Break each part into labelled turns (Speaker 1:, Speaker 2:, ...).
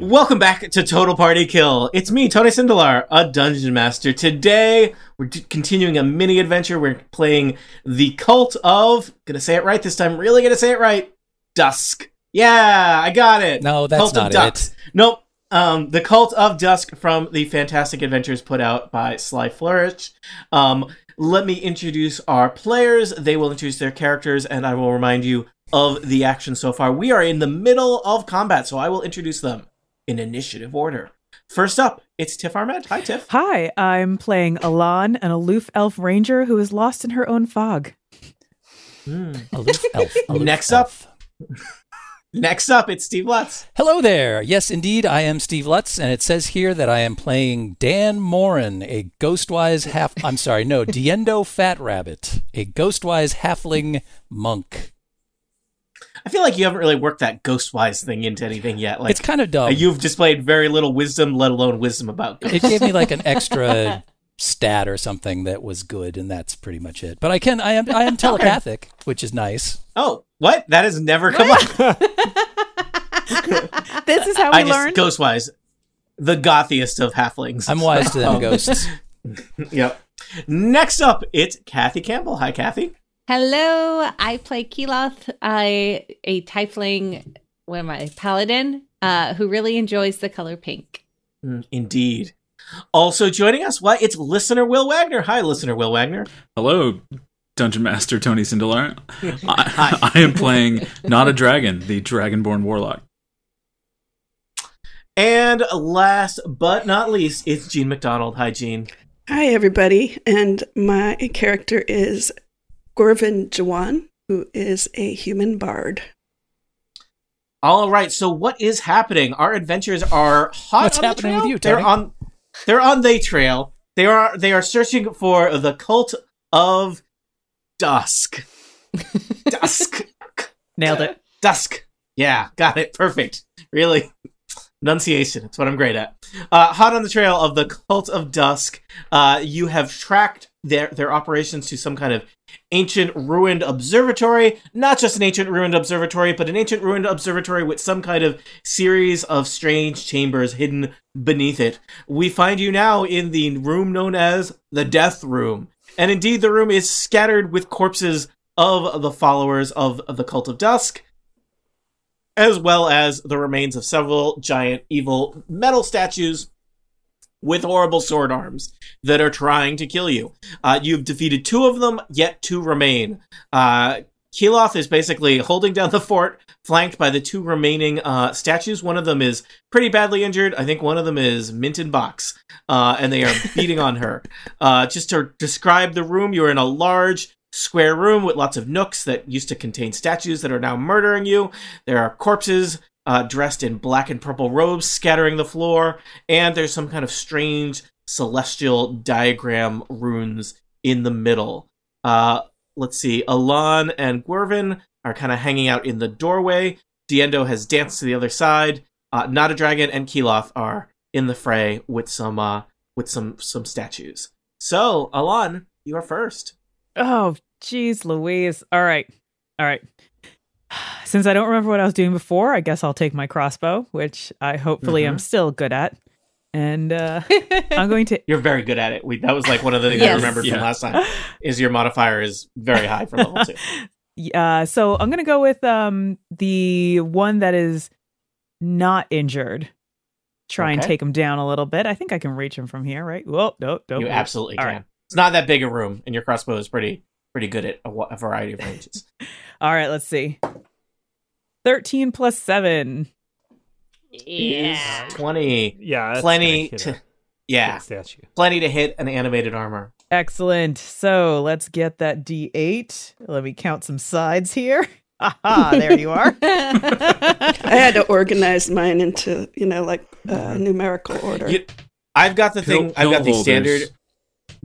Speaker 1: Welcome back to Total Party Kill. It's me, Tony Sindelar, a dungeon master. Today, we're d- continuing a mini adventure. We're playing the Cult of. Gonna say it right this time. Really gonna say it right. Dusk. Yeah, I got it.
Speaker 2: No, that's
Speaker 1: Cult
Speaker 2: not
Speaker 1: of
Speaker 2: it.
Speaker 1: Dusk. Nope. Um, the Cult of Dusk from the Fantastic Adventures put out by Sly Flourish. Um, let me introduce our players. They will introduce their characters, and I will remind you of the action so far. We are in the middle of combat, so I will introduce them in initiative order. First up, it's Tiff Armed. Hi, Tiff.
Speaker 3: Hi, I'm playing Alan, an aloof elf ranger who is lost in her own fog.
Speaker 2: Aloof elf. aloof
Speaker 1: Next
Speaker 2: elf.
Speaker 1: Next up, it's Steve Lutz.
Speaker 2: Hello there. Yes, indeed, I am Steve Lutz, and it says here that I am playing Dan Morin, a ghostwise half. I'm sorry, no, Diendo Fat Rabbit, a ghostwise halfling monk.
Speaker 1: I feel like you haven't really worked that Ghostwise thing into anything yet. Like
Speaker 2: it's kind of dumb.
Speaker 1: you've displayed very little wisdom, let alone wisdom about ghosts.
Speaker 2: it gave me like an extra stat or something that was good, and that's pretty much it. But I can, I am, I am telepathic, which is nice.
Speaker 1: Oh, what? That has never come up.
Speaker 3: This is how we
Speaker 1: I
Speaker 3: learn.
Speaker 1: just Ghostwise, the gothiest of halflings. Um,
Speaker 2: I'm wise to
Speaker 1: Oh.
Speaker 2: them ghosts.
Speaker 1: Yep. Next up, it's Kathy Campbell. Hi, Kathy.
Speaker 4: Hello, I play Keeloth, I a tiefling. What am I? Paladin, uh, who really enjoys the color pink.
Speaker 1: Mm, Indeed. Also joining us, what? It's listener Will Wagner. Hi, listener Will Wagner.
Speaker 5: Hello, Dungeon Master Tony Sindelar. I, I am playing Not a Dragon, the Dragonborn Warlock.
Speaker 1: And last but not least, it's Gene McDonald. Hi, Gene.
Speaker 6: Hi, everybody. And my character is Gorvin Jawan, who is a human bard.
Speaker 1: All right. So, what is happening? Our adventures are hot.
Speaker 2: What's
Speaker 1: on the
Speaker 2: happening with
Speaker 1: trail.
Speaker 2: you,
Speaker 1: They're
Speaker 2: Tony?
Speaker 1: on. They're on the trail. They are. They are searching for the cult of dusk. dusk.
Speaker 3: Nailed it.
Speaker 1: Dusk. Yeah, got it. Perfect. Really. Enunciation. It's what I'm great at. Uh, hot on the trail of the cult of dusk. Uh, you have tracked their their operations to some kind of ancient ruined observatory. Not just an ancient ruined observatory, but an ancient ruined observatory with some kind of series of strange chambers hidden beneath it. We find you now in the room known as the Death Room. And indeed, the room is scattered with corpses of the followers of the Cult of Dusk, as well as the remains of several giant evil metal statues with horrible sword arms that are trying to kill you. Uh, you've defeated two of them, yet two remain. Uh, Keeloth is basically holding down the fort, flanked by the two remaining uh, statues. One of them is pretty badly injured. I think one of them is mint in box, uh, and they are beating on her. Uh, just to describe the room, you're in a large square room with lots of nooks that used to contain statues that are now murdering you. There are corpses uh, dressed in black and purple robes scattering the floor, and there's some kind of strange celestial diagram runes in the middle. Uh, let's see, Alan and Gwervin are kind of hanging out in the doorway. Diendo has danced to the other side. Uh, Not a dragon and Keeloth are in the fray with some uh, with some some statues. So, Alan, you are first.
Speaker 3: Oh, jeez, Louise. All right. All right. Since I don't remember what I was doing before, I guess I'll take my crossbow, which I hopefully
Speaker 1: Mm-hmm.
Speaker 3: am still good at. And uh, I'm going to
Speaker 1: You're very good at it. We, that was like one of the things I
Speaker 4: Yes.
Speaker 1: remembered from
Speaker 5: Yeah.
Speaker 1: last time. Is your modifier is very high for level two.
Speaker 3: uh so I'm going to go with um the one that is not injured. Try and
Speaker 1: Okay.
Speaker 3: take him down a little bit. I think I can reach him from here, right? Whoa, nope,
Speaker 1: You
Speaker 3: nope. nope.
Speaker 1: absolutely
Speaker 3: All
Speaker 1: can.
Speaker 3: right.
Speaker 1: It's not that big a room, and your crossbow is pretty pretty good at a, wa- a variety of ranges.
Speaker 3: All right, let's see. 13 plus 7.
Speaker 4: Yeah.
Speaker 1: Twenty,
Speaker 7: Yeah, that's
Speaker 1: plenty
Speaker 7: gonna hit
Speaker 1: to,
Speaker 7: a
Speaker 1: yeah,
Speaker 7: big statue.
Speaker 1: plenty to hit an animated armor.
Speaker 3: Excellent. So let's get that D8. Let me count some sides here. Aha, there you are.
Speaker 6: I had to organize mine into, you know, like uh, numerical order.
Speaker 1: You- I've got the
Speaker 5: Pill-
Speaker 1: thing. I've got the
Speaker 5: pill holders.
Speaker 1: standard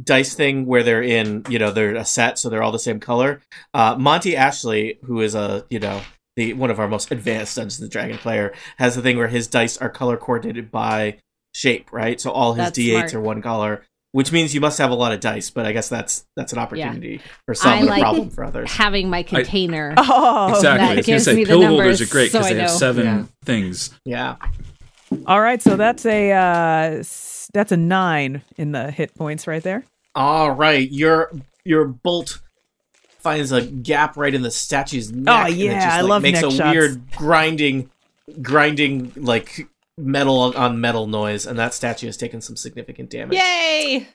Speaker 1: dice thing where they're in, you know, they're a set, so they're all the same color. Uh, Monty Ashley, who is a, you know, the one of our most advanced Dungeons and Dragon player, has the thing where his dice are color coordinated by shape, right? So all his
Speaker 4: That's
Speaker 1: D8s
Speaker 4: smart.
Speaker 1: are one color, which means you must have a lot of dice. But I guess that's that's an opportunity for some,
Speaker 4: I
Speaker 1: and a
Speaker 4: like-
Speaker 1: problem for others.
Speaker 4: Having my container.
Speaker 3: Oh,
Speaker 4: that
Speaker 5: exactly. I was going to
Speaker 4: gives
Speaker 5: say,
Speaker 4: me the
Speaker 5: pill holders
Speaker 4: numbers,
Speaker 5: are great
Speaker 4: so
Speaker 5: because
Speaker 4: I
Speaker 5: they have
Speaker 4: know.
Speaker 5: seven
Speaker 1: Yeah.
Speaker 5: things.
Speaker 1: Yeah.
Speaker 3: All right, so that's a uh, s- that's a nine in the hit points right there.
Speaker 1: All right, your your bolt finds a gap right in the statue's neck. and it
Speaker 3: Oh, yeah,
Speaker 1: just,
Speaker 3: I
Speaker 1: like,
Speaker 3: love
Speaker 1: makes a
Speaker 3: neck shots.
Speaker 1: weird grinding, grinding like metal on metal noise, and that statue has taken some significant damage.
Speaker 4: Yay!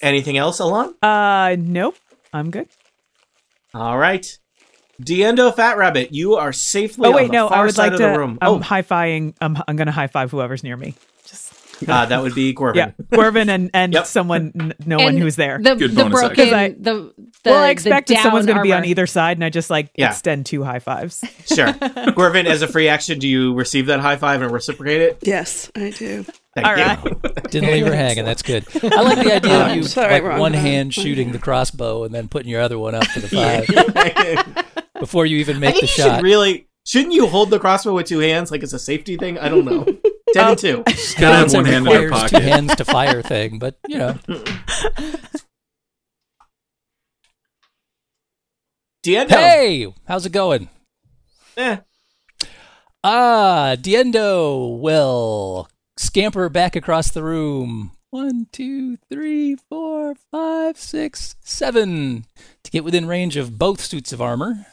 Speaker 1: Anything else, Alon?
Speaker 3: Uh, nope, I'm good.
Speaker 1: All right, Diendo Fat Rabbit, you are safely
Speaker 3: oh wait,
Speaker 1: on the
Speaker 3: no,
Speaker 1: far
Speaker 3: I would
Speaker 1: side
Speaker 3: like
Speaker 1: of
Speaker 3: to. um,
Speaker 1: the room.
Speaker 3: I'm
Speaker 1: oh,
Speaker 3: high-fiving. I'm I'm gonna high-five whoever's near me. Just
Speaker 1: uh, that would be Corbin.
Speaker 3: yeah, Gorvin and and
Speaker 1: Yep.
Speaker 3: someone, n- no one
Speaker 4: And
Speaker 3: who's there.
Speaker 4: The,
Speaker 5: Good
Speaker 4: the
Speaker 5: bonus action.
Speaker 4: broken,
Speaker 3: 'Cause I-
Speaker 4: the, the
Speaker 3: well, I
Speaker 4: the
Speaker 3: expected
Speaker 4: down
Speaker 3: someone's gonna be on
Speaker 4: armor.
Speaker 3: either side, and I just like
Speaker 1: Yeah.
Speaker 3: extend two high fives.
Speaker 1: Sure. Gorvin, as a free action, do you receive that high five and reciprocate it?
Speaker 6: Yes, I do.
Speaker 1: Thank
Speaker 3: All
Speaker 1: you.
Speaker 3: right.
Speaker 2: Didn't leave her hanging. That's good. I like the idea of you
Speaker 6: Sorry,
Speaker 2: like
Speaker 6: wrong
Speaker 2: one
Speaker 6: one.
Speaker 2: hand shooting the crossbow and then putting your other one up for the five before you even
Speaker 1: I
Speaker 2: make
Speaker 1: think
Speaker 2: the
Speaker 1: you
Speaker 2: shot.
Speaker 1: should really. Shouldn't you hold the crossbow with two hands, like it's a safety thing? I don't know.
Speaker 2: Oh.
Speaker 1: Ten and two.
Speaker 5: She's gotta have
Speaker 2: It's a
Speaker 5: one hand in her
Speaker 2: requires two
Speaker 5: pocket.
Speaker 2: hands to fire thing, but you know,
Speaker 1: Diendo.
Speaker 2: hey, how's it going?
Speaker 1: Eh.
Speaker 2: Ah, Diendo will scamper back across the room. One, two, three, four, five, six, seven to get within range of both suits of armor.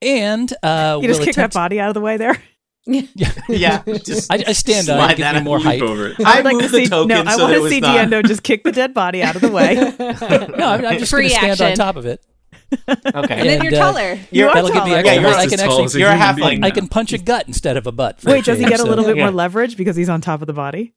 Speaker 2: And uh,
Speaker 3: You just
Speaker 2: will
Speaker 3: kick that
Speaker 2: attempt.
Speaker 3: body out of the way there.
Speaker 1: Yeah. Just
Speaker 2: I, I stand on
Speaker 1: Slide
Speaker 2: it, give
Speaker 1: that
Speaker 2: me
Speaker 1: up.
Speaker 2: more height.
Speaker 5: Leap over it.
Speaker 1: I
Speaker 3: I'd like
Speaker 1: moved
Speaker 3: to see,
Speaker 1: the token
Speaker 3: no, I
Speaker 1: so
Speaker 3: want
Speaker 1: that it
Speaker 3: to
Speaker 1: was
Speaker 3: see
Speaker 1: not.
Speaker 3: Diendo just kick the dead body out of the way.
Speaker 2: No, I'm, I'm just going
Speaker 4: Free
Speaker 2: to stand on
Speaker 4: action.
Speaker 2: top of it.
Speaker 1: okay.
Speaker 4: And then
Speaker 2: And,
Speaker 4: you're
Speaker 2: uh,
Speaker 4: taller.
Speaker 1: You're
Speaker 2: That'll give me
Speaker 3: taller.
Speaker 2: extra.
Speaker 1: Yeah, you're
Speaker 2: I
Speaker 5: as
Speaker 2: can
Speaker 5: tall
Speaker 2: actually,
Speaker 5: as a
Speaker 1: you're a
Speaker 5: human being
Speaker 1: halfling.
Speaker 2: I
Speaker 5: now.
Speaker 2: can punch a gut instead of a butt. for a
Speaker 3: Wait, does he
Speaker 2: change,
Speaker 3: get a
Speaker 2: so-
Speaker 3: little bit
Speaker 1: Yeah.
Speaker 3: more leverage because he's on top of the body?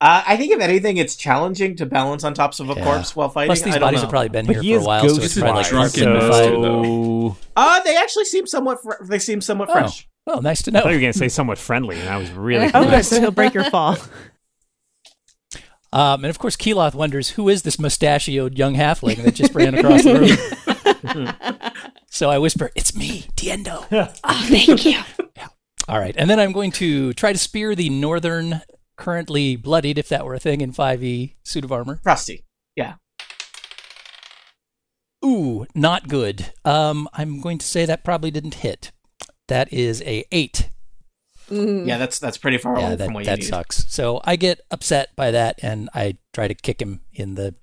Speaker 1: Uh, I think if anything, it's challenging to balance on tops of a
Speaker 2: Yeah.
Speaker 1: corpse while fighting.
Speaker 2: Plus, these
Speaker 1: I don't
Speaker 2: bodies
Speaker 1: know.
Speaker 2: have probably been
Speaker 7: But
Speaker 2: here
Speaker 7: he
Speaker 2: for a
Speaker 7: is
Speaker 2: while, so it's
Speaker 7: ghost
Speaker 2: probably like
Speaker 5: wise,
Speaker 2: carbon
Speaker 5: so-
Speaker 2: fiber.
Speaker 7: so
Speaker 1: Uh, they actually seem somewhat. Fr- they seem somewhat
Speaker 2: Oh.
Speaker 1: fresh.
Speaker 2: Well, nice to
Speaker 7: I thought you
Speaker 2: know.
Speaker 7: were going to say somewhat friendly, and I was really
Speaker 3: Oh,
Speaker 7: confused.
Speaker 3: good. So he'll break your fall.
Speaker 2: Um, and of course, Keeloth wonders who is this mustachioed young halfling that just ran across the room. so I whisper, "It's me, Diendo."
Speaker 4: Oh, thank you.
Speaker 2: All right, and then I'm going to try to spear the northern, currently bloodied, if that were a thing in 5e suit of armor.
Speaker 1: Frosty.
Speaker 2: Ooh, not good. Um, I'm going to say that probably didn't hit. That is a eight.
Speaker 4: Mm.
Speaker 1: Yeah, that's that's pretty far
Speaker 2: yeah,
Speaker 1: away from
Speaker 2: that,
Speaker 1: what you
Speaker 2: that
Speaker 1: need.
Speaker 2: sucks. So I get upset by that, and I try to kick him in the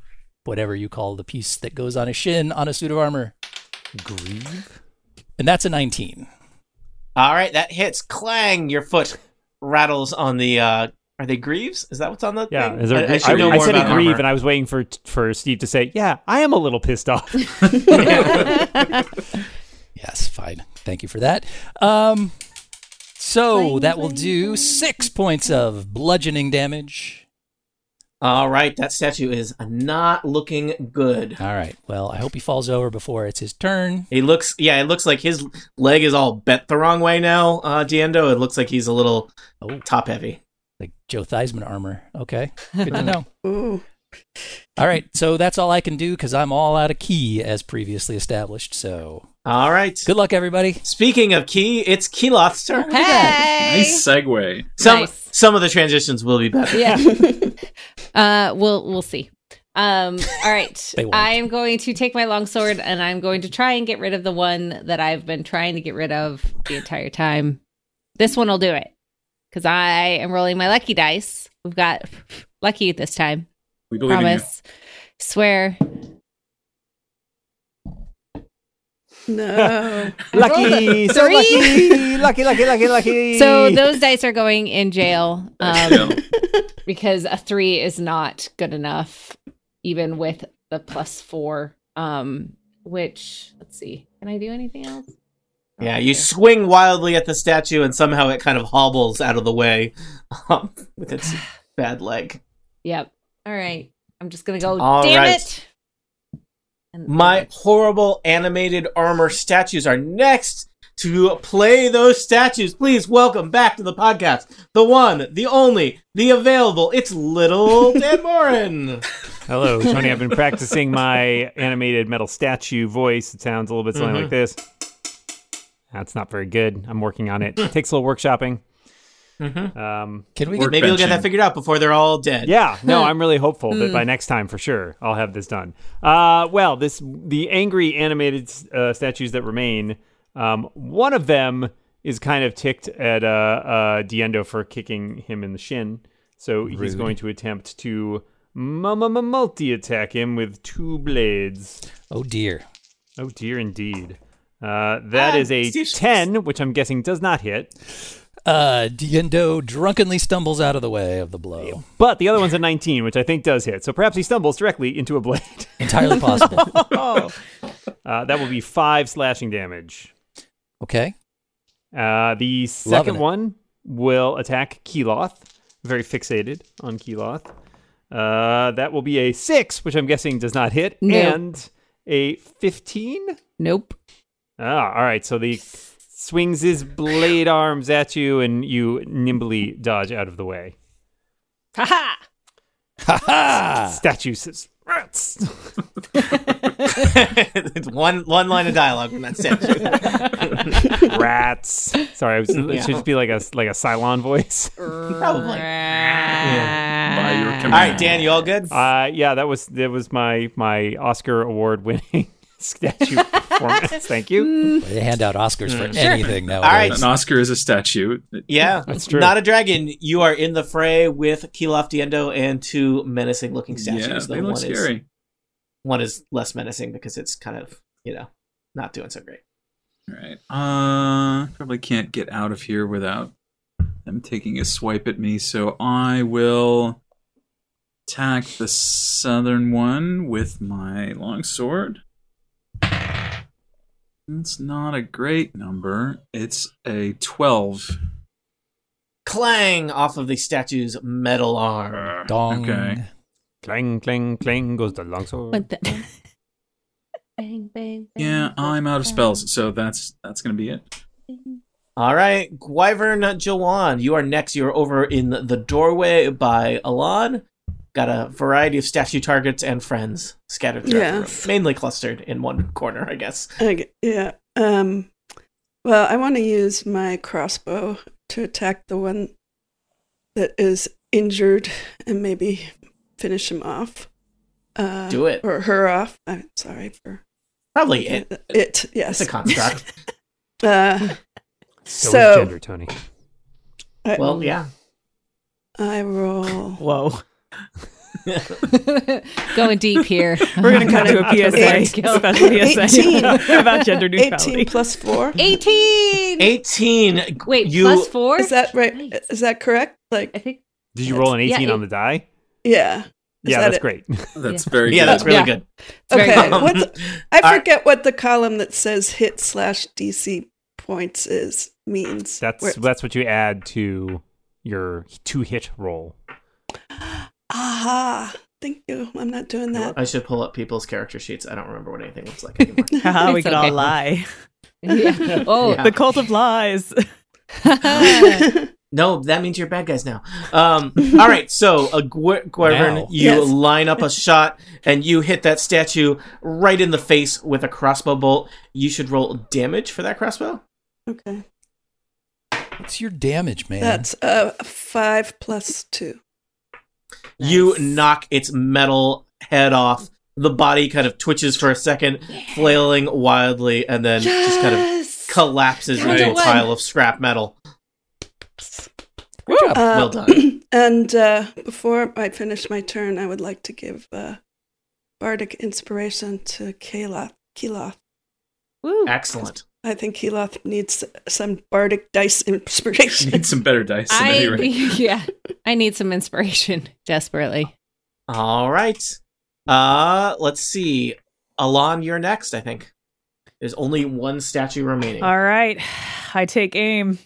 Speaker 2: whatever you call the piece that goes on his shin on a suit of armor,
Speaker 7: Grieve?
Speaker 2: and that's a 19.
Speaker 1: All right, that hits. Clang! Your foot rattles on the. uh Are they greaves? Is that what's on the
Speaker 7: Yeah,
Speaker 1: thing?
Speaker 7: is there
Speaker 1: I, I
Speaker 7: grief? I,
Speaker 1: should know
Speaker 7: I
Speaker 1: more
Speaker 7: said
Speaker 1: about
Speaker 7: a grieve,
Speaker 1: armor.
Speaker 7: and I was waiting for for Steve to say, "Yeah, I am a little pissed off."
Speaker 2: Yes, fine. Thank you for that. Um, so that will do six points of bludgeoning damage.
Speaker 1: All right, that statue is not looking good.
Speaker 2: All right. Well, I hope he falls over before it's his turn.
Speaker 1: He looks, yeah, it looks like his leg is all bent the wrong way now, uh, Diendo. It looks like he's a little
Speaker 2: Oh.
Speaker 1: top heavy.
Speaker 2: Like Joe Theismann armor. Okay. Good to know.
Speaker 6: Ooh.
Speaker 2: All right. So that's all I can do because I'm all out of key as previously established. So
Speaker 1: All right.
Speaker 2: good luck, everybody.
Speaker 1: Speaking of key, it's Keeloth's turn.
Speaker 4: Hey.
Speaker 5: Nice segue.
Speaker 1: Some
Speaker 4: Nice.
Speaker 1: some of the transitions will be better.
Speaker 4: yeah. uh, we'll we'll see. Um, all right.
Speaker 2: They won't.
Speaker 4: I am going to take my longsword and I'm going to try and get rid of the one that I've been trying to get rid of the entire time. This one will do it because I am rolling my lucky dice. We've got lucky this time.
Speaker 5: We believe in you.
Speaker 4: Promise. Swear.
Speaker 6: No.
Speaker 7: lucky, so
Speaker 4: Three.
Speaker 7: lucky, lucky, lucky, lucky, lucky.
Speaker 4: So those dice are going in jail um,
Speaker 5: Yeah.
Speaker 4: because a three is not good enough, even with the plus four. Um, which let's see, can I do anything else? Oh,
Speaker 1: Yeah, you swing wildly at the statue, and somehow it kind of hobbles out of the way um, with its bad leg.
Speaker 4: Yep. All right. I'm just gonna go.
Speaker 1: All
Speaker 4: damn
Speaker 1: right.
Speaker 4: it. And-
Speaker 1: My horrible animated armor statues are next to play those statues. Please welcome back to the podcast the one, the only, the available. It's little Dan Morin.
Speaker 7: Hello, Tony. I've been practicing my animated metal statue voice. It sounds a little bit something
Speaker 1: Mm-hmm.
Speaker 7: like this. That's not very good. I'm working on it. Takes a little workshopping. Um,
Speaker 2: Can we
Speaker 5: We're
Speaker 2: get
Speaker 1: Maybe you'll get that
Speaker 5: Benching.
Speaker 1: figured out before they're all dead.
Speaker 7: yeah, no, I'm really hopeful that by next time, for sure, I'll have this done. Uh, well, this the angry animated uh, statues that remain. Um, one of them is kind of ticked at uh, uh, Diendo for kicking him in the shin. So he's
Speaker 5: Rude.
Speaker 7: going to attempt to multi attack him with two blades.
Speaker 2: Oh dear.
Speaker 7: Oh dear, indeed. Uh, that
Speaker 1: Ah,
Speaker 7: is a
Speaker 1: decisions.
Speaker 7: 10, which I'm guessing does not hit,
Speaker 2: Uh, Diendo drunkenly stumbles out of the way of the blow.
Speaker 7: but the other one's a 19, which I think does hit. So perhaps he stumbles directly into a blade.
Speaker 2: Entirely possible.
Speaker 3: Oh,
Speaker 7: Uh, that will be five slashing damage.
Speaker 2: Okay.
Speaker 7: Uh, the second
Speaker 2: it.
Speaker 7: one will attack Keeloth. Very fixated on Keeloth. Uh, that will be a six, which I'm guessing does not hit,
Speaker 4: No.
Speaker 7: and a 15.
Speaker 4: Nope.
Speaker 7: Ah, all right. So the swings his blade arms at you, and you nimbly dodge out of the way.
Speaker 4: Ha ha.
Speaker 2: Ha ha!
Speaker 7: Statue says, "Rats."
Speaker 1: it's one one line of dialogue from that statue.
Speaker 7: rats. Sorry, I was, it should just be like a like a Cylon voice.
Speaker 1: Probably.
Speaker 5: By your
Speaker 1: All right, Dan, you all good?
Speaker 7: Uh, yeah, that was that was my my Oscar award winning statue performance. Thank you.
Speaker 4: Mm,
Speaker 2: They hand out Oscars for
Speaker 4: Sure.
Speaker 2: anything now.
Speaker 1: All right.
Speaker 5: An Oscar is a statue.
Speaker 1: yeah,
Speaker 7: That's true.
Speaker 1: Not a dragon. You are in the fray with Kilof Diendo and two menacing-looking statues.
Speaker 5: yeah,
Speaker 1: though
Speaker 5: they look
Speaker 1: one is-
Speaker 5: scary.
Speaker 1: one is less menacing because it's kind of you know not doing so great.
Speaker 5: All right. Uh, probably can't get out of here without them taking a swipe at me. So I will attack the southern one with my longsword. It's not a great number. It's a twelve.
Speaker 1: Clang off of the statue's metal arm.
Speaker 2: Dong.
Speaker 5: Okay.
Speaker 7: Clang clang clang goes the longsword.
Speaker 4: What the? bang, bang, bang.
Speaker 5: Yeah, I'm out of spells, so that's that's gonna be it.
Speaker 1: All right, Wyvern Jawan, you are next. You're over in the doorway by Alon. Got a variety of statue targets and friends scattered throughout the
Speaker 6: Yes.
Speaker 1: room, mainly clustered in one corner, I guess.
Speaker 6: Okay, yeah. Um, well, I want to use my crossbow to attack the one that is injured and maybe finish him off. Uh,
Speaker 1: Do it.
Speaker 6: Or her off. I'm sorry for
Speaker 1: Probably it.
Speaker 6: it
Speaker 1: It's
Speaker 6: yes.
Speaker 1: a construct.
Speaker 6: uh,
Speaker 7: So,
Speaker 6: so
Speaker 7: is gender, Tony.
Speaker 6: I,
Speaker 1: well, yeah.
Speaker 6: I roll.
Speaker 3: whoa.
Speaker 4: Going deep here.
Speaker 3: We're going to cut to a PSA.
Speaker 6: Eight-
Speaker 3: special PSA
Speaker 6: 18.
Speaker 3: about gender neutrality.
Speaker 6: 18 plus 4.
Speaker 4: 18.
Speaker 1: 18.
Speaker 4: Wait,
Speaker 1: you,
Speaker 4: plus four?
Speaker 6: Is that right?
Speaker 4: Nice.
Speaker 6: Is that correct?
Speaker 4: I
Speaker 6: Like,
Speaker 4: think.
Speaker 7: Did you roll an
Speaker 4: Yeah,
Speaker 7: 18 on
Speaker 4: it-
Speaker 7: the die?
Speaker 6: yeah. Is
Speaker 7: Yeah,
Speaker 6: that
Speaker 7: that's
Speaker 6: it?
Speaker 7: great.
Speaker 5: That's
Speaker 4: Yeah.
Speaker 5: very
Speaker 1: Yeah,
Speaker 5: good.
Speaker 1: that's really
Speaker 4: Yeah.
Speaker 1: good. Um,
Speaker 4: It's very
Speaker 6: Okay,
Speaker 4: good.
Speaker 6: what's- I
Speaker 1: All
Speaker 6: forget what the column that says hit slash DC points is means.
Speaker 7: That's
Speaker 6: Where-
Speaker 7: that's what you add to your two hit roll.
Speaker 6: aha. Thank you. I'm not doing that.
Speaker 1: I should pull up people's character sheets. I don't remember what anything looks like anymore.
Speaker 3: Haha, we
Speaker 4: It's
Speaker 3: could
Speaker 4: okay.
Speaker 3: all lie.
Speaker 4: Yeah. Oh.
Speaker 1: Yeah.
Speaker 3: The cult of lies.
Speaker 1: No, that means you're bad guys now. Um, all right, so uh, Gw- Gwyrvin,
Speaker 2: Wow.
Speaker 1: you
Speaker 6: Yes.
Speaker 1: line up a shot and you hit that statue right in the face with a crossbow bolt. You should roll damage for that crossbow.
Speaker 6: okay.
Speaker 2: What's your damage, man?
Speaker 6: That's uh, five plus two.
Speaker 1: You knock its metal head off. The body kind of twitches for a second, flailing wildly, and then just kind of collapses
Speaker 4: Down
Speaker 5: to
Speaker 1: into a
Speaker 4: one.
Speaker 1: pile of scrap metal.
Speaker 2: Good job.
Speaker 6: Uh,
Speaker 1: Oh, Well done.
Speaker 6: and uh, before I finish my turn, I would like to give uh, bardic inspiration to Kayla. Keloth.
Speaker 3: Woo.
Speaker 1: Excellent.
Speaker 6: I think Keloth needs some bardic dice inspiration.
Speaker 5: Need some better dice than
Speaker 4: I,
Speaker 5: any right.
Speaker 4: yeah, I need some inspiration desperately.
Speaker 1: All right. Uh, let's see. Alon, you're next, I think. There's only one statue remaining.
Speaker 3: All right. I take aim.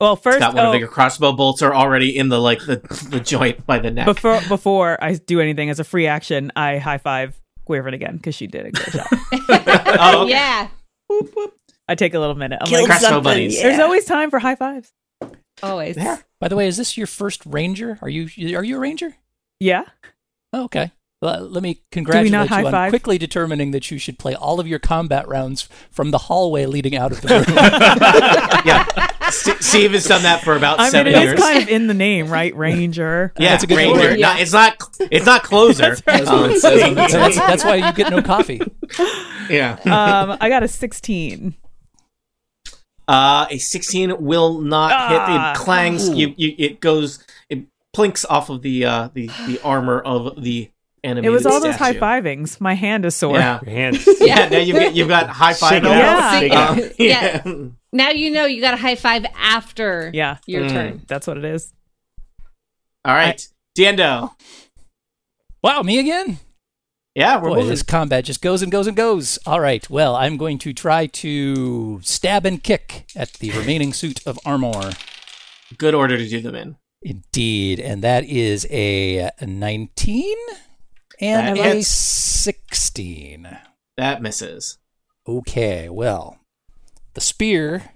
Speaker 3: Well, first,
Speaker 1: Got one
Speaker 3: oh,
Speaker 1: of the crossbow bolts are already in the like the, the joint by the neck.
Speaker 3: before before I do anything as a free action, I high five Gwyrvin again because she did a good job.
Speaker 1: Oh, okay.
Speaker 4: Yeah.
Speaker 6: Whoop, whoop.
Speaker 3: I take a little minute. I'm
Speaker 6: Killed
Speaker 3: like,
Speaker 1: Crossbow
Speaker 6: something,
Speaker 1: buddies.
Speaker 6: yeah.
Speaker 3: there's always time for high fives.
Speaker 4: Always.
Speaker 1: Yeah.
Speaker 2: By the way, is this your first ranger? Are you are you a ranger?
Speaker 3: Yeah.
Speaker 2: Oh, okay. Well, let me congratulate you on
Speaker 3: high-five?
Speaker 2: quickly determining that you should play all of your combat rounds from the hallway leading out of the room.
Speaker 1: yeah. S- Steve has done that for about
Speaker 3: I mean,
Speaker 1: seven
Speaker 3: it is
Speaker 1: years.
Speaker 3: kind of in the name, right? Ranger.
Speaker 1: yeah,
Speaker 2: That's a good
Speaker 1: ranger.
Speaker 2: word.
Speaker 1: Not- it's not. It's not closer. Um,
Speaker 5: That's what it says on the
Speaker 2: So that's,
Speaker 5: tin.
Speaker 2: that's why you get no coffee.
Speaker 1: yeah.
Speaker 3: Um, I got a 16.
Speaker 1: Uh, a 16 will not
Speaker 3: Ah.
Speaker 1: hit. It clangs. You, you, it goes. It plinks off of the uh, the the armor of the
Speaker 3: It
Speaker 1: animated.
Speaker 3: was all those high
Speaker 1: statue.
Speaker 3: fivings. My hand is sore.
Speaker 1: Yeah.
Speaker 7: Your hands.
Speaker 1: yeah. Now you've got, you've got high five.
Speaker 7: Shake it
Speaker 3: Yeah.
Speaker 7: out. Shake it out.
Speaker 1: Um,
Speaker 4: Yeah.
Speaker 1: yeah.
Speaker 4: Now you know you got a high five after
Speaker 3: Yeah,
Speaker 4: your
Speaker 1: Mm.
Speaker 4: turn.
Speaker 3: that's what it is.
Speaker 1: All right, Diendo.
Speaker 2: Wow, me again?
Speaker 1: Yeah, we're
Speaker 2: Boy,
Speaker 1: moving.
Speaker 2: this combat just goes and goes and goes. All right, well, I'm going to try to stab and kick at the remaining suit of armor.
Speaker 1: Good order to do them in.
Speaker 2: Indeed, and that is a 19 and
Speaker 1: That
Speaker 2: a
Speaker 1: hits.
Speaker 2: 16.
Speaker 1: That misses.
Speaker 2: Okay, well, the spear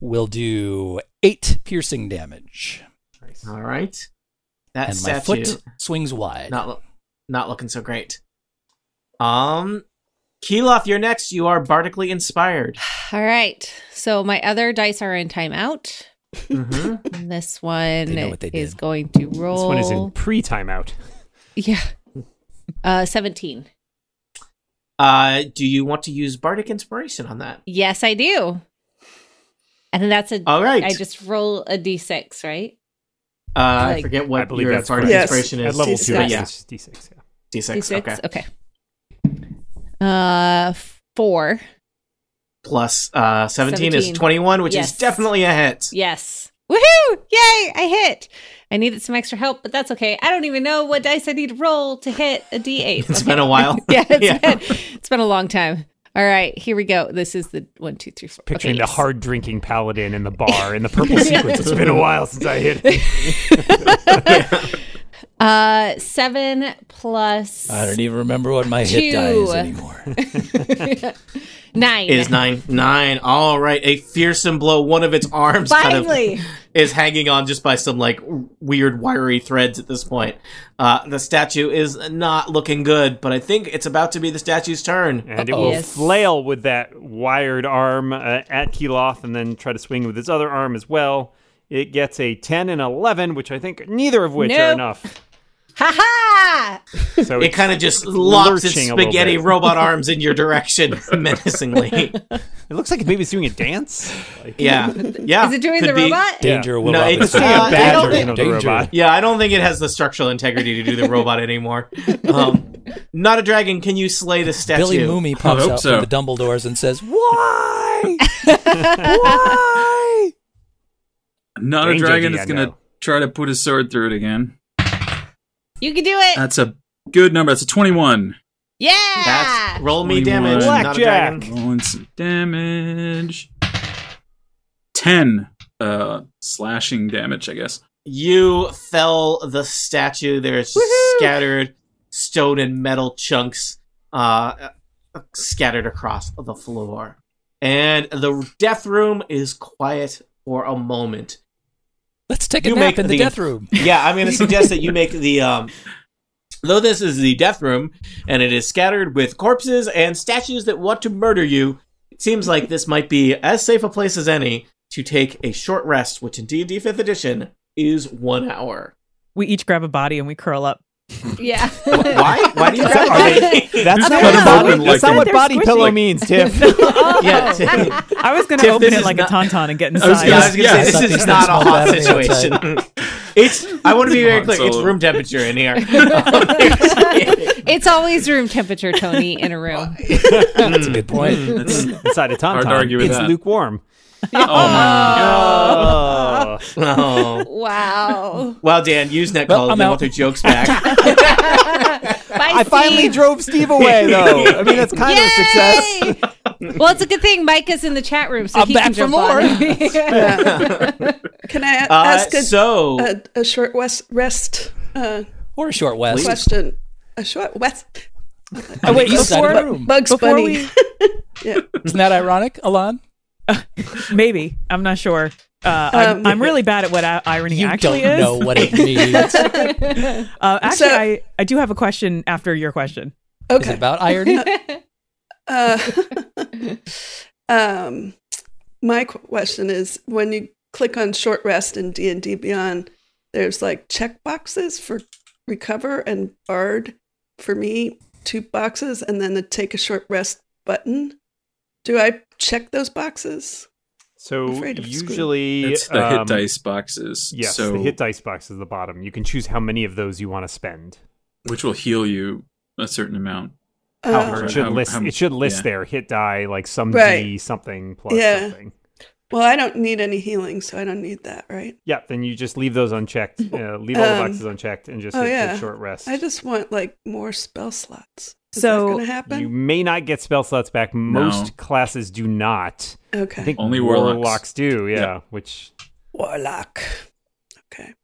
Speaker 2: will do 8 piercing damage.
Speaker 1: All right. That
Speaker 2: and my
Speaker 1: statue
Speaker 2: foot swings wide.
Speaker 1: not lo- not looking so great. Um, Keeloth, you're next. You are bardically inspired.
Speaker 4: All right. So my other dice are in timeout.
Speaker 1: hmm
Speaker 4: And This one
Speaker 2: They know what they
Speaker 4: is
Speaker 2: did.
Speaker 4: going to roll.
Speaker 7: This one is in pre timeout.
Speaker 4: Yeah. Uh, 17.
Speaker 1: Uh, do you want to use bardic inspiration on that?
Speaker 4: Yes, I do. And that's a. I
Speaker 1: All right.
Speaker 4: just roll a d6, right?
Speaker 1: uh, I
Speaker 4: like-
Speaker 1: forget
Speaker 7: I
Speaker 1: what
Speaker 7: believe
Speaker 1: your
Speaker 7: that's
Speaker 1: bardic
Speaker 6: correct.
Speaker 1: inspiration
Speaker 7: At
Speaker 1: is.
Speaker 7: level
Speaker 6: D6.
Speaker 7: two,
Speaker 1: But
Speaker 7: it's
Speaker 1: yeah,
Speaker 7: just D6. Yeah.
Speaker 1: D6. Okay.
Speaker 4: D6. okay. Uh, four.
Speaker 1: Plus uh, 17, is
Speaker 4: 17.
Speaker 1: 21, which
Speaker 4: Yes.
Speaker 1: is definitely a hit.
Speaker 4: Yes. Woohoo! Yay! I hit. I needed some extra help, but that's okay. I don't even know what dice I need to roll to hit a d8.
Speaker 1: It's
Speaker 4: Okay.
Speaker 1: been a while.
Speaker 4: yeah, it's
Speaker 1: Yeah.
Speaker 4: been it's been a long time. All right, here we go. This is the one, two, three, four.
Speaker 7: Picturing
Speaker 4: Okay,
Speaker 7: the
Speaker 4: yes.
Speaker 7: hard drinking paladin in the bar in the purple sequence. It's been a while since I hit.
Speaker 4: Uh, seven plus
Speaker 2: I
Speaker 1: Uh,
Speaker 2: don't even remember what my hit die is
Speaker 4: Two.
Speaker 2: anymore.
Speaker 4: nine
Speaker 1: Is nine nine. All right, a fearsome blow. One of its arms kind of-
Speaker 4: Finally,
Speaker 1: is hanging on just by some like w- weird wiry threads at this point. Uh, the statue is not looking good, but I think it's about to be the statue's turn.
Speaker 7: And it will
Speaker 4: Yes.
Speaker 7: flail with that wired arm uh, at Keeloth and then try to swing with its other arm as well. It gets a 10 and 11, which I think neither of which are
Speaker 4: Nope.
Speaker 7: enough.
Speaker 4: ha ha!
Speaker 7: So
Speaker 1: It
Speaker 7: it's
Speaker 1: kind of just lobs its
Speaker 7: lurching a little
Speaker 1: spaghetti
Speaker 7: bit.
Speaker 1: robot arms in your direction menacingly.
Speaker 7: It looks like maybe it's doing a dance. Like,
Speaker 1: Yeah, yeah.
Speaker 4: Is it doing
Speaker 1: could
Speaker 4: the
Speaker 1: be-
Speaker 4: robot?
Speaker 2: Danger, Will
Speaker 1: No,
Speaker 2: Robinson.
Speaker 1: it's- uh, I
Speaker 7: bad
Speaker 1: don't
Speaker 7: version
Speaker 1: think-
Speaker 7: of the
Speaker 2: Danger.
Speaker 7: robot.
Speaker 1: Yeah, I don't think it has the structural integrity to do the robot anymore. Um, not a dragon. Can you slay the statue?
Speaker 2: Billy Moomy pops
Speaker 5: hope
Speaker 2: out
Speaker 5: so.
Speaker 2: from the Dumbledores and says, "Why? Why?"
Speaker 5: Not
Speaker 7: Danger,
Speaker 5: a dragon that's
Speaker 7: Diego.
Speaker 5: going to try to put his sword through it again.
Speaker 4: You can do it!
Speaker 1: Uh,
Speaker 5: That's a good number. That's a 21.
Speaker 4: yeah!
Speaker 1: That's roll me
Speaker 5: 21.
Speaker 1: damage. Not a
Speaker 7: Blackjack.
Speaker 1: dragon.
Speaker 5: Rolling some damage. 10 uh, slashing damage, I guess.
Speaker 1: You fell the statue. There's scattered stone and metal chunks uh, uh, scattered across the floor. And the death room is quiet for a moment.
Speaker 2: Let's take a
Speaker 1: You
Speaker 2: nap
Speaker 1: make
Speaker 2: in the
Speaker 1: the-
Speaker 2: death room.
Speaker 1: Yeah, I'm going to suggest that you make the. Um, though this is the death room, and it is scattered with corpses and statues that want to murder you, it seems like this might be as safe a place as any to take a short rest, which in D&D 5th edition is one hour.
Speaker 3: We each grab a body and we curl up.
Speaker 4: yeah.
Speaker 1: Why? Why do you
Speaker 4: Are
Speaker 1: grab
Speaker 4: they-
Speaker 7: That's
Speaker 5: Just
Speaker 7: not,
Speaker 5: cut
Speaker 7: what,
Speaker 5: him
Speaker 7: body,
Speaker 5: open
Speaker 7: that's
Speaker 5: like
Speaker 7: not
Speaker 5: a-
Speaker 7: what
Speaker 3: They're
Speaker 7: body
Speaker 3: squishy.
Speaker 7: pillow means, Tiff.
Speaker 1: yeah, t- yeah,
Speaker 3: I was gonna
Speaker 1: Tiff,
Speaker 3: open
Speaker 1: this
Speaker 3: it
Speaker 1: is
Speaker 3: like
Speaker 1: not-
Speaker 3: a tauntaun and get
Speaker 5: I was
Speaker 3: inside.
Speaker 1: I was gonna
Speaker 5: Yeah,
Speaker 1: say this
Speaker 2: something
Speaker 1: is not a
Speaker 2: smells
Speaker 1: hot
Speaker 2: bad on the
Speaker 1: situation. it's. I want to be very
Speaker 5: Hot
Speaker 1: clear. It's
Speaker 5: solo.
Speaker 1: room temperature in here.
Speaker 4: it's always room temperature, Tony, in a room.
Speaker 2: That's a good
Speaker 3: Mm,
Speaker 2: point.
Speaker 5: That's, oh
Speaker 7: Inside a tauntaun.
Speaker 5: Hard to argue with
Speaker 7: it's
Speaker 5: that.
Speaker 7: lukewarm.
Speaker 2: Oh,
Speaker 5: Oh, my god.
Speaker 7: Oh.
Speaker 1: oh.
Speaker 4: Wow.
Speaker 1: Well, Dan, use net
Speaker 2: Well,
Speaker 1: call.
Speaker 2: I'm
Speaker 1: and they
Speaker 2: out.
Speaker 1: want their jokes back.
Speaker 4: Bye,
Speaker 7: I finally
Speaker 4: Steve.
Speaker 7: drove Steve away, though. I mean, that's kind of a success.
Speaker 4: Yay! well, it's a good thing Mike is in the chat room, so
Speaker 2: I'm
Speaker 4: he can
Speaker 2: back for
Speaker 4: jump
Speaker 2: more.
Speaker 4: on.
Speaker 6: Can I a-
Speaker 1: Uh,
Speaker 6: ask a,
Speaker 1: so
Speaker 6: a, a short west rest uh,
Speaker 2: Or a short west.
Speaker 6: question? A short west
Speaker 2: On the east side of the
Speaker 3: before-
Speaker 2: room.
Speaker 6: Bugs
Speaker 3: Before
Speaker 6: Bunny.
Speaker 3: we-
Speaker 2: Isn't that ironic, Alon?
Speaker 3: Uh, Maybe I'm not sure. Uh, I'm,
Speaker 6: Um,
Speaker 3: I'm really bad at what i- irony
Speaker 2: You
Speaker 3: actually
Speaker 2: don't
Speaker 3: is.
Speaker 2: know what it means. Is it
Speaker 3: Uh, actually,
Speaker 6: So-
Speaker 3: I, I do have a question after your question.
Speaker 6: Okay.
Speaker 2: about irony?
Speaker 6: Uh, um, my qu- question is: when you click on short rest in D and D Beyond, there's like check boxes for recover and bard. For me, two boxes, and then the take a short rest button. Do I check those boxes?
Speaker 7: So
Speaker 6: afraid of screw.
Speaker 7: usually
Speaker 5: It's the
Speaker 7: um,
Speaker 5: hit dice boxes.
Speaker 7: Yes,
Speaker 5: so
Speaker 7: the hit dice box is the bottom. You can choose how many of those you want to spend.
Speaker 5: which will heal you a certain amount.
Speaker 7: However,
Speaker 6: Um,
Speaker 7: it should
Speaker 5: How-
Speaker 7: list
Speaker 5: how-
Speaker 7: it should list
Speaker 5: yeah.
Speaker 7: there hit die like some D
Speaker 6: Right.
Speaker 7: something plus
Speaker 6: Yeah.
Speaker 7: something.
Speaker 6: well, I don't need any healing, so I don't need that, right?
Speaker 7: Yeah, then you just leave those unchecked. Uh, leave all the
Speaker 6: Um,
Speaker 7: boxes unchecked and just
Speaker 6: oh,
Speaker 7: hit take
Speaker 6: yeah.
Speaker 7: short rest.
Speaker 6: I just want like more spell slots. Is
Speaker 3: So-
Speaker 6: that going to
Speaker 7: you
Speaker 6: happen?
Speaker 7: may not get spell slots back. Most classes do not. I
Speaker 6: Okay.
Speaker 7: think
Speaker 5: Only
Speaker 7: warlocks.
Speaker 5: warlocks.
Speaker 7: do. Yeah,
Speaker 5: Yeah.
Speaker 7: which
Speaker 6: Warlock. Okay.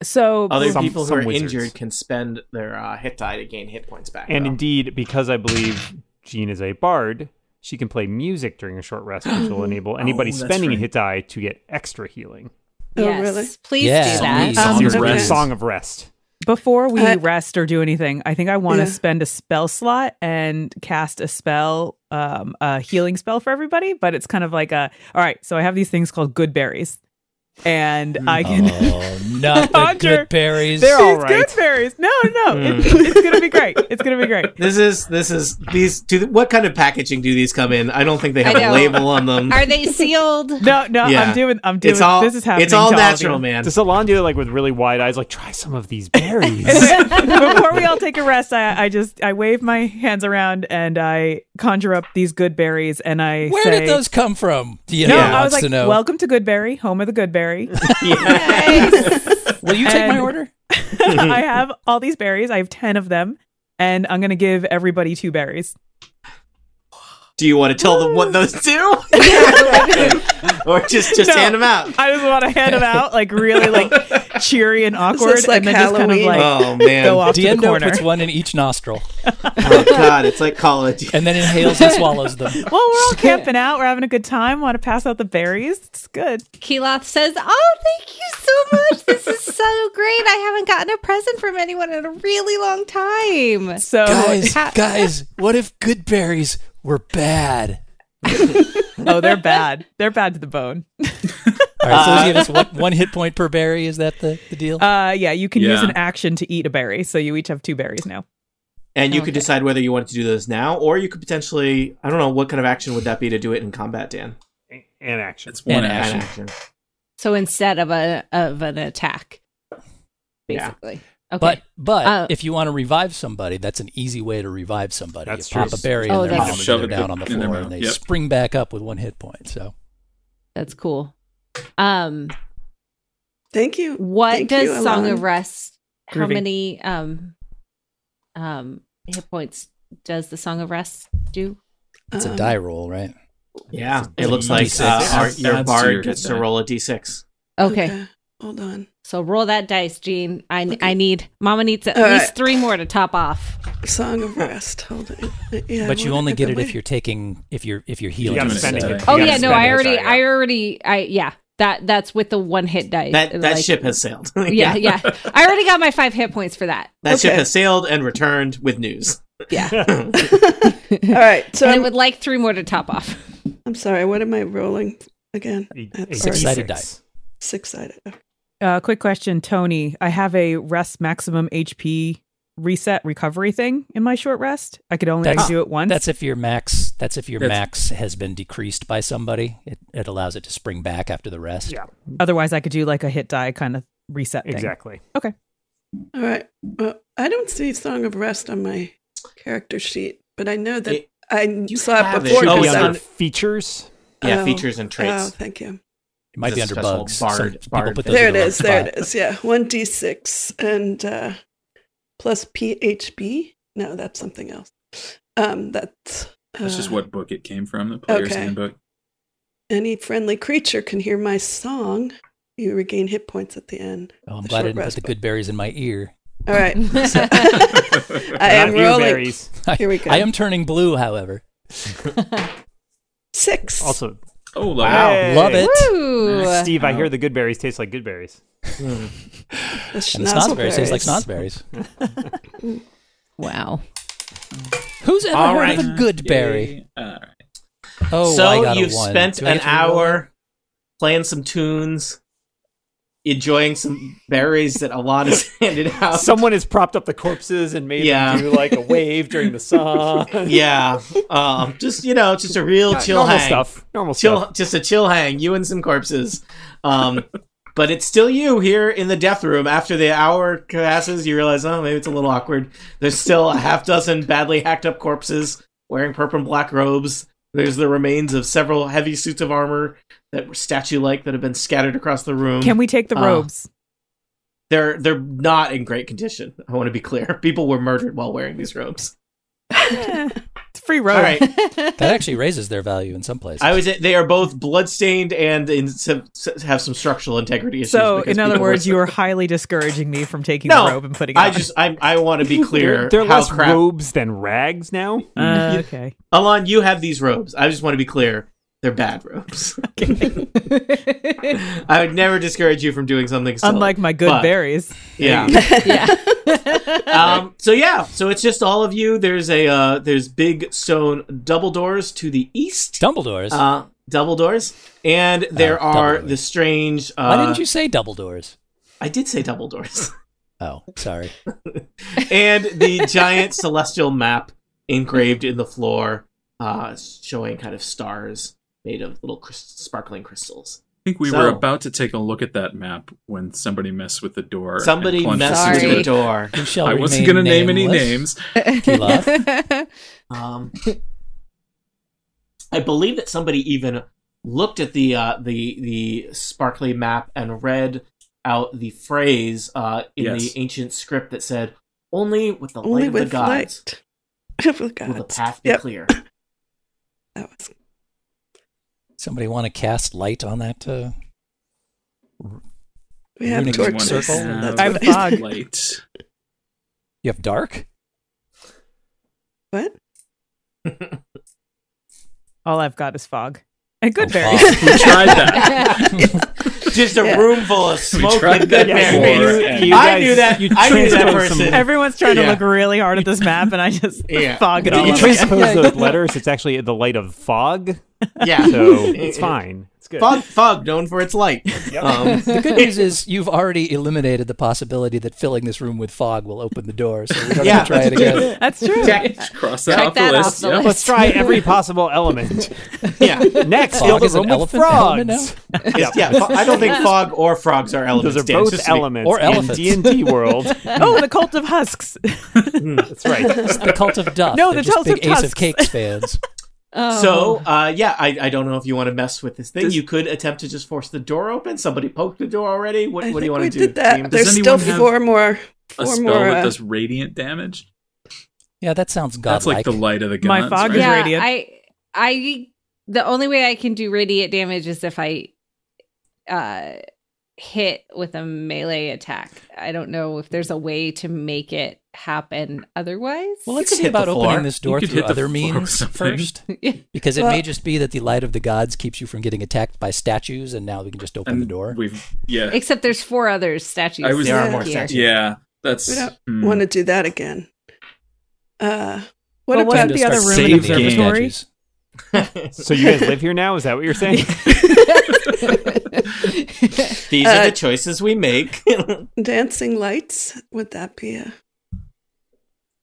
Speaker 3: So
Speaker 1: Other
Speaker 7: Some-
Speaker 1: people who
Speaker 7: some
Speaker 1: are
Speaker 7: wizards.
Speaker 1: injured can spend their uh, hit die to gain hit points back.
Speaker 7: and
Speaker 1: though.
Speaker 7: indeed because I believe Jean is a bard, she can play music during a short rest, which will enable anybody
Speaker 5: Oh, that's
Speaker 7: spending a
Speaker 5: right.
Speaker 7: hit die to get extra healing.
Speaker 6: Oh,
Speaker 4: yes.
Speaker 6: really?
Speaker 4: Please
Speaker 2: Yeah.
Speaker 4: do that.
Speaker 2: Song
Speaker 6: Um,
Speaker 7: It's
Speaker 6: okay.
Speaker 7: a
Speaker 5: rest.
Speaker 7: song of rest.
Speaker 3: before we
Speaker 6: I-
Speaker 3: rest or do anything, I think I want to
Speaker 6: Yeah.
Speaker 3: spend a spell slot and cast a spell, um, a healing spell for everybody. But it's kind of like a all right. So I have these things called good berries, and
Speaker 1: Hmm.
Speaker 3: I can.
Speaker 2: Oh, not the
Speaker 3: Roger.
Speaker 2: good berries.
Speaker 7: They're all
Speaker 3: These
Speaker 7: right.
Speaker 3: good berries. No, no,
Speaker 1: Mm.
Speaker 3: it's, it's gonna be great. It's gonna be great.
Speaker 1: This is this is these. Do what kind of packaging do these come in? I don't think they have
Speaker 4: I
Speaker 1: a
Speaker 4: know.
Speaker 1: label on them.
Speaker 4: Are they sealed?
Speaker 3: No, no,
Speaker 1: Yeah.
Speaker 3: I'm doing. I'm doing.
Speaker 1: It's all
Speaker 3: this is happening.
Speaker 1: It's all
Speaker 3: to of
Speaker 1: natural,
Speaker 3: you.
Speaker 1: man.
Speaker 7: Does Alon do it like with really wide eyes? Like try some of these berries.
Speaker 3: Before we all take a rest, I, I just I wave my hands around and I conjure up these good berries and I
Speaker 2: Where
Speaker 3: say,
Speaker 2: did those come from? Do you
Speaker 3: No,
Speaker 2: know,
Speaker 3: I was
Speaker 2: wants to
Speaker 3: like,
Speaker 2: know.
Speaker 3: "Welcome to Goodberry, home of the Goodberry."
Speaker 2: Will you take my
Speaker 3: and-
Speaker 2: order?
Speaker 3: I have all these berries. I have ten of them, and I'm gonna give everybody two berries.
Speaker 1: Do you want to tell them what those do, or just just
Speaker 3: No.
Speaker 1: hand them out?
Speaker 3: I just want to hand them out, like really, like cheery and awkward,
Speaker 6: like
Speaker 3: and then just kind of
Speaker 6: Halloween.
Speaker 3: like
Speaker 1: oh man!
Speaker 3: go off to the
Speaker 2: Diendo
Speaker 3: corner.
Speaker 2: puts one in each nostril
Speaker 1: Oh god! It's like college.
Speaker 2: and then inhales and swallows them.
Speaker 3: well, we're all camping out. We're having a good time. Want to pass out the berries? It's good.
Speaker 4: Keloth says, Oh, thank you so much. This is so great. I haven't gotten a present from anyone in a really long time.
Speaker 3: So
Speaker 2: Guys,
Speaker 4: ha-
Speaker 2: guys, what if good berries were bad?
Speaker 3: oh, they're bad. They're bad to the bone.
Speaker 2: All right, so let's give us one, one hit point per berry. Is that the, the deal?
Speaker 3: Uh, yeah, you can use
Speaker 5: Yeah.
Speaker 3: an action to eat a berry, so you each have two berries now.
Speaker 1: And
Speaker 3: Oh,
Speaker 1: you could
Speaker 4: Okay.
Speaker 1: decide whether you wanted to do those now, or you could potentially. I don't know what kind of action would that be to do it in combat, Dan.
Speaker 7: and action.
Speaker 5: It's one
Speaker 2: And
Speaker 1: An
Speaker 5: action.
Speaker 1: action.
Speaker 4: So instead of a of an attack,
Speaker 1: Yeah.
Speaker 4: basically. Okay.
Speaker 2: But but
Speaker 4: Uh,
Speaker 2: if you want to revive somebody, that's an easy way to revive somebody.
Speaker 7: That's
Speaker 2: you pop a
Speaker 7: true.
Speaker 2: berry
Speaker 4: Oh,
Speaker 2: in their
Speaker 4: that's
Speaker 2: mouth, and
Speaker 5: true.
Speaker 2: they're down on the
Speaker 5: In their
Speaker 2: floor, and
Speaker 5: mouth,
Speaker 2: they
Speaker 5: yep.
Speaker 2: spring back up with one hit point. So
Speaker 4: That's cool. Um,
Speaker 6: Thank you.
Speaker 4: what
Speaker 6: Thank
Speaker 4: does
Speaker 6: you,
Speaker 4: Song
Speaker 6: Alon.
Speaker 4: of Rest? How
Speaker 3: Groovy.
Speaker 4: many um um hit points does the Song of Rest do?
Speaker 2: it's a
Speaker 6: Um,
Speaker 2: die roll, right?
Speaker 1: Yeah,
Speaker 2: It's
Speaker 1: it
Speaker 2: a
Speaker 1: looks like
Speaker 2: D6.
Speaker 1: uh, our,
Speaker 5: That's-
Speaker 1: your
Speaker 5: that's
Speaker 1: bard
Speaker 5: your
Speaker 1: gets
Speaker 5: hit
Speaker 1: to
Speaker 5: die.
Speaker 1: roll a d6.
Speaker 4: Okay.
Speaker 6: Hold on.
Speaker 4: So roll that dice, Gene. I I need Mama needs at
Speaker 6: All
Speaker 4: least
Speaker 6: right.
Speaker 4: three more to top off.
Speaker 6: Song of Rest. Hold on. Uh, Yeah,
Speaker 2: but you
Speaker 6: what-
Speaker 2: only get it
Speaker 6: wait.
Speaker 2: if you're taking if you're if you're healing.
Speaker 5: gotta
Speaker 2: so-
Speaker 5: spend it.
Speaker 4: Oh
Speaker 7: You gotta
Speaker 4: yeah, no,
Speaker 7: spend
Speaker 4: I
Speaker 7: it.
Speaker 4: already,
Speaker 7: Sorry,
Speaker 4: I already, I yeah, that that's with the one hit die.
Speaker 1: That that
Speaker 4: like-
Speaker 1: ship has sailed.
Speaker 4: Yeah, yeah, I already got my five hit points for that.
Speaker 1: That ship
Speaker 6: Okay.
Speaker 1: has sailed and returned with news.
Speaker 4: Yeah,
Speaker 6: All right. So
Speaker 4: and I
Speaker 6: I'm,
Speaker 4: would like three more to top off.
Speaker 6: I'm sorry. What am I rolling again?
Speaker 7: A-
Speaker 6: That's
Speaker 7: a
Speaker 2: Six-sided
Speaker 7: D6.
Speaker 6: Six sided.
Speaker 3: Uh, quick question, Tony. I have a rest maximum HP reset recovery thing in my short rest. I could only I
Speaker 2: That's-
Speaker 3: could do it once.
Speaker 2: That's if your max. That's if your
Speaker 5: That's-
Speaker 2: max has been decreased by somebody. It, it allows it to spring back after the rest.
Speaker 7: Yeah,
Speaker 3: Otherwise, I could do like a hit die kind of reset thing.
Speaker 7: exactly.
Speaker 6: All right. Well, I don't see Song of Rest on my character sheet, but I know that
Speaker 1: It-
Speaker 6: I saw
Speaker 1: have
Speaker 6: it
Speaker 1: it.
Speaker 6: before.
Speaker 7: Should
Speaker 1: Oh,
Speaker 7: be
Speaker 1: it's
Speaker 6: 'cause I-
Speaker 1: on-
Speaker 7: under features.
Speaker 1: Yeah,
Speaker 6: Oh.
Speaker 1: features and
Speaker 6: Oh,
Speaker 1: traits.
Speaker 6: thank you.
Speaker 2: It might be
Speaker 1: It's a
Speaker 2: under
Speaker 1: special
Speaker 2: bugs.
Speaker 1: bard-
Speaker 2: Some people
Speaker 1: bard
Speaker 2: put
Speaker 1: thing.
Speaker 2: those
Speaker 6: there
Speaker 2: in
Speaker 6: it
Speaker 2: the wrong
Speaker 6: is. There
Speaker 2: spot.
Speaker 6: it is. Yeah. 1d6 and uh, plus PHB. No, that's something else. Um, that's.
Speaker 5: That's
Speaker 6: uh,
Speaker 5: just what book it came from, the player's
Speaker 6: okay.
Speaker 5: handbook.
Speaker 6: Any friendly creature can hear my song. You regain hit points at the end.
Speaker 2: Oh, I'm
Speaker 6: The
Speaker 2: glad I
Speaker 6: short
Speaker 2: didn't put
Speaker 6: rest
Speaker 2: the
Speaker 6: book.
Speaker 2: good berries in my ear.
Speaker 6: All right. So- I
Speaker 7: Not
Speaker 6: am
Speaker 7: ear
Speaker 6: rolling.
Speaker 7: berries.
Speaker 6: Here we go.
Speaker 2: I am turning blue, however.
Speaker 6: Six.
Speaker 7: Also,
Speaker 5: Oh,
Speaker 1: Wow.
Speaker 5: wow.
Speaker 7: Hey.
Speaker 2: Love it.
Speaker 4: Ooh.
Speaker 7: Steve, I hear the good berries taste like good berries.
Speaker 6: the
Speaker 2: And the snozzberries tastes like
Speaker 6: schnozzberries.
Speaker 2: snozzberries.
Speaker 4: Wow.
Speaker 2: Who's ever
Speaker 1: All
Speaker 2: heard
Speaker 1: right.
Speaker 2: of a good berry? Oh,
Speaker 1: so
Speaker 2: I got a
Speaker 4: Oh,
Speaker 1: you've
Speaker 2: one.
Speaker 1: spent
Speaker 2: Do I
Speaker 1: an
Speaker 2: get to reroll?
Speaker 1: hour playing some tunes, enjoying some berries that Alon has handed out.
Speaker 7: Someone has propped up the corpses and made
Speaker 1: Yeah.
Speaker 7: them do like a wave during the song.
Speaker 1: yeah, um, just you know, just a real
Speaker 7: Yeah,
Speaker 1: chill
Speaker 7: normal
Speaker 1: hang.
Speaker 7: stuff. Normal
Speaker 1: chill,
Speaker 7: stuff.
Speaker 1: just a chill hang. You and some corpses. Um, but it's still you here in the death room. After the hour passes, you realize, oh, maybe it's a little awkward. There's still a half dozen badly hacked up corpses wearing purple and black robes. There's the remains of several heavy suits of armor that were statue-like that have been scattered across the room.
Speaker 3: Can we take the
Speaker 1: Uh,
Speaker 3: robes?
Speaker 1: They're they're not in great condition. I want to be clear. People were murdered while wearing these robes.
Speaker 3: Eh, it's a free robe.
Speaker 1: All right.
Speaker 2: That actually raises their value in some places.
Speaker 1: I was. They are both bloodstained and in, have some structural integrity issues.
Speaker 3: So,
Speaker 1: because
Speaker 3: in other
Speaker 1: people
Speaker 3: words,
Speaker 1: were-
Speaker 3: you are highly discouraging me from taking
Speaker 1: No,
Speaker 3: the robe and putting it
Speaker 1: I
Speaker 3: on.
Speaker 1: just. I. I want to be
Speaker 7: They're,
Speaker 1: clear.
Speaker 7: they're
Speaker 1: how
Speaker 7: less
Speaker 1: crap.
Speaker 7: robes than rags now.
Speaker 3: Uh, okay.
Speaker 1: Alon, you have these robes. I just want to be clear. They're bad robes. I would never discourage you from doing something. Silly.
Speaker 3: Unlike my good
Speaker 1: but-
Speaker 3: berries.
Speaker 1: yeah.
Speaker 4: yeah.
Speaker 1: um, so yeah. So it's just all of you. There's a. Uh, there's big stone double doors to the east.
Speaker 2: Dumbledore's.
Speaker 1: Uh, double doors, and there
Speaker 2: Oh,
Speaker 1: are
Speaker 2: double.
Speaker 1: the strange. Uh,
Speaker 2: Why didn't you say Dumbledore's?
Speaker 1: I did say double doors.
Speaker 2: Oh, sorry.
Speaker 1: and the giant celestial map engraved in the floor, uh, showing kind of stars made of little crys- sparkling crystals.
Speaker 5: I think we
Speaker 1: So-
Speaker 5: were about to take a look at that map when somebody messed with the door. and
Speaker 1: Somebody
Speaker 5: plunged
Speaker 1: messed
Speaker 5: us
Speaker 1: with
Speaker 4: messaged
Speaker 5: into
Speaker 1: the
Speaker 5: it.
Speaker 4: Sorry.
Speaker 1: door.
Speaker 2: We shall
Speaker 5: I wasn't
Speaker 2: remain
Speaker 5: going to name any
Speaker 2: nameless.
Speaker 5: names.
Speaker 1: Um, I believe that somebody even looked at the uh, the the sparkly map and read out the phrase uh, in
Speaker 5: Yes.
Speaker 1: the ancient script that said, "Only with the
Speaker 6: Only
Speaker 1: light of
Speaker 6: with
Speaker 1: the gods
Speaker 6: light of the
Speaker 1: will the
Speaker 6: gods.
Speaker 1: path be
Speaker 6: Yep.
Speaker 1: clear."
Speaker 6: That was
Speaker 2: Somebody want to cast light on that? Uh,
Speaker 6: we have
Speaker 2: Running
Speaker 5: Just
Speaker 2: Torch
Speaker 6: torches.
Speaker 5: wanna
Speaker 2: circle?
Speaker 5: have
Speaker 3: I'm
Speaker 6: what
Speaker 3: fine. fog.
Speaker 5: Light.
Speaker 2: you have dark.
Speaker 6: What?
Speaker 3: All I've got is fog. And good
Speaker 2: Oh,
Speaker 3: berries.
Speaker 2: fog.
Speaker 5: We tried that.
Speaker 1: Just a
Speaker 6: Yeah.
Speaker 1: room full of smoke
Speaker 5: tried
Speaker 1: and
Speaker 5: that
Speaker 1: good
Speaker 5: Yeah,
Speaker 7: you-
Speaker 5: before.
Speaker 1: berries.
Speaker 5: and-
Speaker 7: you
Speaker 1: I
Speaker 7: guys-
Speaker 1: knew that.
Speaker 7: You
Speaker 1: I knew that
Speaker 7: transpose some-
Speaker 1: person.
Speaker 3: Everyone's trying to
Speaker 1: Yeah.
Speaker 3: look really hard at this map, and I just
Speaker 1: Yeah.
Speaker 3: fog it
Speaker 1: Did
Speaker 3: all
Speaker 1: you
Speaker 7: You
Speaker 3: up.
Speaker 1: try-
Speaker 7: transpose
Speaker 2: Yeah.
Speaker 7: those letters. It's actually the light of fog,
Speaker 1: yeah,
Speaker 7: so it's fine. It's good.
Speaker 1: Fog, fog, known for its light. Um,
Speaker 2: The good news is you've already eliminated the possibility that filling this room with fog will open the door, so we don't
Speaker 1: Yeah,
Speaker 2: have to try it
Speaker 1: that's
Speaker 2: again.
Speaker 3: That's true.
Speaker 1: Jack-
Speaker 5: Cross that
Speaker 4: Check
Speaker 5: off
Speaker 4: that
Speaker 5: the
Speaker 4: off
Speaker 5: list.
Speaker 4: the
Speaker 5: Yep.
Speaker 4: list.
Speaker 7: Let's try every possible element.
Speaker 1: yeah,
Speaker 7: Next,
Speaker 2: Fog
Speaker 7: fill the
Speaker 2: is an
Speaker 7: room with
Speaker 2: elephant element
Speaker 7: frogs.
Speaker 1: yeah. fo- I don't think fog or frogs are elements.
Speaker 7: Those are
Speaker 1: Dan, just
Speaker 7: both
Speaker 1: to be-
Speaker 7: elements
Speaker 2: Or
Speaker 7: in
Speaker 2: elephants.
Speaker 7: D and D world.
Speaker 3: oh, the cult of husks.
Speaker 7: That's right.
Speaker 2: It's the cult of duff.
Speaker 3: No,
Speaker 2: They're
Speaker 3: the
Speaker 2: just
Speaker 3: cult
Speaker 2: big
Speaker 3: of
Speaker 2: Ace of
Speaker 3: tusks.
Speaker 2: Cakes fans.
Speaker 4: Oh.
Speaker 1: So, uh, yeah, I, I don't know if you want to mess with this thing.
Speaker 5: Does-
Speaker 1: you could attempt to just force the door open. Somebody poked the door already. What,
Speaker 6: I
Speaker 1: what do you
Speaker 6: think
Speaker 1: want
Speaker 6: we
Speaker 1: to do?
Speaker 6: did that.
Speaker 1: team?
Speaker 6: There's still
Speaker 5: anyone have
Speaker 6: four more.
Speaker 5: A
Speaker 6: Four
Speaker 5: spell
Speaker 6: more.
Speaker 5: that
Speaker 6: Uh,
Speaker 5: does radiant damage.
Speaker 2: Yeah, that sounds
Speaker 5: That's
Speaker 2: godlike.
Speaker 5: like the light of the gods.
Speaker 3: My fog
Speaker 5: right?
Speaker 3: is
Speaker 4: yeah,
Speaker 3: radiant.
Speaker 4: I, I, the only way I can do radiant damage is if I, uh, hit with a melee attack. I don't know if there's a way to make it happen otherwise.
Speaker 2: well,
Speaker 1: You
Speaker 2: let's
Speaker 1: could
Speaker 2: see
Speaker 1: hit the
Speaker 2: about
Speaker 1: floor.
Speaker 2: opening this door
Speaker 5: You could
Speaker 2: through
Speaker 5: hit the
Speaker 2: other
Speaker 5: floor with
Speaker 2: means
Speaker 5: something.
Speaker 2: first, because it may
Speaker 6: Well-
Speaker 2: just be that the light of the gods keeps you from getting attacked by statues, and now we can just open
Speaker 5: And
Speaker 2: the door.
Speaker 5: We've yeah.
Speaker 4: Except there's four other statues.
Speaker 5: I was-
Speaker 1: There are
Speaker 6: Yeah.
Speaker 1: more
Speaker 4: here.
Speaker 1: statues.
Speaker 5: yeah. That's
Speaker 6: we don't
Speaker 5: hmm.
Speaker 6: want to do that again. Uh, what
Speaker 3: But what
Speaker 6: about
Speaker 2: Time to
Speaker 3: the other
Speaker 2: start
Speaker 5: room in the
Speaker 2: saving the
Speaker 3: observatory?
Speaker 2: statues.
Speaker 7: So you guys live here now? Is that what you're saying?
Speaker 1: These
Speaker 6: Uh,
Speaker 1: are the choices we make.
Speaker 6: dancing lights? Would that be a?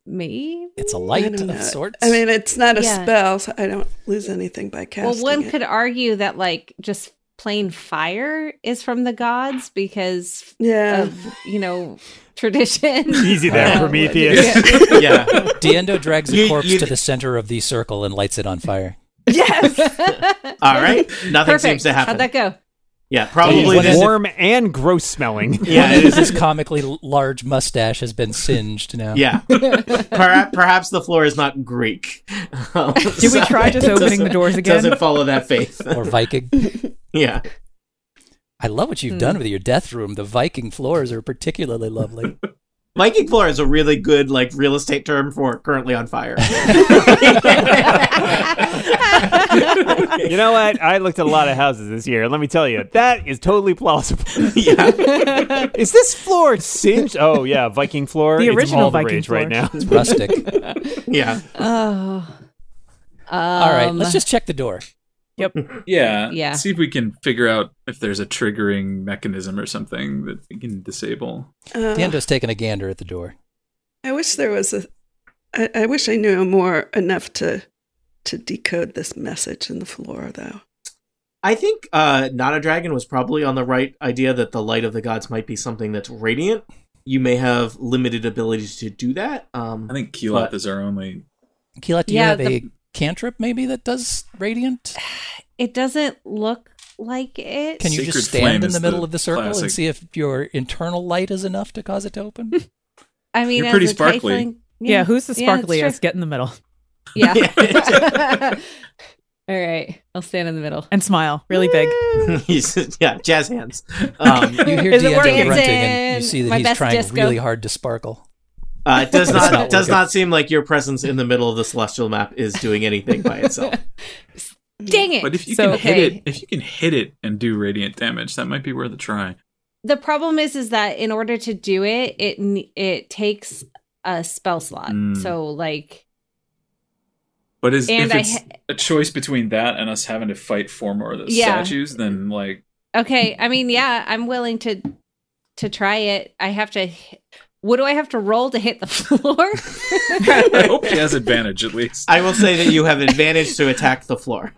Speaker 4: Maybe.
Speaker 2: It's a
Speaker 6: I
Speaker 2: light
Speaker 6: don't know.
Speaker 2: of sorts.
Speaker 6: I mean, it's not a
Speaker 4: Yeah.
Speaker 6: spell, so I don't lose anything by
Speaker 4: Well,
Speaker 6: casting.
Speaker 4: one
Speaker 6: it.
Speaker 4: could argue that like just plain fire is from the gods because
Speaker 6: Yeah.
Speaker 4: of you know tradition.
Speaker 7: Easy there,
Speaker 4: Uh,
Speaker 7: Prometheus.
Speaker 4: yeah.
Speaker 1: yeah.
Speaker 2: Diendo drags
Speaker 1: You-
Speaker 2: a corpse
Speaker 1: you-
Speaker 2: to the center of the circle and lights it on fire.
Speaker 1: All right. Nothing
Speaker 4: Perfect.
Speaker 1: seems to happen.
Speaker 4: How'd that go?
Speaker 1: yeah,
Speaker 2: What
Speaker 1: probably
Speaker 2: is
Speaker 1: this.
Speaker 7: warm and gross smelling.
Speaker 1: Yeah, it
Speaker 2: His
Speaker 1: is.
Speaker 2: comically l- large mustache has been singed now.
Speaker 1: Yeah. perhaps, perhaps the floor is not Greek.
Speaker 3: Did we try just opening the doors again?
Speaker 1: Doesn't follow that faith.
Speaker 2: Or Viking.
Speaker 1: yeah.
Speaker 2: I love what you've
Speaker 6: Hmm.
Speaker 2: done with your death room. The Viking floors are particularly lovely.
Speaker 1: Viking floor is a really good like real estate term for currently on fire.
Speaker 7: You know what? I looked at a lot of houses this year. and Let me tell you, that is totally plausible.
Speaker 1: yeah.
Speaker 7: Is this floor singed? Oh yeah, Viking floor.
Speaker 3: The
Speaker 7: It's
Speaker 3: original
Speaker 7: all the
Speaker 3: Viking
Speaker 7: rage right
Speaker 3: floor.
Speaker 7: now.
Speaker 2: It's rustic.
Speaker 1: Yeah.
Speaker 4: Oh.
Speaker 2: All right,
Speaker 4: Um,
Speaker 6: Um,
Speaker 2: let's just check the door.
Speaker 3: Yep.
Speaker 5: Yeah.
Speaker 4: Yeah.
Speaker 5: See if we can figure out if there's a triggering mechanism or something that we can disable.
Speaker 4: Oh.
Speaker 6: Uh,
Speaker 2: Diendo's taking a gander at the door.
Speaker 6: I wish there was a. I, I wish I knew more enough to to decode this message in the floor, though.
Speaker 1: I think uh, Not a Dragon was probably on the right idea that the light of the gods might be something that's radiant. You may have limited abilities to do that. Um,
Speaker 5: I think Keyleth
Speaker 1: But-
Speaker 5: is our only.
Speaker 2: Keelat, do you
Speaker 4: Yeah,
Speaker 2: have
Speaker 4: the-
Speaker 2: a cantrip maybe that does radiant?
Speaker 4: It doesn't look like it.
Speaker 2: Can you
Speaker 5: Sacred
Speaker 2: just
Speaker 5: Flame
Speaker 2: stand in
Speaker 5: is
Speaker 2: the middle
Speaker 5: the
Speaker 2: of the circle
Speaker 5: classic.
Speaker 2: and see if your internal light is enough to cause it to open?
Speaker 4: I mean,
Speaker 5: You're
Speaker 4: as
Speaker 5: pretty
Speaker 4: a
Speaker 5: sparkly.
Speaker 4: tiefling-
Speaker 3: Yeah, who's the
Speaker 4: Yeah, that's
Speaker 3: sparkly
Speaker 4: true.
Speaker 3: ass? Get in the middle
Speaker 4: Yeah. All right. I'll stand in the middle.
Speaker 3: and smile really big.
Speaker 1: he's- yeah, jazz hands. Um,
Speaker 2: You hear
Speaker 3: Is it
Speaker 2: Diendo
Speaker 3: working?
Speaker 2: grunting and you see that
Speaker 4: My
Speaker 2: he's
Speaker 4: best
Speaker 2: trying
Speaker 4: disco.
Speaker 2: really hard to sparkle.
Speaker 1: uh, it does
Speaker 2: It's
Speaker 1: not,
Speaker 2: not
Speaker 1: does
Speaker 2: working.
Speaker 1: not seem like your presence in the middle of the celestial map is doing anything by itself.
Speaker 4: Dang it.
Speaker 5: But if you
Speaker 3: So-
Speaker 5: can hit
Speaker 4: Okay.
Speaker 5: it, if you can hit it and do radiant damage, that might be worth a try.
Speaker 4: the problem is is that in order to do it it n- it takes a spell slot
Speaker 5: Mm.
Speaker 4: so like
Speaker 5: But is
Speaker 4: And
Speaker 5: if
Speaker 4: I
Speaker 5: it's
Speaker 4: ha-
Speaker 5: a choice between that and us having to fight four more of those
Speaker 4: Yeah.
Speaker 5: statues, then like
Speaker 4: okay i mean yeah i'm willing to to try it i have to hi- what do i have to roll to hit the floor
Speaker 5: I hope she has advantage at least.
Speaker 1: I will say that you have advantage to attack the floor.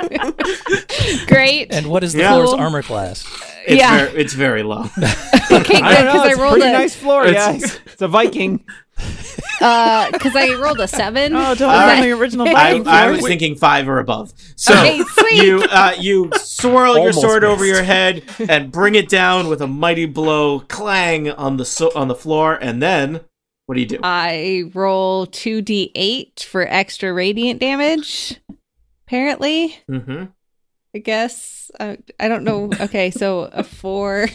Speaker 4: Okay. great
Speaker 2: And what is the
Speaker 1: Yeah.
Speaker 2: floor's
Speaker 4: Cool.
Speaker 2: armor class?
Speaker 1: It's,
Speaker 4: Yeah.
Speaker 1: very, it's very low.
Speaker 4: okay
Speaker 7: I
Speaker 4: good
Speaker 7: don't know.
Speaker 4: because i
Speaker 7: It's a
Speaker 4: rolled
Speaker 7: pretty
Speaker 4: a
Speaker 7: nice floor,
Speaker 5: It's-
Speaker 7: guys. It's a Viking.
Speaker 4: uh because i rolled a seven
Speaker 3: Oh, don't
Speaker 1: All
Speaker 3: right.
Speaker 1: right.
Speaker 3: the original
Speaker 1: I,
Speaker 3: Viking
Speaker 1: I
Speaker 3: floor.
Speaker 1: was thinking five or above. So
Speaker 4: Okay, sweet.
Speaker 1: you uh, you swirl your
Speaker 7: Almost
Speaker 1: sword over
Speaker 7: missed.
Speaker 1: your head and bring it down with a mighty blow, clang on the so- on the floor, and then what do you do?
Speaker 4: Uh, I roll 2d8 for extra radiant damage, apparently.
Speaker 1: hmm
Speaker 4: I guess. I, I don't know. Okay, so a four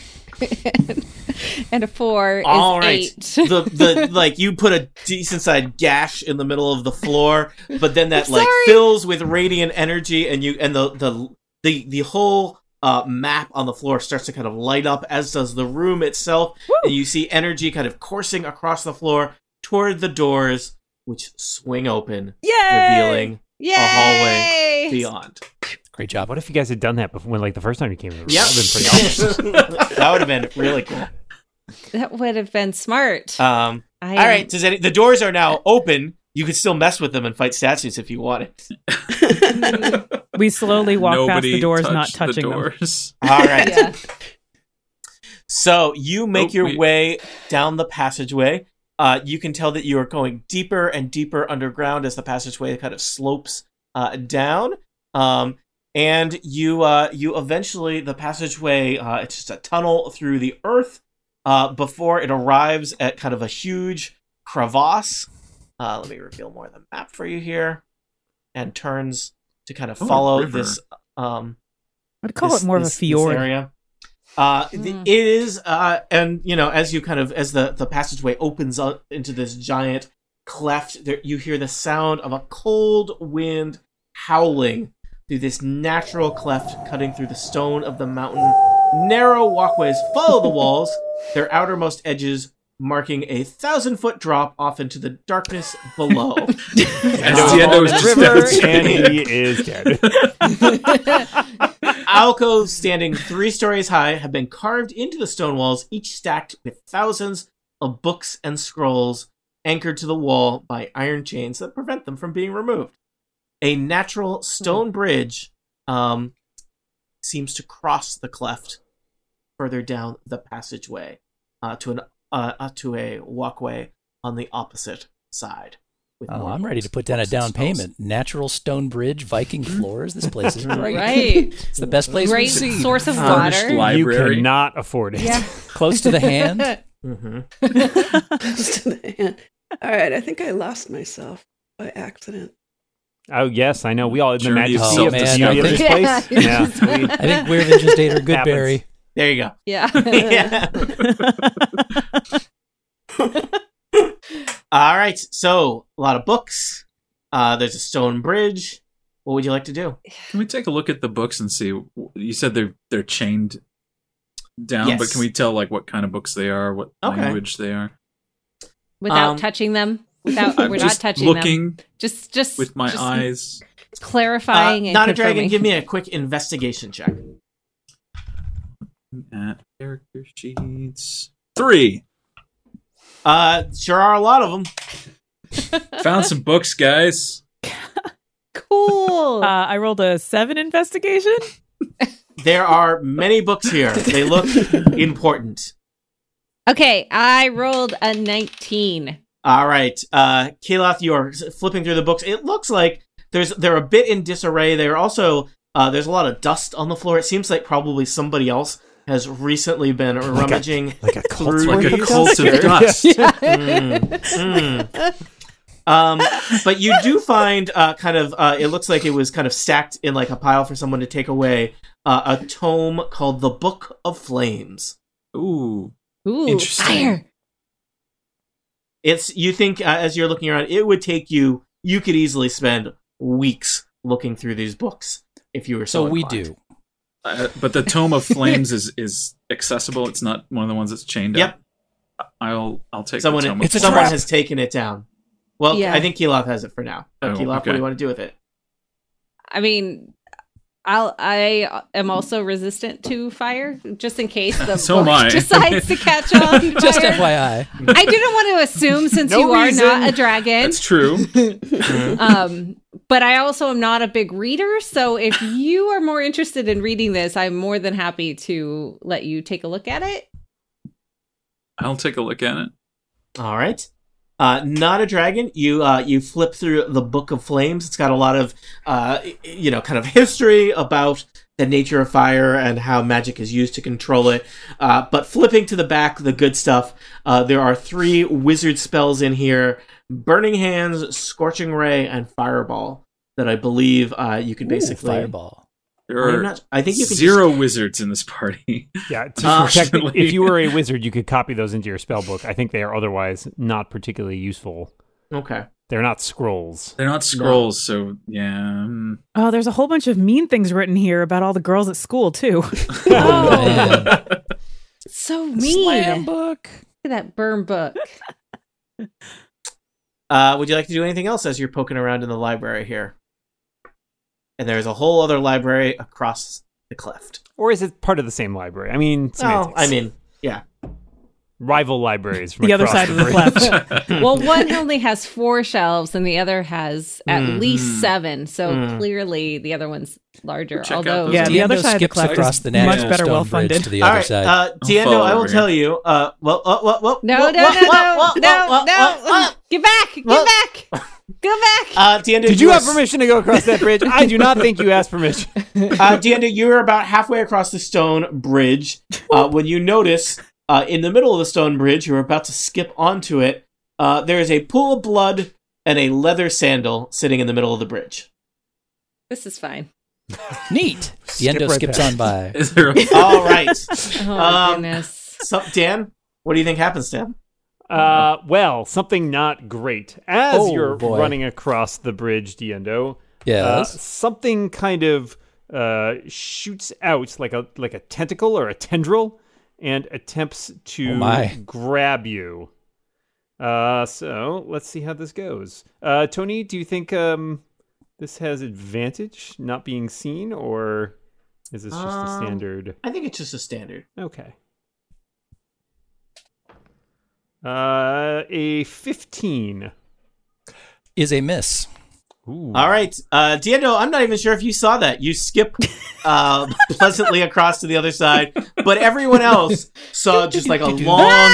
Speaker 4: and a four
Speaker 1: All
Speaker 4: is
Speaker 1: right.
Speaker 4: eight.
Speaker 1: The the like you put a decent sized gash in the middle of the floor, but then that
Speaker 4: I'm
Speaker 1: like
Speaker 4: sorry.
Speaker 1: fills with radiant energy, and you and the the the the whole. Uh, map on the floor starts to kind of light up, as does the room itself, and you see energy kind of coursing across the floor toward the doors, which swing open, revealing
Speaker 4: Yay!
Speaker 1: hallway beyond.
Speaker 2: Great job.
Speaker 7: Uh, What if you guys had done that before, when like the first time you came? in the room?
Speaker 1: Yep.
Speaker 7: That'd been pretty awesome.
Speaker 1: that would have been really cool.
Speaker 4: That would have been smart.
Speaker 1: Um,
Speaker 4: I
Speaker 1: all right, does any, the doors are now open. You could still mess with them and fight statues if you wanted.
Speaker 3: we slowly walk past the doors, not
Speaker 5: touched the
Speaker 3: touching them.
Speaker 5: doors.
Speaker 1: All right.
Speaker 4: Yeah.
Speaker 1: So you make
Speaker 5: Oh,
Speaker 1: your
Speaker 5: wait.
Speaker 1: way down the passageway. Uh, you can tell that you are going deeper and deeper underground as the passageway kind of slopes uh, down. Um, and you uh, you eventually the passageway uh, it's just a tunnel through the earth uh, before it arrives at kind of a huge crevasse. Uh, let me reveal more of the map for you here, and turns to kind of
Speaker 5: Oh, a
Speaker 1: follow
Speaker 5: river.
Speaker 1: this um,
Speaker 3: I'd call
Speaker 1: this-
Speaker 3: it more
Speaker 1: this- this
Speaker 3: of a fjord.
Speaker 1: area. Uh, th-
Speaker 4: Mm.
Speaker 1: It is, uh, and you know, as you kind of as the the passageway opens up into this giant cleft, there you hear the sound of a cold wind howling through this natural cleft, cutting through the stone of the mountain. Narrow walkways follow the walls, their outermost edges marking a thousand foot drop off into the darkness below.
Speaker 5: As
Speaker 1: Down
Speaker 5: Diendo
Speaker 1: on
Speaker 5: was
Speaker 1: the
Speaker 5: just
Speaker 7: uh, River,
Speaker 5: demonstrating
Speaker 7: and
Speaker 5: it.
Speaker 7: he is dead.
Speaker 1: alcoves standing three stories high have been carved into the stone walls, each stacked with thousands of books and scrolls anchored to the wall by iron chains that prevent them from being removed. A natural stone bridge um, seems to cross the cleft further down the passageway uh, to an uh, uh, to a walkway on the opposite side. with
Speaker 2: Oh,
Speaker 1: more
Speaker 2: I'm ready to
Speaker 1: books,
Speaker 2: put down a
Speaker 1: books and
Speaker 2: down
Speaker 1: scrolls.
Speaker 2: payment. Natural stone bridge, Viking floors. This place is great.
Speaker 4: Right.
Speaker 2: It's the best place
Speaker 4: Great
Speaker 2: we've seen.
Speaker 4: source of
Speaker 5: Furnished
Speaker 4: water.
Speaker 5: life. Library.
Speaker 7: You cannot afford it.
Speaker 4: Yeah.
Speaker 2: Close to the hand.
Speaker 1: Mhm.
Speaker 6: Close to the hand. All right, I think I lost myself by accident.
Speaker 7: Oh yes, I know. We all in the
Speaker 5: Journey of
Speaker 7: majesty of the beauty
Speaker 5: self-discovery.
Speaker 7: of this place.
Speaker 4: Yeah.
Speaker 7: Yeah, we-
Speaker 2: I think Weirvin just ate her good
Speaker 7: Happens.
Speaker 2: berry.
Speaker 1: There you go.
Speaker 4: yeah.
Speaker 1: yeah. All right. So a lot of books. Uh, there's a stone bridge. What would you like to do?
Speaker 5: Can we take a look at the books and see? You said they're they're chained down, but
Speaker 1: Yes.
Speaker 5: can we tell like what kind of books they are, what
Speaker 1: Okay.
Speaker 5: language they are?
Speaker 4: Without
Speaker 1: Um,
Speaker 4: touching them. without
Speaker 5: I'm
Speaker 4: we're not
Speaker 5: just
Speaker 4: touching them.
Speaker 5: looking
Speaker 4: Just just
Speaker 5: with my
Speaker 4: just
Speaker 5: eyes.
Speaker 1: Uh,
Speaker 4: clarifying. and
Speaker 1: not a dragon.
Speaker 4: confirming.
Speaker 1: Give me a quick investigation check.
Speaker 5: at character sheets. Three.
Speaker 1: Uh, sure are a lot of them.
Speaker 5: Found some books, guys.
Speaker 4: cool.
Speaker 3: Uh, I rolled a seven investigation.
Speaker 1: There are many books here. They look important.
Speaker 4: okay, I rolled a nineteen.
Speaker 1: All right, uh, Keloth, you're flipping through the books. It looks like there's they're a bit in disarray. They're also uh, there's a lot of dust on the floor. It seems like probably somebody else has recently been rummaging
Speaker 7: Like a cult.
Speaker 1: through
Speaker 5: Like a
Speaker 1: these.
Speaker 5: cult of dust.
Speaker 1: Mm, mm. Um, but you do find uh, kind of uh, it looks like it was kind of stacked in like a pile for someone to take away uh, a tome called the Book of Flames.
Speaker 5: Ooh.
Speaker 4: Ooh,
Speaker 5: Interesting.
Speaker 4: fire.
Speaker 1: It's you think uh, as you're looking around, it would take you you could easily spend weeks looking through these books if you were so.
Speaker 2: So we
Speaker 1: inclined.
Speaker 2: do.
Speaker 5: Uh, but the Tome of Flames is is accessible. It's not one of the ones that's chained
Speaker 1: Yep.
Speaker 5: up. I'll I'll take
Speaker 1: Someone
Speaker 5: the Tome
Speaker 2: It's a
Speaker 5: of
Speaker 1: someone
Speaker 2: trap.
Speaker 1: has taken it down. Well,
Speaker 4: Yeah.
Speaker 1: I think Keloth has it for now.
Speaker 5: Oh,
Speaker 1: Keloth, what do
Speaker 5: okay.
Speaker 1: you want to do with it?
Speaker 4: I mean, I'll I am also resistant to fire, just in case the
Speaker 5: So am
Speaker 4: book
Speaker 5: I.
Speaker 4: decides to catch on.
Speaker 2: Just
Speaker 4: fire.
Speaker 2: FYI.
Speaker 4: I didn't want to assume since
Speaker 7: No
Speaker 4: you are
Speaker 7: reason.
Speaker 4: not a dragon.
Speaker 5: That's true.
Speaker 4: Um, but I also am not a big reader, so if you are more interested in reading this, I'm more than happy to let you take a look at it.
Speaker 5: I'll take a look at it.
Speaker 1: All right. Uh, not a dragon. You uh, you flip through the Book of Flames. It's got a lot of uh, y- you know kind of history about the nature of fire and how magic is used to control it. Uh, but flipping to the back, the good stuff. Uh, there are three wizard spells in here: Burning Hands, Scorching Ray, and Fireball. That I believe uh, you could basically.
Speaker 2: Ooh, fireball.
Speaker 5: There are
Speaker 1: I'm not. I think you can
Speaker 5: zero wizards in this party.
Speaker 7: Yeah, to
Speaker 1: Uh,
Speaker 7: protect-
Speaker 5: Unfortunately.
Speaker 7: if you were a wizard, you could copy those into your spell book. I think they are otherwise not particularly useful.
Speaker 1: Just, okay.
Speaker 7: They're not scrolls.
Speaker 5: They're not scrolls, so yeah. mm.
Speaker 3: Oh, there's a whole bunch of mean things written here about all the girls at school too.
Speaker 2: Oh, man.
Speaker 4: So
Speaker 2: Slam
Speaker 4: mean. Look
Speaker 2: book.
Speaker 4: at that burn book.
Speaker 1: Uh, would you like to do anything else as you're poking around in the library here? And there's a whole other library across the cleft.
Speaker 7: Or is it part of the same library? I mean,
Speaker 1: Oh,
Speaker 7: semantics.
Speaker 1: I mean, yeah.
Speaker 7: rival libraries from
Speaker 3: the other
Speaker 7: across
Speaker 3: side of the
Speaker 7: bridge.
Speaker 3: left.
Speaker 4: Well, one only has four shelves, and the other has at
Speaker 1: Mm.
Speaker 4: least seven. So
Speaker 1: Mm.
Speaker 4: clearly, the other one's larger.
Speaker 5: Check out
Speaker 4: although,
Speaker 5: those
Speaker 3: Yeah, the
Speaker 2: Diendo
Speaker 3: other side of the
Speaker 2: skips
Speaker 3: cleft
Speaker 2: across
Speaker 3: is
Speaker 2: the National
Speaker 5: much
Speaker 3: better
Speaker 2: Stone
Speaker 3: well-funded.
Speaker 2: Bridge to the
Speaker 1: All
Speaker 2: other
Speaker 1: right,
Speaker 2: side.
Speaker 1: uh, Diendo,
Speaker 5: follow
Speaker 1: I will
Speaker 5: over
Speaker 1: tell you. Uh, well, uh, well, well,
Speaker 4: no,
Speaker 1: well,
Speaker 4: no,
Speaker 1: well,
Speaker 4: no,
Speaker 1: well, well,
Speaker 4: no,
Speaker 1: well,
Speaker 4: no,
Speaker 1: well,
Speaker 4: no!
Speaker 1: well.
Speaker 4: Get back! Get
Speaker 1: Well-
Speaker 4: back! Go back!
Speaker 1: Uh, Diendo,
Speaker 7: Did you
Speaker 1: were-
Speaker 7: have permission to go across that bridge? I do not think you asked permission.
Speaker 1: uh, Diendo, you were about halfway across the stone bridge uh, when you notice uh, in the middle of the stone bridge, you're about to skip onto it. Uh, there is a pool of blood and a leather sandal sitting in the middle of the bridge.
Speaker 4: This is fine.
Speaker 2: Neat.
Speaker 7: Skip
Speaker 2: Diendo
Speaker 7: right
Speaker 2: skips
Speaker 7: past.
Speaker 2: on by.
Speaker 5: Is there a
Speaker 1: All right.
Speaker 4: Oh
Speaker 1: Um,
Speaker 4: my goodness.
Speaker 1: So, Dan, what do you think happens, Dan?
Speaker 7: Uh, well, something not great. As
Speaker 2: Oh,
Speaker 7: you're
Speaker 2: boy.
Speaker 7: running across the bridge, Diendo, uh,
Speaker 2: Yes.
Speaker 7: something kind of uh, shoots out like a like a tentacle or a tendril, and attempts
Speaker 2: Oh,
Speaker 7: to
Speaker 2: my.
Speaker 7: grab you. Uh, so let's see how this goes. Uh, Tony, do you think um, this has advantage, not being seen, or is this just a
Speaker 1: Um,
Speaker 7: standard?
Speaker 1: I think it's just a standard.
Speaker 7: Okay. Uh, a fifteen.
Speaker 2: is a miss.
Speaker 7: Ooh.
Speaker 1: All right, uh, Diendo, I'm not even sure if you saw that. You skipped uh, pleasantly across to the other side, but everyone else saw just like a long,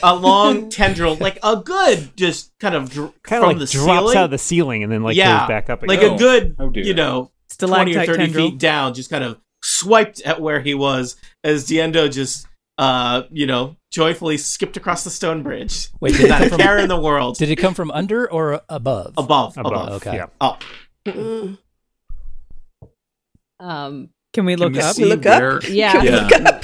Speaker 1: a long tendril, like a good, just kind of dr-
Speaker 7: Kind
Speaker 1: from
Speaker 7: of like
Speaker 1: the
Speaker 7: drops
Speaker 1: ceiling,
Speaker 7: out of the ceiling and then like
Speaker 1: yeah,
Speaker 7: goes back up again.
Speaker 1: like a
Speaker 5: Oh,
Speaker 1: good,
Speaker 5: oh dear.
Speaker 1: you know, twenty or
Speaker 3: Stalactite
Speaker 1: thirty
Speaker 3: tendril.
Speaker 1: feet down, just kind of swiped at where he was as Diendo just, uh, you know, joyfully skipped across the stone bridge.
Speaker 2: Wait, did it
Speaker 1: Not
Speaker 2: come
Speaker 1: a
Speaker 2: from,
Speaker 1: care in the world.
Speaker 2: did it come from under or above?
Speaker 1: above, above,
Speaker 7: above.
Speaker 2: Oh, Okay.
Speaker 7: Yeah.
Speaker 1: up.
Speaker 6: Mm.
Speaker 4: Um,
Speaker 3: Can we
Speaker 5: Can
Speaker 3: look
Speaker 5: we
Speaker 3: up?
Speaker 5: see
Speaker 6: Look up?
Speaker 5: where-
Speaker 4: Yeah.
Speaker 5: Yeah.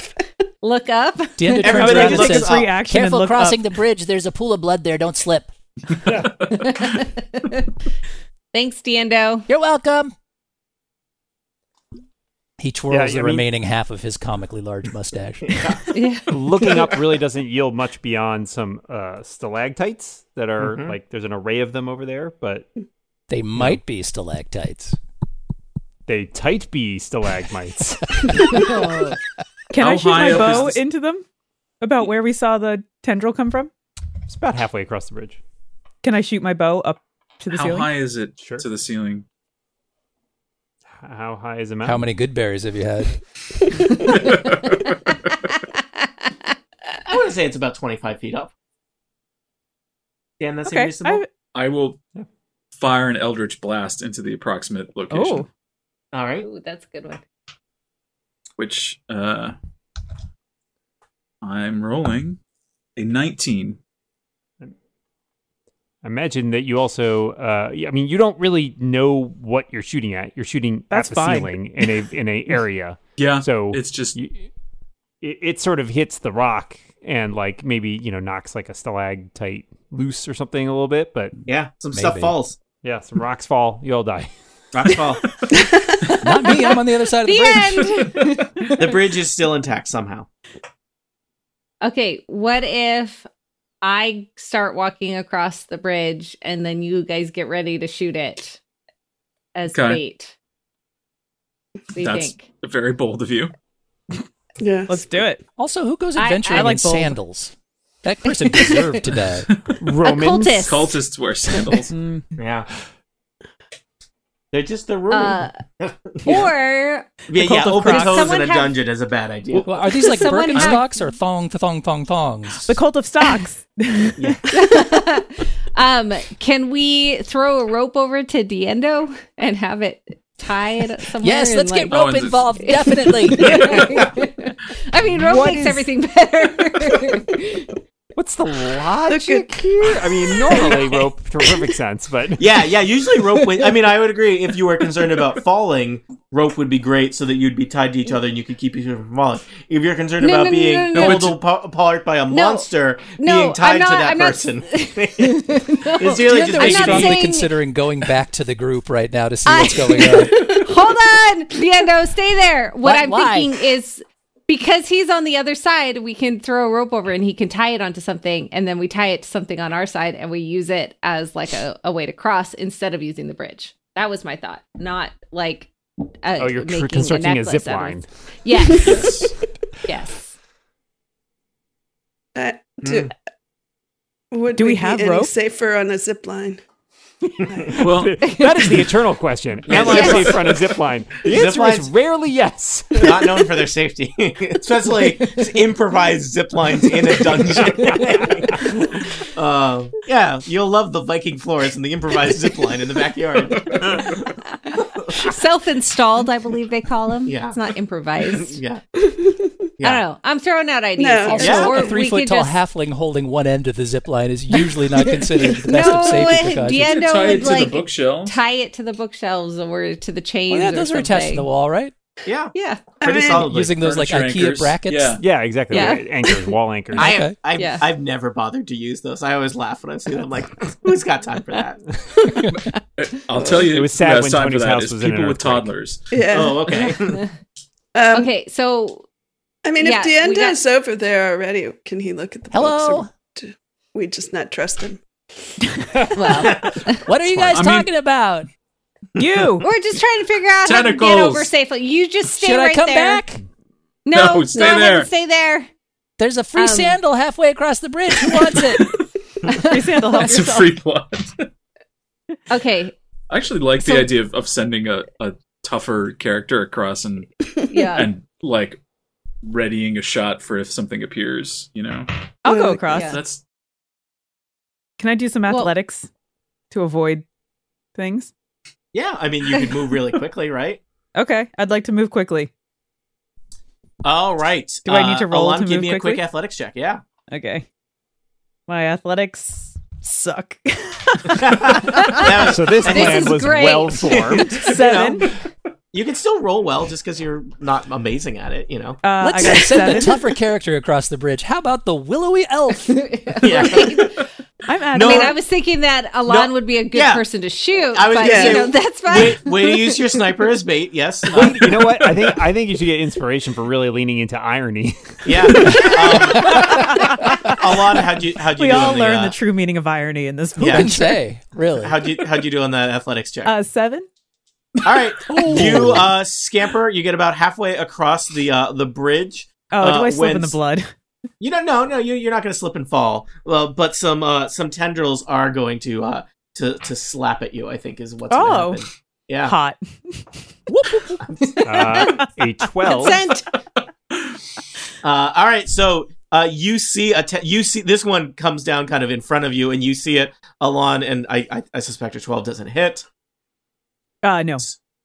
Speaker 4: Look up.
Speaker 2: Diendo turns
Speaker 1: Everybody
Speaker 2: around and
Speaker 1: look
Speaker 2: says,
Speaker 1: at the
Speaker 3: reaction and look up.
Speaker 2: the bridge. There's a pool of blood there. Don't slip.
Speaker 4: Thanks, Diendo.
Speaker 2: You're welcome. He twirls
Speaker 7: I
Speaker 2: the
Speaker 7: mean-
Speaker 2: remaining half of his comically large mustache.
Speaker 4: Yeah.
Speaker 7: Looking up really doesn't yield much beyond some uh, stalactites that are
Speaker 1: Mhm.
Speaker 7: like there's an array of them over there, but
Speaker 2: They might be stalactites.
Speaker 7: they tight be stalagmites.
Speaker 3: Can I
Speaker 5: How
Speaker 3: shoot
Speaker 5: high
Speaker 3: my
Speaker 5: up is
Speaker 3: bow
Speaker 5: this-
Speaker 3: into them? About where we saw the tendril come from?
Speaker 7: it's about halfway across the bridge.
Speaker 3: Can I shoot my bow up to the
Speaker 5: How
Speaker 3: ceiling?
Speaker 5: high is it
Speaker 7: Sure.
Speaker 5: to the ceiling?
Speaker 7: H- How high is a mountain?
Speaker 2: How many good berries have you had?
Speaker 1: I want to say it's about 25 feet up. Dan, that seems
Speaker 3: Okay.
Speaker 1: reasonable.
Speaker 3: I-
Speaker 5: I will
Speaker 7: Yeah.
Speaker 5: fire an eldritch blast into the approximate location,
Speaker 3: oh,
Speaker 1: All right.
Speaker 4: Ooh, that's a good one.
Speaker 5: which uh, I'm rolling a 19.
Speaker 7: I imagine that you also. Uh, y- I mean, you don't really know what you're shooting at. You're shooting
Speaker 3: That's
Speaker 7: at the
Speaker 3: fine.
Speaker 7: ceiling in a in a area.
Speaker 5: Yeah,
Speaker 7: So
Speaker 5: Uh, it's just
Speaker 7: you, it, it sort of hits the rock and like maybe you know knocks like a stalactite loose or something a little bit. But
Speaker 1: Yeah, some stuff
Speaker 2: Maybe.
Speaker 1: falls.
Speaker 7: yeah, some rocks fall, you all die.
Speaker 1: Rocks fall.
Speaker 2: Not me. I'm on the other side of the,
Speaker 4: The
Speaker 2: bridge.
Speaker 4: end.
Speaker 1: the bridge is still intact somehow.
Speaker 4: Okay, what if I start walking across the bridge and then you guys get ready to shoot it as
Speaker 5: Okay.
Speaker 4: bait? What do you
Speaker 5: That's-
Speaker 4: think?
Speaker 5: very bold of you.
Speaker 6: Yeah.
Speaker 3: let's do it.
Speaker 2: Also, who goes
Speaker 4: I- I
Speaker 2: adventuring
Speaker 3: like
Speaker 2: in
Speaker 3: bold.
Speaker 2: sandals? That person deserved to die.
Speaker 7: Romans.
Speaker 4: cultist.
Speaker 5: Cultists wear sandals.
Speaker 3: Mm,
Speaker 1: Yeah. They're just the rule.
Speaker 4: Uh, Or
Speaker 1: yeah,
Speaker 3: the cult
Speaker 1: yeah,
Speaker 3: of
Speaker 1: open
Speaker 3: Crocs.
Speaker 1: toes in
Speaker 4: Someone
Speaker 1: a
Speaker 4: have-
Speaker 1: dungeon is a bad idea.
Speaker 2: Well, are these like
Speaker 4: Someone have-
Speaker 2: Birkenstocks or thong thong thong thongs?
Speaker 3: the cult of stocks.
Speaker 4: um, can we throw a rope over to Diendo and have it tied somewhere?
Speaker 2: yes,
Speaker 4: and,
Speaker 2: let's
Speaker 4: like-
Speaker 2: get rope
Speaker 5: Oh, and this-
Speaker 2: involved. Definitely.
Speaker 4: I mean, rope
Speaker 7: What
Speaker 4: makes
Speaker 7: is-
Speaker 4: everything better.
Speaker 7: What's the logic here? I mean, normally rope to perfect sense, but
Speaker 1: Yeah, yeah. Usually rope. Would, I mean, I would agree. If you were concerned about falling, rope would be great so that you'd be tied to each other and you could keep each other from falling. If you're concerned
Speaker 4: No,
Speaker 1: about
Speaker 4: no, no,
Speaker 1: being
Speaker 4: no,
Speaker 5: no.
Speaker 1: pulled apa- apart by a monster,
Speaker 4: no,
Speaker 1: being tied
Speaker 4: I'm not-
Speaker 1: to that
Speaker 4: I'm not-
Speaker 1: person, it's really
Speaker 2: Diendo
Speaker 1: just making
Speaker 2: is
Speaker 4: not
Speaker 2: strongly
Speaker 1: people-
Speaker 4: saying-
Speaker 2: considering going back to the group right now to see
Speaker 4: I-
Speaker 2: what's going on.
Speaker 4: Hold on, Diendo, stay there. What
Speaker 2: Why-
Speaker 4: I'm
Speaker 2: why?
Speaker 4: thinking is because he's on the other side, we can throw a rope over and he can tie it onto something, and then we tie it to something on our side and we use it as like a, a way to cross instead of using the bridge. That was my thought, not like uh,
Speaker 7: oh, you're
Speaker 4: making
Speaker 7: tr- constructing a,
Speaker 4: necklace
Speaker 7: zip
Speaker 4: out of-
Speaker 7: line.
Speaker 4: Yes, yes.
Speaker 5: Yes.
Speaker 6: I- do, Would
Speaker 3: Hmm. Do we
Speaker 6: be
Speaker 3: have
Speaker 6: any
Speaker 3: rope?
Speaker 6: safer on a zip line?
Speaker 5: Well,
Speaker 7: that is the eternal question. Am I
Speaker 4: Yes.
Speaker 7: safe on a zip line? The
Speaker 1: Zip
Speaker 7: answer is
Speaker 1: lines-
Speaker 7: rarely yes.
Speaker 1: not known for their safety, especially improvised zip lines in a dungeon. Um yeah, you'll love the Viking floors and the improvised zip line in the backyard.
Speaker 4: Self-installed, I believe they call them.
Speaker 1: Yeah.
Speaker 4: it's not improvised.
Speaker 1: yeah,
Speaker 4: I don't know. I'm throwing out ideas.
Speaker 6: No.
Speaker 4: here.
Speaker 2: Also,
Speaker 1: Yeah.
Speaker 4: Or
Speaker 2: a
Speaker 4: we
Speaker 2: three
Speaker 4: could
Speaker 2: foot tall
Speaker 4: just-
Speaker 2: halfling holding one end of the zip line is usually not considered the best
Speaker 4: No,
Speaker 2: of safety precautions.
Speaker 4: Diendo
Speaker 5: Tie it
Speaker 4: would
Speaker 5: to
Speaker 4: like
Speaker 5: the bookshelf.
Speaker 4: tie it to the bookshelves or to the chains.
Speaker 2: Well, Oh, yeah,
Speaker 4: or
Speaker 2: those are
Speaker 4: something.
Speaker 2: attached to the wall, right?
Speaker 1: yeah,
Speaker 4: Yeah.
Speaker 1: pretty
Speaker 6: I mean,
Speaker 1: solidly.
Speaker 2: Using those like
Speaker 5: Furniture
Speaker 2: IKEA
Speaker 5: anchors.
Speaker 2: brackets.
Speaker 5: Yeah.
Speaker 7: Yeah, exactly.
Speaker 4: Yeah.
Speaker 7: right. Anchors, wall anchors.
Speaker 1: I
Speaker 2: Okay.
Speaker 1: I've,
Speaker 4: Yeah.
Speaker 1: I've never bothered to use those. I always laugh when I see them. Like, who's got time for that?
Speaker 5: I'll tell you.
Speaker 7: It was
Speaker 5: who
Speaker 7: sad
Speaker 5: has
Speaker 7: when
Speaker 5: time for
Speaker 7: Tony's
Speaker 5: that
Speaker 7: house
Speaker 5: is
Speaker 7: was in an
Speaker 5: people with
Speaker 7: earthquake.
Speaker 5: toddlers.
Speaker 6: Yeah.
Speaker 1: Oh, okay.
Speaker 6: Um,
Speaker 4: Okay, so
Speaker 6: I mean,
Speaker 4: Yeah,
Speaker 6: if
Speaker 4: we
Speaker 6: Dienda's over there already, can he look at the
Speaker 2: Hello?
Speaker 6: books? Or do we just not trust him?
Speaker 4: well,
Speaker 2: What are you guys
Speaker 5: I mean-
Speaker 2: talking about?
Speaker 3: you.
Speaker 4: we're just trying to figure out how to get
Speaker 5: Tentacles.
Speaker 4: over safely. You just stay
Speaker 2: Should
Speaker 4: right
Speaker 2: I come
Speaker 4: there.
Speaker 2: back?
Speaker 4: No,
Speaker 5: No, stay
Speaker 4: go ahead
Speaker 5: there.
Speaker 4: and stay there.
Speaker 2: There's a free
Speaker 4: Um,
Speaker 2: sandal halfway across the bridge. Who wants it?
Speaker 3: Free sandal help
Speaker 5: That's a
Speaker 3: yourself.
Speaker 5: free plot.
Speaker 4: Okay,
Speaker 5: I actually like
Speaker 4: So-
Speaker 5: the idea of, of sending a, a tougher character across and
Speaker 4: yeah.
Speaker 5: and like readying a shot for if something appears. You know,
Speaker 3: I'll go
Speaker 6: Yeah.
Speaker 3: across.
Speaker 4: Yeah.
Speaker 5: that's
Speaker 3: Can I do some
Speaker 4: Well-
Speaker 3: athletics to avoid things?
Speaker 1: Yeah, I mean, you could move really quickly, right?
Speaker 3: Okay, I'd like to move quickly.
Speaker 1: All right.
Speaker 3: Do I need to roll
Speaker 1: Alam,
Speaker 3: to
Speaker 1: give
Speaker 3: move
Speaker 1: me a quick
Speaker 3: quickly?
Speaker 1: athletics check. Yeah.
Speaker 3: Okay. My athletics suck.
Speaker 1: That was-
Speaker 7: So this
Speaker 1: This
Speaker 7: plan
Speaker 4: is
Speaker 7: was
Speaker 4: great.
Speaker 7: well formed.
Speaker 3: seven.
Speaker 1: You, know, you can still roll well just because you're not amazing at it, you know.
Speaker 3: Uh, I
Speaker 2: Let's
Speaker 3: got
Speaker 2: send a
Speaker 3: seven.
Speaker 2: tougher character across the bridge. How about the willowy elf?
Speaker 1: Yeah.
Speaker 3: I'm at
Speaker 1: No,
Speaker 4: I mean,
Speaker 1: no.
Speaker 4: I was thinking that Alon
Speaker 1: No.
Speaker 4: would be a good
Speaker 1: Yeah.
Speaker 4: person to shoot,
Speaker 1: I was
Speaker 4: but
Speaker 1: gonna
Speaker 4: you
Speaker 1: say,
Speaker 4: know that's fine.
Speaker 1: way, way to use your sniper as bait. Yes. Uh,
Speaker 7: you know what? I think I think you should get inspiration for really leaning into irony.
Speaker 1: yeah. Um, Alana, how'd you how'd you
Speaker 3: we
Speaker 1: do
Speaker 3: all
Speaker 1: on
Speaker 3: learn
Speaker 1: uh,
Speaker 3: the true meaning of irony in this movie.
Speaker 1: Yeah.
Speaker 2: Couldn't say, really.
Speaker 1: how'd you how'd you do on that athletics check?
Speaker 3: Uh, seven.
Speaker 1: All right, you uh, scamper. You get about halfway across the uh, the bridge.
Speaker 3: Oh,
Speaker 1: Uh,
Speaker 3: do I slip in the
Speaker 1: when's-
Speaker 3: blood?
Speaker 1: You don't know. No, you you're not going to slip and fall. Well, but some uh, some tendrils are going to uh, to to slap at you. I think is what's going to
Speaker 3: Oh.
Speaker 1: happen. Yeah.
Speaker 3: Hot.
Speaker 7: Uh, a twelve.
Speaker 6: Consent.
Speaker 1: Uh, all right, so uh, you see a te- you see this one comes down kind of in front of you, and you see it along, and I I, I suspect a twelve doesn't hit.
Speaker 3: Uh, no.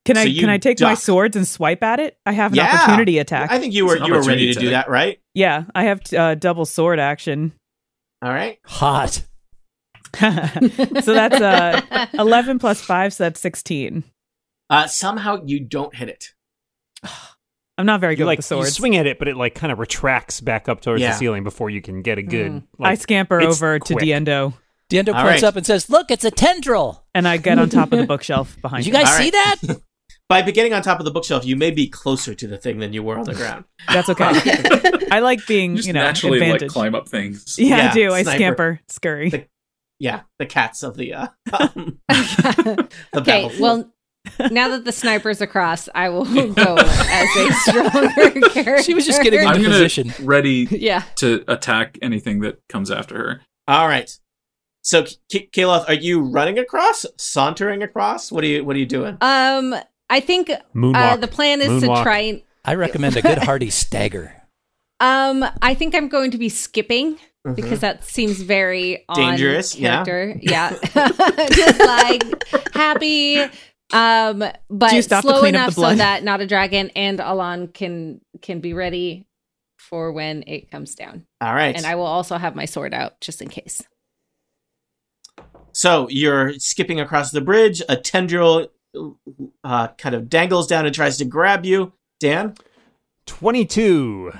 Speaker 3: Can
Speaker 1: So
Speaker 3: I
Speaker 1: you
Speaker 3: can I take my
Speaker 1: duck.
Speaker 3: swords and swipe at it? I have an
Speaker 1: Yeah.
Speaker 3: opportunity attack.
Speaker 1: I think you were
Speaker 5: It's an
Speaker 1: you were ready
Speaker 5: opportunity
Speaker 1: to do
Speaker 5: attack.
Speaker 1: that, right?
Speaker 3: yeah, I have uh, double sword action.
Speaker 1: All right.
Speaker 2: Hot.
Speaker 3: so that's uh, eleven plus five, so that's sixteen.
Speaker 1: Uh, somehow you don't hit it.
Speaker 3: I'm not very
Speaker 7: You
Speaker 3: good
Speaker 7: like
Speaker 3: with the
Speaker 7: you
Speaker 3: swords.
Speaker 7: swing at it, but it like kind of retracts back up towards
Speaker 1: Yeah.
Speaker 7: the ceiling before you can get a good.
Speaker 4: Mm.
Speaker 3: I
Speaker 7: Like,
Speaker 3: scamper
Speaker 7: it's
Speaker 3: over to
Speaker 7: quick.
Speaker 3: Diendo
Speaker 2: Diendo
Speaker 1: All
Speaker 2: points
Speaker 1: right.
Speaker 2: up and says, "Look, it's a tendril.
Speaker 3: and I get on top of the bookshelf behind
Speaker 2: Did you
Speaker 3: him.
Speaker 2: guys
Speaker 1: All
Speaker 2: see
Speaker 1: right.
Speaker 2: that?"
Speaker 1: By be- getting on top of the bookshelf, you may be closer to the thing than you were on the ground.
Speaker 3: That's okay. I like being,
Speaker 5: You just
Speaker 3: Mm, you know,
Speaker 5: naturally
Speaker 3: advantage.
Speaker 5: like climb up things.
Speaker 3: yeah,
Speaker 1: Yeah,
Speaker 3: I do. I
Speaker 1: sniper.
Speaker 3: scamper, scurry.
Speaker 1: The- Yeah, the cats of the uh, um, the
Speaker 4: okay,
Speaker 1: battlefield.
Speaker 4: well, now that the sniper's across, I will go as a stronger character.
Speaker 2: She was just getting
Speaker 5: I'm
Speaker 2: into
Speaker 5: gonna-
Speaker 2: position.
Speaker 5: Ready
Speaker 4: yeah.
Speaker 5: to attack anything that comes after her.
Speaker 1: all right. So, K- Kaloth, are you running across, sauntering across? What are you What are you doing?
Speaker 4: Um, I think
Speaker 7: moonwalk.
Speaker 4: uh, the plan is to
Speaker 7: Moonwalk.
Speaker 4: try and.
Speaker 2: I recommend a good hearty stagger.
Speaker 4: Um, I think I'm going to be skipping
Speaker 1: Mhm.
Speaker 4: because that seems very on
Speaker 1: Dangerous, yeah.
Speaker 4: character. Yeah, just like happy. Um, but
Speaker 3: Do you stop to
Speaker 4: slow
Speaker 3: clean up
Speaker 4: enough
Speaker 3: the blood?
Speaker 4: so that not a dragon and Alon can can be ready for when it comes down.
Speaker 1: All right.
Speaker 4: And I will also have my sword out just in case.
Speaker 1: So you're skipping across the bridge. A tendril uh, kind of dangles down and tries to grab you. Dan?
Speaker 7: Twenty-two.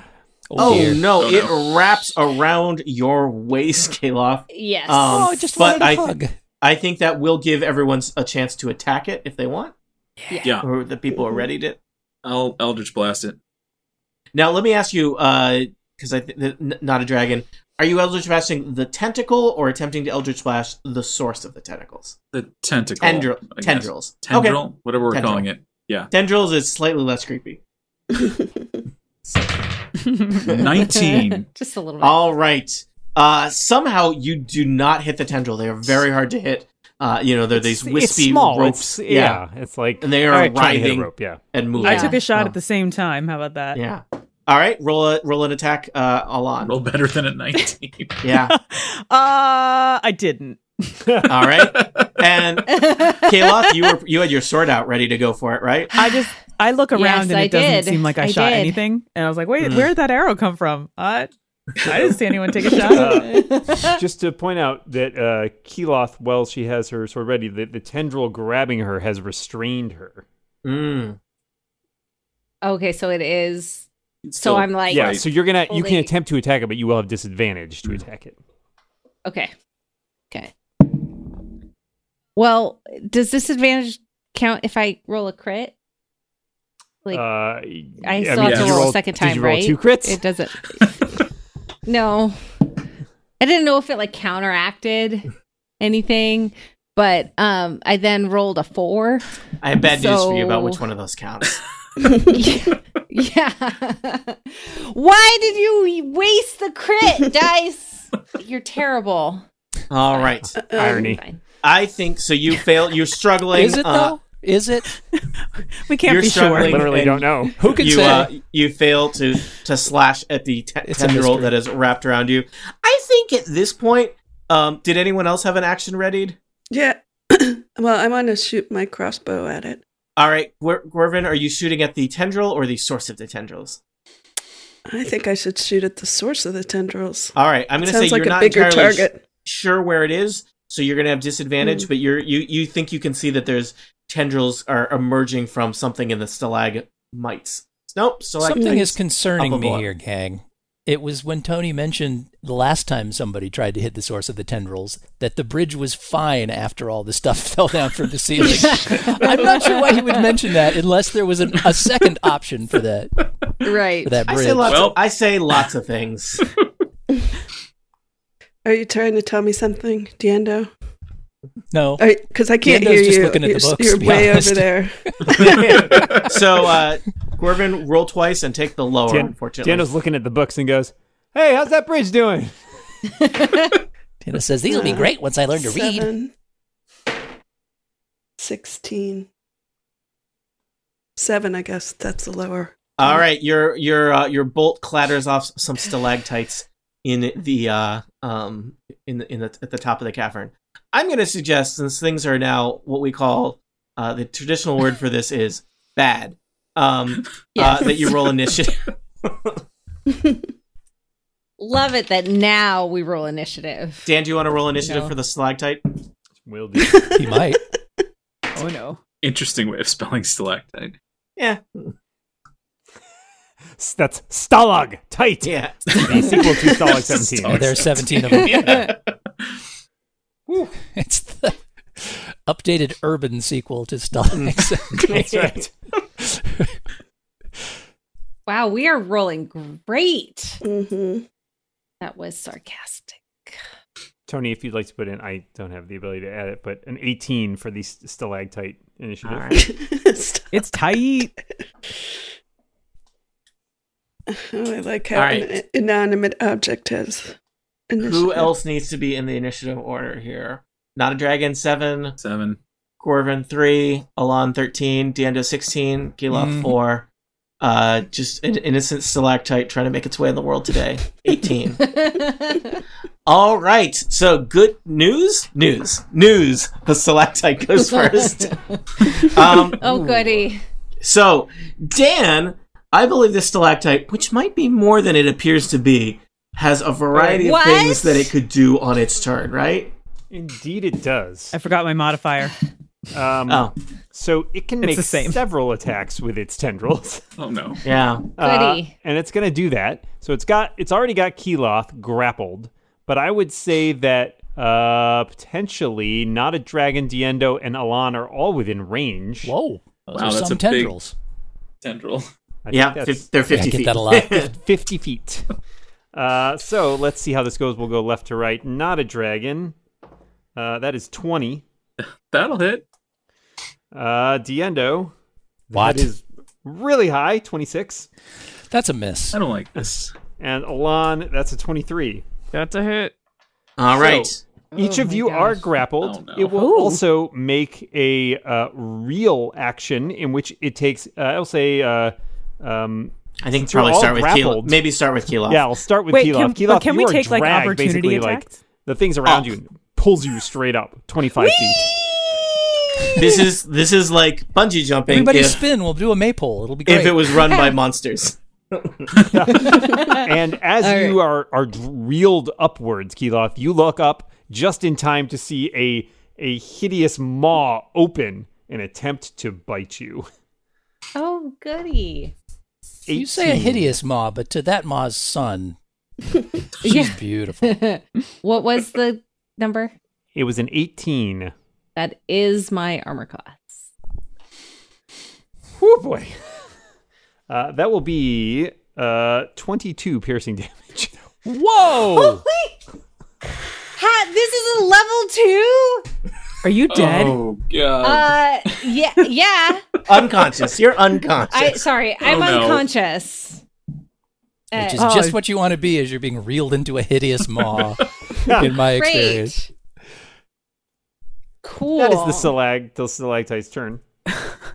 Speaker 1: Oh,
Speaker 2: dear.
Speaker 1: no.
Speaker 5: Oh,
Speaker 1: it
Speaker 5: no.
Speaker 1: wraps around your waist, Kaloth. Um,
Speaker 4: Yes.
Speaker 2: oh, I just
Speaker 1: but
Speaker 2: wanted a
Speaker 1: I-
Speaker 2: hug.
Speaker 1: I think that will give everyone s- a chance to attack it if they want,
Speaker 5: Yeah,
Speaker 1: or the people are ready to.
Speaker 5: I'll Eldritch blast it.
Speaker 1: Now, let me ask you, because I th- th- n- not a dragon, are you Eldritch bashing the tentacle or attempting to Eldritch Splash the source of the tentacles?
Speaker 5: The tentacle.
Speaker 1: Tendril,
Speaker 5: I guess.
Speaker 1: tendrils.
Speaker 5: Tendril.
Speaker 1: Okay.
Speaker 5: Whatever we're
Speaker 1: Tendril.
Speaker 5: calling it. Yeah.
Speaker 1: Tendrils is slightly less creepy.
Speaker 5: Nineteen.
Speaker 4: just a little bit.
Speaker 1: All right. Uh, somehow you do not hit the tendril. They are very hard to hit. Uh, you know, they're these
Speaker 7: It's-
Speaker 1: wispy
Speaker 7: it's small.
Speaker 1: ropes.
Speaker 7: It's, yeah, it's like
Speaker 1: And they are
Speaker 7: all right, trying to hit a
Speaker 1: writhing.
Speaker 7: rope. Yeah,
Speaker 1: and moving.
Speaker 3: I took
Speaker 4: Yeah.
Speaker 3: a shot
Speaker 1: Oh.
Speaker 3: at the same time. How about that?
Speaker 1: Yeah. All right. Roll a roll an attack. Uh, Alon.
Speaker 5: Roll better than a nineteen.
Speaker 1: Yeah.
Speaker 3: Uh, I didn't.
Speaker 1: All right. And Kaloth, you were you had your sword out ready to go for it, right?
Speaker 3: I just I look around
Speaker 4: Yes,
Speaker 3: and it
Speaker 4: I
Speaker 3: doesn't
Speaker 4: did.
Speaker 3: seem like I,
Speaker 4: I
Speaker 3: shot
Speaker 4: did.
Speaker 3: anything. And I was like, wait,
Speaker 1: Mm.
Speaker 3: where did that arrow come from? Uh, I I didn't see anyone take a shot.
Speaker 7: just to point out that uh, Keloth, while she has her sword ready, the, the tendril grabbing her has restrained her.
Speaker 1: Mm.
Speaker 4: okay, so it is. So
Speaker 5: Still-
Speaker 4: I'm like,
Speaker 7: yeah, so you're gonna you can
Speaker 4: Holy-
Speaker 7: attempt to attack it, but you will have disadvantage
Speaker 1: Mm.
Speaker 7: to attack it.
Speaker 4: okay, okay. Well, does disadvantage count if I roll a crit? Like,
Speaker 7: uh,
Speaker 4: I still have
Speaker 5: did
Speaker 4: to
Speaker 5: you
Speaker 4: roll
Speaker 7: a
Speaker 4: a second
Speaker 7: Did
Speaker 4: time,
Speaker 7: you roll
Speaker 4: right?
Speaker 7: two crits?
Speaker 4: It doesn't. no, I didn't know if it like counteracted anything, but um, I then rolled a four.
Speaker 1: I have bad news for you about
Speaker 4: So-
Speaker 1: which one of those counts.
Speaker 4: yeah. Why did you waste the crit dice? You're terrible.
Speaker 1: All right.
Speaker 6: Um,
Speaker 7: Irony.
Speaker 4: Fine.
Speaker 1: I think so. You fail. You're struggling.
Speaker 2: Is it
Speaker 1: uh,
Speaker 2: though? Is it?
Speaker 3: We can't
Speaker 1: You're
Speaker 3: be
Speaker 7: I
Speaker 1: struggling.
Speaker 3: sure.
Speaker 7: literally don't know.
Speaker 2: Who can
Speaker 1: you
Speaker 2: say?
Speaker 1: uh, you fail to to slash at the te-
Speaker 2: It's a
Speaker 1: tendril
Speaker 2: mystery.
Speaker 1: that is wrapped around you. I think at this point, um, did anyone else have an action readied?
Speaker 6: yeah. well, I want to shoot my crossbow at it.
Speaker 1: All right, Gwor- Gorvin, are you shooting at the tendril or the source of the tendrils?
Speaker 6: I think I should shoot at the source of the tendrils.
Speaker 1: All right, I'm going to say
Speaker 6: Sounds like
Speaker 1: you're
Speaker 6: a
Speaker 1: not
Speaker 6: bigger
Speaker 1: entirely sh-
Speaker 6: target.
Speaker 1: sure where it is, so you're going to have
Speaker 2: Hmm.
Speaker 1: disadvantage. But you're you you think you can see that there's tendrils are emerging from something in the stalagmites. Nope, stalactites.
Speaker 2: Something is
Speaker 1: up
Speaker 2: concerning me
Speaker 1: above.
Speaker 2: here, gang. It was when Tony mentioned the last time somebody tried to hit the source of the tendrils that the bridge was fine after all the stuff fell down from the ceiling. I'm not sure why he would mention that unless there was an, a second option for that
Speaker 4: Right.
Speaker 2: for that
Speaker 1: I
Speaker 2: bridge.
Speaker 1: say lots.
Speaker 5: Well-
Speaker 1: of, I say lots of things.
Speaker 6: Are you trying to tell me something, Diendo?
Speaker 2: no,
Speaker 6: Because I can't
Speaker 2: Diendo's
Speaker 6: hear
Speaker 2: Oh. just
Speaker 6: you.
Speaker 2: looking at the
Speaker 6: you're s-
Speaker 2: books,
Speaker 6: you're
Speaker 2: to be
Speaker 6: way
Speaker 2: honest.
Speaker 6: over there.
Speaker 1: so, uh, Gorvin, roll twice and take the lower.
Speaker 7: Dan-
Speaker 1: unfortunately,
Speaker 7: Daniel's looking at the books and goes, "Hey, how's that bridge doing?"
Speaker 2: Tina says these will be great once I learn to read.
Speaker 6: Seven. 16. Seven, I guess. That's the lower.
Speaker 1: All right, your your uh, your bolt clatters off some stalactites in the uh, um in the, in the at the top of the cavern. I'm going to suggest since things are now what we call uh, the traditional word for this is bad. Um, uh, that you roll initiative.
Speaker 4: Love it that now we roll initiative.
Speaker 1: Dan, do you want to roll initiative
Speaker 4: No.
Speaker 1: for the stalactite?
Speaker 7: Will do.
Speaker 2: He might.
Speaker 3: Oh no.
Speaker 5: Interesting way of spelling stalactite.
Speaker 1: Yeah,
Speaker 7: S- That's Stalag tight.
Speaker 1: yeah.
Speaker 7: The sequel to Stalag 17.
Speaker 2: Yeah,
Speaker 5: Stalag.
Speaker 2: there are 17 of them.
Speaker 5: Yeah.
Speaker 2: It's the updated urban sequel to Stalag.
Speaker 7: Mm. That's right.
Speaker 4: Wow, we are rolling great.
Speaker 6: Mm-hmm.
Speaker 4: That was sarcastic.
Speaker 7: Tony, if you'd like to put in, I don't have the ability to add it, but an 18 for the s- stalactite initiative.
Speaker 1: All right.
Speaker 3: It's tight.
Speaker 6: Oh, I like how
Speaker 1: All
Speaker 6: an
Speaker 1: right.
Speaker 6: inanimate object has initiative.
Speaker 1: Who else needs to be in the initiative order here? Not a dragon seven,
Speaker 5: Seven.
Speaker 1: Corvin three, Alon thirteen, Diendo sixteen, Gila
Speaker 2: Mhm.
Speaker 1: four. Uh, just an innocent stalactite trying to make its way in the world today. Eighteen. All right. So good news, news, news. The stalactite goes first. um,
Speaker 4: oh, goody.
Speaker 1: so Dan, I believe this stalactite, which might be more than it appears to be, has a variety
Speaker 4: What?
Speaker 1: of things that it could do on its turn. Right?
Speaker 7: Indeed, it does.
Speaker 3: I forgot my modifier.
Speaker 7: Um,
Speaker 1: Oh,
Speaker 7: So it can
Speaker 3: It's
Speaker 7: make
Speaker 3: the same.
Speaker 7: several attacks with its tendrils.
Speaker 5: Oh no.
Speaker 1: yeah.
Speaker 7: Uh,
Speaker 4: Goody.
Speaker 7: and it's going to do that. So it's got it's already got Keeloth grappled, but I would say that uh potentially not a dragon Diendo and Alon are all within range.
Speaker 2: Whoa. Those
Speaker 5: Wow,
Speaker 2: are
Speaker 5: that's
Speaker 2: some
Speaker 5: a big-
Speaker 2: tendrils.
Speaker 5: Tendril.
Speaker 7: I think
Speaker 1: Yeah,
Speaker 7: that's
Speaker 1: fif- they're
Speaker 2: Yeah, I
Speaker 1: fifty
Speaker 2: get
Speaker 1: feet.
Speaker 2: that a lot.
Speaker 7: 50 feet. Uh, so let's see how this goes. We'll go left to right. Not a dragon. Uh, that is 20.
Speaker 5: That'll hit.
Speaker 7: Uh, Diendo.
Speaker 2: What?
Speaker 7: That is really high, 26.
Speaker 2: That's a miss.
Speaker 5: I don't like this.
Speaker 7: And Alon, that's a 23.
Speaker 3: That's a hit.
Speaker 1: All right.
Speaker 7: Each
Speaker 4: Oh
Speaker 7: of
Speaker 4: my
Speaker 7: you
Speaker 4: gosh.
Speaker 7: are grappled.
Speaker 5: Oh, no.
Speaker 7: It will
Speaker 3: Ooh.
Speaker 7: also make a uh, real action in which it takes, uh, I'll say, uh, um,
Speaker 1: I think
Speaker 7: you're
Speaker 1: probably
Speaker 7: all
Speaker 1: start with Kilo.
Speaker 7: grappled-
Speaker 1: Maybe start with Kilo.
Speaker 7: yeah, I'll start with
Speaker 3: Wait,
Speaker 7: Keloff.
Speaker 3: can-
Speaker 7: Keloff,
Speaker 3: can
Speaker 7: you
Speaker 3: we
Speaker 7: are
Speaker 3: take, like,
Speaker 7: dragged,
Speaker 3: opportunity
Speaker 7: basically,
Speaker 3: attacks?
Speaker 7: Like, the things around
Speaker 1: Up.
Speaker 7: you pulls you straight up 25 feet.
Speaker 1: This is this is like bungee jumping
Speaker 2: Everybody
Speaker 1: if,
Speaker 2: spin. We'll do a maypole. It'll be great.
Speaker 1: if it was run by monsters.
Speaker 7: and as
Speaker 4: All
Speaker 7: you are are reeled upwards, Keeloth, you look up just in time to see a a hideous maw open and attempt to bite you.
Speaker 4: Oh, goody.
Speaker 2: you say a
Speaker 7: 18.
Speaker 2: hideous maw, but to that maw's son, she's
Speaker 4: Yeah.
Speaker 2: beautiful.
Speaker 4: what was the number?
Speaker 7: It was an 18.
Speaker 4: That is my armor class.
Speaker 7: Whoo boy. Uh, that will be uh, 22 piercing damage.
Speaker 2: Whoa!
Speaker 4: Ha, this is a level two?
Speaker 3: Are you dead?
Speaker 5: Oh god.
Speaker 4: Uh, yeah, yeah.
Speaker 1: unconscious. You're unconscious.
Speaker 4: I sorry, I'm
Speaker 5: Oh, no.
Speaker 4: unconscious. Uh,
Speaker 2: Which is
Speaker 3: Oh.
Speaker 2: just what you want to be as you're being reeled into a hideous maw, in my experience.
Speaker 4: great. Cool.
Speaker 7: That is the stalag, the stalactite's turn.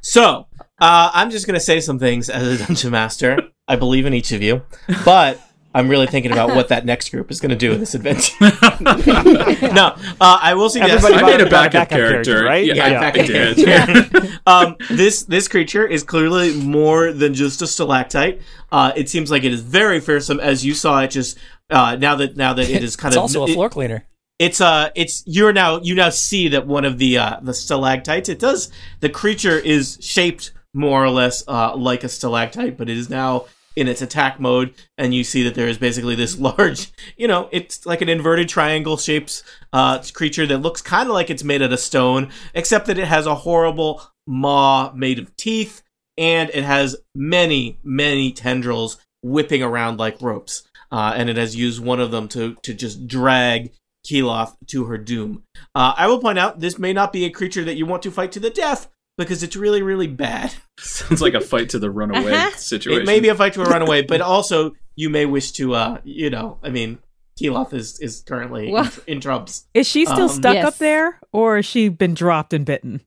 Speaker 1: So, uh, I'm just going to say some things as a dungeon master. I believe in each of you, but I'm really thinking about what that next group is going to do in this adventure. no, uh, I will suggest
Speaker 7: Everybody
Speaker 5: I
Speaker 7: bought-
Speaker 5: made a
Speaker 7: bought a
Speaker 5: backup,
Speaker 7: backup
Speaker 5: character.
Speaker 7: character, right?
Speaker 5: Yeah,
Speaker 7: Yeah,
Speaker 5: I, I
Speaker 1: back
Speaker 5: did.
Speaker 1: um, this this creature is clearly more than just a stalactite. Uh, it seems like it is very fearsome, as you saw it just uh, now that now that it is kind
Speaker 2: It's
Speaker 1: of
Speaker 2: also a
Speaker 1: it-
Speaker 2: floor cleaner.
Speaker 1: it's uh it's you're now you now see that one of the uh the stalactites it does the creature is shaped more or less uh like a stalactite but it is now in its attack mode, and you see that there is basically this large, you know, it's like an inverted triangle shapes uh, creature that looks kind of like it's made out of stone, except that it has a horrible maw made of teeth, and it has many, many tendrils whipping around like ropes. Uh, and it has used one of them to to just drag Keloth to her doom. Uh, I will point out this may not be a creature that you want to fight to the death because it's really, really bad.
Speaker 5: Sounds like a fight to the runaway
Speaker 4: Uh-huh.
Speaker 5: situation.
Speaker 1: It may be a fight to a runaway, but also you may wish to, uh, you know, I mean, Keloth is is currently in,
Speaker 4: Well-
Speaker 1: in troubles.
Speaker 3: Is she
Speaker 1: Um,
Speaker 3: still stuck up
Speaker 4: Yes.
Speaker 3: there, or has she been dropped and bitten?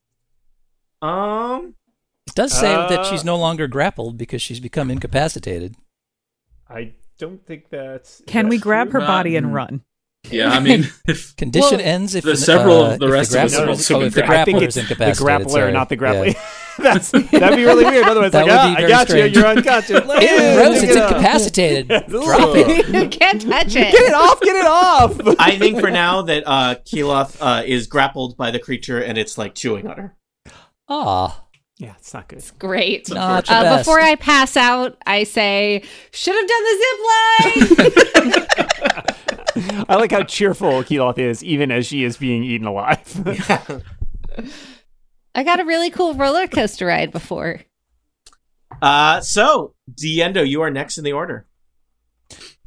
Speaker 1: Um,
Speaker 2: It does say that
Speaker 7: Uh,
Speaker 2: she's no longer grappled because she's become incapacitated.
Speaker 7: I don't think that's.
Speaker 3: Can we grab her
Speaker 5: Not-
Speaker 3: body and run?
Speaker 5: yeah, I mean, if
Speaker 2: Condition
Speaker 4: Well,
Speaker 2: ends if
Speaker 5: the
Speaker 2: uh,
Speaker 5: several of the
Speaker 2: if
Speaker 5: rest of us
Speaker 2: grappler-
Speaker 5: have also
Speaker 2: oh,
Speaker 5: been
Speaker 2: if the
Speaker 5: grabbed.
Speaker 7: I think
Speaker 2: grappler
Speaker 7: it's
Speaker 2: is
Speaker 7: the
Speaker 2: incapacitated.
Speaker 7: grappler,
Speaker 2: sorry.
Speaker 7: not the
Speaker 2: Yeah.
Speaker 7: grappling. That's that'd be really weird. Otherwise,
Speaker 2: That
Speaker 7: like,
Speaker 2: would
Speaker 7: ah,
Speaker 2: be
Speaker 7: I
Speaker 2: very
Speaker 7: got
Speaker 2: strange.
Speaker 7: you. You're unconscious. Hey,
Speaker 2: Rose,
Speaker 7: pick
Speaker 2: it's
Speaker 7: it up.
Speaker 2: incapacitated. Drop it.
Speaker 4: you can't touch it.
Speaker 7: Get it off! Get it off!
Speaker 1: I think for now that uh, Keloth uh, is grappled by the creature and it's like chewing on her.
Speaker 2: Ah,
Speaker 7: yeah, it's not good.
Speaker 4: Great.
Speaker 2: not the
Speaker 4: Uh,
Speaker 2: best.
Speaker 4: before I pass out, I say, should have done the zip line.
Speaker 7: I like how cheerful Keeloth is, even as she is being eaten alive.
Speaker 4: I got a really cool roller coaster ride before.
Speaker 1: Uh, so Diendo, you are next in the order.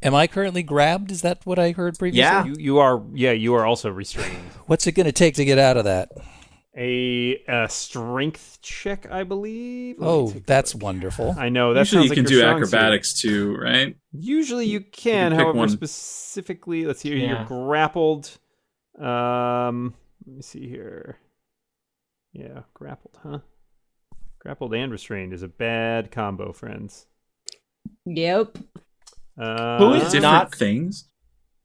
Speaker 2: am I currently grabbed? Is that what I heard previously?
Speaker 1: Yeah.
Speaker 7: you, you are, yeah, you are also restrained.
Speaker 2: What's it going to take to get out of that?
Speaker 7: A, uh strength check, I believe. Let me
Speaker 2: Oh,
Speaker 7: take a
Speaker 2: that's
Speaker 7: look.
Speaker 2: wonderful.
Speaker 7: I
Speaker 1: Oh,
Speaker 7: know that
Speaker 5: usually
Speaker 7: sounds
Speaker 5: you
Speaker 7: like
Speaker 5: can
Speaker 7: your
Speaker 5: do
Speaker 7: strong suit.
Speaker 5: acrobatics too, right?
Speaker 7: Usually you
Speaker 5: can
Speaker 7: can.
Speaker 5: pick
Speaker 7: however,
Speaker 5: one.
Speaker 7: specifically, let's hear
Speaker 1: Yeah.
Speaker 7: you're grappled. Um, let me see here. Yeah, grappled, huh? Grappled and restrained is a bad combo, friends.
Speaker 4: Yep.
Speaker 7: Uh,
Speaker 1: Who is
Speaker 5: Different
Speaker 1: not-
Speaker 5: things.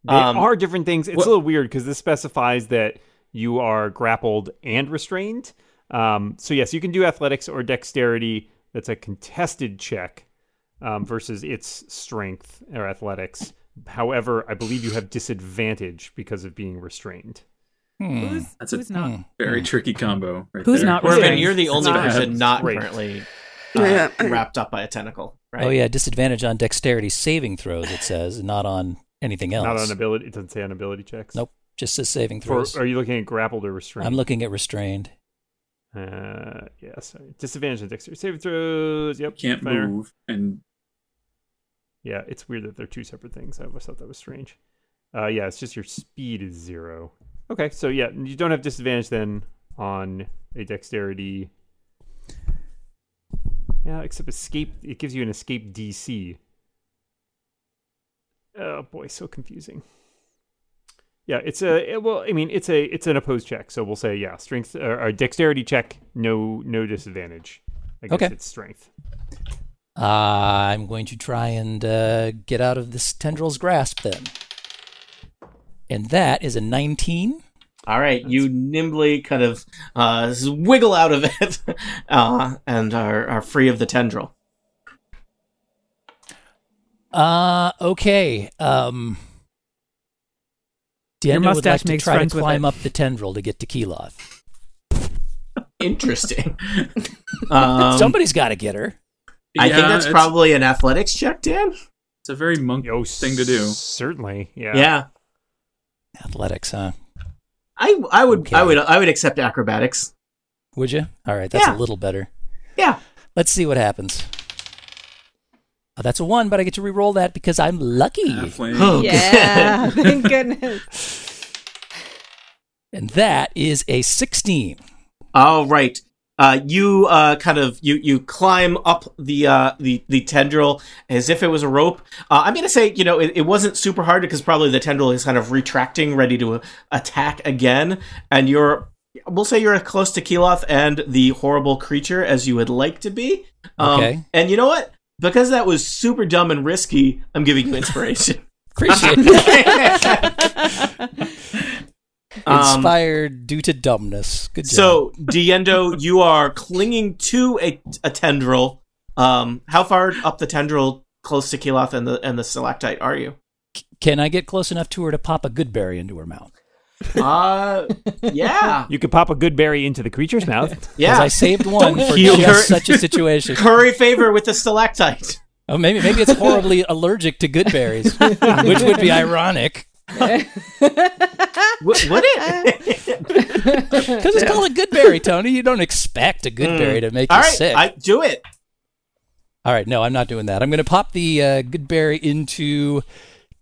Speaker 7: They
Speaker 1: Um,
Speaker 7: are different things. It's
Speaker 5: what-
Speaker 7: a little weird because this specifies that you are grappled and restrained. Um, so yes, you can do athletics or dexterity. That's a contested check um, versus its strength or athletics. However, I believe you have disadvantage because of being restrained.
Speaker 2: Hmm.
Speaker 3: Who's,
Speaker 5: That's a-
Speaker 3: who's not?
Speaker 2: Hmm.
Speaker 5: Very tricky combo. Right
Speaker 3: Who's
Speaker 5: there.
Speaker 3: not
Speaker 1: Corbin,
Speaker 3: restrained?
Speaker 1: you're the only
Speaker 7: not-
Speaker 1: person not
Speaker 7: Great.
Speaker 1: currently uh,
Speaker 6: Yeah.
Speaker 1: wrapped up by a tentacle. Right?
Speaker 2: Oh yeah, disadvantage on dexterity saving throws. It says not on anything else.
Speaker 7: Not on ability. It doesn't say on ability checks.
Speaker 2: Nope, just says saving
Speaker 7: For,
Speaker 2: throws.
Speaker 7: are you looking at grappled or restrained?
Speaker 2: I'm looking at restrained.
Speaker 7: Uh, yeah. Sorry. Disadvantage on dexterity saving throws. Yep.
Speaker 5: Can't
Speaker 7: fire.
Speaker 5: move and
Speaker 7: Yeah, it's weird that they're two separate things. I always thought that was strange. Uh, yeah, it's just your speed is zero. Okay, so yeah, you don't have disadvantage then on a dexterity. Yeah, except escape. It gives you an escape DC. Oh boy, so confusing. Yeah, it's a it- well. I mean, it's a it's an opposed check, so we'll say yeah, strength or, or dexterity check. No, no disadvantage. I guess
Speaker 2: Okay.
Speaker 7: it's strength.
Speaker 2: Uh, I'm going to try and uh, get out of this tendril's grasp then. And that is a 19.
Speaker 1: All right, you nimbly kind of uh, s- wiggle out of it uh, and are, are free of the tendril.
Speaker 2: Uh, okay. Um,
Speaker 3: Your
Speaker 2: Diendo would
Speaker 3: mustache
Speaker 2: like to
Speaker 3: makes
Speaker 2: try to
Speaker 3: friends with
Speaker 2: climb
Speaker 3: it.
Speaker 2: up the tendril to get to Keeloth.
Speaker 1: Interesting. um,
Speaker 2: Somebody's got to get her.
Speaker 1: I think
Speaker 5: Yeah,
Speaker 1: that's
Speaker 5: it's-
Speaker 1: probably an athletics check, Dan.
Speaker 5: it's a very monk
Speaker 7: Yo,
Speaker 5: thing to do.
Speaker 7: Certainly, yeah.
Speaker 2: Athletics, huh?
Speaker 1: I I would I
Speaker 2: Okay.
Speaker 1: would I would accept acrobatics.
Speaker 2: Would you? All right, that's
Speaker 1: Yeah.
Speaker 2: a little better.
Speaker 1: Yeah.
Speaker 2: Let's see what happens. Oh, that's a one, but I get to re-roll that because I'm lucky.
Speaker 5: Halfling.
Speaker 4: Yeah. Thank goodness.
Speaker 2: And that is a 16.
Speaker 1: All right. Uh, you uh, kind of you you climb up the uh, the the tendril as if it was a rope. Uh, I'm gonna say you know it, it wasn't super hard because probably the tendril is kind of retracting, ready to uh, attack again, and you're we'll say you're close to Keloth and the horrible creature as you would like to be. Um,
Speaker 2: Okay.
Speaker 1: And you know what? Because that was super dumb and risky, I'm giving you inspiration.
Speaker 2: Appreciate it.
Speaker 1: Um,
Speaker 2: Inspired due to dumbness. Good job.
Speaker 1: So, Diendo, you are clinging to a, a tendril. Um, how far up the tendril, close to Keloth and the and the stalactite, are you?
Speaker 2: Can I get close enough to her to pop a good berry into her mouth?
Speaker 1: Uh, yeah,
Speaker 7: You could pop a good berry into the creature's mouth.
Speaker 2: Because
Speaker 1: yeah.
Speaker 2: I saved one
Speaker 1: Don't
Speaker 2: for
Speaker 1: heal
Speaker 2: just
Speaker 1: her.
Speaker 2: such a situation.
Speaker 1: Curry favor with the stalactite.
Speaker 2: Oh, maybe maybe it's horribly allergic to good berries, which would be ironic
Speaker 1: W- would it?
Speaker 2: because it's called a good berry, Tony. You don't expect a good berry to make
Speaker 1: Mm. All
Speaker 2: you
Speaker 1: right,
Speaker 2: sick.
Speaker 1: I do it.
Speaker 2: All right, no, I'm not doing that. I'm going to pop the uh, good berry into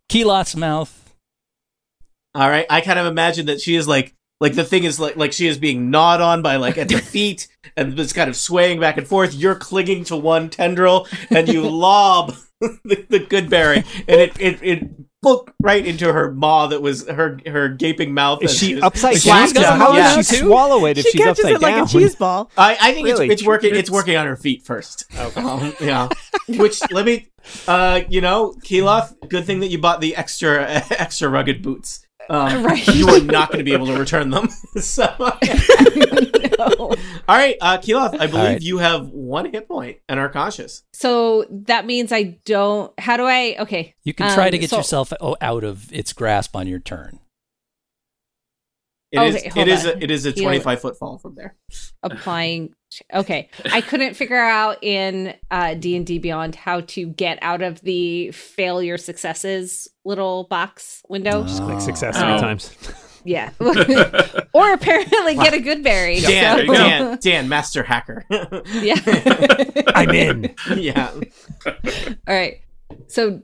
Speaker 2: Keelot's mouth.
Speaker 1: All right. I kind of imagine that she is like like the thing is like like she is being gnawed on by like at the feet and it's kind of swaying back and forth. You're clinging to one tendril and you lob the, the good berry and it it it booked right into her maw that was her her gaping mouth.
Speaker 7: Is
Speaker 1: and
Speaker 7: she
Speaker 1: was-
Speaker 7: upside
Speaker 2: She's
Speaker 7: down?
Speaker 2: got a
Speaker 7: How
Speaker 1: mouth
Speaker 7: does she
Speaker 2: too?
Speaker 7: swallow it if
Speaker 3: she
Speaker 7: she's
Speaker 3: catches
Speaker 7: upside
Speaker 3: it like
Speaker 7: down?
Speaker 3: a cheese ball.
Speaker 1: I, I think
Speaker 7: Really?
Speaker 1: it's, it's working. It's working on her feet first. Um, yeah. Which let me, uh, you know, Keeloth. Good thing that you bought the extra extra rugged boots. Um,
Speaker 4: Right.
Speaker 1: You are not going to be able to return them. so, all right, uh, Keeloth. I believe
Speaker 2: right.
Speaker 1: you have one hit point and are conscious.
Speaker 4: So that means I don't. How do I? Okay.
Speaker 2: You can try
Speaker 4: Um,
Speaker 2: to get
Speaker 4: so-
Speaker 2: yourself o- out of its grasp on your turn.
Speaker 1: It is.
Speaker 4: Okay,
Speaker 1: It
Speaker 4: hold
Speaker 1: is.
Speaker 4: on.
Speaker 1: A, it is a
Speaker 4: Heal.
Speaker 1: twenty-five foot fall from there.
Speaker 4: applying okay i couldn't figure out in uh d&d beyond how to get out of the failure successes little box window
Speaker 2: Ah.
Speaker 7: Just click success
Speaker 5: Oh.
Speaker 7: three times.
Speaker 4: yeah or apparently get a good berry
Speaker 1: Dan,
Speaker 5: there you go.
Speaker 1: Dan, Dan, master hacker.
Speaker 4: yeah
Speaker 7: I'm in.
Speaker 1: yeah.
Speaker 4: all right so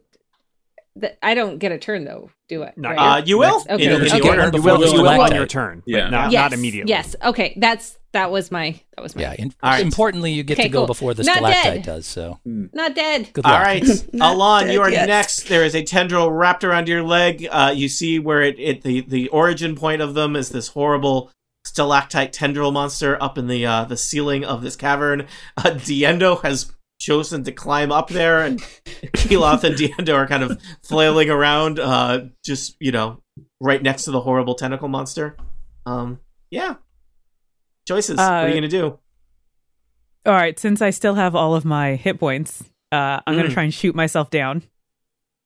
Speaker 4: th- i don't get a turn though do it
Speaker 7: No,
Speaker 4: right?
Speaker 1: Uh, you will.
Speaker 4: Okay.
Speaker 1: In, in
Speaker 4: Just
Speaker 1: the
Speaker 4: get
Speaker 1: order.
Speaker 2: one
Speaker 7: You
Speaker 2: before
Speaker 7: will,
Speaker 2: the
Speaker 7: you will on
Speaker 2: lactate.
Speaker 7: your turn.
Speaker 5: Yeah.
Speaker 7: Uh, Yeah. Not,
Speaker 4: yes,
Speaker 7: not immediately.
Speaker 4: yes okay that's that was my that was my
Speaker 2: Yeah. In-
Speaker 1: All right.
Speaker 2: Importantly, you get
Speaker 4: Okay,
Speaker 2: to go
Speaker 4: cool.
Speaker 2: before the
Speaker 4: Not
Speaker 2: stalactite
Speaker 4: dead.
Speaker 2: does. So
Speaker 4: not dead
Speaker 2: good luck.
Speaker 1: All right,
Speaker 6: Not
Speaker 1: Alon,
Speaker 6: dead
Speaker 1: you are
Speaker 6: yet.
Speaker 1: next. There is a tendril wrapped around your leg. Uh, you see where it, it the the origin point of them is this horrible stalactite tendril monster up in the uh, the ceiling of this cavern. Uh, Diendo has chosen to climb up there, and Keloth and Diendo are kind of flailing around, uh, just you know, right next to the horrible tentacle monster. Um, yeah, choices. what are
Speaker 3: Uh,
Speaker 1: you gonna do?
Speaker 3: All right, since I still have all of my hit points, uh, I'm gonna
Speaker 1: Mm.
Speaker 3: try and shoot myself down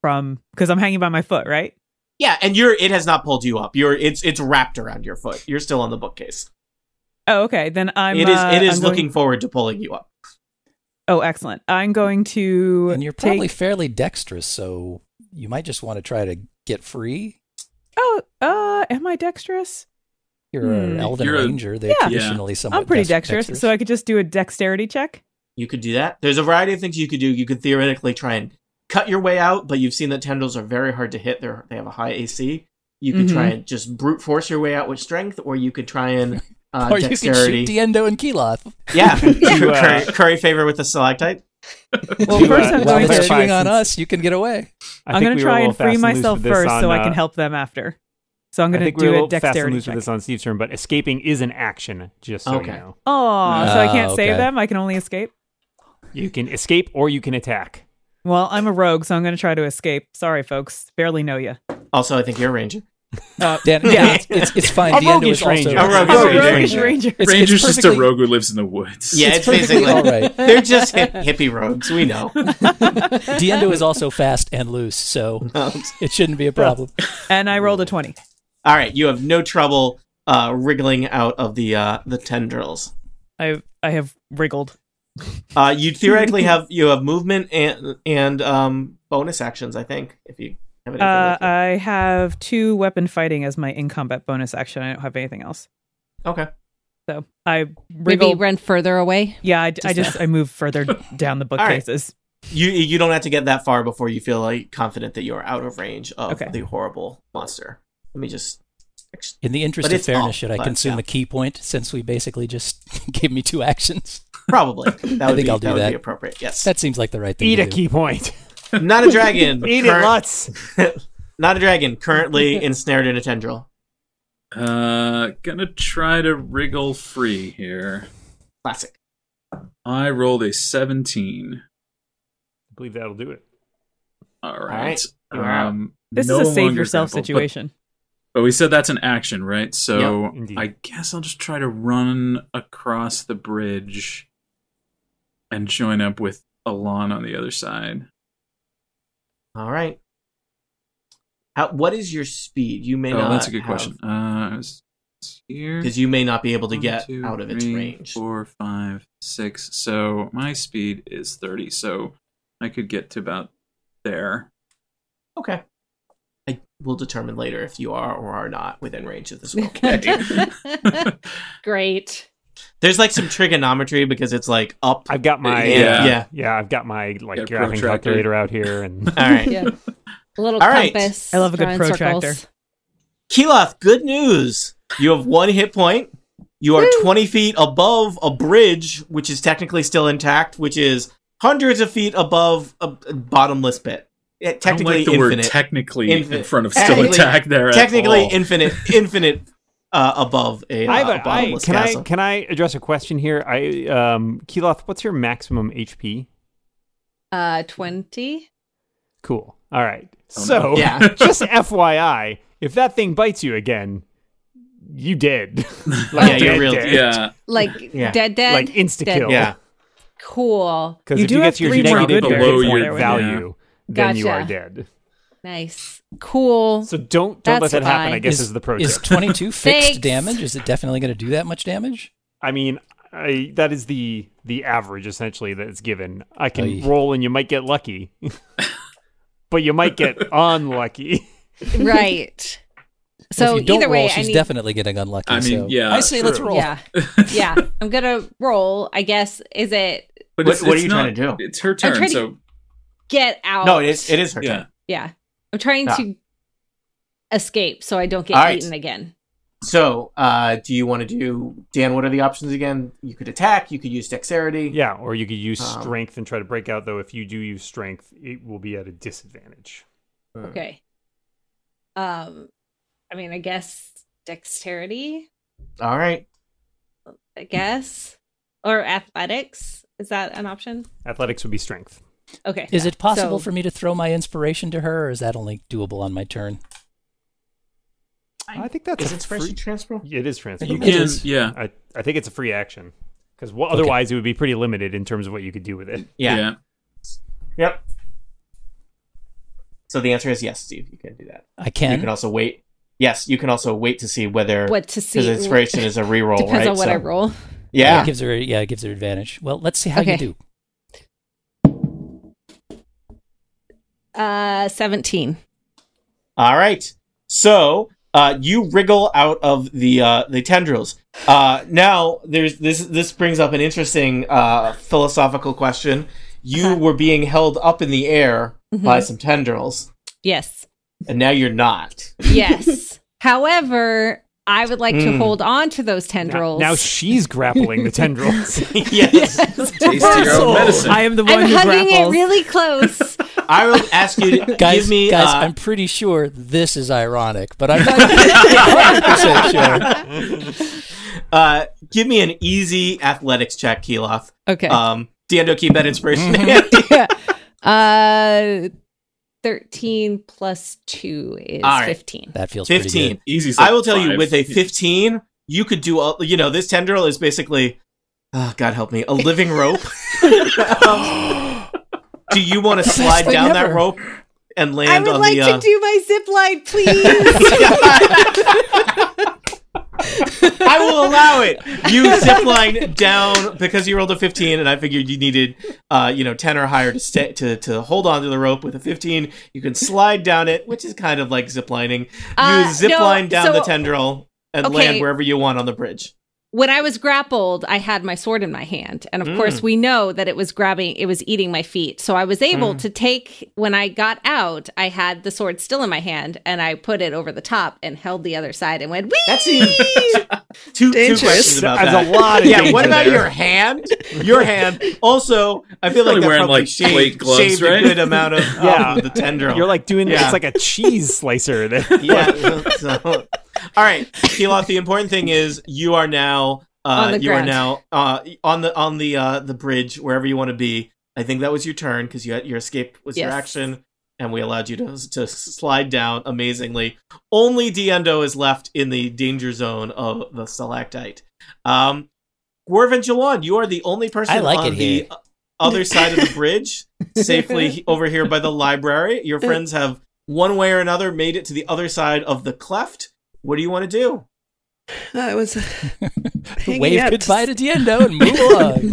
Speaker 3: from because I'm hanging by my foot, right?
Speaker 1: Yeah, and you're it has not pulled you up. You're it's it's wrapped around your foot. You're still on the bookcase.
Speaker 3: Oh, okay. Then I'm.
Speaker 1: It is.
Speaker 3: uh,
Speaker 1: it is
Speaker 3: I'm going-
Speaker 1: looking forward to pulling you up.
Speaker 3: Oh, excellent. I'm going to.
Speaker 2: And you're probably
Speaker 3: take-
Speaker 2: fairly dexterous, so you might just want to try to get free.
Speaker 3: Oh, uh, am I dexterous?
Speaker 2: You're an
Speaker 3: Hmm.
Speaker 2: elven
Speaker 5: You're a-
Speaker 2: ranger. They're
Speaker 3: Yeah.
Speaker 2: traditionally somewhat.
Speaker 3: I'm pretty
Speaker 2: dex-
Speaker 3: dexterous, so I could just do a dexterity check.
Speaker 1: You could do that. There's a variety of things you could do. You could theoretically try and cut your way out, but you've seen that tendrils are very hard to hit. They're they have a high AC. You could try and just brute force your way out with strength, or you could try and uh,
Speaker 2: or
Speaker 1: dexterity.
Speaker 2: you can shoot Diendo and Keeloth.
Speaker 1: yeah,
Speaker 7: You, uh,
Speaker 1: curry, curry favor with the stalactite.
Speaker 3: Well,
Speaker 7: Do,
Speaker 3: first
Speaker 7: uh,
Speaker 2: While
Speaker 3: I'm
Speaker 7: well,
Speaker 3: going
Speaker 7: that's
Speaker 2: it's
Speaker 3: to.
Speaker 7: clarify
Speaker 2: chewing on
Speaker 7: since-
Speaker 2: us, you can get away.
Speaker 7: I
Speaker 3: I'm going
Speaker 7: think we
Speaker 3: to
Speaker 7: were a
Speaker 3: try
Speaker 7: little
Speaker 3: and
Speaker 7: fast
Speaker 3: free
Speaker 7: loose with
Speaker 3: myself
Speaker 7: this
Speaker 3: first,
Speaker 7: on,
Speaker 3: so I
Speaker 7: uh,
Speaker 3: can help them after. So I'm
Speaker 7: I
Speaker 3: going to
Speaker 7: think we were a
Speaker 3: do a
Speaker 7: little fast and
Speaker 3: dexterity
Speaker 7: loose with
Speaker 3: check.
Speaker 7: this on Steve's turn, but escaping is an action, just so
Speaker 1: Okay.
Speaker 7: you know.
Speaker 3: Oh, so I can't
Speaker 2: Ah,
Speaker 3: save
Speaker 2: okay.
Speaker 3: them. I can only escape.
Speaker 7: You can escape or you can attack.
Speaker 3: Well, I'm a rogue, so I'm going to try to escape. Sorry, folks. Barely know you.
Speaker 1: Also, I think you're a ranger.
Speaker 2: Dan,
Speaker 3: yeah.
Speaker 2: it's, it's, it's fine.
Speaker 7: A
Speaker 2: Diendo is
Speaker 7: roguish
Speaker 2: also.
Speaker 7: ranger.
Speaker 1: A rogue-
Speaker 3: I'm a
Speaker 1: Sorry,
Speaker 3: roguish
Speaker 1: Ranger.
Speaker 3: ranger.
Speaker 2: It's- it's
Speaker 5: Ranger's just a
Speaker 2: perfectly-
Speaker 5: rogue who lives in the woods.
Speaker 1: Yeah, it's,
Speaker 2: It's perfectly
Speaker 1: basically
Speaker 2: all right.
Speaker 1: they're just hip, hippie rogues. We know.
Speaker 2: Diendo is also fast and loose, so it shouldn't be a problem.
Speaker 3: And I rolled a 20.
Speaker 1: All right, you have no trouble uh, wriggling out of the uh, the tendrils.
Speaker 3: I I have wriggled.
Speaker 1: Uh, you theoretically have you have movement and and um, bonus actions. I think if you have anything.
Speaker 3: Uh,
Speaker 1: like that.
Speaker 3: I have two weapon fighting as my in combat bonus action. I don't have anything else.
Speaker 1: okay.
Speaker 3: So I
Speaker 4: maybe
Speaker 3: wriggled.
Speaker 4: run further away
Speaker 3: yeah, I, I just I move further down the
Speaker 1: right.
Speaker 3: bookcases.
Speaker 1: You you don't have to get that far before you feel like confident that you are out of range of
Speaker 3: Okay.
Speaker 1: the horrible monster. Let me just.
Speaker 2: In the interest
Speaker 1: But
Speaker 2: of
Speaker 1: it's
Speaker 2: fairness,
Speaker 1: off,
Speaker 2: should I
Speaker 1: but,
Speaker 2: consume
Speaker 1: yeah.
Speaker 2: a key point since we basically just gave me two actions?
Speaker 1: Probably that would
Speaker 2: think
Speaker 1: be
Speaker 2: I'll do
Speaker 1: that would
Speaker 2: that.
Speaker 1: be appropriate. Yes,
Speaker 2: That seems like the right thing
Speaker 7: Eat
Speaker 2: to
Speaker 7: a
Speaker 2: do.
Speaker 7: key point.
Speaker 1: not a dragon.
Speaker 7: Eat it,
Speaker 1: curr-
Speaker 7: Lutz.
Speaker 1: not a dragon. Currently ensnared in a tendril.
Speaker 5: Uh, gonna try to wriggle free here.
Speaker 1: Classic.
Speaker 5: I rolled a 17.
Speaker 7: I believe that'll do it.
Speaker 5: All
Speaker 1: right.
Speaker 5: right.
Speaker 1: Wow.
Speaker 5: Um,
Speaker 3: This
Speaker 5: no
Speaker 3: is a save
Speaker 5: longer
Speaker 3: yourself
Speaker 5: grappled, but-
Speaker 3: situation.
Speaker 5: But, we said that's an action, right? So
Speaker 7: Yeah, indeed.
Speaker 5: I guess I'll just try to run across the bridge and join up with Alon on the other side.
Speaker 1: All right. How, what is your speed? You may
Speaker 5: oh,
Speaker 1: not.
Speaker 5: that's a good question. Uh, it's it's here.
Speaker 1: Because you may not be able to
Speaker 5: One,
Speaker 1: get
Speaker 5: two,
Speaker 1: out of its
Speaker 5: three,
Speaker 1: range.
Speaker 5: Four, five, six. So my speed is 30. So I could get to about there.
Speaker 1: Okay. I will determine later if you are or are not within range of this roll.
Speaker 4: Great.
Speaker 1: There's like some trigonometry because it's like up.
Speaker 7: I've got my
Speaker 5: Yeah.
Speaker 7: yeah.
Speaker 1: Yeah.
Speaker 7: yeah, I've got my like
Speaker 5: Yeah,
Speaker 7: graphing
Speaker 5: protractor.
Speaker 7: calculator out here, and
Speaker 1: All right.
Speaker 4: Yeah. A little
Speaker 1: All right.
Speaker 4: compass.
Speaker 3: I love a good
Speaker 4: drawing
Speaker 3: protractor.
Speaker 4: circles.
Speaker 1: Keeloth, good news. You have one hit point. You are 20 feet above a bridge, which is technically still intact, which is hundreds of feet above a, a bottomless pit. Yeah, technically
Speaker 5: I don't like the
Speaker 1: infinite.
Speaker 5: word technically in
Speaker 1: Infinite.
Speaker 5: front of still
Speaker 1: Technically-
Speaker 5: attack there. at
Speaker 1: technically
Speaker 5: all.
Speaker 1: infinite, infinite uh, above a,
Speaker 7: I
Speaker 1: uh,
Speaker 7: have
Speaker 1: a
Speaker 7: a, I,
Speaker 1: bottomless
Speaker 7: can
Speaker 1: castle.
Speaker 7: I can I address a question here? I um Keeloth, what's your maximum HP?
Speaker 4: Uh, 20.
Speaker 7: Cool. All right.
Speaker 5: Oh, no.
Speaker 7: so
Speaker 1: Yeah.
Speaker 7: just FYI, if that thing bites you again, you dead.
Speaker 1: Yeah,
Speaker 7: like
Speaker 1: you're
Speaker 7: dead,
Speaker 1: real
Speaker 7: dead.
Speaker 5: yeah.
Speaker 4: Like
Speaker 1: Yeah.
Speaker 4: dead, dead.
Speaker 7: Like insta
Speaker 4: dead.
Speaker 7: kill.
Speaker 1: Yeah.
Speaker 4: cool.
Speaker 7: Because
Speaker 3: You
Speaker 7: if
Speaker 3: do
Speaker 7: you
Speaker 3: have
Speaker 7: get your
Speaker 3: three more
Speaker 7: negative
Speaker 3: good
Speaker 7: hit
Speaker 3: berries.
Speaker 7: point
Speaker 3: There we go.
Speaker 7: value, then you are
Speaker 4: Gotcha.
Speaker 7: dead.
Speaker 4: Nice. Cool.
Speaker 7: So don't don't
Speaker 4: That's
Speaker 7: let that happen. I
Speaker 4: fine.
Speaker 7: guess
Speaker 2: is,
Speaker 7: is, the pro
Speaker 2: Is
Speaker 7: tip.
Speaker 2: 22
Speaker 4: Thanks.
Speaker 2: fixed damage? Is it definitely going to do that much damage?
Speaker 7: I mean, I, that is the the average essentially that it's given. I can
Speaker 2: Oy.
Speaker 7: roll and you might get lucky, but you might get unlucky.
Speaker 4: right.
Speaker 2: Well,
Speaker 4: So
Speaker 2: if you don't
Speaker 4: either
Speaker 2: roll,
Speaker 4: way, I
Speaker 2: she's
Speaker 4: need.
Speaker 2: definitely getting unlucky.
Speaker 5: I mean,
Speaker 2: so
Speaker 5: yeah,
Speaker 2: I say let's
Speaker 7: true.
Speaker 2: roll.
Speaker 4: Yeah. Yeah. I'm gonna roll. I guess. Is it
Speaker 5: But
Speaker 1: What-
Speaker 5: it's-
Speaker 1: what are
Speaker 5: it's
Speaker 1: you
Speaker 5: not-
Speaker 1: trying to do?
Speaker 5: It's her
Speaker 4: trying
Speaker 5: turn,
Speaker 4: to-
Speaker 5: so
Speaker 4: get out?
Speaker 1: No, it is, it is her
Speaker 5: yeah.
Speaker 1: turn.
Speaker 4: Yeah. I'm trying
Speaker 1: Ah.
Speaker 4: to escape so I don't get
Speaker 1: All right.
Speaker 4: eaten again.
Speaker 1: So, uh, do you want to do, Dan, what are the options again? You could attack, you could use dexterity.
Speaker 7: yeah, or you could use
Speaker 1: Um,
Speaker 7: strength and try to break out. Though if you do use strength, it will be at a disadvantage.
Speaker 4: Okay. Um, I mean, I guess dexterity.
Speaker 1: All right.
Speaker 4: I guess or athletics. Is that an option?
Speaker 7: Athletics would be strength.
Speaker 4: Okay.
Speaker 2: Is it possible
Speaker 4: So-
Speaker 2: for me to throw my inspiration to her, or is that only doable on my turn?
Speaker 7: I think that's
Speaker 1: Is
Speaker 7: a
Speaker 1: inspiration
Speaker 7: free-
Speaker 1: transfer?
Speaker 7: It is transferable.
Speaker 5: You
Speaker 2: It
Speaker 5: can,
Speaker 2: is.
Speaker 5: yeah,
Speaker 7: I, I think it's a free action because otherwise it would be pretty limited in terms of what you could do with it.
Speaker 1: Yeah.
Speaker 5: yeah.
Speaker 1: Yep. So the answer is yes, Steve. You can do that.
Speaker 2: I
Speaker 1: You
Speaker 2: can.
Speaker 1: can also wait. Yes, you can also wait to see whether
Speaker 4: what to
Speaker 1: because
Speaker 4: see?
Speaker 1: inspiration is a reroll,
Speaker 4: depends
Speaker 1: right?
Speaker 4: on what
Speaker 1: So-
Speaker 4: I roll.
Speaker 2: It
Speaker 1: Yeah.
Speaker 2: gives her. Yeah, it gives her advantage. Well, let's see how
Speaker 4: Okay.
Speaker 2: you do.
Speaker 4: Uh, seventeen.
Speaker 1: All right. So uh, you wriggle out of the uh, the tendrils. Uh, now there's this this brings up an interesting uh, philosophical question. You
Speaker 4: Uh-huh.
Speaker 1: were being held up in the air
Speaker 4: Mhm.
Speaker 2: Mm-hmm.
Speaker 1: by some tendrils,
Speaker 4: Yes.
Speaker 1: and now you're not.
Speaker 4: Yes. However, I would like to
Speaker 1: Mm.
Speaker 4: hold on to those
Speaker 7: Now,
Speaker 4: tendrils.
Speaker 7: now she's grappling the tendrils.
Speaker 1: yes.
Speaker 5: Taste your own medicine.
Speaker 3: I am the one
Speaker 4: I'm
Speaker 3: who
Speaker 4: hugging
Speaker 3: grapples.
Speaker 4: it really close.
Speaker 1: I will ask you to
Speaker 2: Guys,
Speaker 1: give me
Speaker 2: guys,
Speaker 1: uh,
Speaker 2: I'm pretty sure this is ironic, but I'm not 100% sure.
Speaker 1: Uh, give me an easy athletics check, Keeloth.
Speaker 4: okay.
Speaker 1: Um, Diendo, keep that inspiration.
Speaker 4: uh, thirteen plus two is
Speaker 1: All right.
Speaker 4: fifteen.
Speaker 2: That feels pretty good.
Speaker 1: fifteen.
Speaker 5: Easy.
Speaker 1: I will tell you, with a
Speaker 5: a
Speaker 1: fifteen, you could do. A, you know, this tendril is basically, oh, God help me, a living rope. Um, do you want to slide
Speaker 2: thing
Speaker 1: down that
Speaker 2: ever.
Speaker 1: rope and land
Speaker 4: I would
Speaker 1: on
Speaker 4: like
Speaker 1: the?
Speaker 4: to
Speaker 1: uh,
Speaker 4: do my zip line, please.
Speaker 1: I will allow it. You zip line down because you rolled a 15, and I figured you needed, uh, you know, 10 or higher to stay to to hold on to the rope. With a 15, you can slide down it, which is kind of like ziplining. You
Speaker 4: Uh,
Speaker 1: zip
Speaker 4: no,
Speaker 1: line down
Speaker 4: so-
Speaker 1: the tendril and land
Speaker 4: Okay.
Speaker 1: wherever you want on the bridge.
Speaker 4: when I was grappled, I had my sword in my hand. And of
Speaker 1: Mm.
Speaker 4: course, we know that it was grabbing, it was eating my feet. So I was able
Speaker 1: Mm.
Speaker 4: to take, when I got out, I had the sword still in my hand and I put it over the top and held the other side and went, Wee!
Speaker 1: That's
Speaker 3: e-
Speaker 1: it. Two, two
Speaker 6: Dangerous.
Speaker 1: questions about
Speaker 7: There's
Speaker 1: that.
Speaker 7: a lot of
Speaker 1: yeah,
Speaker 7: danger
Speaker 1: what about
Speaker 7: there.
Speaker 1: your hand? Your hand. Also, I feel like
Speaker 5: Probably
Speaker 1: that
Speaker 5: wearing,
Speaker 1: probably
Speaker 5: like,
Speaker 1: shaved,
Speaker 5: plate gloves,
Speaker 1: shaved
Speaker 5: right?
Speaker 1: a good amount of,
Speaker 7: Yeah.
Speaker 1: off of the tendril.
Speaker 7: You're like doing
Speaker 1: Yeah.
Speaker 7: it's like a cheese slicer. There.
Speaker 1: yeah. so- all right, Keeloth. The important thing is you are now
Speaker 4: On
Speaker 1: uh,
Speaker 4: the
Speaker 1: you are
Speaker 4: ground.
Speaker 1: now uh, on the on the uh, the bridge wherever you want to be. I think that was your turn because you had, your escape was your
Speaker 4: Yes.
Speaker 1: action, and we allowed you to to slide down amazingly. Only Diendo is left in the danger zone of the stalactite. Um, Dwarven Jawan, you are the only person
Speaker 2: I like
Speaker 1: on
Speaker 2: it
Speaker 1: the
Speaker 2: here.
Speaker 1: o- other side of the bridge, safely he- over here by the library.
Speaker 6: Uh,
Speaker 1: Your friends have one way or another made it to the other side of the cleft. What do you want to do?
Speaker 6: I was hanging
Speaker 2: Wave
Speaker 6: out
Speaker 2: goodbye
Speaker 6: to
Speaker 1: Um,
Speaker 2: to Diendo and move along.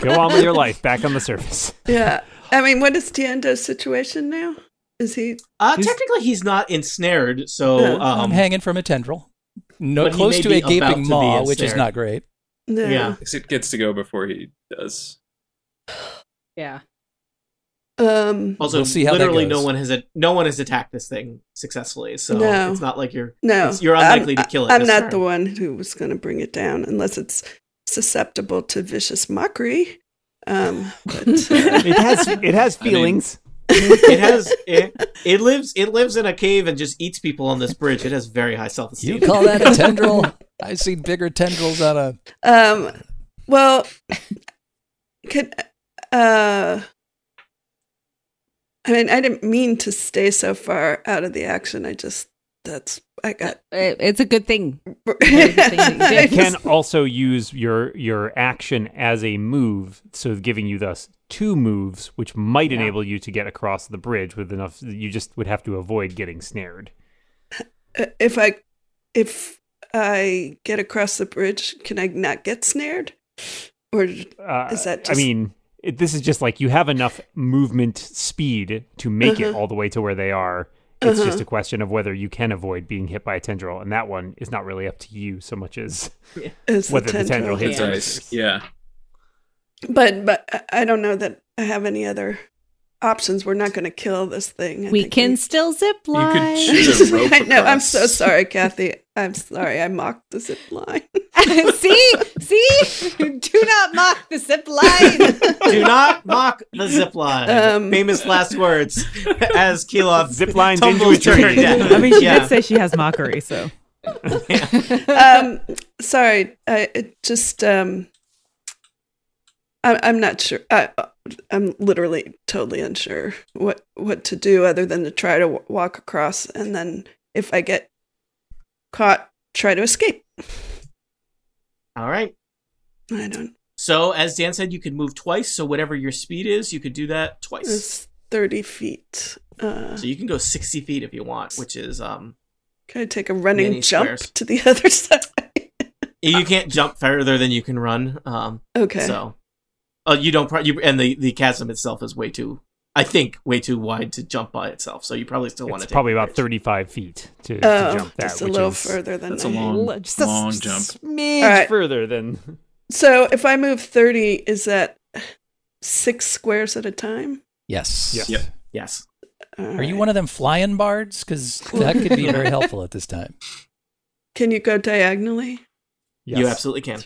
Speaker 7: Go on with your life. Back on the surface.
Speaker 6: Yeah. I mean, what is Tiendo's situation now? Is he
Speaker 1: Uh,
Speaker 6: He's-
Speaker 1: technically, he's not ensnared, so
Speaker 6: Yeah.
Speaker 1: um,
Speaker 2: I'm hanging from a tendril. No,
Speaker 1: But he
Speaker 2: close
Speaker 1: may
Speaker 2: to
Speaker 1: be
Speaker 2: a
Speaker 1: about to
Speaker 2: gaping
Speaker 1: be
Speaker 2: maw, which is
Speaker 1: ensnared.
Speaker 2: not great.
Speaker 6: no.
Speaker 1: Yeah.
Speaker 5: It gets to go before he does.
Speaker 4: Yeah.
Speaker 6: Um
Speaker 1: also
Speaker 2: We'll see how that
Speaker 1: literally no
Speaker 2: goes.
Speaker 1: one has a, no one has attacked this thing successfully. So
Speaker 6: No.
Speaker 1: it's not like you're
Speaker 6: no.
Speaker 1: It's- you're unlikely
Speaker 6: I'm,
Speaker 1: to kill it
Speaker 6: I'm
Speaker 1: this
Speaker 6: not
Speaker 1: turn.
Speaker 6: the one who was going to bring it down unless it's susceptible to vicious mockery. Um but uh,
Speaker 7: It has it has
Speaker 5: I mean-
Speaker 7: feelings.
Speaker 1: it has it, it lives it lives in a cave and just eats people on this bridge. It has very high self
Speaker 2: You
Speaker 1: esteem.
Speaker 2: call that a tendril? I've seen bigger tendrils on a.
Speaker 6: Um, well, could uh, I mean, I didn't mean to stay so far out of the action. I just that's I got.
Speaker 4: It, it's a good thing.
Speaker 6: I
Speaker 4: that you
Speaker 7: You
Speaker 4: did.
Speaker 7: can
Speaker 6: just-
Speaker 7: also use your your action as a move, so giving you thus two moves, which might enable you to get across the bridge with enough. You just would have to avoid getting snared.
Speaker 6: if I if I get across the bridge, can I not get snared? Or
Speaker 7: Uh,
Speaker 6: Is that
Speaker 7: I
Speaker 6: just-
Speaker 7: mean, it, this is just like you have enough movement speed to make it all the way to where they are. It's just
Speaker 6: Uh-huh.
Speaker 7: a question of whether you can avoid being hit by a tendril, and that one is not really up to you so much as
Speaker 6: is
Speaker 7: Whether the tendril hits
Speaker 5: It's
Speaker 7: Yeah.
Speaker 5: ice. Yeah.
Speaker 6: But but I- I don't know that I have any other options. We're not going to kill this thing. I
Speaker 4: We
Speaker 6: think
Speaker 4: can still zip line.
Speaker 5: shoot a rope
Speaker 6: I know. I'm so
Speaker 5: across.
Speaker 6: sorry, Kathy. I'm sorry. I mocked the zip line.
Speaker 4: see, see, do not mock the zip line.
Speaker 1: Do not mock the zip line.
Speaker 6: Um.
Speaker 1: Famous last words as Keeloth
Speaker 7: zip lines into a
Speaker 1: tumbles to her
Speaker 7: tree.
Speaker 1: death.
Speaker 3: I mean, she
Speaker 1: yeah.
Speaker 3: did say she has mockery, so
Speaker 6: um, sorry, I it just um, I, I'm not sure. I, I'm literally totally unsure what what to do other than to try to w- walk across, and then if I get caught, try to escape.
Speaker 1: All right.
Speaker 6: I don't.
Speaker 1: So as Dan said, you could move twice. So whatever your speed is, you could do that twice.
Speaker 6: It's thirty feet. Uh,
Speaker 1: So you can go sixty feet if you want, which is um
Speaker 6: can I take a running
Speaker 1: Many
Speaker 6: jump
Speaker 1: squares.
Speaker 6: to the other side?
Speaker 1: you can't jump further than you can run. Um,
Speaker 6: okay.
Speaker 1: so uh, you don't pro- you and the the chasm itself is way too. I think way too wide to jump by itself, so you probably still want
Speaker 7: It's
Speaker 1: to.
Speaker 7: probably about 35 feet to, to
Speaker 6: Oh,
Speaker 7: jump that.
Speaker 6: just a
Speaker 7: which
Speaker 6: little
Speaker 7: is
Speaker 6: further than
Speaker 5: that's
Speaker 6: I
Speaker 5: a long-
Speaker 7: l- just a s-
Speaker 5: long
Speaker 7: just a
Speaker 5: jump.
Speaker 7: smidge
Speaker 6: All right.
Speaker 7: further than.
Speaker 6: So if I move 30, is that six squares at a time? Uh,
Speaker 2: Yes.
Speaker 7: Yes.
Speaker 5: Yep.
Speaker 1: Yes.
Speaker 2: Are you one of them flying bards? Because that could be very helpful at this time.
Speaker 6: Can you go diagonally?
Speaker 1: You
Speaker 7: Yes.
Speaker 1: absolutely can.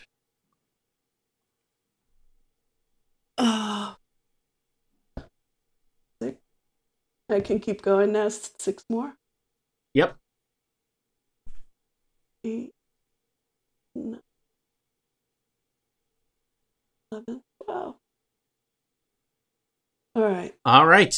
Speaker 2: Ah.
Speaker 6: Oh. I can keep going now. s- Six more.
Speaker 1: Yep.
Speaker 6: Eight. nine, Eleven. Twelve. All right.
Speaker 1: All right.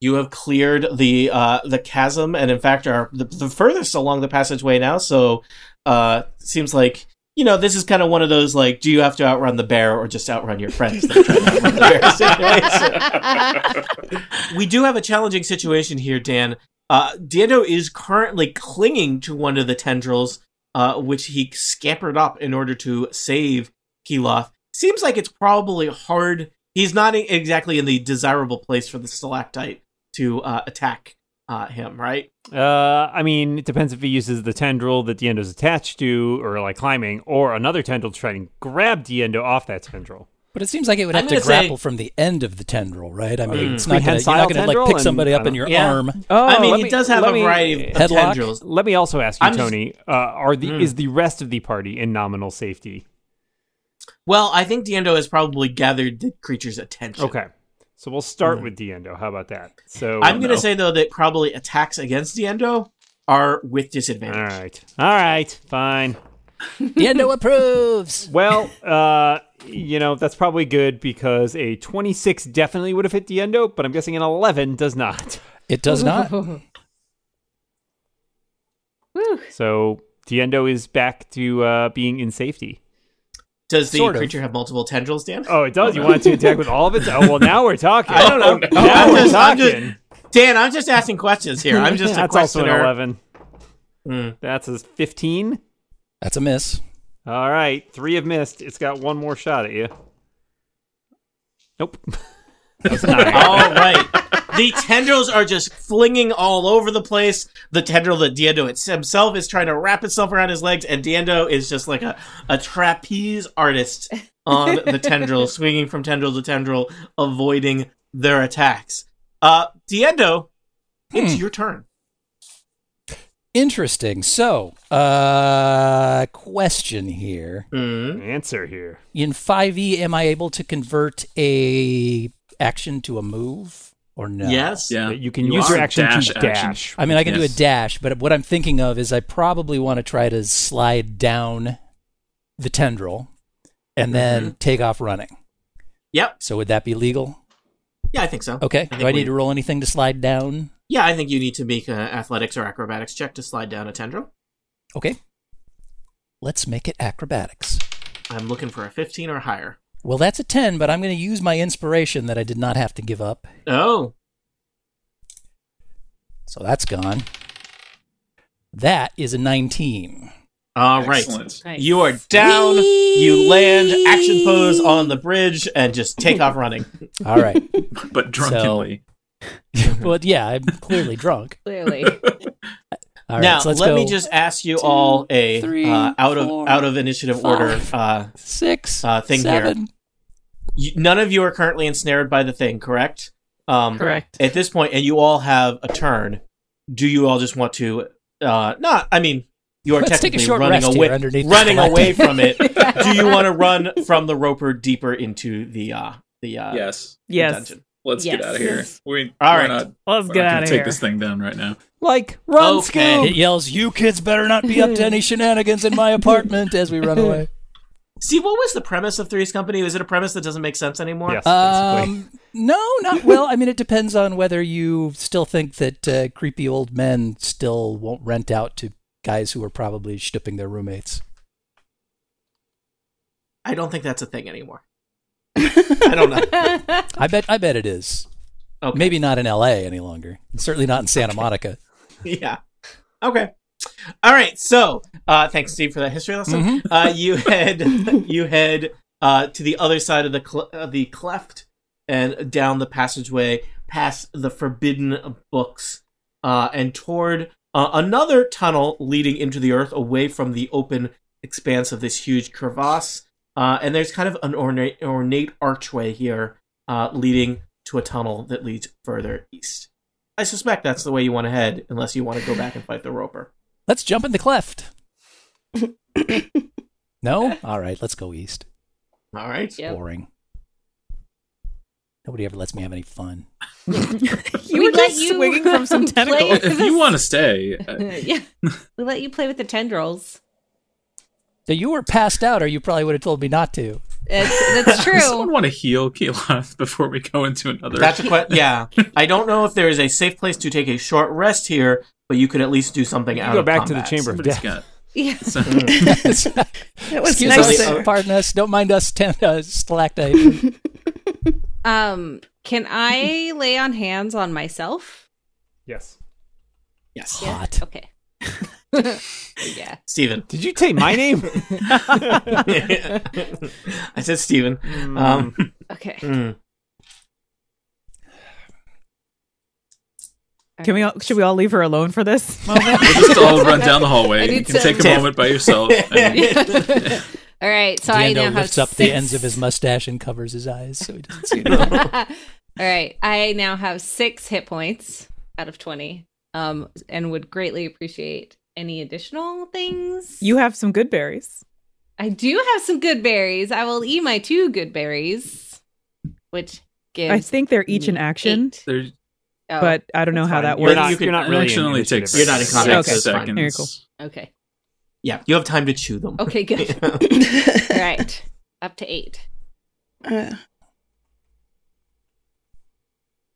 Speaker 1: You have cleared the uh, the chasm, and in fact are the, the furthest along the passageway now. So, uh, seems like you know this is kind of one of those like, do you have to outrun the bear or just outrun your friends? that try to outrun the bear situation? we do have a challenging situation here, Dan. Uh, Diendo is currently clinging to one of the tendrils, uh, which he scampered up in order to save Keloth. Seems like it's probably hard he's not e- exactly in the desirable place for the stalactite to uh, attack uh, him, right?
Speaker 7: Uh, I mean, it depends if he uses the tendril that Diendo's attached to, or like climbing, or another tendril to try and grab Diendo off that tendril.
Speaker 2: But it seems like it would
Speaker 1: I'm
Speaker 2: have to
Speaker 1: gonna say-
Speaker 2: grapple from the end of the tendril, right? I mean,
Speaker 1: Mm.
Speaker 2: it's not gonna, you're
Speaker 7: Prehensile
Speaker 2: not going to
Speaker 7: tendril
Speaker 2: like pick
Speaker 7: and-
Speaker 2: somebody
Speaker 7: I
Speaker 2: up
Speaker 7: don't
Speaker 2: in your
Speaker 1: know. Yeah.
Speaker 2: arm.
Speaker 7: Oh,
Speaker 1: I mean,
Speaker 7: let
Speaker 1: he
Speaker 7: me-
Speaker 1: does have
Speaker 7: let
Speaker 1: a
Speaker 7: me-
Speaker 1: variety of
Speaker 2: Headlock?
Speaker 1: tendrils.
Speaker 7: Let me also ask you,
Speaker 1: I'm just-
Speaker 7: Tony. Uh, are the
Speaker 1: Mm.
Speaker 7: is the rest of the party in nominal safety?
Speaker 1: Well, I think Diendo has probably gathered the creature's attention.
Speaker 7: Okay, so we'll start with Diendo. How about that? So
Speaker 1: Hmm. I'm going to
Speaker 5: no.
Speaker 1: say, though, that probably attacks against Diendo are with
Speaker 7: All
Speaker 1: disadvantage.
Speaker 7: right, all right, fine.
Speaker 2: Diendo approves.
Speaker 7: Well, uh, you know that's probably good because a 26 definitely would have hit Diendo, but I'm guessing an 11 does not.
Speaker 2: It does not.
Speaker 4: Woo.
Speaker 7: So Diendo is back to uh, being in safety.
Speaker 1: Does the
Speaker 2: Sort of.
Speaker 1: creature have multiple tendrils, Dan?
Speaker 7: Oh, it does. You want it to attack with all of its? Oh, well, now we're talking.
Speaker 1: I don't know.
Speaker 7: Now
Speaker 1: I'm
Speaker 7: we're
Speaker 1: just- I'm
Speaker 7: talking.
Speaker 1: just- Dan, I'm just asking questions here. I'm just a
Speaker 7: That's also an
Speaker 1: questioner.
Speaker 7: 11.
Speaker 1: Mm.
Speaker 7: That's a 15.
Speaker 2: That's a miss.
Speaker 7: All right. Three have missed. It's got one more shot at you. Nope. That's nine.
Speaker 1: All right. The tendrils are just flinging all over the place. The tendril that Diendo it's- himself is trying to wrap itself around his legs, and Diendo is just like a, a trapeze artist on the tendril, swinging from tendril to tendril, avoiding their attacks. Uh, Diendo, it's
Speaker 2: Hmm.
Speaker 1: your turn.
Speaker 2: Interesting. So, uh, question here:
Speaker 1: Mm.
Speaker 7: Answer here.
Speaker 2: In 5e, am I able to convert a action to a move or no?
Speaker 1: Yes.
Speaker 5: Yeah.
Speaker 7: You can use your
Speaker 5: are
Speaker 7: action
Speaker 5: dash
Speaker 7: to
Speaker 5: action.
Speaker 7: dash.
Speaker 2: I mean, I can do
Speaker 5: Yes.
Speaker 2: a dash, but what I'm thinking of is I probably want to try to slide down the tendril
Speaker 1: Mm-hmm.
Speaker 2: and then take off running.
Speaker 1: Yep.
Speaker 2: So would that be legal?
Speaker 1: Yeah, I think so.
Speaker 2: Okay.
Speaker 1: think
Speaker 2: do I need
Speaker 1: we-
Speaker 2: to roll anything to slide down?
Speaker 1: Yeah, I think you need to make an athletics or acrobatics check to slide down a tendril.
Speaker 2: Okay. Let's make it acrobatics.
Speaker 1: I'm looking for a 15 or higher.
Speaker 2: Well, that's a 10, but I'm going to use my inspiration that I did not have to give up.
Speaker 1: Oh,
Speaker 2: So that's gone. That is a 19.
Speaker 1: all right.
Speaker 5: Excellent.
Speaker 4: Nice.
Speaker 1: You are down. You land action pose on the bridge and just take off running.
Speaker 2: All right.
Speaker 5: But drunkenly.
Speaker 2: but yeah, I'm clearly drunk.
Speaker 4: Clearly.
Speaker 2: All right,
Speaker 1: now,
Speaker 2: so let's
Speaker 1: let
Speaker 2: go
Speaker 1: me just ask you all a
Speaker 2: three,
Speaker 1: uh, out
Speaker 2: four,
Speaker 1: of out of initiative order.
Speaker 2: five.
Speaker 1: Uh,
Speaker 2: six,
Speaker 1: uh, thing here.
Speaker 2: seven.
Speaker 1: you, none of you are currently ensnared by the thing, correct? Um,
Speaker 3: Correct.
Speaker 1: At this point, and you all have a turn. Do you all just want to? Uh, not. I mean, you are
Speaker 2: Let's take a
Speaker 1: technically
Speaker 2: short
Speaker 1: running
Speaker 2: rest
Speaker 1: away,
Speaker 2: here underneath the
Speaker 1: running
Speaker 2: collective.
Speaker 1: away from it. Do you want to run from the roper deeper into the uh, the uh,
Speaker 5: yes.
Speaker 3: Yes.
Speaker 1: dungeon?
Speaker 5: Let's get
Speaker 4: Yes.
Speaker 5: out of here. We,
Speaker 1: All
Speaker 5: we're
Speaker 1: right.
Speaker 5: Not,
Speaker 3: Let's
Speaker 5: we're
Speaker 3: get
Speaker 5: not
Speaker 3: out
Speaker 5: gonna
Speaker 3: of
Speaker 5: take
Speaker 3: here.
Speaker 5: this thing down right now.
Speaker 7: Like run,
Speaker 1: Okay.
Speaker 2: It
Speaker 7: Scoob.
Speaker 2: yells, "You kids better not be up to any shenanigans in my apartment!" As we run away.
Speaker 1: See, what was the premise of Three's Company? Is it a premise that doesn't make sense anymore?
Speaker 7: Yes, basically.
Speaker 2: Um, no, not well. I mean, it depends on whether you still think that uh, creepy old men still won't rent out to guys who are probably shtipping their roommates.
Speaker 1: I don't think that's a thing anymore. I don't know.
Speaker 2: I bet. I bet it is.
Speaker 1: Okay.
Speaker 2: Maybe not in L.A. any longer. Certainly not in Santa Monica.
Speaker 1: yeah. Okay. All right. So, uh, thanks, Steve, for that history lesson.
Speaker 2: Mhm.
Speaker 1: Uh, you head, you head uh, to the other side of the cle uh, the cleft and down the passageway, past the forbidden books, uh, and toward uh, another tunnel leading into the earth, away from the open expanse of this huge crevasse. Uh, and there's kind of an ornate ornate archway here, uh, leading to a tunnel that leads further east. I suspect that's the way you want to head, unless you want to go back and fight the Roper.
Speaker 2: Let's jump in the cleft. No. All right. Let's go east.
Speaker 1: All right.
Speaker 4: Yep.
Speaker 2: Boring. Nobody ever lets me have any fun.
Speaker 3: You
Speaker 4: We
Speaker 3: were
Speaker 4: let
Speaker 3: just
Speaker 4: you
Speaker 3: swinging from some
Speaker 4: play-
Speaker 3: tentacles.
Speaker 5: If you want to stay, uh,
Speaker 4: yeah. We let you play with the tendrils.
Speaker 2: So you were passed out, or you probably would have told me not to.
Speaker 4: It's, that's
Speaker 5: Does someone
Speaker 4: true.
Speaker 5: want to heal Keeloth before we go into another?
Speaker 1: That's a question. Yeah, I don't know if there is a safe place to take a short rest here, but you could at least do something
Speaker 7: You
Speaker 1: out
Speaker 7: go
Speaker 1: of
Speaker 7: back to the
Speaker 1: combat.
Speaker 7: chamber.
Speaker 5: Somebody's
Speaker 7: Death.
Speaker 5: got-
Speaker 4: Yeah.
Speaker 5: so-
Speaker 2: Excuse
Speaker 6: That was
Speaker 1: nice
Speaker 2: us,
Speaker 6: nice.
Speaker 1: there.
Speaker 2: uh, pardon us. Don't mind us, ten, uh, stalactite.
Speaker 4: Um, can I lay on hands on myself?
Speaker 7: Yes.
Speaker 1: Yes,
Speaker 4: Yeah.
Speaker 2: Hot.
Speaker 4: Okay. yeah.
Speaker 1: Stephen.
Speaker 7: Did you say my name?
Speaker 1: I said Stephen.
Speaker 7: Mm.
Speaker 1: Um,
Speaker 4: Okay.
Speaker 2: Hmm.
Speaker 1: mm.
Speaker 3: Can we? All, should we all leave her alone for this?
Speaker 5: we'll just all run down the
Speaker 4: I
Speaker 5: hallway. You
Speaker 4: need
Speaker 5: can
Speaker 4: to-
Speaker 5: take a
Speaker 1: Tiff.
Speaker 5: moment by yourself. and-
Speaker 4: All right. So I now
Speaker 2: Diendo
Speaker 4: have
Speaker 2: lifts up the
Speaker 4: six-
Speaker 2: ends of his mustache and covers his eyes so he doesn't see it.
Speaker 4: All right. I now have six hit points out of 20 um, and would greatly appreciate any additional things.
Speaker 3: You have some good berries.
Speaker 4: I do have some good berries. I will eat my two good berries, which gives.
Speaker 3: I think they're each in
Speaker 4: me
Speaker 3: action,
Speaker 4: eight.
Speaker 5: There's-
Speaker 4: Oh,
Speaker 3: but I don't know
Speaker 7: That's
Speaker 3: how
Speaker 7: fine.
Speaker 1: You're
Speaker 3: that
Speaker 7: You're
Speaker 3: works.
Speaker 7: not,
Speaker 1: You can-
Speaker 7: you're not
Speaker 5: it
Speaker 7: really
Speaker 5: actually
Speaker 7: in
Speaker 5: only
Speaker 7: initiative
Speaker 5: takes
Speaker 7: right
Speaker 1: You're not in
Speaker 7: now.
Speaker 1: combat,
Speaker 5: six
Speaker 1: so it's fine.
Speaker 5: seconds.
Speaker 3: Very cool.
Speaker 4: okay.
Speaker 1: yeah, you have time to chew them.
Speaker 4: Okay, good. All right. Up to eight.
Speaker 6: Uh,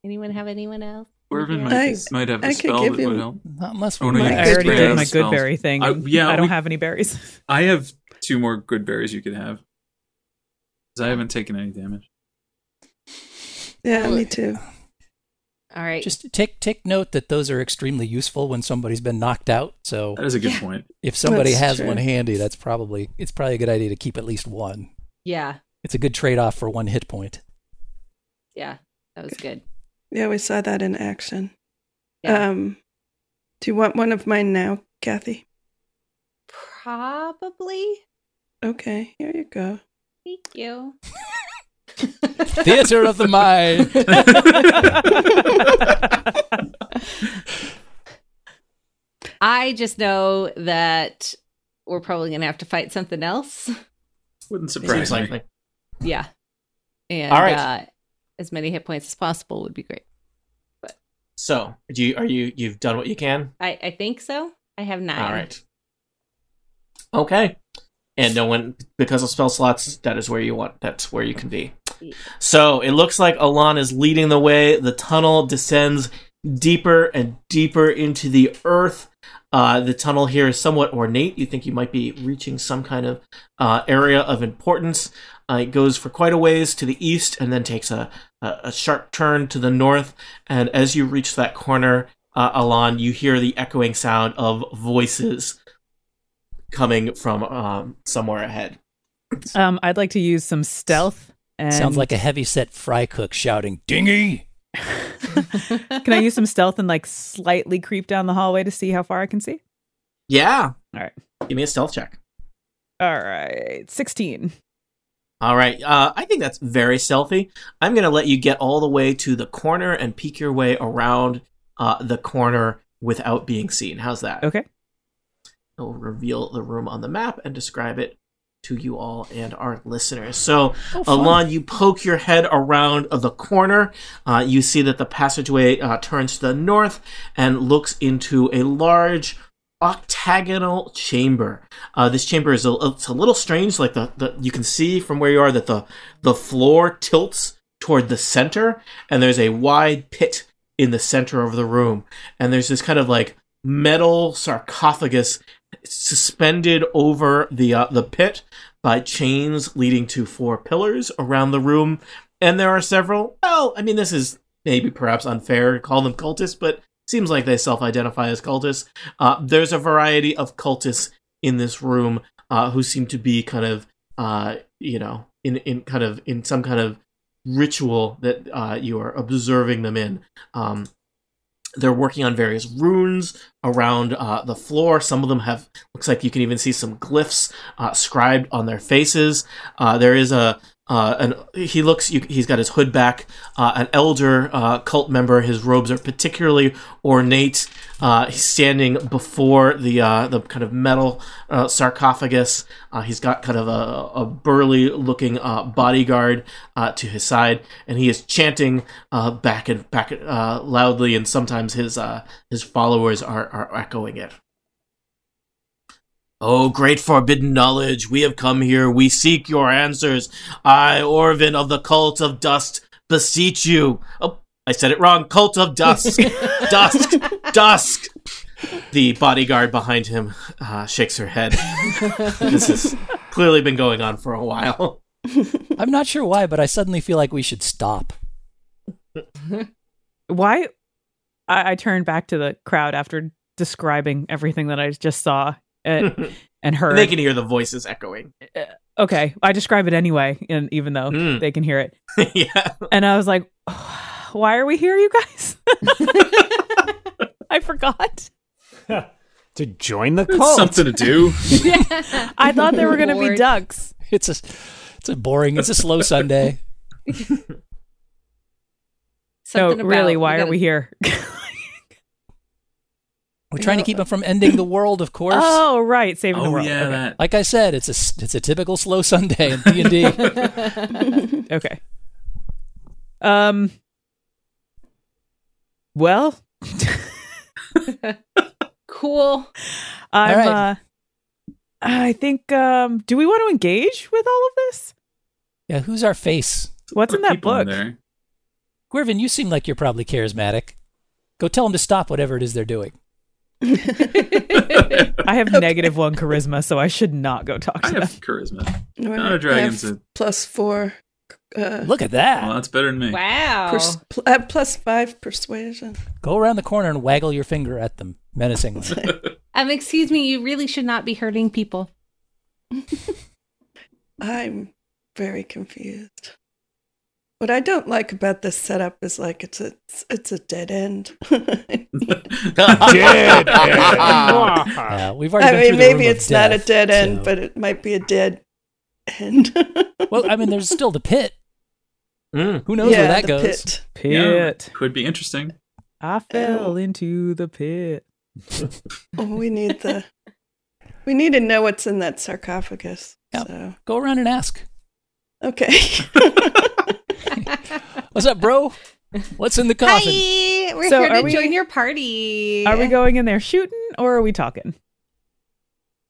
Speaker 4: Anyone have anyone else?
Speaker 5: Dwarven might,
Speaker 4: Yeah.
Speaker 6: I-
Speaker 5: might have a
Speaker 6: I could
Speaker 5: spell
Speaker 6: give
Speaker 5: that would
Speaker 6: him-
Speaker 5: help.
Speaker 2: Not unless
Speaker 5: Oh,
Speaker 2: we're
Speaker 5: no,
Speaker 3: I
Speaker 5: you
Speaker 2: like,
Speaker 5: can
Speaker 3: already
Speaker 5: Berries
Speaker 3: did my
Speaker 5: spells.
Speaker 3: good berry thing.
Speaker 5: I-
Speaker 3: and
Speaker 5: yeah,
Speaker 3: I don't
Speaker 5: we-
Speaker 3: have any berries.
Speaker 5: I have two more good berries you could have. 'Cause I haven't taken any damage.
Speaker 6: yeah, me too.
Speaker 4: All right.
Speaker 2: just take take note that those are extremely useful when somebody's been knocked out. So
Speaker 5: That is a good point.
Speaker 2: if somebody
Speaker 6: That's
Speaker 2: has
Speaker 6: true.
Speaker 2: one handy, that's probably it's probably a good idea to keep at least one.
Speaker 4: yeah.
Speaker 2: It's a good trade off for one hit point.
Speaker 4: yeah, that was good.
Speaker 6: Yeah, we saw that in action.
Speaker 4: Yeah.
Speaker 3: Uh,
Speaker 6: Um, do you want one of mine now, Kathy?
Speaker 4: Probably.
Speaker 6: Okay, here you go.
Speaker 4: Thank you.
Speaker 2: Theater of the mind.
Speaker 4: I just know that we're probably gonna have to fight something else.
Speaker 5: Wouldn't surprise
Speaker 1: Seems
Speaker 5: me.
Speaker 1: likely.
Speaker 4: Yeah. And
Speaker 1: All right.
Speaker 4: uh, as many hit points as possible would be great.
Speaker 1: So, do you are you you've done what you can?
Speaker 4: I, I think so. I have nine.
Speaker 1: All right. Okay. And no one because of spell slots, that is where you want that's where you can be. So it looks like Alon is leading the way. The tunnel descends deeper and deeper into the earth. Uh, the tunnel here is somewhat ornate. You think you might be reaching some kind of uh, area of importance. Uh, it goes for quite a ways to the east and then takes a, a, a sharp turn to the north. And as you reach that corner, uh, Alon, you hear the echoing sound of voices coming from um, somewhere ahead.
Speaker 3: um, I'd like to use some stealth. And
Speaker 2: Sounds like a heavy set fry cook shouting, Dingy!
Speaker 3: Can I use some stealth and like slightly creep down the hallway to see how far I can see?
Speaker 1: Yeah.
Speaker 3: All right.
Speaker 1: Give me a stealth check.
Speaker 3: All right, sixteen.
Speaker 1: All right. Uh, I think that's very stealthy. I'm going to let you get all the way to the corner and peek your way around uh, the corner without being seen. How's that?
Speaker 3: Okay.
Speaker 1: It will reveal the room on the map and describe it to you all and our listeners. So, Alon, you poke your head around the corner. Uh, you see that the passageway uh, turns to the north and looks into a large octagonal chamber. Uh, this chamber is a, it's a little strange. Like the, the you can see from where you are that the the floor tilts toward the center, and there's a wide pit in the center of the room, and there's this kind of like metal sarcophagus suspended over the uh, the pit by chains leading to four pillars around the room, and there are several. Well, I mean, this is maybe perhaps unfair to call them cultists, but seems like they self-identify as cultists. Uh, there's a variety of cultists in this room uh, who seem to be kind of, uh, you know, in in kind of in some kind of ritual that uh, you are observing them in. Um, they're working on various runes around uh, the floor. Some of them have looks like you can even see some glyphs uh, scribed on their faces. Uh, there is a uh, an he looks you, he's got his hood back. Uh, an elder uh, cult member. His robes are particularly ornate. Uh, he's standing before the uh, the kind of metal uh, sarcophagus. Uh, he's got kind of a, a burly looking uh, bodyguard uh, to his side, and he is chanting uh, back and back uh, loudly. And sometimes his uh, his followers are are echoing it. Oh, great forbidden knowledge, we have come here, we seek your answers. I, Orvin of the Cult of Dust, beseech you. Oh, I said it wrong. Cult of Dusk. dusk. Dusk. The bodyguard behind him uh, shakes her head. this has clearly been going on for a while.
Speaker 2: I'm not sure why, but I suddenly feel like we should stop.
Speaker 3: Why? I, I turned back to the crowd after describing everything that I just saw and, and heard.
Speaker 1: They can hear the voices echoing.
Speaker 3: okay, I describe it anyway, and even though
Speaker 1: Mm.
Speaker 3: they can hear it,
Speaker 1: yeah.
Speaker 3: and I was like, "Why are we here, you guys?" I forgot.
Speaker 7: to join the cult.
Speaker 5: Something to do.
Speaker 3: I thought they were going to be
Speaker 4: Lord.
Speaker 3: ducks.
Speaker 2: It's a, it's a boring, it's a slow Sunday.
Speaker 3: So
Speaker 4: Something
Speaker 3: really,
Speaker 4: about-
Speaker 3: why
Speaker 4: we
Speaker 3: are we here?
Speaker 2: We're trying to keep him from ending the world, of course.
Speaker 3: oh, right, saving the
Speaker 5: oh
Speaker 3: world.
Speaker 5: yeah, that.
Speaker 2: Like I said, it's a s- it's a typical slow Sunday in D and D.
Speaker 3: Okay. Um. Well,
Speaker 4: cool.
Speaker 3: I'm.
Speaker 2: right.
Speaker 3: Uh, I think. Um. Do we want to engage with all of this?
Speaker 2: Yeah, who's our face?
Speaker 3: What's in
Speaker 5: There are
Speaker 3: that
Speaker 5: people
Speaker 3: book?
Speaker 5: there.
Speaker 2: Gwirvin, you seem like you're probably charismatic. Go tell them to stop whatever it is they're doing.
Speaker 3: I have negative one charisma, so I should not go talk
Speaker 5: I
Speaker 3: to
Speaker 5: have
Speaker 3: them.
Speaker 5: charisma.
Speaker 6: All
Speaker 5: No,
Speaker 6: right, I
Speaker 5: dragons
Speaker 6: have
Speaker 5: are-
Speaker 6: plus four. Uh,
Speaker 2: Look at
Speaker 5: Well,
Speaker 2: that.
Speaker 5: that's better than
Speaker 3: Mm.
Speaker 5: me.
Speaker 4: Wow.
Speaker 6: pers- pl- I have plus five persuasion.
Speaker 2: Go around the corner and waggle your finger at them menacingly.
Speaker 4: um, excuse me, you really should not be hurting people.
Speaker 6: I'm very confused. What I don't like about this setup is like it's a it's, it's a dead end.
Speaker 7: Dead.
Speaker 2: Yeah, we've
Speaker 6: I
Speaker 2: already been through
Speaker 6: mean,
Speaker 2: the
Speaker 6: maybe
Speaker 2: room of
Speaker 6: it's not a
Speaker 2: death,
Speaker 6: dead end,
Speaker 2: so-
Speaker 6: but it might be a dead end.
Speaker 2: well, I mean, there's still the pit.
Speaker 1: Mm.
Speaker 2: Who knows where that
Speaker 6: the
Speaker 2: goes?
Speaker 6: pit.
Speaker 3: Pit.
Speaker 5: Could be interesting.
Speaker 3: I fell into the pit.
Speaker 6: Oh, we need the. We need to know what's in that sarcophagus.
Speaker 2: Yep.
Speaker 6: So
Speaker 2: Go around and ask.
Speaker 6: okay.
Speaker 2: What's up, bro? What's in the coffin?
Speaker 4: Hi, we're
Speaker 3: So
Speaker 4: here to
Speaker 3: are we-
Speaker 4: join your party.
Speaker 3: Are we going in there shooting or are we talking?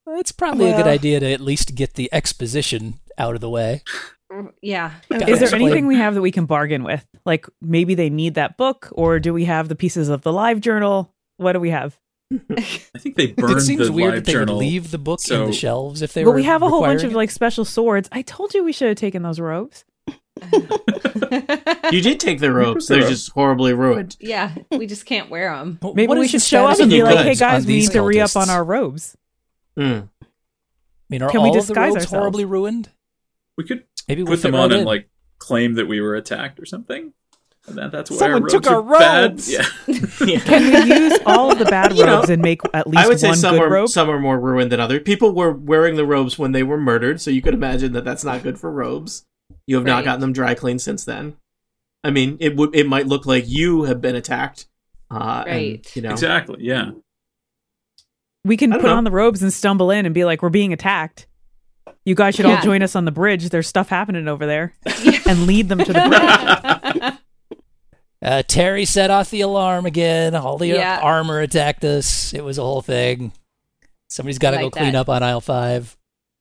Speaker 2: Well, It's probably a good
Speaker 6: Well-
Speaker 2: idea to at least get the exposition out of the way.
Speaker 4: Yeah.
Speaker 2: Gotta
Speaker 3: Is there
Speaker 2: explain-
Speaker 3: anything we have that we can bargain with? Like maybe they need that book, or do we have the pieces of the live journal? What do we have?
Speaker 5: I think they burned
Speaker 2: It seems
Speaker 5: the
Speaker 2: weird
Speaker 5: live
Speaker 2: that they
Speaker 5: journal.
Speaker 2: would leave the book in
Speaker 5: so-
Speaker 2: the shelves if they
Speaker 3: But
Speaker 2: were.
Speaker 3: we have a whole bunch of
Speaker 2: requiring
Speaker 3: like special swords. I told you we should have taken those robes.
Speaker 1: You did take the ropes. They're just horribly ruined.
Speaker 4: yeah, we just can't wear them.
Speaker 2: it. What
Speaker 3: Maybe we
Speaker 2: is the
Speaker 3: should show up
Speaker 2: status
Speaker 3: and
Speaker 2: of
Speaker 3: be
Speaker 2: the
Speaker 3: like,
Speaker 1: goods
Speaker 3: "Hey
Speaker 2: goods
Speaker 3: guys,
Speaker 2: on
Speaker 3: we
Speaker 2: these
Speaker 3: need to re up
Speaker 2: cultists?
Speaker 3: on our robes."
Speaker 1: Mm.
Speaker 2: I mean, are
Speaker 3: Can we
Speaker 2: all of the
Speaker 3: disguise
Speaker 2: robes
Speaker 3: ourselves?
Speaker 2: horribly ruined?
Speaker 5: We could
Speaker 2: Maybe we'll
Speaker 5: put them
Speaker 2: fit right
Speaker 5: on and
Speaker 2: in.
Speaker 5: like claim that we were attacked or something. And that, that's why
Speaker 7: Someone
Speaker 5: our robes
Speaker 7: took
Speaker 5: are
Speaker 7: our
Speaker 5: bad.
Speaker 7: robes!
Speaker 5: Yeah.
Speaker 1: Yeah.
Speaker 3: Can we use all of the bad
Speaker 1: You know,
Speaker 3: robes and make at least
Speaker 1: I would say
Speaker 3: one
Speaker 1: some
Speaker 3: good
Speaker 1: were,
Speaker 3: robe?
Speaker 1: some are more ruined than other. People were wearing the robes when they were murdered, so you could imagine that that's not good for robes. You have
Speaker 4: Right.
Speaker 1: not gotten them dry cleaned since then. I mean, it would it might look like you have been attacked. Uh, and,
Speaker 4: Right.
Speaker 1: you know.
Speaker 5: Exactly. Yeah.
Speaker 3: we can
Speaker 1: I
Speaker 3: put
Speaker 1: don't know.
Speaker 3: on the robes and stumble in and be like, "We're being attacked." You guys should
Speaker 4: Yeah.
Speaker 3: all join us on the bridge. There's stuff happening over there, and lead them to the bridge.
Speaker 2: Uh, Terry set off the alarm again. All the uh,
Speaker 4: Yeah.
Speaker 2: armor attacked us. It was a whole thing. Somebody's got to
Speaker 4: I
Speaker 2: go
Speaker 4: like
Speaker 2: clean
Speaker 4: that.
Speaker 2: up on aisle five.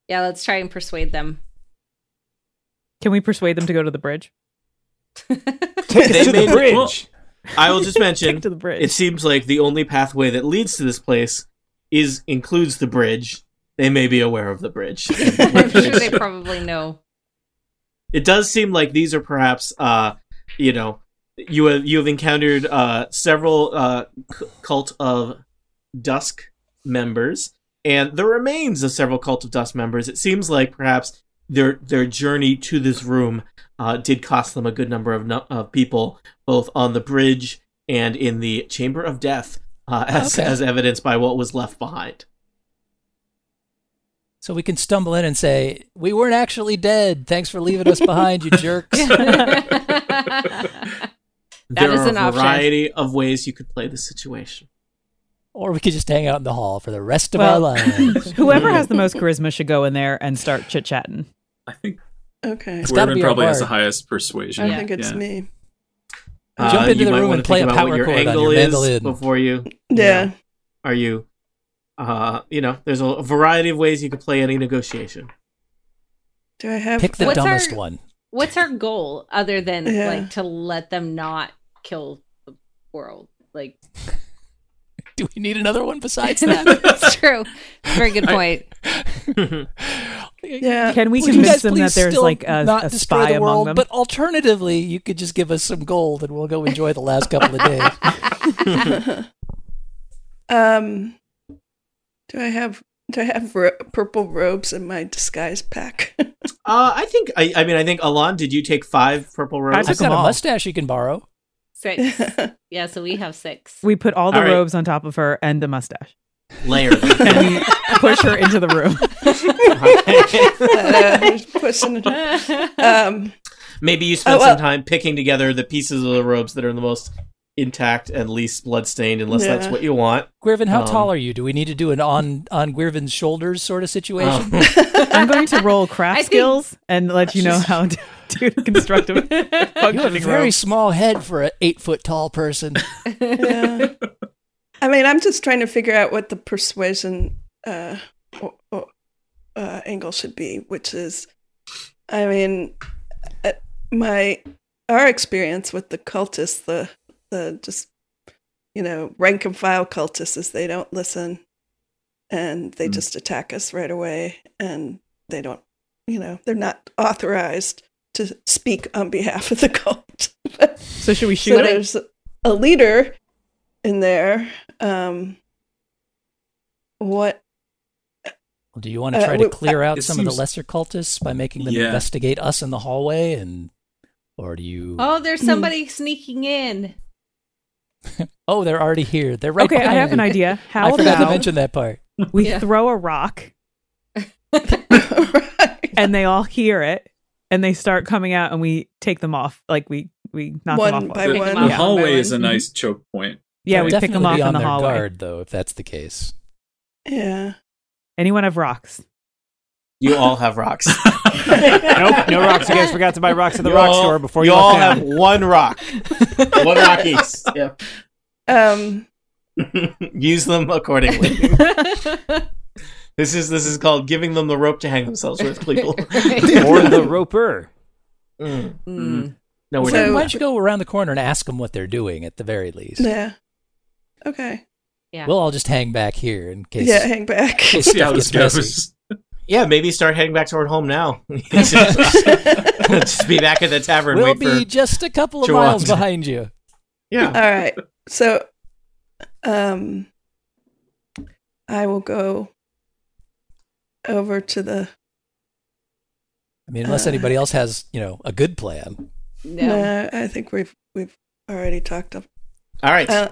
Speaker 4: yeah, let's try and persuade them.
Speaker 3: Can we persuade them to go to the bridge?
Speaker 7: Take
Speaker 1: They
Speaker 7: us to the
Speaker 1: made-
Speaker 7: bridge.
Speaker 5: well-
Speaker 1: I will just mention
Speaker 3: Take to the bridge.
Speaker 1: it seems like the only pathway that leads to this place is includes the bridge. They may be aware of the bridge.
Speaker 4: I'm sure they probably know.
Speaker 1: it does seem like these are perhaps uh you know you have you have encountered uh several uh c- cult of dusk members and the remains of several cult of dusk members it seems like perhaps their their journey to this room uh did cost them a good number of, nu- of people both on the bridge and in the chamber of death uh, as
Speaker 2: Okay.
Speaker 1: as evidenced by what was left behind
Speaker 2: So we can stumble in and say, We weren't actually dead. Thanks for leaving us behind, you jerks.
Speaker 4: yeah, That
Speaker 1: there
Speaker 4: is
Speaker 1: are
Speaker 4: an
Speaker 1: a
Speaker 4: option.
Speaker 1: variety of ways you could play the situation
Speaker 2: Or we could just hang out in the hall for the rest of our
Speaker 3: Well-
Speaker 2: lives.
Speaker 3: Whoever has the most charisma should go in there and start chit chatting.
Speaker 5: I think
Speaker 6: okay.
Speaker 2: gotta
Speaker 5: Dwarven
Speaker 2: be our
Speaker 5: probably has the
Speaker 2: bard.
Speaker 5: highest persuasion.
Speaker 6: I
Speaker 4: Yeah.
Speaker 6: think it's
Speaker 5: Yeah.
Speaker 6: me.
Speaker 2: Jump into
Speaker 1: Uh, you
Speaker 2: the
Speaker 1: might
Speaker 2: room
Speaker 1: wanna
Speaker 2: and play
Speaker 1: think
Speaker 2: a
Speaker 1: about
Speaker 2: power
Speaker 1: what your
Speaker 2: chord on
Speaker 1: angle
Speaker 2: your
Speaker 1: is
Speaker 2: mandolin.
Speaker 1: before you.
Speaker 6: Yeah.
Speaker 1: you know, are you? Uh, you know, there's a variety of ways you could play any negotiation.
Speaker 6: Do I have?
Speaker 2: Pick the
Speaker 4: What's
Speaker 2: dumbest
Speaker 4: our-
Speaker 2: one.
Speaker 4: What's our goal other than
Speaker 6: Yeah.
Speaker 4: like to let them not kill the world? Like
Speaker 2: Do we need another one besides that?
Speaker 4: it's true. It's a very good point.
Speaker 6: yeah.
Speaker 3: Can we
Speaker 2: Uh, Would you guys
Speaker 3: convince them
Speaker 2: please
Speaker 3: that there's
Speaker 2: still
Speaker 3: like a,
Speaker 2: not
Speaker 3: a
Speaker 2: destroy
Speaker 3: spy
Speaker 2: the
Speaker 3: among
Speaker 2: world,
Speaker 3: them?
Speaker 2: But alternatively, you could just give us some gold and we'll go enjoy the last couple of days.
Speaker 6: um. Do I have? Do I have ro- purple robes in my disguise pack?
Speaker 1: Uh, I think. I, I mean, I think Alon, did you take five purple
Speaker 3: I
Speaker 1: robes?
Speaker 2: I've
Speaker 3: took
Speaker 2: got
Speaker 3: them
Speaker 2: a
Speaker 3: all.
Speaker 2: mustache you can borrow.
Speaker 4: Six.
Speaker 6: yeah.
Speaker 4: Yeah, so we have six.
Speaker 3: we put all the
Speaker 1: All right.
Speaker 3: robes on top of her and the mustache,
Speaker 1: Layer. them.
Speaker 3: and we push her into the room.
Speaker 6: Uh, pushing it. Um.
Speaker 1: Maybe you spent
Speaker 6: Oh, well-
Speaker 1: some time picking together the pieces of the robes that are the most intact and least bloodstained, unless that's
Speaker 6: Yeah.
Speaker 1: what you want.
Speaker 2: Gwirvin, how
Speaker 1: Um,
Speaker 2: tall are you? Do we need to do an on on Gwirvin's shoulders sort of situation?
Speaker 1: Oh.
Speaker 3: I'm going to roll
Speaker 4: I
Speaker 3: craft
Speaker 4: think-
Speaker 3: skills and let you know how to do constructive
Speaker 2: you have a
Speaker 3: functioning
Speaker 2: very
Speaker 3: robe.
Speaker 2: small head for an eight foot tall person.
Speaker 6: Yeah. I mean, I'm just trying to figure out what the persuasion uh, o- o- uh, angle should be, which is, I mean, uh, my our experience with the cultists, the the just you know rank and file cultists, is they don't listen, and they
Speaker 5: Mm.
Speaker 6: just attack us right away, and they don't, you know, they're not authorized to speak on behalf of the cult.
Speaker 3: So should we
Speaker 6: So
Speaker 3: shoot it?
Speaker 6: there's a leader in there. Um, what?
Speaker 2: Do you want to
Speaker 6: Uh,
Speaker 2: try to
Speaker 6: well,
Speaker 2: clear out
Speaker 5: it
Speaker 2: some of the
Speaker 5: seems-
Speaker 2: lesser cultists by making them
Speaker 5: Yeah.
Speaker 2: investigate us in the hallway and Or do you? Oh,
Speaker 4: Oh,
Speaker 3: Hmm.
Speaker 4: there's somebody sneaking in.
Speaker 2: Oh, they're already here. They're right.
Speaker 3: okay, I
Speaker 2: behind
Speaker 3: have
Speaker 2: you.
Speaker 3: an idea.
Speaker 2: I
Speaker 3: How
Speaker 2: forgot to
Speaker 3: about
Speaker 2: mention that part.
Speaker 3: we
Speaker 4: Yeah.
Speaker 3: throw a rock
Speaker 6: Right.
Speaker 3: and they all hear it and they start coming out and we take them off. Like we we knock
Speaker 6: One
Speaker 3: them off.
Speaker 6: by
Speaker 5: the,
Speaker 4: one.
Speaker 5: the
Speaker 4: Yeah.
Speaker 5: hallway is a
Speaker 4: Mhm.
Speaker 5: nice choke point.
Speaker 3: yeah, we
Speaker 2: They'll
Speaker 3: pick them
Speaker 2: definitely
Speaker 3: off
Speaker 2: be
Speaker 3: in
Speaker 2: on
Speaker 3: the
Speaker 2: their
Speaker 3: hallway.
Speaker 2: guard, though, if that's the case.
Speaker 6: yeah.
Speaker 3: Anyone have rocks?
Speaker 1: You all have rocks.
Speaker 7: Nope, no rocks. You guys forgot to buy rocks at the
Speaker 1: You
Speaker 7: rock
Speaker 1: all-
Speaker 7: store before
Speaker 1: you
Speaker 7: you
Speaker 1: all
Speaker 7: left
Speaker 1: have
Speaker 7: town.
Speaker 1: one rock, one rock each. Yeah.
Speaker 6: Um,
Speaker 1: Use them accordingly. This is this is called giving them the rope to hang themselves with, people.
Speaker 7: or the roper.
Speaker 1: Mm.
Speaker 4: Mm.
Speaker 1: No, we're
Speaker 6: So-
Speaker 1: not.
Speaker 2: Why don't you go around the corner and ask them what they're doing at the very least?
Speaker 6: yeah. Okay.
Speaker 4: Yeah.
Speaker 2: We'll all just hang back here in case.
Speaker 6: Yeah, hang back.
Speaker 2: in case
Speaker 5: See how
Speaker 2: stuff
Speaker 5: this
Speaker 2: gets messy.
Speaker 5: goes.
Speaker 1: Yeah, maybe start heading back toward home now. just be back at the tavern.
Speaker 2: We'll
Speaker 1: wait
Speaker 2: be
Speaker 1: for
Speaker 2: just a couple of
Speaker 1: Chihuahua.
Speaker 2: miles behind you.
Speaker 1: yeah.
Speaker 6: All right. So, um, I will go over to the.
Speaker 2: I mean, unless
Speaker 6: Uh.
Speaker 2: anybody else has, you know, a good plan.
Speaker 6: No,
Speaker 4: No.
Speaker 6: I think we've we've already talked up.
Speaker 1: All right.
Speaker 6: Uh,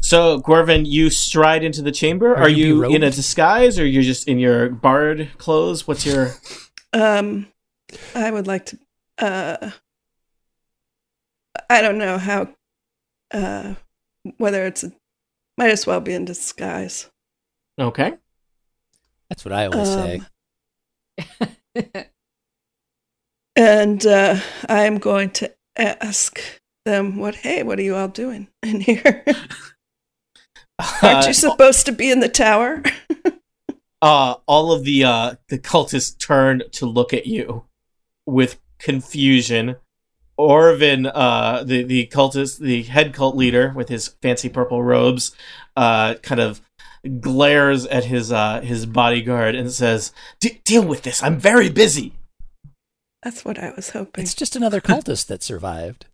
Speaker 1: so, Gorvin, you stride into the chamber.
Speaker 2: Are
Speaker 1: Are,
Speaker 2: you
Speaker 1: you, in a
Speaker 2: berobed?
Speaker 1: disguise, or you're just in your bard clothes? What's your?
Speaker 6: um, I would like to. Uh, I don't know how. Uh, whether it's a, might as well be in disguise.
Speaker 1: Okay.
Speaker 2: That's what I always say.
Speaker 6: Um, And uh, I am going to ask them what. Hey, what are you all doing in here? Aren't you supposed to be in the tower?
Speaker 1: uh, all of the uh, the cultists turn to look at you with confusion. Orvin, uh, the the cultist, the head cult leader with his fancy purple robes, uh, kind of glares at his uh, his bodyguard and says, "De- "Deal with this. I'm very busy."
Speaker 6: That's what I was hoping.
Speaker 2: It's just another cultist that survived.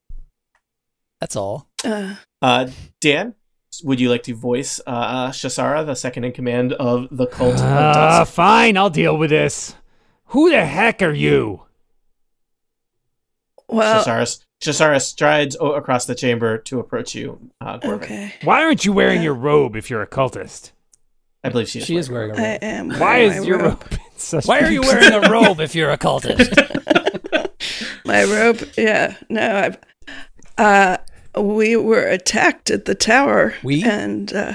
Speaker 2: That's all.
Speaker 6: Uh,
Speaker 1: Uh, Dan, would you like to voice uh, Shasara, the second in command of the cult? of
Speaker 2: Ah,
Speaker 7: Uh,
Speaker 1: Dusk?
Speaker 7: fine, I'll deal with this. Who the heck are you?
Speaker 2: uh,
Speaker 6: well,
Speaker 1: Shasara, Shasara strides o- across the chamber to approach you, uh, Gorvin.
Speaker 6: okay.
Speaker 7: Why aren't you wearing your robe if you're a cultist?
Speaker 1: I believe she is.
Speaker 2: She is wearing a robe.
Speaker 6: I am.
Speaker 7: Why
Speaker 6: wearing
Speaker 7: is
Speaker 6: my
Speaker 7: your
Speaker 6: robe?
Speaker 7: robe in such
Speaker 2: Why are you wearing a robe if you're a cultist?
Speaker 6: my robe? Yeah. No, I've. Uh, we were attacked at the tower.
Speaker 2: We?
Speaker 6: and uh,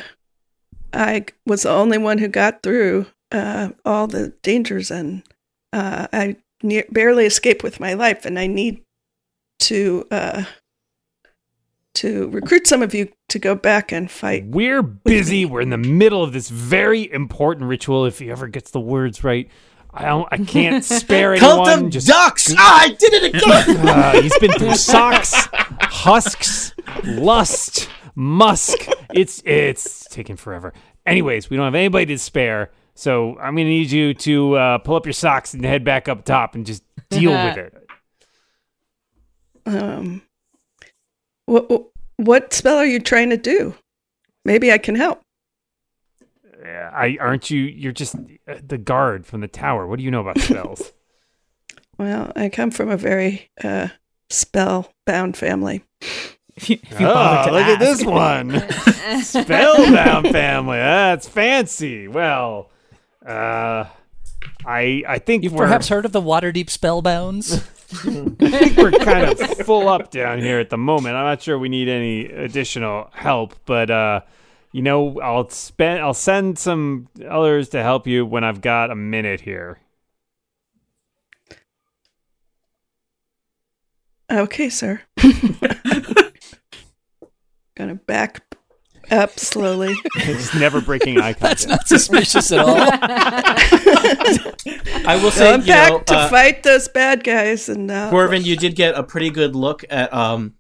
Speaker 6: I was the only one who got through uh, all the dangers, and uh, I ne- barely escaped with my life. And I need to uh, to recruit some of you to go back and fight.
Speaker 7: We're busy. We're in the middle of this very important ritual. If he ever gets the words right, I don't. I can't spare
Speaker 1: Cult
Speaker 7: anyone.
Speaker 1: of
Speaker 7: Just
Speaker 1: Ducks! Ah, I did it again!
Speaker 7: uh, he's been through socks, husks, lust, musk. It's it's taken forever. Anyways, we don't have anybody to spare, so I'm gonna need you to uh, pull up your socks and head back up top and just deal with it.
Speaker 6: Um, what what spell are you trying to do? Maybe I can help.
Speaker 7: I aren't you? You're just uh, the guard from the tower. What do you know about spells?
Speaker 6: Well, I come from a very uh, spell bound family.
Speaker 3: If you, if you bother to
Speaker 7: oh, look at
Speaker 3: ask.
Speaker 7: this one. Spellbound family. That's fancy. Well, uh, I I think
Speaker 2: You've
Speaker 7: we're
Speaker 2: perhaps heard of the Waterdeep spellbounds?
Speaker 7: I think we're kind of full up down here at the moment. I'm not sure we need any additional help, but uh, you know, I'll spend I'll send some others to help you when I've got a minute here.
Speaker 6: Okay, sir. Gonna back up slowly.
Speaker 7: Just never breaking eye
Speaker 2: That's
Speaker 7: contact.
Speaker 2: not suspicious at all.
Speaker 1: I will say,
Speaker 6: Going
Speaker 1: you
Speaker 6: back
Speaker 1: know,
Speaker 6: to
Speaker 1: uh,
Speaker 6: fight those bad guys, and now
Speaker 1: Corvin, you did get a pretty good look at um,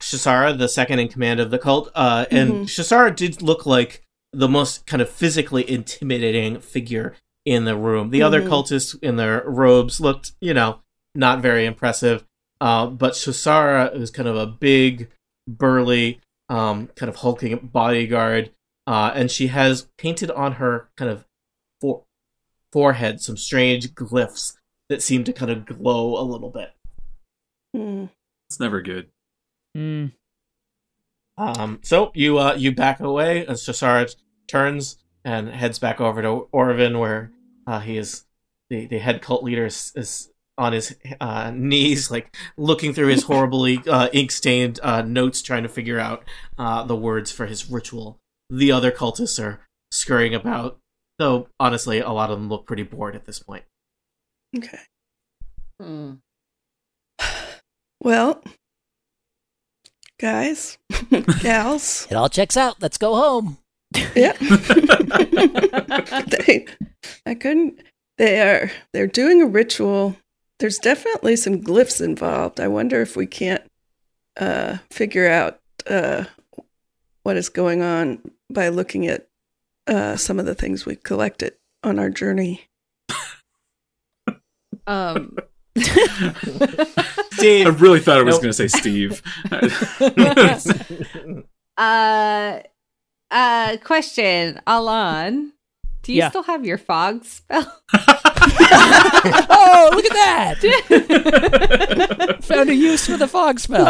Speaker 1: Shasara, the second in command of the cult, uh, and
Speaker 6: Mhm.
Speaker 1: Shasara did look like the most kind of physically intimidating figure in the room. The other
Speaker 6: Mhm.
Speaker 1: cultists in their robes looked, you know, not very impressive, uh, but Shasara was kind of a big, burly, um, kind of hulking bodyguard, uh, and she has painted on her kind of for- forehead some strange glyphs that seem to kind of glow a little bit.
Speaker 6: Hmm.
Speaker 5: It's never good.
Speaker 3: Mm.
Speaker 1: Um, so you uh, you back away, and Sassara turns and heads back over to Orvin, where uh, he is the, the head cult leader is, is on his uh, knees, like looking through his horribly uh, ink stained uh, notes, trying to figure out uh, the words for his ritual. The other cultists are scurrying about, though honestly, a lot of them look pretty bored at this point.
Speaker 6: Okay.
Speaker 4: Hmm.
Speaker 6: Well, guys, gals,
Speaker 2: It all checks out. Let's go home.
Speaker 6: yeah. they, I couldn't. They are. They're doing a ritual. There's definitely some glyphs involved. I wonder if we can't uh, figure out uh, what is going on by looking at uh, some of the things we've collected on our journey.
Speaker 4: Um,
Speaker 5: I
Speaker 1: Steve,
Speaker 5: really thought I was
Speaker 1: Nope.
Speaker 5: going to say Steve.
Speaker 4: uh, uh, question, Alon. Do you
Speaker 3: Yeah.
Speaker 4: still have your fog spell?
Speaker 2: Oh, look at that! Found a use for the fog spell.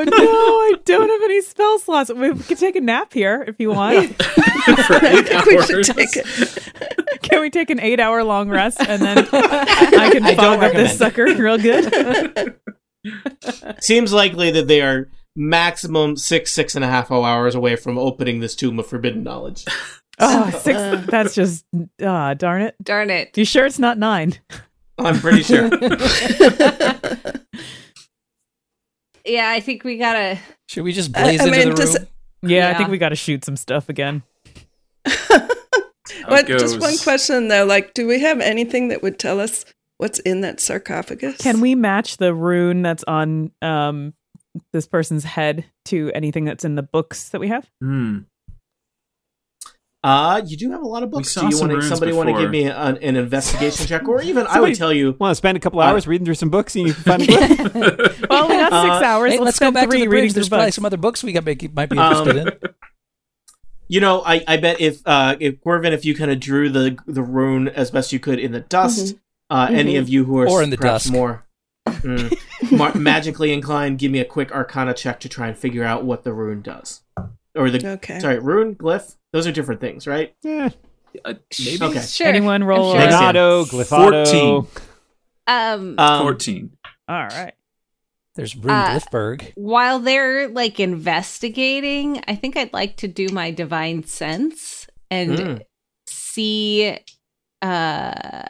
Speaker 3: Oh no, I don't have any spell slots. We we can take a nap here if you want.
Speaker 5: For
Speaker 6: I
Speaker 5: eight
Speaker 6: think we should
Speaker 5: hours.
Speaker 6: take it.
Speaker 3: Can we take an eight-hour long rest and then I can
Speaker 1: I don't
Speaker 3: fog up this
Speaker 1: recommend it.
Speaker 3: sucker real good?
Speaker 1: seems likely that they are maximum six six and a half oh hours away from opening this tomb of forbidden knowledge.
Speaker 3: oh, six. That's just ah, darn it.
Speaker 4: Darn it.
Speaker 3: You sure it's not nine?
Speaker 1: I'm pretty sure.
Speaker 4: Yeah, I think we gotta.
Speaker 2: Should we just blaze
Speaker 6: I- I
Speaker 2: into
Speaker 6: mean,
Speaker 2: the
Speaker 6: does-
Speaker 2: room?
Speaker 3: Yeah,
Speaker 4: Yeah.
Speaker 3: I think we got to shoot some stuff again.
Speaker 5: How it
Speaker 6: But
Speaker 5: goes.
Speaker 6: just one question though, like, do we have anything that would tell us what's in that sarcophagus?
Speaker 3: Can we match the rune that's on um this person's head to anything that's in the books that we have?
Speaker 5: Hmm.
Speaker 1: Uh, you do have a lot of books.
Speaker 5: saw
Speaker 1: Do you
Speaker 5: some
Speaker 1: want to,
Speaker 5: runes
Speaker 1: somebody want to
Speaker 5: before.
Speaker 1: give me an, an investigation check, or even I
Speaker 7: Somebody-
Speaker 1: would tell you.
Speaker 7: Want to spend a couple
Speaker 1: Uh,
Speaker 7: hours reading through some books and you can find a book?
Speaker 3: Well, we got six
Speaker 1: Uh,
Speaker 3: hours.
Speaker 2: Hey,
Speaker 3: let's
Speaker 2: let's go
Speaker 3: spend
Speaker 2: back to
Speaker 3: three
Speaker 2: the
Speaker 3: reading
Speaker 2: bridge. There's
Speaker 3: through
Speaker 2: probably
Speaker 3: books.
Speaker 2: some other books we got make, might be
Speaker 1: Um,
Speaker 2: interested in.
Speaker 1: You know, I, I bet if uh, if Gorvin, if you kind of drew the the rune as best you could in the dust, uh, any
Speaker 6: Mhm.
Speaker 1: of you who are
Speaker 2: Or in the
Speaker 1: perhaps
Speaker 2: dusk.
Speaker 1: more mm, ma- magically inclined, give me a quick Arcana check to try and figure out what the rune does, or the
Speaker 6: Okay.
Speaker 1: sorry rune glyph. Those are different things, right?
Speaker 7: Eh,
Speaker 5: Uh, maybe
Speaker 1: Okay.
Speaker 4: Sure.
Speaker 3: Anyone roll?
Speaker 4: I'm
Speaker 1: sure.
Speaker 3: a-
Speaker 1: Next.
Speaker 7: Leonardo, Glyphado.
Speaker 4: Um,
Speaker 1: Um,
Speaker 5: 14.
Speaker 3: All right.
Speaker 2: There's Rune
Speaker 4: uh,
Speaker 2: Glifberg.
Speaker 4: while they're like investigating, I think I'd like to do my divine sense and
Speaker 1: Mm.
Speaker 4: see uh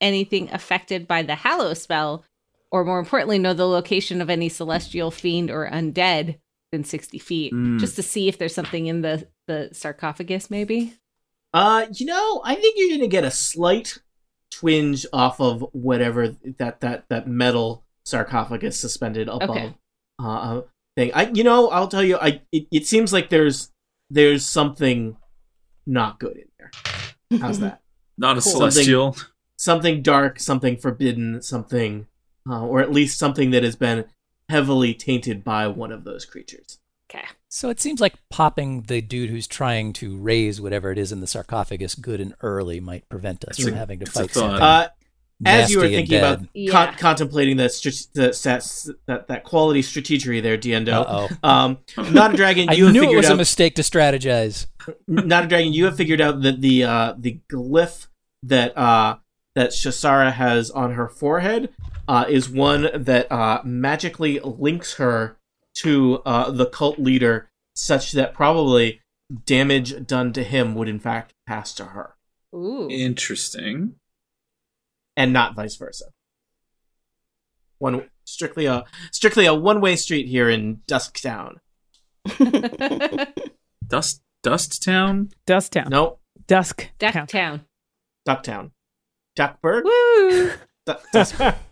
Speaker 4: anything affected by the hallow spell or more importantly know the location of any celestial fiend or undead within 60 feet
Speaker 5: Mm.
Speaker 4: just to see if there's something in the the sarcophagus maybe
Speaker 1: Uh, you know, I think you're gonna get a slight twinge off of whatever that that that metal sarcophagus suspended above
Speaker 4: Okay.
Speaker 1: uh thing. I, you know, I'll tell you, I it, it seems like there's there's something not good in there. How's that?
Speaker 5: Not a
Speaker 1: Cool.
Speaker 5: celestial.
Speaker 1: something dark, something forbidden, something, uh, or at least something that has been heavily tainted by one of those creatures.
Speaker 4: okay
Speaker 2: So it seems like popping the dude who's trying to raise whatever it is in the sarcophagus good and early might prevent us
Speaker 5: It's
Speaker 2: from
Speaker 5: a-
Speaker 2: having to
Speaker 5: it's a
Speaker 2: fight
Speaker 5: thought.
Speaker 2: something.
Speaker 1: Uh, as you were
Speaker 2: nasty and
Speaker 1: thinking about
Speaker 2: dead.
Speaker 4: Yeah.
Speaker 1: con- contemplating that, str- that, that that that quality strategery there, Diendo.
Speaker 2: Uh-oh.
Speaker 1: Um, not a dragon.
Speaker 2: I
Speaker 1: You have
Speaker 2: knew it
Speaker 1: figured
Speaker 2: was a
Speaker 1: out.
Speaker 2: mistake to strategize.
Speaker 1: not a dragon. You have figured out that the uh, the glyph that uh, that Shasara has on her forehead uh, is one that uh, magically links her to uh, the cult leader, such that probably damage done to him would in fact pass to her,
Speaker 4: ooh
Speaker 5: Interesting.
Speaker 1: and not vice versa. One strictly a strictly a one way street here in Dusktown.
Speaker 5: Dust Dust Town?
Speaker 3: Dust Town.
Speaker 1: No,
Speaker 3: Dusk.
Speaker 4: duck
Speaker 3: Town.
Speaker 4: town
Speaker 1: Ducktown, Duckburg.
Speaker 4: woo
Speaker 1: Du- Dusk-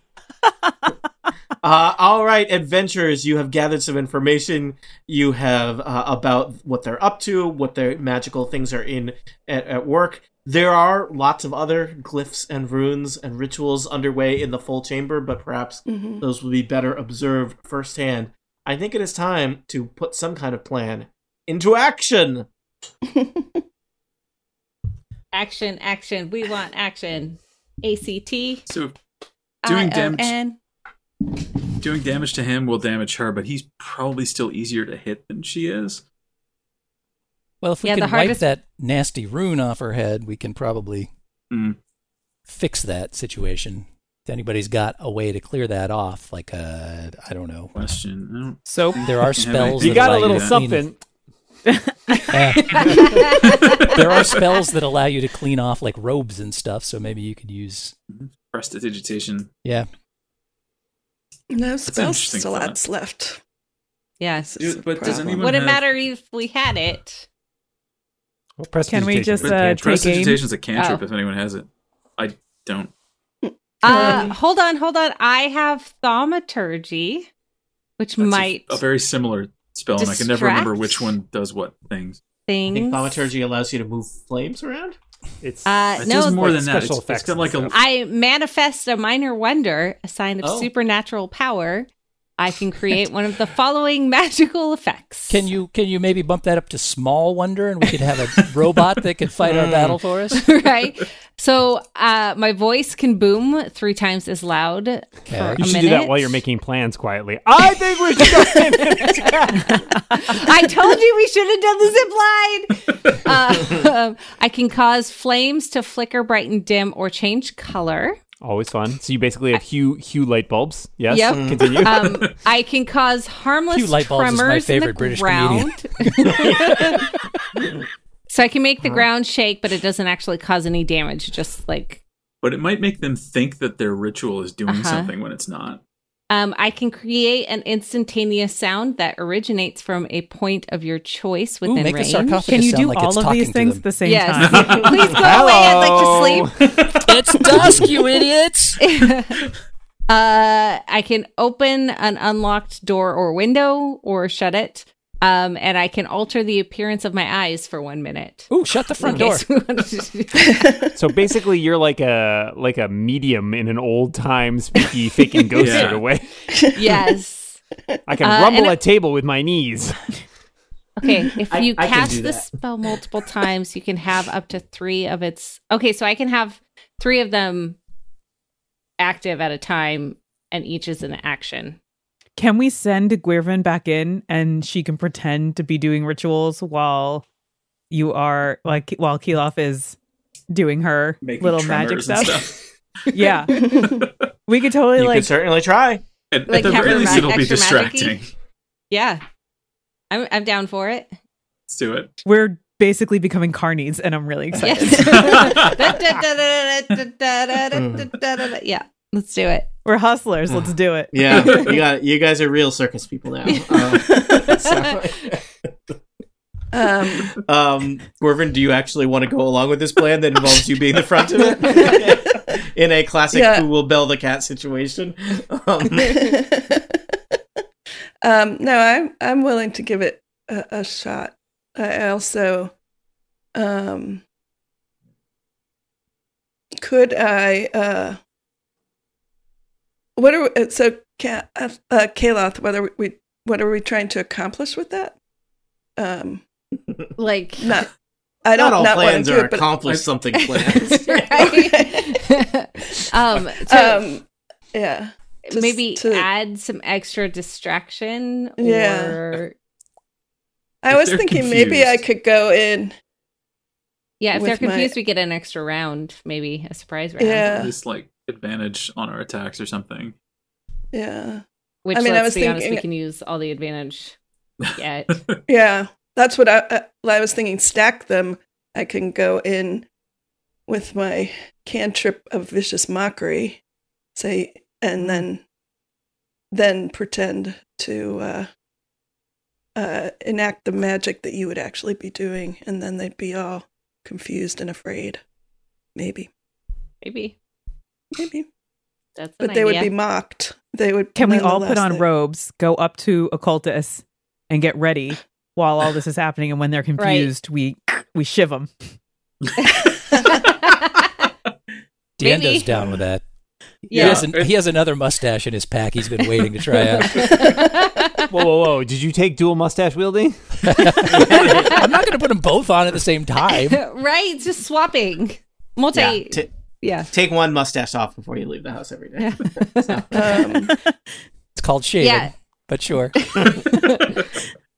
Speaker 1: Uh, all right, adventurers, you have gathered some information. You have uh, about what they're up to, what their magical things are in at, at work. There are lots of other glyphs and runes and rituals underway in the full chamber, but perhaps
Speaker 4: Mm-hmm.
Speaker 6: Mhm.
Speaker 1: those will be better observed firsthand. I think it is time to put some kind of plan into action.
Speaker 4: action action we want action act
Speaker 5: So doing damage-
Speaker 4: I-O-N.
Speaker 5: doing damage to him will damage her, but he's probably still easier to hit than she is.
Speaker 2: Well, if we
Speaker 4: Yeah,
Speaker 2: can
Speaker 4: the hardest-
Speaker 2: wipe that nasty rune off her head, we can probably
Speaker 5: Mm.
Speaker 2: fix that situation. If anybody's got a way to clear that off, like I I don't know.
Speaker 5: Question. I don't
Speaker 3: Soap.
Speaker 2: There are
Speaker 5: think I
Speaker 2: spells.
Speaker 5: have anything
Speaker 2: that
Speaker 7: You got
Speaker 2: allow
Speaker 7: a
Speaker 2: you
Speaker 7: little
Speaker 2: to
Speaker 7: something.
Speaker 2: Clean, Eh, there are spells that allow you to clean off like robes and stuff. So maybe you could use.
Speaker 5: prestidigitation.
Speaker 2: Yeah,
Speaker 6: No spells,
Speaker 5: interesting
Speaker 6: slots left.
Speaker 4: yes.
Speaker 6: This is
Speaker 5: Dude,
Speaker 6: a
Speaker 5: but does
Speaker 6: problem.
Speaker 5: anyone-
Speaker 4: Would it
Speaker 5: have-
Speaker 4: matter if we had it?
Speaker 7: Well, press
Speaker 3: Can we
Speaker 7: digitation
Speaker 3: just,
Speaker 7: is a
Speaker 3: uh,
Speaker 7: cantrip.
Speaker 3: take- game?
Speaker 5: Prestidigitation's a cantrip
Speaker 4: Oh.
Speaker 5: if anyone has it. I don't.
Speaker 4: Uh, hold on, hold on. I have thaumaturgy, which
Speaker 5: That's a-
Speaker 4: might
Speaker 5: a, very similar spell, and I can never remember
Speaker 4: Distract?
Speaker 5: which one does what things.
Speaker 1: I
Speaker 4: things.
Speaker 1: think thaumaturgy allows you to move flames around.
Speaker 7: It's
Speaker 4: Uh,
Speaker 5: It
Speaker 4: no,
Speaker 5: does more
Speaker 7: like
Speaker 5: than that.
Speaker 7: special
Speaker 5: It's, it's
Speaker 7: effects
Speaker 5: got
Speaker 7: and
Speaker 5: like a
Speaker 7: stuff.
Speaker 4: I manifest a minor wonder, a sign of
Speaker 1: Oh.
Speaker 4: supernatural power. I can create one of the following magical effects.
Speaker 2: can you can you maybe bump that up to small wonder, and we could have a robot that could fight our battle for us?
Speaker 4: right? So uh, my voice can boom three times as loud for
Speaker 2: You
Speaker 4: a
Speaker 7: you should
Speaker 4: minute.
Speaker 7: do that while you're making plans quietly. I think we should go
Speaker 4: I told you we should have done the zip line. Uh, um, I can cause flames to flicker, brighten, dim, or change color.
Speaker 7: Always fun. So you basically have hue hue light bulbs. Yes. Mm-hmm.
Speaker 4: Yep.
Speaker 7: Continue.
Speaker 4: Um, I can cause harmless
Speaker 2: Hugh Light Bulbs is my
Speaker 4: tremors in the
Speaker 2: favorite British comedian.
Speaker 4: ground. so I can make the
Speaker 2: Uh-huh.
Speaker 4: ground shake, but it doesn't actually cause any damage. it Just like
Speaker 5: but it might make them think that their ritual is doing
Speaker 4: Uh-huh.
Speaker 5: something when it's not.
Speaker 4: um, I can create an instantaneous sound that originates from a point of your choice
Speaker 2: Ooh,
Speaker 4: within
Speaker 2: make
Speaker 4: range.
Speaker 2: a sarcophagus
Speaker 3: Can you
Speaker 2: sound
Speaker 3: do
Speaker 2: like it's
Speaker 3: all of
Speaker 2: talking
Speaker 3: these
Speaker 2: to
Speaker 3: things at
Speaker 2: them.
Speaker 3: the same
Speaker 4: yes.
Speaker 3: time?
Speaker 4: Please go away. I'd like to sleep.
Speaker 2: It's dusk, you idiots!
Speaker 4: Uh, I can open an unlocked door or window or shut it. Um, and I can alter the appearance of my eyes for one minute.
Speaker 2: Ooh, shut the front
Speaker 4: In
Speaker 2: door.
Speaker 4: case we wanted to do-
Speaker 7: so basically, you're like a like a medium in an old time spooky faking ghost
Speaker 5: Yeah.
Speaker 7: sort of way.
Speaker 4: yes.
Speaker 7: I can
Speaker 4: Uh,
Speaker 7: rumble
Speaker 4: and
Speaker 7: a table with my knees.
Speaker 4: Okay, if
Speaker 1: I-
Speaker 4: you
Speaker 1: I can do
Speaker 4: cast the
Speaker 1: that.
Speaker 4: spell multiple times, you can have up to three of its. Okay, so I can have three of them active at a time, and each is an action.
Speaker 3: Can we send Gwyrvin back in and she can pretend to be doing rituals while you are like while Keelof is doing her
Speaker 5: Making
Speaker 3: little
Speaker 5: tremors
Speaker 3: magic
Speaker 5: and
Speaker 3: stuff? yeah. We could totally
Speaker 1: You
Speaker 3: like
Speaker 1: could certainly try.
Speaker 5: At,
Speaker 4: Like
Speaker 5: at the
Speaker 4: have
Speaker 5: very
Speaker 4: her
Speaker 5: least,
Speaker 4: mag-
Speaker 5: it'll be
Speaker 4: extra
Speaker 5: distracting.
Speaker 4: magic-y? Yeah, I'm I'm down for it.
Speaker 5: Let's do it.
Speaker 3: we're basically becoming carnies and I'm really excited.
Speaker 4: Yes. Da-da-da-da-da-da-da-da-da-da-da-da. yeah, let's do it.
Speaker 3: We're hustlers, let's do it.
Speaker 1: Yeah, you got you guys are real circus people now. Uh, so,
Speaker 6: Um,
Speaker 1: um, Gorvin, do you actually want to go along with this plan that involves you being the front of it in a classic
Speaker 6: Yeah.
Speaker 1: "who will bell the cat" situation? Um,
Speaker 6: um, no, I'm I'm willing to give it a, a shot. I also um, could I uh, what are we, so Ka- uh, uh, Kaloth? What are we? What are we trying to accomplish with that? Um,
Speaker 4: Like,
Speaker 6: not. I don't
Speaker 1: not all
Speaker 6: not wanting
Speaker 1: plans
Speaker 6: to do
Speaker 1: are
Speaker 6: it, but
Speaker 1: accomplish something plans.
Speaker 4: right? um, so
Speaker 6: um, yeah. Just
Speaker 4: maybe
Speaker 6: to-
Speaker 4: add some extra distraction
Speaker 6: Yeah.
Speaker 4: or
Speaker 6: I
Speaker 5: If
Speaker 6: was
Speaker 5: they're
Speaker 6: thinking maybe I
Speaker 5: confused.
Speaker 6: could go in.
Speaker 4: yeah if
Speaker 6: With
Speaker 4: they're
Speaker 6: my-
Speaker 4: confused we get an extra round maybe a surprise round
Speaker 6: Yeah.
Speaker 5: Just like advantage on our attacks or something.
Speaker 6: Yeah.
Speaker 4: which
Speaker 6: I mean, I
Speaker 4: let's
Speaker 6: was
Speaker 4: be honest we
Speaker 6: thinking-
Speaker 4: can use all the advantage we get
Speaker 6: Yeah, that's what I, I, I was thinking. Stack them. I can go in with my cantrip of vicious mockery, say,
Speaker 3: Mm-hmm.
Speaker 6: and then then pretend to uh, uh, enact the magic that you would actually be doing, and then they'd be all confused and afraid. Maybe,
Speaker 4: maybe
Speaker 6: maybe,
Speaker 4: that's
Speaker 6: but they would be mocked. They would.
Speaker 3: Can we all put
Speaker 6: nonetheless-
Speaker 3: on
Speaker 6: they-
Speaker 3: robes, go up to occultists, and get ready while all this is happening? And when they're confused, we we shiv them.
Speaker 4: Maybe.
Speaker 2: Diendo's down with that. He,
Speaker 4: Yeah.
Speaker 2: has an, he has another mustache in his pack he's been waiting to try out.
Speaker 7: whoa, whoa, whoa! Did you take dual mustache wielding?
Speaker 2: I'm not going to put them both on at the same time.
Speaker 4: right just swapping multi
Speaker 1: yeah,
Speaker 4: yeah,
Speaker 1: t- take one mustache off before you leave the house every day.
Speaker 6: Um,
Speaker 2: It's called shaving,
Speaker 4: Yeah.
Speaker 2: but sure. uh,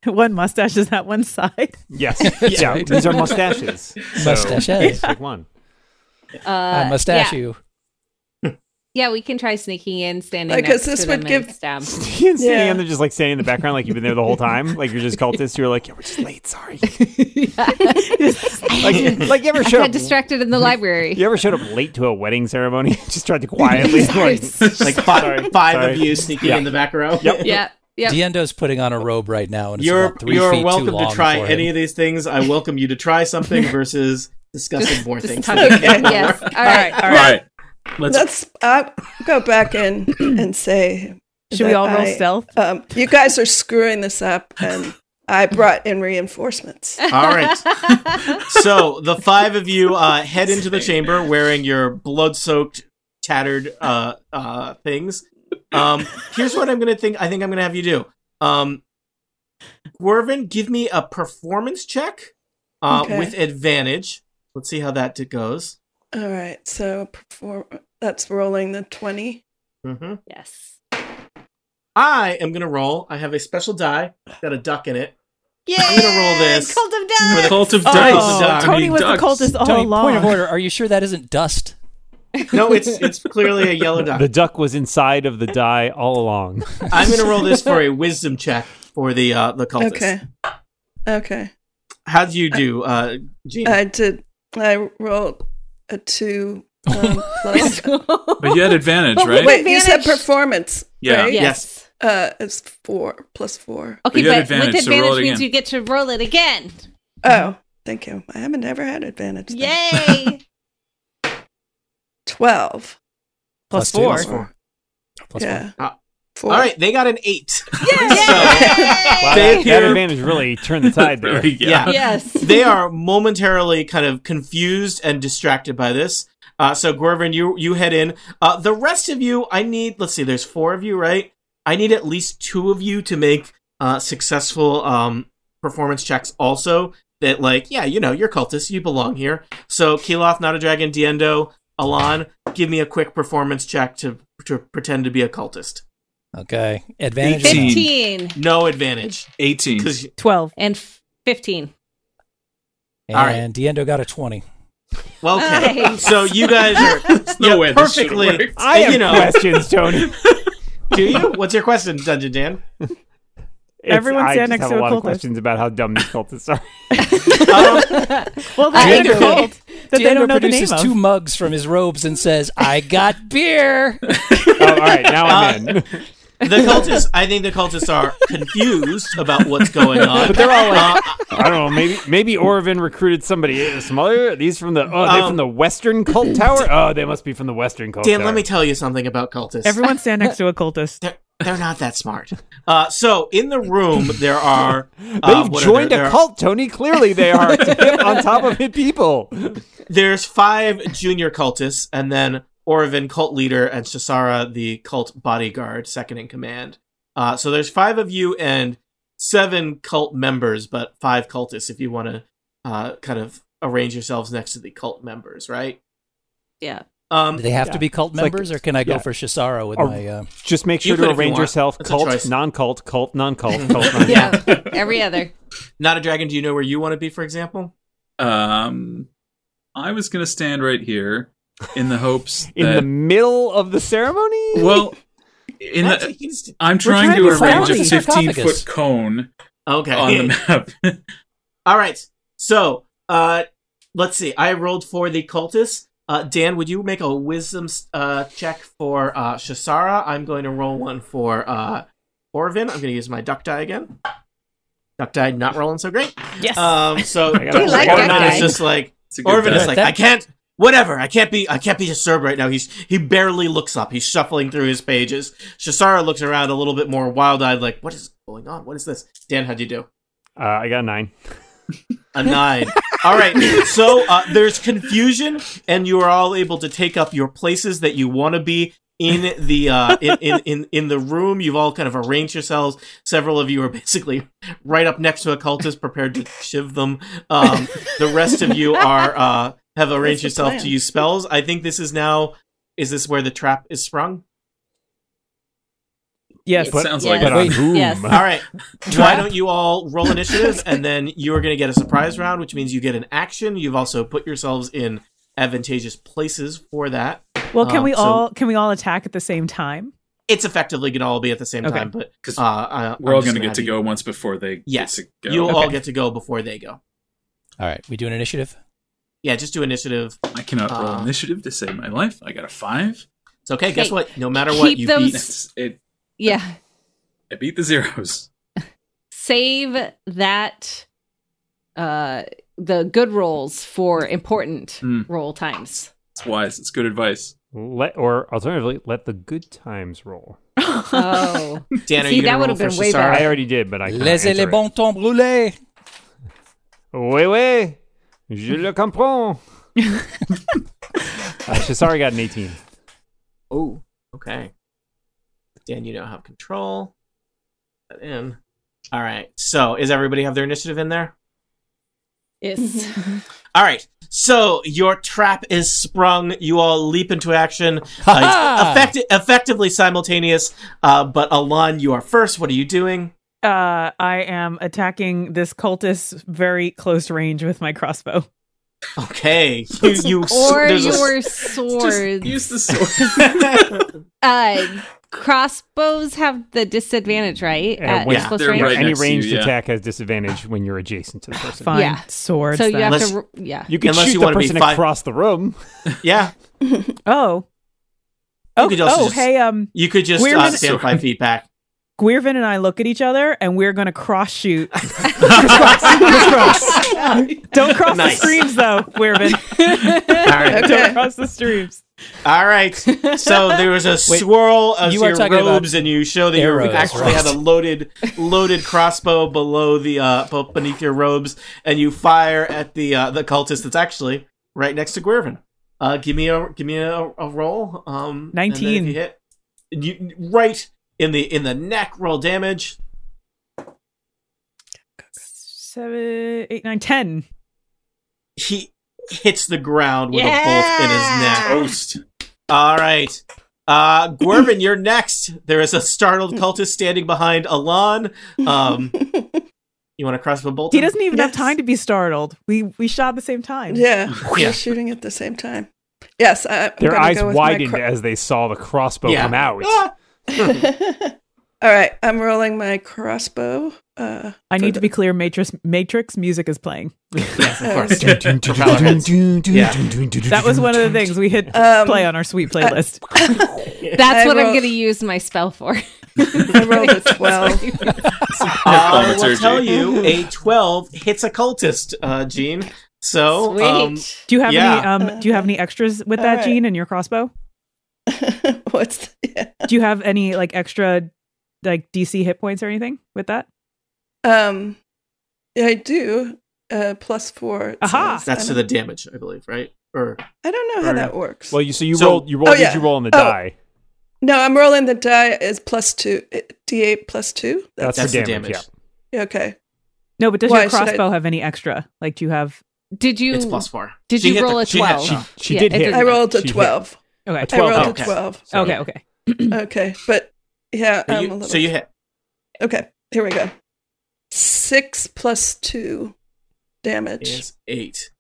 Speaker 3: one mustache is that one side.
Speaker 7: Yes.
Speaker 2: That's
Speaker 7: yeah.
Speaker 2: right.
Speaker 7: These are mustaches. So,
Speaker 2: Mustaches.
Speaker 7: pick one.
Speaker 4: Uh,
Speaker 2: I mustache
Speaker 4: yeah.
Speaker 2: you.
Speaker 4: Yeah, we can try sneaking in, standing
Speaker 6: Like,
Speaker 4: next
Speaker 6: 'cause this
Speaker 4: to them
Speaker 6: would
Speaker 4: and
Speaker 6: give-
Speaker 4: stab.
Speaker 7: Ian's sitting
Speaker 6: Yeah.
Speaker 7: in there just like standing in the background like you've been there the whole time. Like you're just cultists who are like, yeah, we're just late, sorry. like, like you ever
Speaker 4: I
Speaker 7: showed
Speaker 4: got
Speaker 7: up,
Speaker 4: distracted in the library.
Speaker 7: you ever showed up late to a wedding ceremony? just tried to quietly like,
Speaker 1: Like five,
Speaker 7: Sorry,
Speaker 1: five
Speaker 7: sorry.
Speaker 1: of you sneaking
Speaker 7: Yeah.
Speaker 1: in the back row.
Speaker 7: Yep.
Speaker 4: Yeah, yeah.
Speaker 2: Diendo's putting on a robe right now, and it's
Speaker 1: You're
Speaker 2: about 3 feet
Speaker 1: you're
Speaker 2: too
Speaker 1: welcome to
Speaker 2: long
Speaker 1: try
Speaker 2: for him.
Speaker 1: any of these things. I welcome you to try something versus discussing more things.
Speaker 4: Tuck
Speaker 1: that we
Speaker 4: it.
Speaker 1: can't
Speaker 4: yes.
Speaker 1: ignore.
Speaker 4: All right.
Speaker 5: All right. Let's
Speaker 6: Let's uh, go back in and say.
Speaker 3: Should we
Speaker 6: that
Speaker 3: all roll
Speaker 6: I-
Speaker 3: stealth?
Speaker 6: Um, you guys are screwing this up, and I brought in reinforcements.
Speaker 1: All right. so the five of you uh, head into the chamber wearing your blood-soaked, tattered uh, uh, things. Um, here's what I'm gonna think. I think I'm gonna have you do. Um, Gwervin, give me a performance check uh,
Speaker 6: Okay.
Speaker 1: with advantage. Let's see how that d- goes.
Speaker 6: All right, so perform- that's rolling the 20.
Speaker 1: Mm-hmm.
Speaker 4: Yes.
Speaker 1: I am gonna roll. I have a special die. Got a duck in it.
Speaker 4: Yeah.
Speaker 1: I'm gonna roll this.
Speaker 4: Cult of
Speaker 1: For
Speaker 4: death.
Speaker 1: the-
Speaker 5: cult of
Speaker 1: Oh,
Speaker 5: dice.
Speaker 1: Ducks.
Speaker 3: Tony
Speaker 5: I mean,
Speaker 3: was
Speaker 5: ducks.
Speaker 3: the cultist all
Speaker 2: Tony,
Speaker 3: along.
Speaker 2: point of order, are you sure that isn't dust?
Speaker 1: No, it's it's clearly a yellow duck.
Speaker 7: The duck was inside of the die all along.
Speaker 1: I'm gonna roll this for a wisdom check for the uh, the cultist.
Speaker 6: Okay. Okay.
Speaker 1: How do you do, uh, Gene?
Speaker 6: I did. I rolled a 2 um, plus.
Speaker 5: But you had advantage,
Speaker 4: But
Speaker 5: right?
Speaker 4: wait-
Speaker 6: Wait, you said
Speaker 4: Advantage.
Speaker 6: performance.
Speaker 5: Yeah.
Speaker 6: Right?
Speaker 1: Yes.
Speaker 6: Uh, it's 4 plus 4.
Speaker 4: Okay,
Speaker 5: you
Speaker 4: but
Speaker 5: have advantage,
Speaker 4: with
Speaker 5: so roll
Speaker 4: advantage
Speaker 5: it
Speaker 4: means
Speaker 5: again.
Speaker 4: you get to roll it again.
Speaker 6: Oh, thank you. I haven't ever had advantage. then.
Speaker 4: Yay!
Speaker 6: 12.
Speaker 2: Plus
Speaker 3: Plus
Speaker 2: two.
Speaker 3: four.
Speaker 2: Plus four. Plus
Speaker 6: yeah.
Speaker 1: Ah.
Speaker 6: Four.
Speaker 1: All right, they got an eight.
Speaker 4: Yay!
Speaker 7: Wow,
Speaker 1: They
Speaker 7: that, that
Speaker 1: appear-
Speaker 7: advantage really turned the tide there.
Speaker 5: There we go.
Speaker 1: Yeah.
Speaker 4: yes.
Speaker 1: they are momentarily kind of confused and distracted by this. Uh, so, Gorvin, you you head in. Uh, the rest of you, I need. Let's see, there's four of you, right? I need at least two of you to make uh, successful um, performance checks. Also, that like, yeah, you know, you're cultists, you belong here. So, Keeloth, not a dragon, Diendo, Alon, give me a quick performance check to to pretend to be a cultist.
Speaker 2: Okay. Advantage.
Speaker 5: Eighteen.
Speaker 4: Fifteen
Speaker 1: No advantage
Speaker 5: 18.
Speaker 1: because
Speaker 3: Twelve.
Speaker 4: and f- fifteen.
Speaker 2: And
Speaker 1: All right.
Speaker 2: Diendo got a 20.
Speaker 1: Well, okay.
Speaker 4: Nice.
Speaker 1: So you guys are
Speaker 5: no
Speaker 1: yeah,
Speaker 5: way this should've
Speaker 1: perfectly.
Speaker 5: worked.
Speaker 7: I
Speaker 1: and,
Speaker 7: have
Speaker 1: you know,
Speaker 7: questions, Tony. It's-
Speaker 1: do you? What's your question, Dungeon Dan?
Speaker 3: Everyone
Speaker 7: I
Speaker 3: stand
Speaker 7: just
Speaker 3: next
Speaker 7: have
Speaker 3: to
Speaker 7: a
Speaker 3: a
Speaker 7: lot
Speaker 3: cultist.
Speaker 7: of questions about how dumb these cultists are.
Speaker 1: Um,
Speaker 3: Well, that's
Speaker 1: Diendo-
Speaker 3: are cult that they
Speaker 2: Diendo
Speaker 3: don't know the name
Speaker 2: produces
Speaker 3: of.
Speaker 2: two mugs from his robes and says, I got beer.
Speaker 7: oh, all right, now I'm
Speaker 1: Uh,
Speaker 7: in.
Speaker 1: the cultists. I think the cultists are confused about what's going on. But they're all like,
Speaker 7: I don't know. Maybe maybe Orvin recruited somebody. Uh, Some other are these from the oh they're
Speaker 1: Um,
Speaker 7: from the Western Cult Tower. Oh, they must be from the Western Cult
Speaker 1: Dan.
Speaker 7: Tower.
Speaker 1: Let me tell you something about cultists.
Speaker 3: Everyone stand next to a cultist.
Speaker 1: They're, they're not that smart. Uh, so in the room there are. Uh,
Speaker 7: They've
Speaker 1: what are
Speaker 7: joined
Speaker 1: there? There
Speaker 7: a
Speaker 1: are-
Speaker 7: cult, Tony. Clearly, they are to get on top of it. People.
Speaker 1: There's five junior cultists, and then Orvin, cult leader, and Shasara, the cult bodyguard, second in command. Uh, so there's five of you and seven cult members, but five cultists if you want to uh, kind of arrange yourselves next to the cult members, right?
Speaker 4: Yeah.
Speaker 1: Um,
Speaker 2: Do they have
Speaker 7: Yeah.
Speaker 2: to be cult
Speaker 7: It's like-
Speaker 2: members, or can I go
Speaker 7: yeah.
Speaker 2: for Shisara with
Speaker 7: Or-
Speaker 2: my. Uh,
Speaker 7: Just make
Speaker 1: You
Speaker 7: sure
Speaker 1: could
Speaker 7: to
Speaker 1: if you
Speaker 7: arrange
Speaker 1: want.
Speaker 7: yourself
Speaker 1: That's a
Speaker 7: cult,
Speaker 1: choice.
Speaker 7: non-cult, cult, non-cult, cult, non-cult.
Speaker 4: Yeah. Every other.
Speaker 1: Not a dragon. Do you know where you want to be, for example?
Speaker 5: Um, I was going to stand right here in the hopes
Speaker 7: In
Speaker 5: that.
Speaker 7: the middle of the ceremony.
Speaker 5: well, in
Speaker 1: Actually,
Speaker 5: the,
Speaker 1: you can just-
Speaker 5: I'm trying,
Speaker 3: trying
Speaker 5: to
Speaker 3: to
Speaker 5: arrange a
Speaker 2: find the
Speaker 5: 15
Speaker 2: sarcophagus.
Speaker 5: foot cone
Speaker 1: okay.
Speaker 5: on the map.
Speaker 1: All right. So uh, let's see. I rolled for the cultists. Uh, Dan, would you make a wisdom uh, check for uh, Shasara? I'm going to roll one for uh, Orvin. I'm going to use my duck die again. Duck die not rolling so great.
Speaker 3: Yes.
Speaker 1: Um, so
Speaker 7: I gotta-
Speaker 4: We like
Speaker 1: Orvin
Speaker 4: duck
Speaker 1: is
Speaker 4: die.
Speaker 1: just like
Speaker 5: It's a good
Speaker 1: Orvin is
Speaker 5: bet.
Speaker 1: like
Speaker 2: That-
Speaker 1: I can't. Whatever, I can't be. I can't be disturbed right now. He's he barely looks up. He's shuffling through his pages. Shasara looks around a little bit more wild-eyed, like, "What is going on? What is this?" Dan, how'd you do?
Speaker 7: Uh, I got a nine.
Speaker 1: A nine. all right. So uh, there's confusion, and you are all able to take up your places that you want to be in the uh, in, in in in the room. You've all kind of arranged yourselves. Several of you are basically right up next to a cultist, prepared to shiv them. Um, the rest of you are uh, have arranged
Speaker 6: That's the
Speaker 1: yourself to
Speaker 6: plan.
Speaker 1: use spells. I think this is now. Is this where the trap is sprung?
Speaker 3: Yes.
Speaker 5: It
Speaker 7: Put-
Speaker 5: sounds
Speaker 4: yeah.
Speaker 5: like
Speaker 7: But
Speaker 5: it.
Speaker 7: on
Speaker 2: Wait.
Speaker 7: whom?
Speaker 4: Yes.
Speaker 1: All right. Why don't you all roll initiative, and then you are going to get a surprise round, which means you get an action. You've also put yourselves in advantageous places for that.
Speaker 3: Well, can
Speaker 2: uh,
Speaker 1: Um,
Speaker 3: we
Speaker 1: so-
Speaker 3: all can we all attack at the same time?
Speaker 1: It's effectively going to all be at the same
Speaker 3: Okay.
Speaker 1: time, but
Speaker 5: 'Cause
Speaker 1: uh, I,
Speaker 5: We're
Speaker 1: I'm
Speaker 5: all
Speaker 1: just
Speaker 5: going to
Speaker 1: have
Speaker 5: get to
Speaker 1: you-
Speaker 5: go once before they
Speaker 1: Yes.
Speaker 5: get to go.
Speaker 1: You'll all
Speaker 3: Okay.
Speaker 1: get to go before they go.
Speaker 2: All right, we do an initiative.
Speaker 1: Yeah, just do initiative.
Speaker 5: I cannot roll
Speaker 1: Uh,
Speaker 5: initiative to save my life. I got a five.
Speaker 1: It's okay. Guess
Speaker 4: Hey,
Speaker 1: what? No matter what,
Speaker 4: keep
Speaker 1: you
Speaker 4: those-
Speaker 1: beat.
Speaker 5: It's, it,
Speaker 4: Yeah.
Speaker 5: I beat the zeros.
Speaker 4: Save that uh the good rolls for important
Speaker 5: Hmm.
Speaker 4: roll times.
Speaker 5: It's wise. It's good advice.
Speaker 7: Let or alternatively, let the good times roll.
Speaker 4: Oh.
Speaker 1: Dan, are
Speaker 4: See,
Speaker 1: you
Speaker 4: that
Speaker 1: going to roll
Speaker 4: would've
Speaker 1: for
Speaker 4: been way
Speaker 1: Shasara?
Speaker 4: better.
Speaker 7: I already did, but I can't.
Speaker 2: Laissez les bons temps brûler.
Speaker 7: Oui, oui. Je le comprends. uh, Shasari got an 18.
Speaker 1: Oh, okay. Dan, you don't have control. Put that in. All right. So, is everybody have their initiative in there?
Speaker 4: Yes.
Speaker 1: All right. So your trap is sprung. You all leap into action. Uh, it's effecti- effectively simultaneous. Uh, but Alon, you are first. What are you doing?
Speaker 3: Uh, I am attacking this cultist very close range with my crossbow.
Speaker 1: Okay. You, you
Speaker 4: or
Speaker 1: there's a s-
Speaker 4: your
Speaker 5: Just
Speaker 4: swords.
Speaker 5: use the sword.
Speaker 4: uh crossbows have the disadvantage, right?
Speaker 6: Uh,
Speaker 7: Yeah,
Speaker 4: At
Speaker 7: Uh, when-
Speaker 4: close
Speaker 5: They're
Speaker 4: range?
Speaker 5: right
Speaker 7: Any
Speaker 5: next to you,
Speaker 7: ranged
Speaker 5: yeah.
Speaker 7: attack has disadvantage when you're adjacent to the person.
Speaker 3: Fine
Speaker 4: Yeah.
Speaker 3: swords.
Speaker 4: So you
Speaker 3: then.
Speaker 4: have
Speaker 1: Let's-
Speaker 4: to ro- yeah.
Speaker 7: You can
Speaker 1: Unless
Speaker 7: shoot
Speaker 1: you
Speaker 7: the
Speaker 1: wanna be
Speaker 7: person
Speaker 1: fi-
Speaker 7: across the room.
Speaker 1: yeah.
Speaker 3: oh. Oh,
Speaker 1: could also
Speaker 3: oh
Speaker 1: just-
Speaker 3: hey, um,
Speaker 1: You could just
Speaker 3: We're
Speaker 1: uh,
Speaker 3: gonna-
Speaker 1: stand five feet back.
Speaker 3: Guirvin and I look at each other and we're gonna cross shoot. Don't cross
Speaker 1: Nice.
Speaker 3: the streams though, Guirvin.
Speaker 1: All right.
Speaker 3: Don't cross the streams.
Speaker 1: All right. So there was a
Speaker 2: Wait,
Speaker 1: swirl of
Speaker 2: you are
Speaker 1: your
Speaker 2: talking about
Speaker 1: robes, and you show that
Speaker 2: arrows,
Speaker 1: you actually
Speaker 2: right?
Speaker 1: had a loaded, loaded crossbow below the uh, b- beneath your robes, and you fire at the uh, the cultist that's actually right next to Guervin. Uh, give me a give me a, a roll. Um, and then if
Speaker 3: 19.
Speaker 1: you hit you, right in the in the neck. Roll damage.
Speaker 3: Seven, eight, nine, ten.
Speaker 1: He hits the ground with a bolt in his neck.
Speaker 4: Yeah.
Speaker 5: Toast.
Speaker 1: All right. Uh, Gwervin, you're next. There is a startled cultist standing behind Alon. Um, you want to crossbow bolt?
Speaker 3: He
Speaker 1: him?
Speaker 3: doesn't even have
Speaker 6: Yes.
Speaker 3: time to be startled. We we shot at the same time.
Speaker 6: yeah,
Speaker 1: Yeah.
Speaker 6: we're shooting at the same time. Yes, I, I'm
Speaker 7: Their
Speaker 6: gonna
Speaker 7: eyes
Speaker 6: go with my
Speaker 7: widened
Speaker 6: cro-
Speaker 7: as they saw the crossbow
Speaker 1: Yeah.
Speaker 7: come out.
Speaker 1: Ah!
Speaker 6: All right, I'm rolling my crossbow. Uh,
Speaker 3: I
Speaker 6: for
Speaker 3: need
Speaker 6: the-
Speaker 3: to be clear. Matrix Matrix music is playing.
Speaker 1: Yes, of course.
Speaker 6: Dun,
Speaker 1: Propeller heads. Yeah.
Speaker 3: That was one of the things we hit
Speaker 6: Um,
Speaker 3: play on our sweet playlist.
Speaker 4: That's
Speaker 6: I
Speaker 4: what I'm
Speaker 6: roll-
Speaker 4: going to use my spell for.
Speaker 6: um, I rolled a 12.
Speaker 1: Uh, I will
Speaker 5: Thaumaturgy.
Speaker 1: tell you, a twelve hits a cultist, uh, Gene. So,
Speaker 4: Sweet.
Speaker 1: um,
Speaker 3: Do you have
Speaker 1: Yeah.
Speaker 3: any um do you have any extras with that,
Speaker 6: Alright.
Speaker 3: Gene, and your crossbow?
Speaker 6: What's the, yeah.
Speaker 3: Do you have any like extra like DC hit points or anything with that?
Speaker 6: Um, yeah, I do. Uh, plus four. it
Speaker 3: Aha!
Speaker 6: says.
Speaker 1: that's
Speaker 6: I
Speaker 1: to
Speaker 6: don't-
Speaker 1: the damage, I believe, right? Or
Speaker 6: I don't know how
Speaker 1: or-
Speaker 6: that works.
Speaker 7: Well, you so you
Speaker 1: So-
Speaker 7: rolled you rolled
Speaker 6: Oh,
Speaker 7: did
Speaker 6: yeah.
Speaker 7: you roll on the
Speaker 6: Oh.
Speaker 7: die?
Speaker 6: no, I'm rolling the die is plus two, uh, d8 plus two.
Speaker 7: That's,
Speaker 1: That's
Speaker 7: for
Speaker 1: the
Speaker 7: damage.
Speaker 1: damage.
Speaker 6: Okay.
Speaker 3: No, but does
Speaker 6: Why
Speaker 3: your
Speaker 6: should I-
Speaker 3: crossbow have any extra? Like do you have
Speaker 4: Did you
Speaker 1: it's plus four.
Speaker 4: did
Speaker 1: She
Speaker 4: you
Speaker 1: hit
Speaker 4: roll a
Speaker 1: she hit
Speaker 4: 12?
Speaker 1: shot.
Speaker 7: She
Speaker 4: Yeah,
Speaker 7: did
Speaker 4: it
Speaker 7: hit.
Speaker 4: does-
Speaker 6: I rolled a
Speaker 7: She hit.
Speaker 6: 12.
Speaker 3: Okay.
Speaker 6: I rolled
Speaker 1: okay.
Speaker 6: a 12.
Speaker 7: So-
Speaker 3: Okay, okay.
Speaker 6: Okay. But yeah,
Speaker 1: So
Speaker 6: I'm
Speaker 1: you-
Speaker 6: a little.
Speaker 1: so you hit.
Speaker 6: Okay. Here we go. Six plus two damage.
Speaker 1: is eight.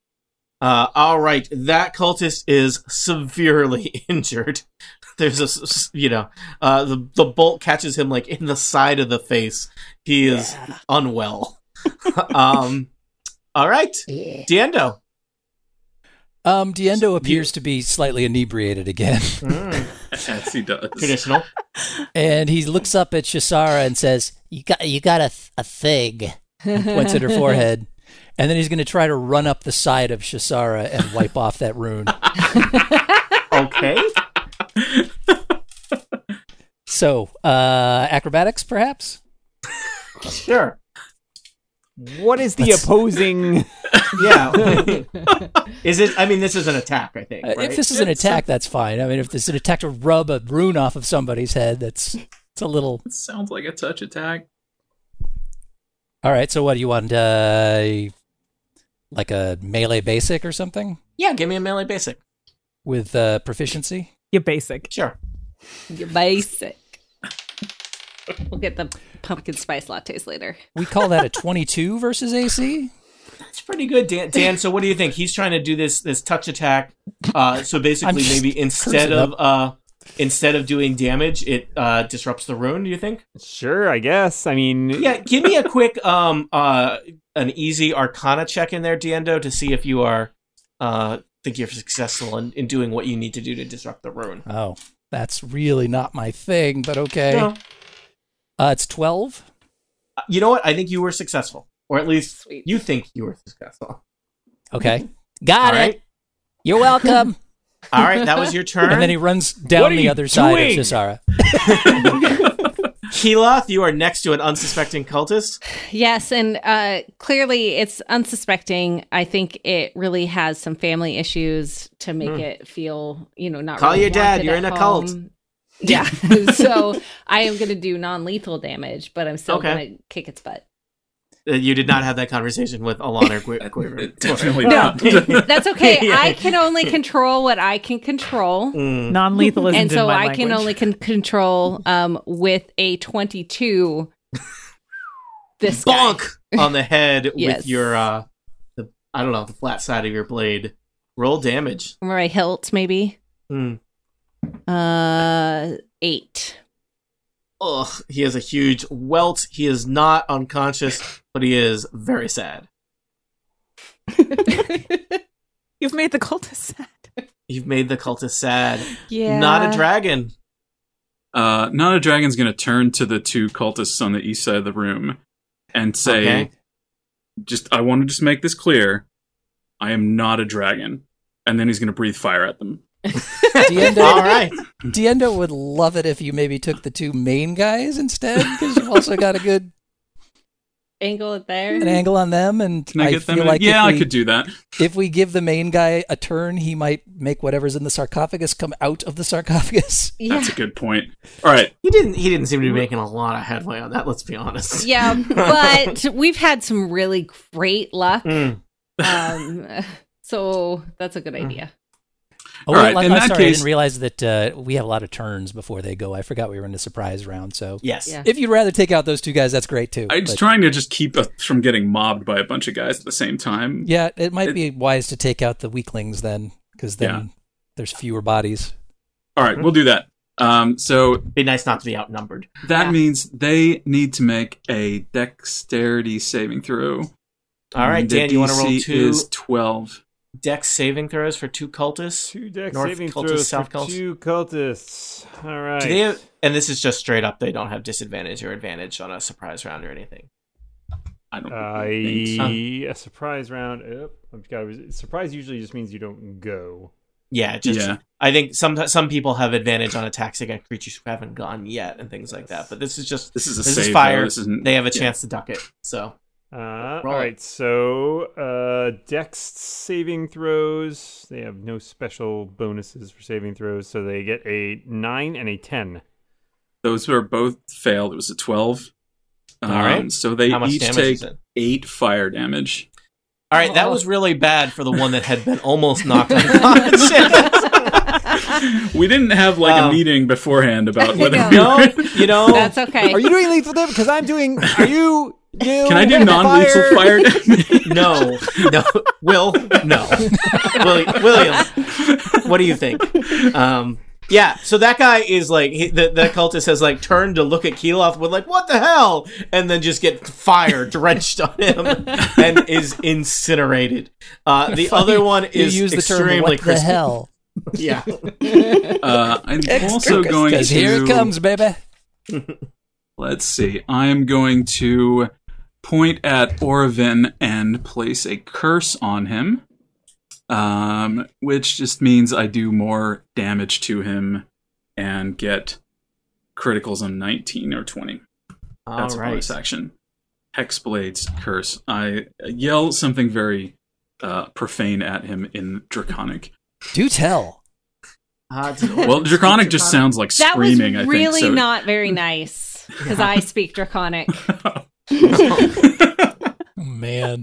Speaker 1: Uh, all right, that cultist is severely injured. There's a, s- s- you know, uh, the the bolt catches him like in the side of the face. He is
Speaker 6: Yeah.
Speaker 1: unwell. um, all right,
Speaker 4: Yeah.
Speaker 1: Diendo.
Speaker 2: Um, Diendo appears to be slightly inebriated again,
Speaker 5: Yes, he does.
Speaker 1: Traditional.
Speaker 2: and he looks up at Shasara and says, "You got, you got a, th- a thing." and points at her forehead, and then he's going to try to run up the side of Shasara and wipe off that rune.
Speaker 1: Okay.
Speaker 2: So, uh, acrobatics, perhaps.
Speaker 1: Sure.
Speaker 7: What is the
Speaker 2: That's-
Speaker 7: opposing
Speaker 1: Yeah. is it? I mean, this is an attack. I think.
Speaker 2: Uh,
Speaker 1: right?
Speaker 2: If this is an attack, that's fine. I mean, if this is an attack to rub a rune off of somebody's head, that's it's a little.
Speaker 5: It sounds like a touch attack.
Speaker 2: All right. So, what do you want? Uh, like a melee basic or something
Speaker 1: yeah, give me a melee basic.
Speaker 2: with uh, proficiency.
Speaker 3: You're basic.
Speaker 1: Sure.
Speaker 4: You're basic. We'll get the pumpkin spice lattes later.
Speaker 2: We call that a 22 versus AC.
Speaker 1: That's pretty good, Dan. Dan, so what do you think? He's trying to do this this touch attack. Uh, so basically,
Speaker 2: just
Speaker 1: maybe instead
Speaker 2: cursing
Speaker 1: of uh, instead of doing damage, it uh, disrupts the rune. Do you think?
Speaker 7: Sure, I guess. I mean,
Speaker 1: Yeah. Give me a quick um uh an easy Arcana check in there, Diendo, to see if you are uh think you're successful in, in doing what you need to do to disrupt the rune.
Speaker 2: Oh, that's really not my thing, but okay.
Speaker 1: No.
Speaker 2: Uh, it's 12.
Speaker 1: Uh, You know what? I think you were successful, or at least
Speaker 4: Sweet.
Speaker 1: you think you were successful.
Speaker 2: Okay. Got
Speaker 1: All
Speaker 2: it.
Speaker 1: right.
Speaker 2: You're welcome.
Speaker 1: All right. That was your turn.
Speaker 2: and then he runs down
Speaker 5: What are
Speaker 2: the
Speaker 5: you
Speaker 2: other side
Speaker 5: doing?
Speaker 2: of Shisara.
Speaker 1: Keeloth, you are next to an unsuspecting cultist.
Speaker 4: Yes, and uh, clearly it's unsuspecting. I think it really has some family issues to make it feel, you know, not.
Speaker 1: Hmm. Call
Speaker 4: really
Speaker 1: your dad,
Speaker 4: wanted
Speaker 1: you're
Speaker 4: at
Speaker 1: in a cult.
Speaker 4: home. Yeah, so I am going to do non-lethal damage, but I'm still
Speaker 1: Okay.
Speaker 4: going to kick its butt.
Speaker 1: Uh, you did not have that conversation with Alana Qu- Quiver.
Speaker 5: It definitely
Speaker 4: No.
Speaker 5: not.
Speaker 4: That's okay.
Speaker 1: Yeah.
Speaker 4: I can only control what I can control.
Speaker 1: Mm.
Speaker 3: Non-lethal isn't
Speaker 4: and so
Speaker 3: in my
Speaker 4: I
Speaker 3: language.
Speaker 4: can only can control um with a 22 this guy.
Speaker 1: Bonk on the head with
Speaker 4: Yes.
Speaker 1: your, uh, the, I don't know, the flat side of your blade. Roll damage.
Speaker 4: or my hilt maybe
Speaker 1: Mm.
Speaker 4: uh 8
Speaker 1: Ugh, he has a huge welt. He is not unconscious, but he is very sad.
Speaker 3: You've made the cultist sad.
Speaker 1: You've made the cultist sad.
Speaker 4: yeah
Speaker 1: Not a dragon.
Speaker 5: Uh, not a dragon's going to turn to the two cultists on the east side of the room and say,
Speaker 1: Okay.
Speaker 5: "Just, I want to just make this clear. I am not a dragon." And then he's going to breathe fire at them.
Speaker 1: All
Speaker 2: Diendo,
Speaker 1: right.
Speaker 2: Diendo would love it if you maybe took the two main guys instead, because you've also got a good
Speaker 4: angle it
Speaker 2: an
Speaker 4: there
Speaker 2: angle on them. And
Speaker 5: Can I, get
Speaker 2: feel
Speaker 5: them? in?
Speaker 2: like
Speaker 5: yeah,
Speaker 2: if we,
Speaker 5: I could do that.
Speaker 2: if we give the main guy a turn, he might make whatever's in the sarcophagus come out of the sarcophagus.
Speaker 4: yeah
Speaker 5: That's a good point. All right,
Speaker 1: He didn't. He didn't seem to be making a lot of headway on that. Let's be honest.
Speaker 4: yeah but we've had some really great luck
Speaker 1: Mm.
Speaker 4: um so that's a good idea
Speaker 2: Oh,
Speaker 5: All right,
Speaker 2: I'm
Speaker 5: in that
Speaker 2: sorry, I
Speaker 5: case-
Speaker 2: didn't realize that uh, we have a lot of turns before they go. I forgot we were in a surprise round. So
Speaker 1: Yes.
Speaker 4: Yeah.
Speaker 2: if you'd rather take out those two guys, that's great too.
Speaker 5: I'm just
Speaker 2: But
Speaker 5: trying to just keep us from getting mobbed by a bunch of guys at the same time.
Speaker 2: yeah, it might be wise to take out the weaklings then, because then
Speaker 5: Yeah.
Speaker 2: there's fewer bodies.
Speaker 5: All right, we'll do that. Um, so
Speaker 1: Be nice not to be outnumbered.
Speaker 5: that
Speaker 4: Yeah.
Speaker 5: means they need to make a dexterity saving throw.
Speaker 1: All right,
Speaker 5: And Mm, the
Speaker 1: Dan. You want to roll
Speaker 5: DC
Speaker 1: two
Speaker 5: Is twelve.
Speaker 1: dex saving throws for two cultists.
Speaker 7: Two deck
Speaker 1: North
Speaker 7: saving
Speaker 1: cultists,
Speaker 7: throws
Speaker 1: south
Speaker 7: for
Speaker 1: cultists.
Speaker 7: two cultists. All right.
Speaker 1: Do they have, and this is just straight up. They don't have disadvantage or advantage on a surprise round or anything.
Speaker 5: I don't think so.
Speaker 7: I, a surprise round. Oh, I've got surprise usually just means you don't go.
Speaker 1: Yeah, just
Speaker 5: Yeah.
Speaker 1: I think some some people have advantage on attacks against creatures who haven't gone yet and things like that. But this is just
Speaker 5: This is a
Speaker 1: this
Speaker 5: save.
Speaker 1: is
Speaker 5: though.
Speaker 1: fire.
Speaker 5: This isn't,
Speaker 1: they have a
Speaker 5: yeah.
Speaker 1: chance to duck it. So
Speaker 7: Uh, all
Speaker 1: Roll it.
Speaker 7: right, so uh, Dex saving throws. They have no special bonuses for saving throws, so they get a nine and a ten.
Speaker 5: Those were both failed. It was a twelve. Um,
Speaker 1: All right.
Speaker 5: So they
Speaker 1: how much
Speaker 5: each
Speaker 1: damage
Speaker 5: take
Speaker 1: is it?
Speaker 5: eight fire damage.
Speaker 1: All right, that
Speaker 4: Oh.
Speaker 1: was really bad for the one that had been almost knocked unconscious.
Speaker 5: we didn't have like
Speaker 1: Um,
Speaker 5: a meeting beforehand about whether
Speaker 4: No.
Speaker 5: we
Speaker 1: no,
Speaker 5: were-
Speaker 1: you know,
Speaker 4: that's okay
Speaker 7: Are you doing lethal damage? Because I'm doing. Are you? you
Speaker 5: Can I do non-lethal fire damage?
Speaker 1: no, no, Will, no, Will, William, what do you think? Um, yeah, so that guy is like he, the the cultist has like turned to look at Keeloth with like what the hell, and then just get fire drenched on him and is incinerated. Uh, the other one is
Speaker 2: you use the term
Speaker 1: extremely
Speaker 2: "what the
Speaker 1: crispy.
Speaker 2: hell,"
Speaker 1: Yeah,
Speaker 5: Uh, I'm
Speaker 6: Extra
Speaker 5: also going to.
Speaker 2: because here it comes, baby.
Speaker 5: Let's see. I am going to point at Orovin and place a curse on him, um, which just means I do more damage to him and get criticals on 19 or 20.
Speaker 1: all
Speaker 5: That's a
Speaker 1: right.
Speaker 5: bonus action. Hexblade's curse. I yell something very uh, profane at him in Draconic.
Speaker 2: Do tell.
Speaker 1: Uh, did-
Speaker 5: Well, Draconic just sounds like
Speaker 4: that was
Speaker 5: screaming. I
Speaker 4: really
Speaker 5: think, so-
Speaker 4: not very nice because i speak draconic
Speaker 2: Oh, man,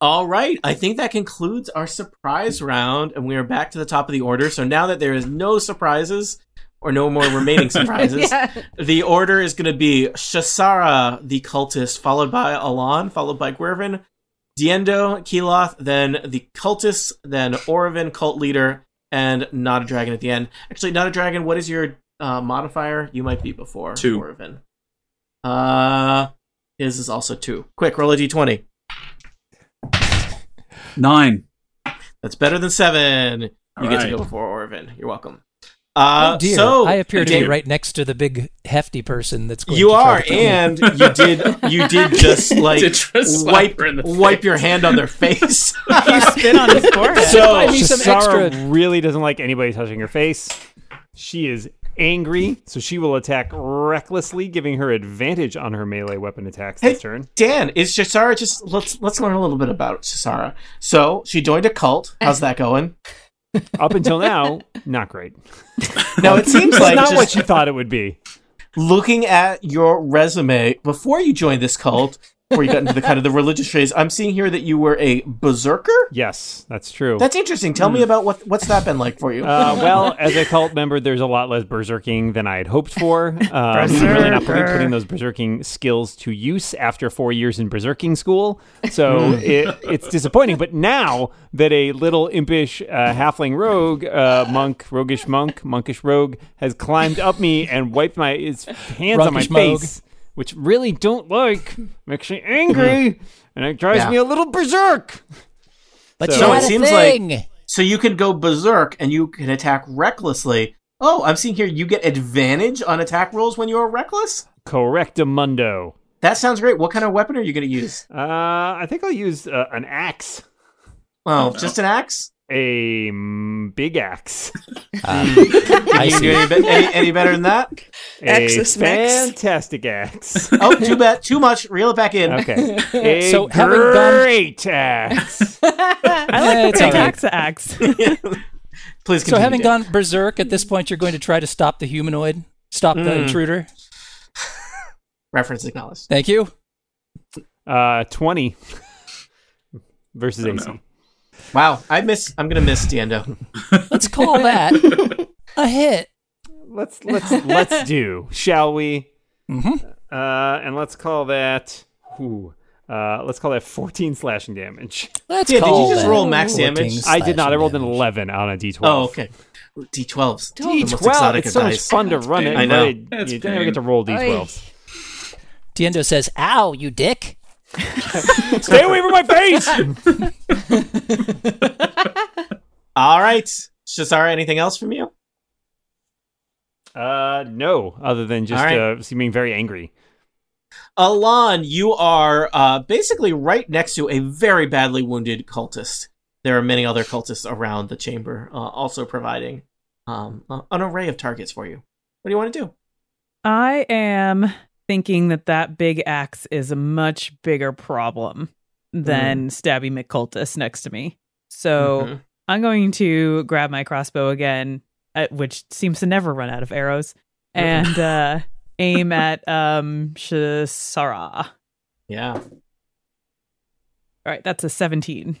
Speaker 1: All right, I think that concludes our surprise round, and we are back to the top of the order. So now that there is no surprises, or no more remaining surprises.
Speaker 4: Yeah.
Speaker 1: The order is going to be Shasara, the cultist, followed by Alon, followed by Guervin, Diendo, Keloth, then the cultist, then Orovin, cult leader, and not a dragon at the end. Actually, not a dragon. What is your uh, modifier? You might be before
Speaker 5: Two.
Speaker 1: Orovin. Uh, his is also two. Quick, roll a d20.
Speaker 5: Nine.
Speaker 1: That's better than seven. You
Speaker 5: All
Speaker 1: get
Speaker 5: right.
Speaker 1: to go before Orvin. You're welcome. Uh,
Speaker 2: oh dear!
Speaker 1: So
Speaker 2: I appear to be
Speaker 1: Dave,
Speaker 2: right next to the big hefty person. That's going
Speaker 1: You
Speaker 2: to try
Speaker 1: are,
Speaker 2: to kill me.
Speaker 1: and you did. You did just like
Speaker 8: Did just slap
Speaker 1: wipe
Speaker 8: her in the
Speaker 1: wipe your hand on their face.
Speaker 3: You spit on his forehead.
Speaker 2: I
Speaker 1: so
Speaker 2: mean, some
Speaker 7: Shasara
Speaker 2: extra-
Speaker 7: really doesn't like anybody touching her face. She is angry, so she will attack recklessly, giving her advantage on her melee weapon attacks
Speaker 1: Hey.
Speaker 7: this turn.
Speaker 1: Dan is Shasara. Just let's let's learn a little bit about Shasara. So she joined a cult. How's that going?
Speaker 7: Up until now, not great.
Speaker 1: Now it seems
Speaker 7: It's
Speaker 1: like
Speaker 7: not
Speaker 1: just
Speaker 7: what you thought it would be.
Speaker 1: looking at your resume before you joined this cult, before you got into the kind of the religious phase. I'm seeing here that you were a berserker.
Speaker 7: Yes, that's true.
Speaker 1: That's interesting. Tell me about what what's that been like for you?
Speaker 7: Uh, well, as a cult member, there's a lot less berserking than I had hoped for. Um, I'm really not putting, putting those berserking skills to use after four years in berserking school, so it, it's disappointing. But now that a little impish uh, halfling rogue, uh, monk, roguish monk, monkish rogue, has climbed up me and wiped my his hands on my
Speaker 2: Runkish mogue.
Speaker 7: face, which really don't like, makes me angry, and it drives
Speaker 1: Yeah.
Speaker 7: me a little berserk.
Speaker 2: But
Speaker 7: So-
Speaker 2: you
Speaker 7: So
Speaker 2: had
Speaker 1: it
Speaker 2: a
Speaker 1: seems like-
Speaker 2: thing.
Speaker 1: So you can go berserk and you can attack recklessly. Oh, I'm seeing here you get advantage on attack rolls when you are reckless.
Speaker 7: Correctamundo.
Speaker 1: That sounds great. What kind of weapon are you going to use?
Speaker 7: Uh, I think I'll use uh, an axe.
Speaker 1: Oh, just an axe.
Speaker 7: a mm, big axe.
Speaker 2: Um, I
Speaker 1: You can do
Speaker 2: see.
Speaker 1: any, be- any, any better than that?
Speaker 6: Axis
Speaker 7: a
Speaker 6: mix.
Speaker 7: fantastic axe.
Speaker 1: Oh, too bad, too much. Reel it back in.
Speaker 7: Okay. A
Speaker 2: So having done-
Speaker 7: great axe.
Speaker 3: I like
Speaker 2: Yeah,
Speaker 3: the
Speaker 2: it's
Speaker 3: big
Speaker 2: all right.
Speaker 3: axe axe.
Speaker 1: Please. Continue,
Speaker 2: So having
Speaker 1: Dan.
Speaker 2: gone berserk at this point, you're going to try to stop the humanoid, stop the
Speaker 1: Mm.
Speaker 2: intruder.
Speaker 1: reference acknowledged.
Speaker 2: Thank you.
Speaker 7: Uh, twenty versus
Speaker 5: Oh,
Speaker 7: AC.
Speaker 5: no.
Speaker 1: Wow, I miss. I'm gonna miss Diendo.
Speaker 2: Let's call that a hit.
Speaker 7: Let's let's let's do, shall we?
Speaker 2: hmm
Speaker 7: Uh, and let's call that. Ooh, uh, let's call that fourteen slashing damage.
Speaker 2: Let's
Speaker 1: Yeah, did you
Speaker 2: call
Speaker 1: just
Speaker 2: that
Speaker 1: roll max
Speaker 2: 14
Speaker 1: damage?
Speaker 2: slashing
Speaker 7: I did not. I rolled an
Speaker 2: damage.
Speaker 7: eleven on a D
Speaker 1: Oh,
Speaker 7: twelve.
Speaker 1: okay. D12s. The most
Speaker 7: D12.
Speaker 1: exotic
Speaker 7: It's
Speaker 1: of
Speaker 7: so much
Speaker 1: dice.
Speaker 7: fun to run it.
Speaker 5: pain.
Speaker 1: I
Speaker 7: I
Speaker 1: know.
Speaker 7: know. You
Speaker 5: That's
Speaker 7: don't ever
Speaker 5: pain.
Speaker 7: get to roll D12s.
Speaker 2: Diendo says, "Ow, you dick!"
Speaker 7: Stay away from my face.
Speaker 1: All right, Shazara. Anything else from you?
Speaker 7: Uh, no, other than just
Speaker 1: All right.
Speaker 7: uh, seeming very angry.
Speaker 1: Alon, you are uh, basically right next to a very badly wounded cultist. There are many other cultists around the chamber, uh, also providing um, a- an array of targets for you. What do you want to do?
Speaker 3: I am thinking that that big axe is a much bigger problem than stabby McCultus next to me. So
Speaker 1: Mhm.
Speaker 3: I'm going to grab my crossbow again, uh, which seems to never run out of arrows, and uh, aim at um, Shisara. All
Speaker 1: yeah,
Speaker 3: right, that's a 17.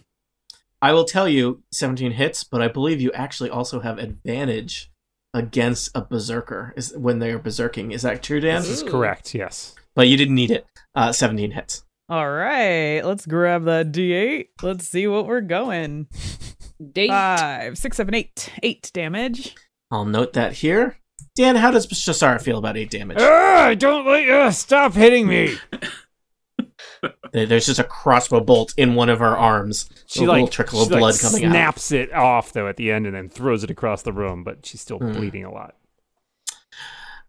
Speaker 1: I will tell you, seventeen hits, but I believe you actually also have advantage against a berserker is, when they are berserking. Is that true, Dan?
Speaker 7: This is correct. Yes.
Speaker 1: But you didn't need it. Uh, seventeen hits.
Speaker 3: All right, let's grab that D8. Let's see what we're going.
Speaker 4: Date.
Speaker 3: Five, six, seven, eight. Eight damage.
Speaker 1: I'll note that here. Dan, how does Shasara feel about eight damage?
Speaker 7: I don't like. Uh, stop hitting me.
Speaker 1: There- There's just a crossbow bolt in one of her arms.
Speaker 7: She
Speaker 1: a
Speaker 7: like
Speaker 1: little trickle of
Speaker 7: she, like,
Speaker 1: blood coming out.
Speaker 7: snaps it off though at the end and then throws it across the room, but she's still
Speaker 1: Hmm.
Speaker 7: bleeding a lot.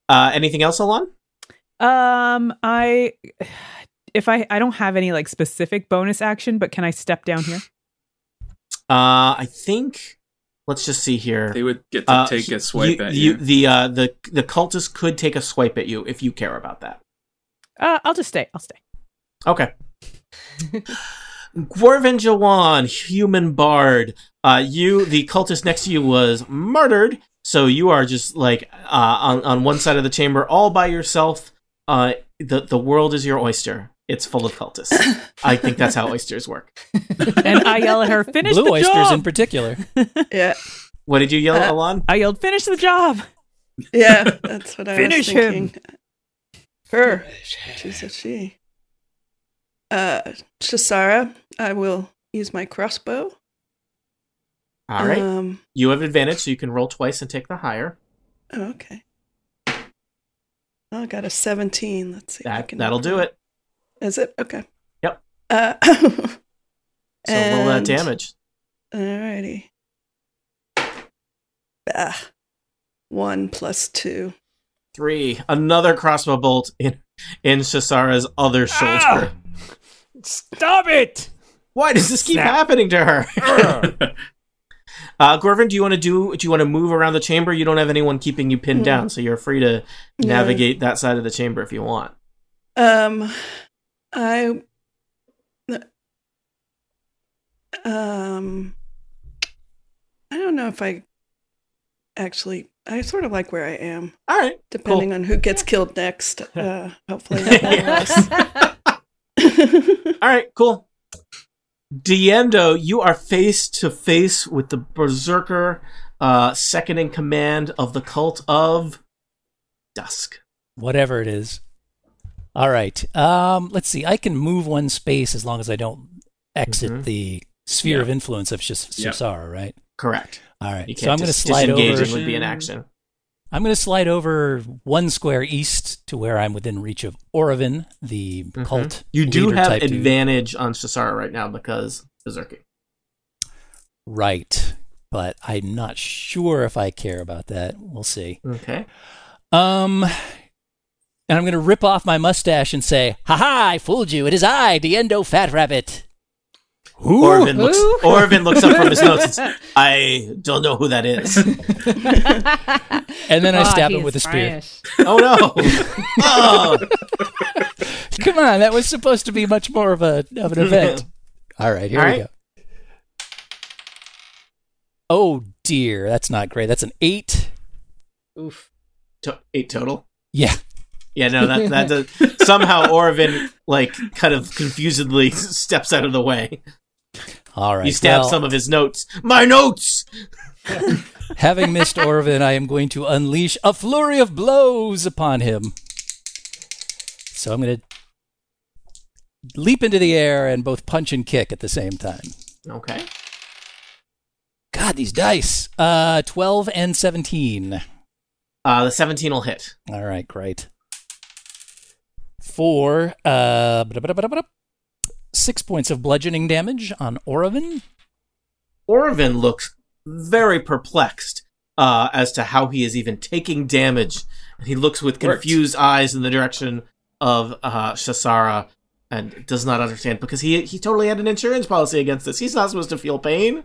Speaker 1: Uh, anything else, Alon?
Speaker 3: Um, I if I I don't have any like specific bonus action, but can I step down here?
Speaker 1: Uh, I think. Let's just see here.
Speaker 5: They would get to
Speaker 1: Uh,
Speaker 5: take a swipe
Speaker 1: you,
Speaker 5: at you.
Speaker 1: The uh, the the cultist could take a swipe at you if you care about that.
Speaker 3: Uh, I'll just stay. I'll stay.
Speaker 1: Okay. Gwervin Jawan, human bard. Uh, you, the cultist next to you, was murdered. So you are just like uh, on on one side of the chamber, all by yourself. Uh, the the world is your oyster. It's full of cultists. I think that's how oysters work.
Speaker 3: And I yell at her, "Finish
Speaker 2: Blue
Speaker 3: the
Speaker 2: oysters
Speaker 3: job!"
Speaker 2: in particular.
Speaker 6: Yeah.
Speaker 1: What did you yell,
Speaker 6: Uh,
Speaker 1: Alon?
Speaker 3: I yelled, "Finish the job!"
Speaker 6: Yeah, that's what I
Speaker 3: Finish
Speaker 6: was
Speaker 3: him.
Speaker 6: thinking. Her. She's a she. Uh, Shisara, I will use my crossbow.
Speaker 1: All right.
Speaker 6: Um,
Speaker 1: you have advantage, so you can roll twice and take the higher.
Speaker 6: oh, okay. Oh, I got a 17. Let's see. if I
Speaker 1: That
Speaker 6: can-
Speaker 1: that'll do it.
Speaker 6: Is it? Okay.
Speaker 1: Yep.
Speaker 6: Uh,
Speaker 1: So roll that
Speaker 6: And-
Speaker 1: damage.
Speaker 6: Alrighty. Ah, one plus two.
Speaker 1: Three. Another crossbow bolt in in Shisara's other shoulder.
Speaker 7: Ah! Stop it!
Speaker 1: Why does this keep
Speaker 7: Snap.
Speaker 1: happening to her? Uh, Gorvin, do you want to do? Do you want to move around the chamber? You don't have anyone keeping you
Speaker 2: Hmm.
Speaker 1: pinned
Speaker 6: Mm.
Speaker 1: down, so you're free to
Speaker 6: Yeah.
Speaker 1: navigate that side of the chamber if you want.
Speaker 6: Um, I. Um, I don't know if I actually. I sort of like where I am,
Speaker 1: All right.
Speaker 6: depending on who gets killed next. Uh, hopefully, not one of us.
Speaker 1: All right. Cool. Diendo, you are face to face with the berserker, uh, second in command of the cult of dusk.
Speaker 2: whatever it is. All right. Um, let's see. I can move one space as long as I don't exit
Speaker 1: Mhm.
Speaker 2: the sphere
Speaker 5: Yeah.
Speaker 2: of influence of Shis-
Speaker 5: Yeah.
Speaker 2: Shasara, right?
Speaker 1: Correct.
Speaker 2: All right.
Speaker 1: You can't
Speaker 2: So I'm going to
Speaker 1: just
Speaker 2: slide
Speaker 1: disengaging
Speaker 2: over.
Speaker 1: would be an action.
Speaker 2: I'm going to slide over one square east to where I'm within reach of Orovin, the
Speaker 1: Mhm.
Speaker 2: cult.
Speaker 1: You do
Speaker 2: leader
Speaker 1: have
Speaker 2: type dude.
Speaker 1: advantage on Shisara right now because berserking.
Speaker 2: Right. But I'm not sure if I care about that. We'll see.
Speaker 1: Okay.
Speaker 2: Um, and I'm going to rip off my mustache and say, "Ha ha! I fooled you. It is I, Diendo Fat Rabbit."
Speaker 7: Who?
Speaker 1: Orvin looks.
Speaker 4: Who?
Speaker 1: Orvin looks up from his notes. And says, I don't know who that is.
Speaker 2: And then I stab him
Speaker 4: he's
Speaker 2: with a spear.
Speaker 4: Spanish.
Speaker 1: oh no! Oh,
Speaker 2: Come on, that was supposed to be much more of a of an event. All right, here
Speaker 1: All
Speaker 2: we
Speaker 1: right.
Speaker 2: go. Oh dear, that's not great. That's an eight.
Speaker 4: Oof.
Speaker 1: To- eight total.
Speaker 2: Yeah,
Speaker 1: Yeah, no, that that does, somehow Orvin like kind of confusedly steps out of the way.
Speaker 2: all right.
Speaker 1: you stab
Speaker 2: well,
Speaker 1: some of his notes. My notes.
Speaker 2: having missed Orvin, I am going to unleash a flurry of blows upon him. So I'm going to leap into the air and both punch and kick at the same time.
Speaker 1: Okay.
Speaker 2: God, these dice. Uh, twelve and seventeen.
Speaker 1: Uh, the seventeen will hit.
Speaker 2: All right, great. Four, uh, ba-da-ba-da-ba-da-ba-da. six points of bludgeoning damage on Orovin.
Speaker 1: Orvin looks very perplexed uh, as to how he is even taking damage. And he looks with
Speaker 5: Worked.
Speaker 1: confused eyes in the direction of uh, Shasara and does not understand because he he totally had an insurance policy against this. He's not supposed to feel pain.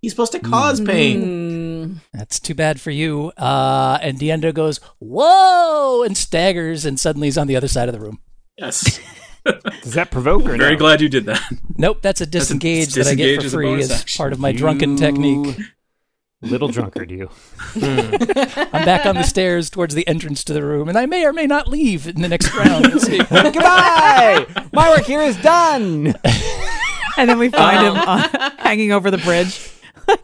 Speaker 1: He's supposed to cause
Speaker 2: Mm-hmm.
Speaker 1: pain.
Speaker 4: Mm.
Speaker 2: That's too bad for you. Uh, and Diendo goes, whoa, and staggers, and suddenly he's on the other side of the room.
Speaker 5: yes.
Speaker 7: Does that provoke or
Speaker 5: Very
Speaker 7: no?
Speaker 5: glad you did that.
Speaker 2: Nope, that's a
Speaker 5: a-
Speaker 2: disengage that I get
Speaker 5: disengage
Speaker 2: for
Speaker 5: is a
Speaker 2: free
Speaker 5: bonus
Speaker 2: as
Speaker 5: action.
Speaker 2: part of my drunken
Speaker 5: You-
Speaker 2: technique.
Speaker 7: Little drunkard, you.
Speaker 2: I'm back on the stairs towards the entrance to the room, and I may or may not leave in the next round. We'll see.
Speaker 7: Goodbye! My work here is done!
Speaker 3: And then we find him on, hanging over the bridge.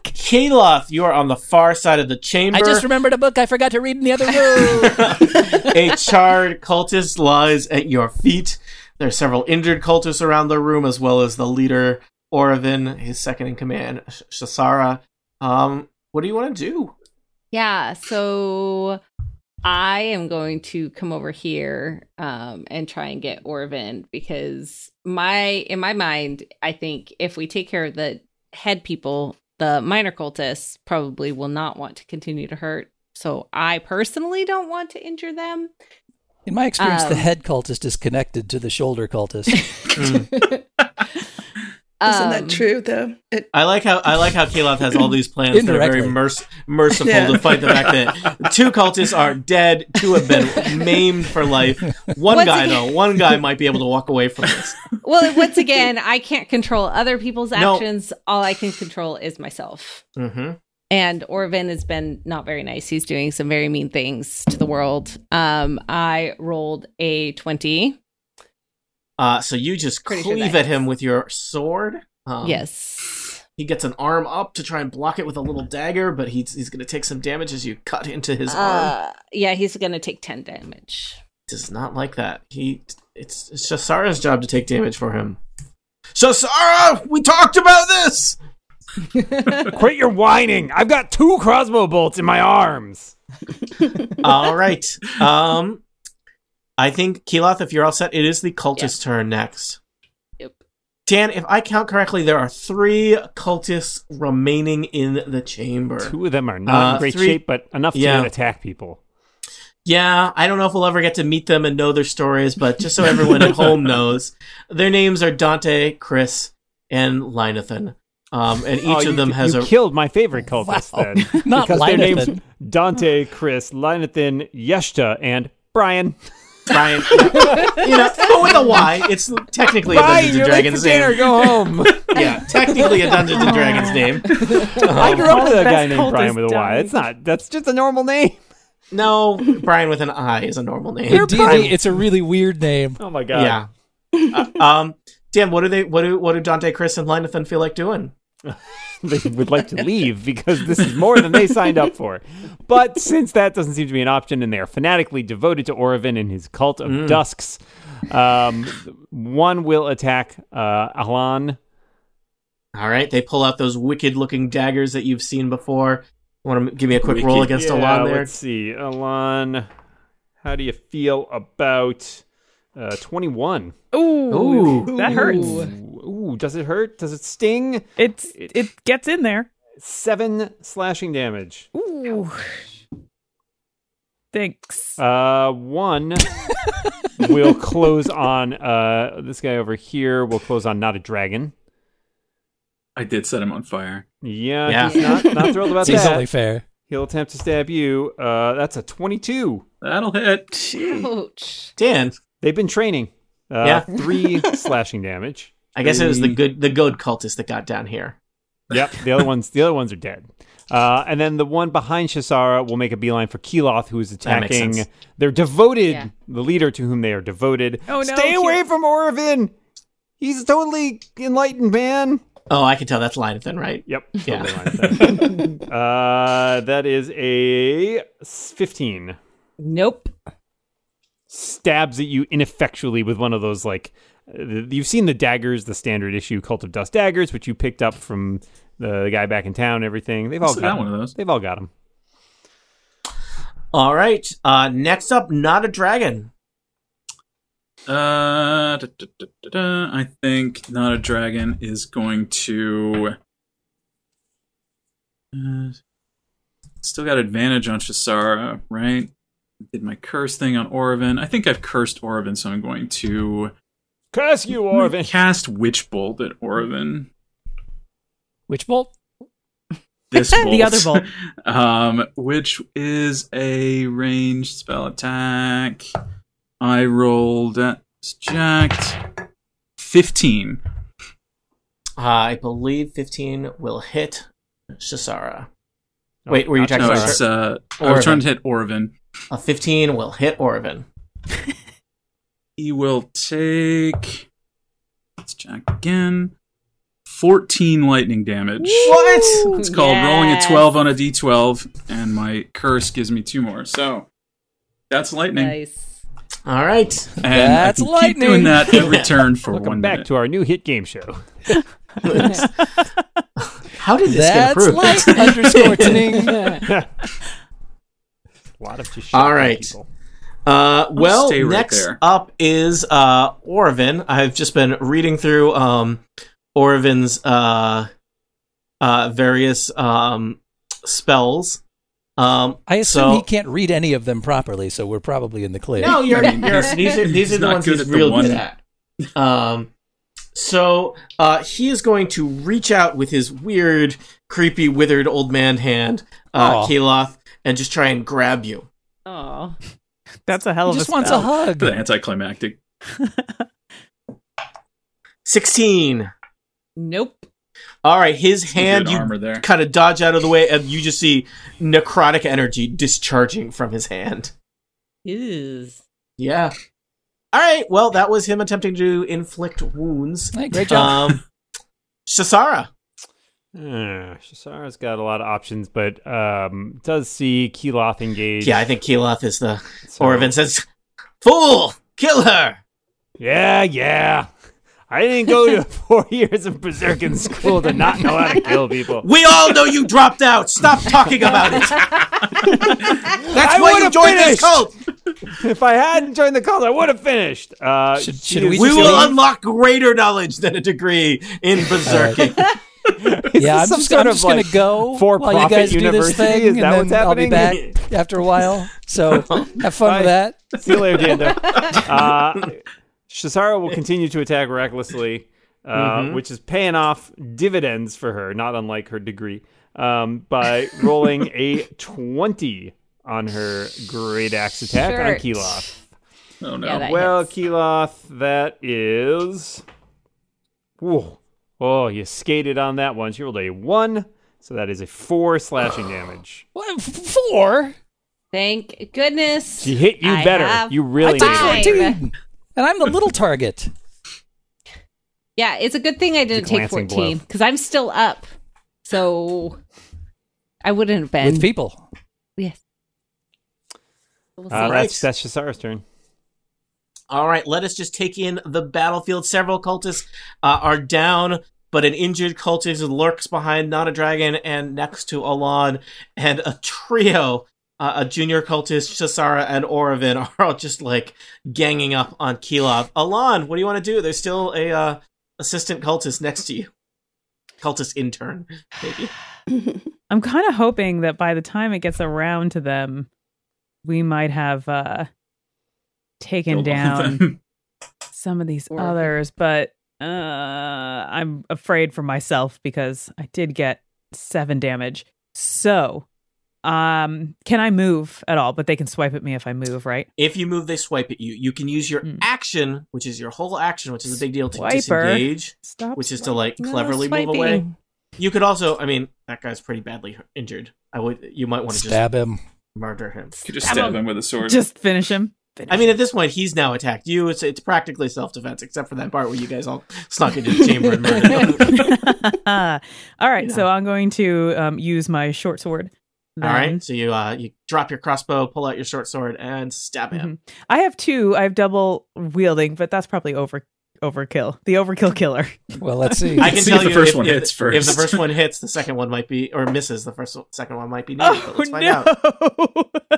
Speaker 1: Kaloth, you are on the far side of the chamber.
Speaker 2: I just remembered a book I forgot to read in the other room.
Speaker 1: a charred cultist lies at your feet. There are several injured cultists around the room, as well as the leader, Orovin, his second in command, Sh- Shasara. Um, what do you want to do?
Speaker 4: Yeah, so I am going to come over here um, and try and get Orvin because my in my mind, I think if we take care of the head people, the minor cultists probably will not want to continue to hurt. So I personally don't want to injure them.
Speaker 2: In my experience, the
Speaker 4: Um,
Speaker 2: head cultist is connected to the shoulder cultist.
Speaker 6: Isn't
Speaker 4: Um,
Speaker 6: that true, though? It,
Speaker 1: I like how I like how Kaloth has all these plans that are very
Speaker 2: Indirectly.
Speaker 1: merc- merciful
Speaker 6: Yeah.
Speaker 1: to fight the fact that two cultists are dead, two have been maimed for life. One
Speaker 4: Once
Speaker 1: guy
Speaker 4: again-
Speaker 1: though, one guy might be able to walk away from this.
Speaker 4: Well, once again, I can't control other people's
Speaker 1: No.
Speaker 4: actions. All I can control is myself.
Speaker 1: hmm
Speaker 4: and Orvin has been not very nice. He's doing some very mean things to the world. Um, I rolled a twenty.
Speaker 1: Uh, so you just
Speaker 4: Pretty sure
Speaker 1: cleave
Speaker 4: that
Speaker 1: at him with your sword. Um,
Speaker 4: yes,
Speaker 1: He gets an arm up to try and block it with a little dagger, but he's he's going to take some damage as you cut into his arm.
Speaker 4: Uh, yeah, he's gonna take ten damage.
Speaker 1: Does not like that. He it's, it's Shasara's job to take damage for him. Shasara, we talked about this.
Speaker 7: Quit your whining. I've got two crossbow bolts in my arms.
Speaker 1: all right. Um, I think Keloth, if you're all set, it is the cultist's turn next.
Speaker 4: Yep.
Speaker 1: Dan, if I count correctly, there are three cultists remaining in the chamber.
Speaker 7: Two of them are not
Speaker 1: Uh,
Speaker 7: in great
Speaker 1: three-
Speaker 7: shape, but enough
Speaker 1: Yeah.
Speaker 7: to attack people.
Speaker 1: Yeah, I don't know if we'll ever get to meet them and know their stories, but just so everyone at home knows, their names are Dante, Chris, and Linathan. Um, and each
Speaker 7: Oh,
Speaker 1: of
Speaker 7: you-
Speaker 1: them has
Speaker 7: you
Speaker 1: a
Speaker 7: killed my favorite cultist
Speaker 2: Wow.
Speaker 7: then.
Speaker 2: Not
Speaker 7: because their names
Speaker 2: Linathan.
Speaker 7: Dante, Chris, Linathan, Yeshta, and Brian.
Speaker 1: Brian, you know, but with a Y. It's technically a Dungeons and
Speaker 7: you're late for
Speaker 1: Dragons
Speaker 7: dinner.
Speaker 1: name.
Speaker 7: Go home.
Speaker 1: Yeah, technically a Dungeons and Dragons name. Oh,
Speaker 7: I grew up with a
Speaker 3: Best
Speaker 7: guy named
Speaker 3: cult
Speaker 7: Brian
Speaker 3: is
Speaker 7: with a Y.
Speaker 3: dying.
Speaker 7: It's not. That's just a normal name.
Speaker 1: No, Brian with an I is a normal name.
Speaker 2: In D&D, it's a really weird name.
Speaker 7: Oh my god.
Speaker 1: yeah. Uh, um, Dan, what do they? What do what do Dante, Chris, and Linathan feel like doing?
Speaker 7: they would like to leave because this is more than they signed up for. But since that doesn't seem to be an option, and they are fanatically devoted to Orovin and his cult
Speaker 1: Mm.
Speaker 7: of dusks, um, one will attack uh, Alan.
Speaker 1: All right, they pull out those wicked-looking daggers that you've seen before. Want to give me a quick roll
Speaker 5: Wicked.
Speaker 1: against
Speaker 7: yeah,
Speaker 1: Alon there?
Speaker 7: Let's see, Alan. How do you feel about uh, twenty-one?
Speaker 3: Ooh, that hurts.
Speaker 7: Ooh, does it hurt? Does it sting?
Speaker 3: It's it gets in there.
Speaker 7: Seven slashing damage.
Speaker 3: Ooh. Thanks.
Speaker 7: Uh, one will close on uh this guy over here. Will close on not a dragon.
Speaker 5: I did set him on fire.
Speaker 7: Yeah,
Speaker 1: Yeah.
Speaker 7: he's not, not thrilled about
Speaker 2: It's
Speaker 7: that.
Speaker 2: only fair.
Speaker 7: He'll attempt to stab you. Uh, that's a twenty-two.
Speaker 5: That'll hit. Uh,
Speaker 4: Ouch.
Speaker 1: Dan,
Speaker 7: They've been training. Uh,
Speaker 1: Yeah.
Speaker 7: three slashing damage.
Speaker 1: I guess it was the
Speaker 5: Three.
Speaker 1: good the goat cultist that got down here.
Speaker 7: Yep, the other ones. The other ones are dead. Uh, and then the one behind Shasara will make a beeline for Keloth, who is
Speaker 1: That makes
Speaker 7: attacking
Speaker 1: sense.
Speaker 7: their devoted,
Speaker 4: Yeah.
Speaker 7: the leader to whom they are devoted.
Speaker 3: Oh, no,
Speaker 7: Stay away from Orovin. He's a totally enlightened man.
Speaker 1: Oh, I can tell that's Linathan, right?
Speaker 7: Yep.
Speaker 1: Yeah.
Speaker 7: totally lying to that. uh, that is a s- 15.
Speaker 4: Nope.
Speaker 7: Stabs at you ineffectually with one of those, like, uh, you've seen the daggers, the standard issue Cult of Dust daggers, which you picked up from the guy back in town, and everything. They've all
Speaker 5: Still got
Speaker 7: got
Speaker 5: one of those.
Speaker 7: They've all got them.
Speaker 1: All right. Uh, next up, not a dragon.
Speaker 5: Uh, da, da, da, da, da. I think not a dragon is going to. Uh, still got advantage on Shisara, right? Did my curse thing on Orovin. I think I've cursed Orovin, so I'm going to
Speaker 7: Curse you, Orvin.
Speaker 5: cast Witch Bolt at Orovin.
Speaker 2: Which bolt?
Speaker 5: This bolt,
Speaker 3: The other bolt.
Speaker 5: um, which is a ranged spell attack. I rolled uh, it's jacked fifteen.
Speaker 1: Uh, I believe fifteen will hit Shisara. Wait, were you
Speaker 7: not
Speaker 1: talking
Speaker 5: No,
Speaker 1: about-
Speaker 7: Shasara.
Speaker 5: it's uh, I was
Speaker 1: Orvin.
Speaker 5: trying to hit Orvin.
Speaker 1: A fifteen will hit Orvin.
Speaker 5: He will take. Let's check again. Fourteen lightning damage.
Speaker 1: What?
Speaker 5: It's called rolling a
Speaker 4: Yes.
Speaker 5: twelve on a d twelve, and my curse gives me two more. So that's lightning,
Speaker 4: Nice.
Speaker 1: All right.
Speaker 5: and I
Speaker 2: That's
Speaker 5: can
Speaker 2: lightning.
Speaker 5: Keep doing that every turn for
Speaker 7: Welcome
Speaker 5: one
Speaker 7: back
Speaker 5: minute.
Speaker 7: to our new hit game show.
Speaker 1: How did this get
Speaker 2: That's
Speaker 1: approved?
Speaker 2: light underscore tinning.
Speaker 7: A lot of just
Speaker 1: All
Speaker 7: shocking
Speaker 1: right.
Speaker 7: people.
Speaker 1: Uh, well,
Speaker 5: stay right
Speaker 1: next
Speaker 5: there.
Speaker 1: up is uh, Orvin. I've just been reading through um, Orvin's uh, uh, various um, spells. Um,
Speaker 2: I assume
Speaker 1: so,
Speaker 2: he can't read any of them properly, so we're probably in the clear.
Speaker 1: No, you're,
Speaker 5: I mean,
Speaker 1: you're
Speaker 5: he's-
Speaker 1: these are these
Speaker 5: he's
Speaker 1: are the
Speaker 5: not
Speaker 1: ones
Speaker 5: good
Speaker 1: he's
Speaker 5: at the
Speaker 1: real
Speaker 5: one.
Speaker 1: good at. Um, so uh, he is going to reach out with his weird, creepy, withered old man hand, uh,
Speaker 2: Aw.
Speaker 1: Keloth, and just try and grab you.
Speaker 4: Oh.
Speaker 3: That's a hell
Speaker 2: He
Speaker 3: of a
Speaker 2: just wants a
Speaker 3: spell.
Speaker 2: hug.
Speaker 5: The anticlimactic.
Speaker 1: Sixteen.
Speaker 4: Nope.
Speaker 1: All right, his hand.
Speaker 5: good
Speaker 1: You
Speaker 5: armor there.
Speaker 1: kind of dodge out of the way, and you just see necrotic energy discharging from his hand.
Speaker 4: Is
Speaker 1: Yeah. All right. Well, that was him attempting to inflict wounds.
Speaker 2: Hey, great job.
Speaker 1: Um, Sasara.
Speaker 7: Uh, Shasara's got a lot of options, but um, does see Keeloth engage.
Speaker 1: Yeah, I think Keeloth is the.
Speaker 7: so-
Speaker 1: Orvin says, "Fool, kill her."
Speaker 7: Yeah, yeah. I didn't go to four years of Berserkin school to not know how to kill people.
Speaker 1: We all know you dropped out. Stop talking about it. That's
Speaker 7: I
Speaker 1: why you
Speaker 7: would've
Speaker 1: joined this
Speaker 7: finished.
Speaker 1: cult.
Speaker 7: If I hadn't joined the cult, I would have finished. Uh,
Speaker 2: Should-
Speaker 7: she
Speaker 2: should we
Speaker 7: is-
Speaker 1: We
Speaker 2: just
Speaker 1: will
Speaker 2: leave?
Speaker 1: unlock greater knowledge than a degree in berserking.
Speaker 2: yeah, I'm
Speaker 7: some
Speaker 2: just,
Speaker 7: sort
Speaker 2: I'm
Speaker 7: of,
Speaker 2: just gonna
Speaker 7: like,
Speaker 2: go
Speaker 7: for-profit
Speaker 2: while you guys do this
Speaker 7: university?
Speaker 2: thing,
Speaker 7: Is that
Speaker 2: and
Speaker 7: what's
Speaker 2: then I'll be back
Speaker 7: happening?
Speaker 2: after a while. So have fun
Speaker 7: Bye.
Speaker 2: with that.
Speaker 7: See you later, Dando. Uh, Shasara will continue to attack recklessly, uh,
Speaker 1: Mhm.
Speaker 7: which is paying off dividends for her, not unlike her degree, um, by rolling a 20 on her great axe attack on
Speaker 4: Shirt.
Speaker 7: Keeloth.
Speaker 5: Oh no.
Speaker 4: Yeah, that-
Speaker 7: Well,
Speaker 4: hits.
Speaker 7: Keeloth, that is. Whoa. Oh, you skated on that one. She rolled a one, so that is a four slashing damage.
Speaker 2: What, f- four?
Speaker 4: Thank goodness.
Speaker 7: She hit you
Speaker 4: I
Speaker 7: better.
Speaker 4: have
Speaker 7: You really
Speaker 2: I took
Speaker 7: did.
Speaker 4: Fine.
Speaker 2: fourteen, and I'm the little target.
Speaker 4: Yeah, it's a good thing I didn't take
Speaker 7: glancing blow.
Speaker 4: 14 because I'm still up. So I wouldn't have been.
Speaker 2: with people.
Speaker 4: Yes. We'll
Speaker 7: Uh,
Speaker 4: see.
Speaker 7: that's that's Shasara's turn.
Speaker 1: All right, let us just take in the battlefield. Several cultists uh, are down, but an injured cultist lurks behind Not a Dragon and next to Alon, and a trio, uh, a junior cultist, Shasara, and Orovin, are all just like ganging up on Kilov. Alon, what do you want to do? There's still a uh, assistant cultist next to you. Cultist intern, maybe.
Speaker 3: I'm kind of hoping that by the time it gets around to them, we might have uh taken
Speaker 5: Killed all of
Speaker 3: down
Speaker 5: them.
Speaker 3: some of these
Speaker 4: Or-
Speaker 3: others, but uh I'm afraid for myself because I did get 7 damage. So, um can I move at all? But they can swipe at me if I move, right?
Speaker 1: If you move, they swipe at you. You can use your
Speaker 3: Hmm.
Speaker 1: action, which is your whole action, which is a big deal, to
Speaker 3: Swiper.
Speaker 1: disengage.
Speaker 3: Stop.
Speaker 1: which is to like
Speaker 4: No
Speaker 1: cleverly move
Speaker 4: swiping.
Speaker 1: away. You could also, I mean, that guy's pretty badly hu- injured. I would, you might want to just
Speaker 2: Stab him.
Speaker 1: murder him.
Speaker 5: You could just stab him with a sword.
Speaker 3: Just finish him. Finish
Speaker 1: I mean, at this point, he's now attacked you. It's it's practically self defense, except for that part where you guys all snuck into the chamber and murdered him.
Speaker 3: all right, so I'm going to um, use my short sword.
Speaker 1: All right,
Speaker 3: then.
Speaker 1: so you uh, you drop your crossbow, pull out your short sword, and stab him.
Speaker 3: Mhm. I have two. I have double wielding, but that's probably over overkill. The overkill killer.
Speaker 2: Well, let's see.
Speaker 3: Mm-hmm.
Speaker 1: I can
Speaker 5: See
Speaker 1: tell
Speaker 5: if the
Speaker 1: you
Speaker 5: first
Speaker 1: if,
Speaker 5: one
Speaker 1: if-
Speaker 5: hits
Speaker 1: If the
Speaker 5: first.
Speaker 1: first one hits, the second one might be or misses. The first second one might be needed. but
Speaker 3: Oh
Speaker 1: let's find out.
Speaker 3: no!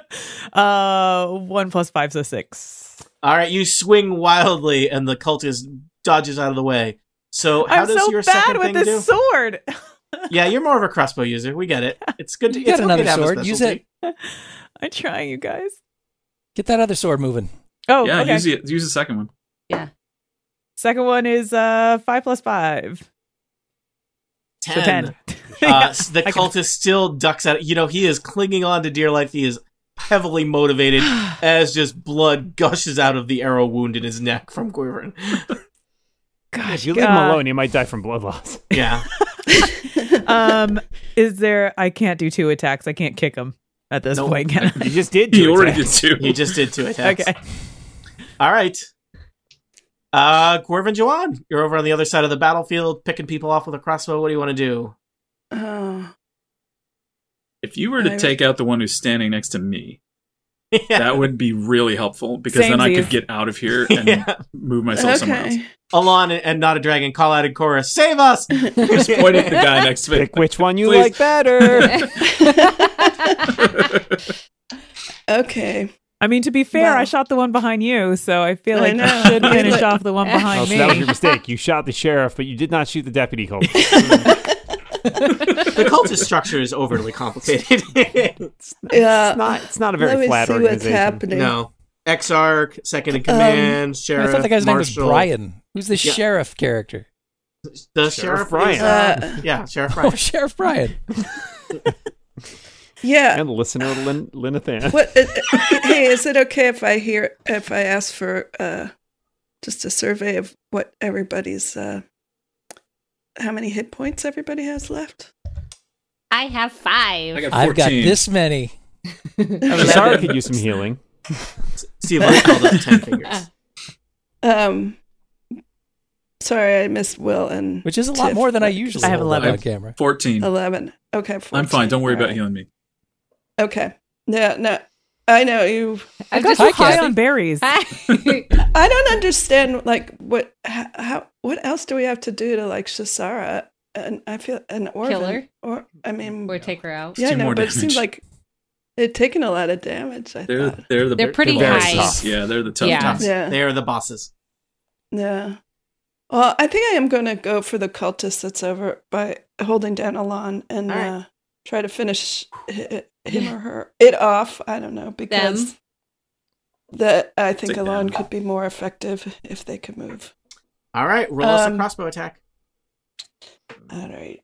Speaker 3: uh, one plus five, so six.
Speaker 1: All right, you swing wildly, and the cultist dodges out of the way. So how
Speaker 3: I'm
Speaker 1: does
Speaker 3: so
Speaker 1: your
Speaker 3: bad
Speaker 1: second
Speaker 3: with
Speaker 1: thing
Speaker 3: this
Speaker 1: do?
Speaker 3: sword.
Speaker 1: Yeah, you're more of a crossbow user. We get it. It's good. To,
Speaker 2: You got
Speaker 1: it's okay
Speaker 2: another
Speaker 1: to have a
Speaker 2: sword. Use
Speaker 1: specialty.
Speaker 3: I'm trying, you guys.
Speaker 2: Get that other sword moving.
Speaker 3: Oh,
Speaker 5: yeah,
Speaker 3: okay.
Speaker 5: use the use the second one.
Speaker 3: Second one is uh five plus five,
Speaker 1: Ten.
Speaker 3: so ten.
Speaker 1: Uh,
Speaker 3: Yeah.
Speaker 1: s- the
Speaker 3: I can-
Speaker 1: cultist still ducks out. You know, he is clinging on to dear life. He is heavily motivated as just blood gushes out of the arrow wound in his neck from Quiverin.
Speaker 3: Gosh,
Speaker 7: If you leave him
Speaker 3: uh,
Speaker 7: alone, he might die from blood loss.
Speaker 1: Yeah.
Speaker 3: um is there i can't do two attacks i can't kick him at this
Speaker 1: Nope.
Speaker 3: point can
Speaker 7: You just did.
Speaker 5: You
Speaker 7: two
Speaker 5: already
Speaker 7: attacks.
Speaker 5: did two.
Speaker 1: You just did two
Speaker 3: i
Speaker 1: attacks.
Speaker 3: okay
Speaker 1: All right. Uh, Quirvin Juan, you're over on the other side of the battlefield picking people off with a crossbow. What do you want to do?
Speaker 6: Oh,
Speaker 5: If you were
Speaker 6: I-
Speaker 5: to take out the one who's standing next to me,
Speaker 1: Yeah.
Speaker 5: that would be really helpful because then I
Speaker 3: Samesies.
Speaker 5: could get out of here and
Speaker 1: Yeah.
Speaker 5: move myself somewhere else.
Speaker 6: okay.
Speaker 1: Alon and not a dragon call out in chorus. Save us!
Speaker 5: Just point at the guy next to me.
Speaker 7: Pick which one you
Speaker 5: Please.
Speaker 7: like better.
Speaker 6: Okay.
Speaker 3: i mean to be fair i
Speaker 6: Wow.
Speaker 3: shot the one behind you so i feel
Speaker 6: I
Speaker 3: like
Speaker 6: know.
Speaker 3: i should finish
Speaker 6: Like-
Speaker 3: off the one
Speaker 7: oh,
Speaker 3: behind
Speaker 7: so that was
Speaker 3: me
Speaker 7: your mistake. You shot the sheriff, but you did not shoot the deputy. Colt.
Speaker 6: Uh,
Speaker 1: the cultist structure is overly complicated.
Speaker 6: Yeah.
Speaker 7: It's not. It's not a
Speaker 6: Uh, Let
Speaker 7: very
Speaker 6: me
Speaker 7: flat
Speaker 6: see what's
Speaker 7: organization.
Speaker 6: happening.
Speaker 1: no. Exarch, second in command, sheriff.
Speaker 2: I thought the guy's
Speaker 1: Marshal.
Speaker 2: name was Brian. Who's the
Speaker 1: Yeah.
Speaker 2: sheriff character?
Speaker 1: The
Speaker 7: Sheriff
Speaker 1: sheriff,
Speaker 7: Brian.
Speaker 1: is, uh,
Speaker 6: Uh,
Speaker 1: yeah, sheriff
Speaker 2: Oh,
Speaker 1: Brian.
Speaker 2: Sheriff Brian.
Speaker 6: yeah.
Speaker 7: And listener Lin- Linathan.
Speaker 6: What? Uh, uh, hey, is it okay if I hear if I ask for uh, just a survey of what everybody's uh, how many hit points everybody has left?
Speaker 4: I have five.
Speaker 5: I got 14.
Speaker 2: I've got this many.
Speaker 7: Shasara could use some healing.
Speaker 1: Steve, let's call that ten fingers.
Speaker 6: Um, Sorry, I missed Will and
Speaker 2: which is a lot more than I usually
Speaker 3: I have
Speaker 2: hold up
Speaker 3: 11.
Speaker 2: on camera.
Speaker 5: 14.
Speaker 6: 11. Okay.
Speaker 5: I'm
Speaker 6: 14.
Speaker 5: fine. Don't worry
Speaker 6: All
Speaker 5: about
Speaker 6: right.
Speaker 5: healing me.
Speaker 6: Okay. No, no. I know you.
Speaker 3: I
Speaker 4: I've
Speaker 3: got
Speaker 4: just-
Speaker 2: Hi,
Speaker 3: so high
Speaker 2: Kathy.
Speaker 3: on berries.
Speaker 4: I-
Speaker 6: I don't understand like what how, how what else do we have to do to like Shasara and I feel an Orvin
Speaker 4: her?
Speaker 6: or I mean
Speaker 4: or take her out.
Speaker 6: yeah I
Speaker 5: Do
Speaker 6: know
Speaker 5: more
Speaker 6: but it seems
Speaker 5: damage.
Speaker 6: like they've taken a lot of damage I
Speaker 5: They're,
Speaker 6: thought
Speaker 5: they're the
Speaker 4: They're pretty
Speaker 5: the
Speaker 7: high.
Speaker 5: bosses.
Speaker 7: Tough.
Speaker 5: Yeah, they're the tough
Speaker 4: Yeah.
Speaker 5: ones.
Speaker 6: Uh, Yeah.
Speaker 1: They are the bosses.
Speaker 6: yeah well I think I am gonna go for the cultist that's over by holding down Alon and
Speaker 1: All right.
Speaker 6: uh, try to finish hi- him or her it off I don't know because that I think
Speaker 5: Take
Speaker 6: Alon
Speaker 5: them.
Speaker 6: could be more effective if they could move
Speaker 1: All right, roll us a
Speaker 6: Um,
Speaker 1: crossbow attack.
Speaker 6: all right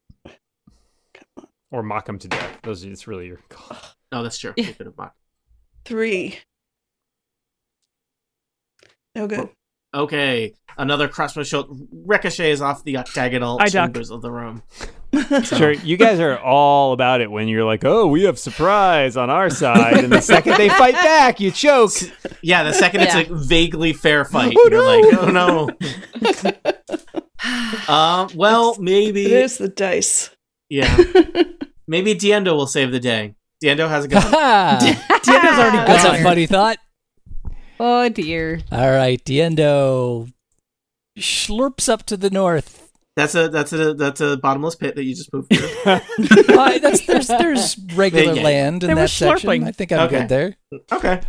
Speaker 7: or mock him to death. Those are it's really your call.
Speaker 1: No, Oh, that's true.
Speaker 4: Yeah.
Speaker 1: We could have mocked.
Speaker 6: three no good.
Speaker 1: Okay, another crossbow shot ricochets off the octagonal
Speaker 3: I duck.
Speaker 1: chambers of the room.
Speaker 7: Sure, you guys are all about it when you're like, "Oh, we have surprise on our side," and the second they fight back, you choke.
Speaker 1: Yeah, the second it's
Speaker 4: Yeah.
Speaker 1: a vaguely fair fight,
Speaker 7: Oh,
Speaker 1: you're
Speaker 7: no.
Speaker 1: like, oh no. um, well,
Speaker 6: It
Speaker 1: maybe,
Speaker 6: is the dice.
Speaker 1: yeah, maybe Diendo will save the day. Diendo has a gun.
Speaker 2: That's
Speaker 3: Diego's already gone.
Speaker 2: a funny thought.
Speaker 4: Oh dear.
Speaker 2: All right, Diendo slurps up to the north.
Speaker 1: That's a that's a that's a bottomless pit that you just moved through.
Speaker 2: Uh, that's, there's there's regular
Speaker 1: Yeah.
Speaker 2: land in
Speaker 3: They were
Speaker 2: that section.
Speaker 3: slurping.
Speaker 2: I think I'm
Speaker 1: Okay.
Speaker 2: good there.
Speaker 1: okay,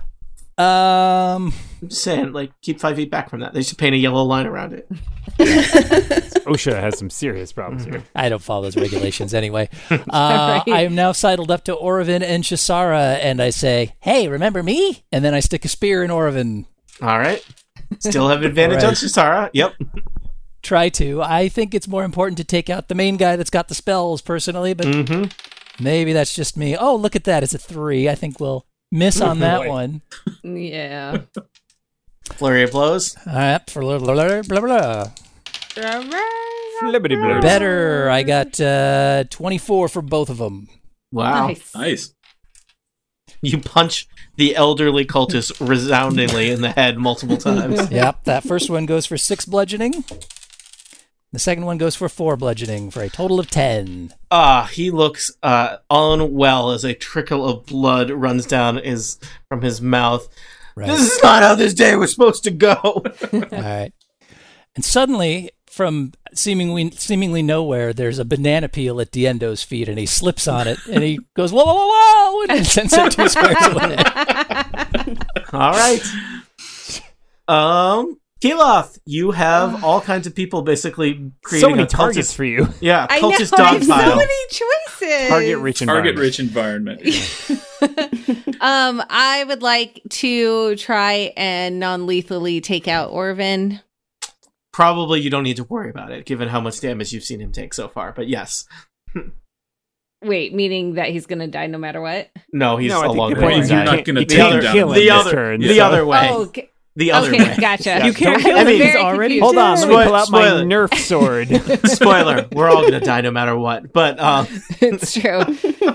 Speaker 2: Um,
Speaker 1: I'm just saying, like keep five feet back from that. They should paint a yellow line around it.
Speaker 7: OSHA has some serious problems here.
Speaker 2: I don't follow those regulations anyway. Uh,
Speaker 4: Right.
Speaker 2: I am now sidled up to Orovin and Shisara, and I say, "Hey, remember me?" And then I stick a spear in Orovin.
Speaker 1: All right, still have advantage on
Speaker 2: Right.
Speaker 1: Shisara. Yep.
Speaker 2: Try to. I think it's more important to take out the main guy that's got the spells, personally. But
Speaker 1: Mm-hmm.
Speaker 2: maybe that's just me. Oh, look at that! It's a three. I think we'll miss on that
Speaker 1: Boy.
Speaker 2: one.
Speaker 4: Yeah.
Speaker 1: Flurry of blows.
Speaker 2: All right, for blah, blah, blah, blah, blah.
Speaker 7: Flippity blue.
Speaker 2: Better. I got uh, 24 for both of them.
Speaker 1: Wow.
Speaker 4: Nice.
Speaker 5: Nice.
Speaker 1: You punch the elderly cultist resoundingly in the head multiple times.
Speaker 2: Yep. That first one goes for six bludgeoning. The second one goes for four bludgeoning for a total of 10.
Speaker 1: Ah, he looks uh, unwell as a trickle of blood runs down his from his mouth.
Speaker 2: Right.
Speaker 1: This is not how this day was supposed to go.
Speaker 2: All right. And suddenly, from seemingly seemingly nowhere, there's a banana peel at Diendo's feet, and he slips on it, and he goes whoa whoa whoa whoa, and sends it two squares away.
Speaker 1: all right. Um, Keloth, you have all kinds of people basically creating
Speaker 7: So many
Speaker 1: a cultist,
Speaker 7: targets for you.
Speaker 1: Yeah,
Speaker 4: I know. I have
Speaker 1: cultist
Speaker 4: so
Speaker 1: dog pile.
Speaker 4: many choices.
Speaker 7: Target rich and
Speaker 5: Target rich environment.
Speaker 4: Um, I would like to try and non-lethally take out Orvin.
Speaker 1: Probably you don't need to worry about it, given how much damage you've seen him take so far. But yes,
Speaker 4: Wait, meaning that he's gonna die no matter what.
Speaker 1: no, he's
Speaker 7: no, I
Speaker 1: a
Speaker 7: think
Speaker 1: long
Speaker 7: the
Speaker 1: way.
Speaker 7: point
Speaker 4: Well,
Speaker 7: is
Speaker 4: you're
Speaker 7: you
Speaker 5: not
Speaker 7: can't-
Speaker 5: gonna
Speaker 7: you
Speaker 1: the
Speaker 7: can't
Speaker 1: other,
Speaker 7: kill him
Speaker 1: the
Speaker 7: this
Speaker 1: other,
Speaker 7: turn,
Speaker 1: the
Speaker 7: so-
Speaker 1: other way,
Speaker 4: Oh, okay.
Speaker 1: the other
Speaker 4: okay,
Speaker 1: way.
Speaker 4: gotcha.
Speaker 7: Yeah.
Speaker 3: You can't
Speaker 7: Don't-
Speaker 3: heal
Speaker 1: I
Speaker 3: him.
Speaker 1: mean-
Speaker 3: He's
Speaker 4: Very
Speaker 3: already.
Speaker 4: confused.
Speaker 7: Hold on, let me
Speaker 1: Spoil-
Speaker 7: pull out my
Speaker 1: spoil it.
Speaker 7: Nerf sword.
Speaker 1: Spoiler: We're all gonna die no matter what. But um,
Speaker 4: it's true.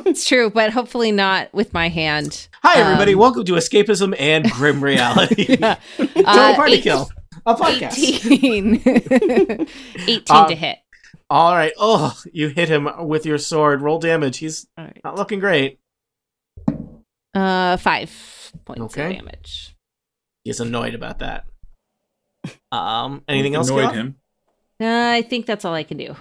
Speaker 4: It's true, but hopefully not with my hand.
Speaker 1: hi, everybody!
Speaker 4: Um,
Speaker 1: Welcome to Escapism and Grim Reality. Total
Speaker 4: Uh,
Speaker 1: Party
Speaker 4: eight-
Speaker 1: Kill, a podcast.
Speaker 4: 18. 18 to
Speaker 1: Um,
Speaker 4: hit.
Speaker 1: All right. Oh, you hit him with your sword. Roll damage. He's
Speaker 3: All right.
Speaker 1: not looking great.
Speaker 4: Uh, five points
Speaker 1: Okay.
Speaker 4: of damage.
Speaker 1: He's annoyed about that. Um, anything else?
Speaker 5: Annoyed
Speaker 1: Keloth?
Speaker 5: him.
Speaker 4: Uh, I think that's all I can do.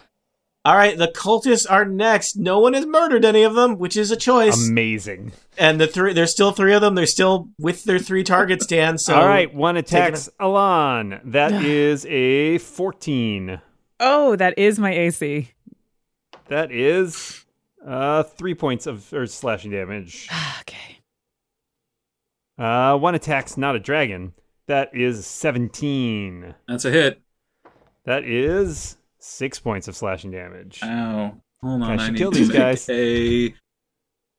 Speaker 1: All right, the cultists are next. No one has murdered any of them, which is a choice.
Speaker 5: Um,
Speaker 7: Amazing.
Speaker 1: and the three, there's still three of them. They're still with their three targets, Dan. So
Speaker 7: All right, one
Speaker 1: a-
Speaker 7: attacks Alon. That is a 14.
Speaker 3: Oh, that is my AC.
Speaker 7: That is uh, three points of or slashing damage.
Speaker 3: okay.
Speaker 7: Uh, one attacks not a dragon. That is 17.
Speaker 5: That's a hit.
Speaker 7: That is six points of slashing damage.
Speaker 5: Ow. Hold on.
Speaker 7: I
Speaker 5: I,
Speaker 7: should
Speaker 5: need
Speaker 7: kill
Speaker 5: to
Speaker 7: these
Speaker 5: make
Speaker 7: guys.
Speaker 5: a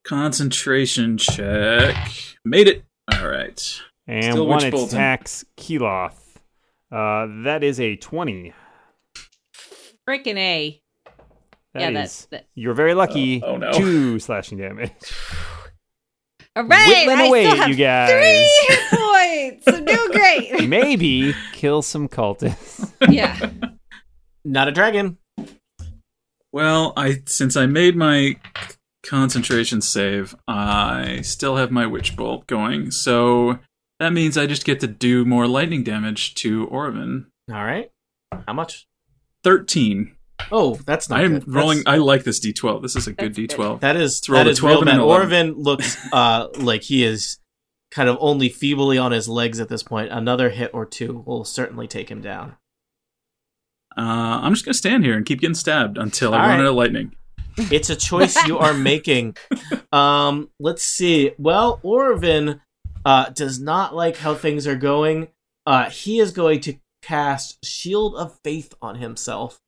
Speaker 5: concentration check. Made it. All right.
Speaker 7: And
Speaker 5: Still
Speaker 7: one
Speaker 5: Witch Bolton.
Speaker 7: attacks Keloth. Uh, that is a 20.
Speaker 4: Freaking A.
Speaker 7: That
Speaker 4: yeah,
Speaker 7: is-
Speaker 4: that's. That,
Speaker 7: You're very lucky.
Speaker 5: Oh, oh no.
Speaker 7: Two slashing damage.
Speaker 4: all right.
Speaker 7: Whittling
Speaker 4: I
Speaker 7: away
Speaker 4: still
Speaker 7: at
Speaker 4: have
Speaker 7: you guys.
Speaker 4: three hit points. I'm doing great.
Speaker 7: Maybe kill some cultists.
Speaker 4: yeah.
Speaker 1: Not a dragon.
Speaker 5: Well, I since I made my concentration save, I still have my witch bolt going, so that means I just get to do more lightning damage to Orvin.
Speaker 1: All right. How much?
Speaker 5: Thirteen.
Speaker 1: Oh, that's not.
Speaker 5: I'm
Speaker 1: good.
Speaker 5: rolling.
Speaker 1: That's,
Speaker 5: I like this D12. This is a good Uh, D12.
Speaker 1: that is
Speaker 5: Let's roll
Speaker 1: that
Speaker 5: a
Speaker 1: is
Speaker 5: 12
Speaker 1: real
Speaker 5: and
Speaker 1: bad.
Speaker 5: an 11.
Speaker 1: Orvin looks uh like he is kind of only feebly on his legs at this point. Another hit or two will certainly take him down.
Speaker 5: Uh, I'm just gonna stand here and keep getting stabbed until I
Speaker 1: All
Speaker 5: run
Speaker 1: right.
Speaker 5: out of lightning.
Speaker 1: It's a choice you are making. Um, let's see. Well, Orvin uh, does not like how things are going. Uh, he is going to cast Shield of Faith on himself.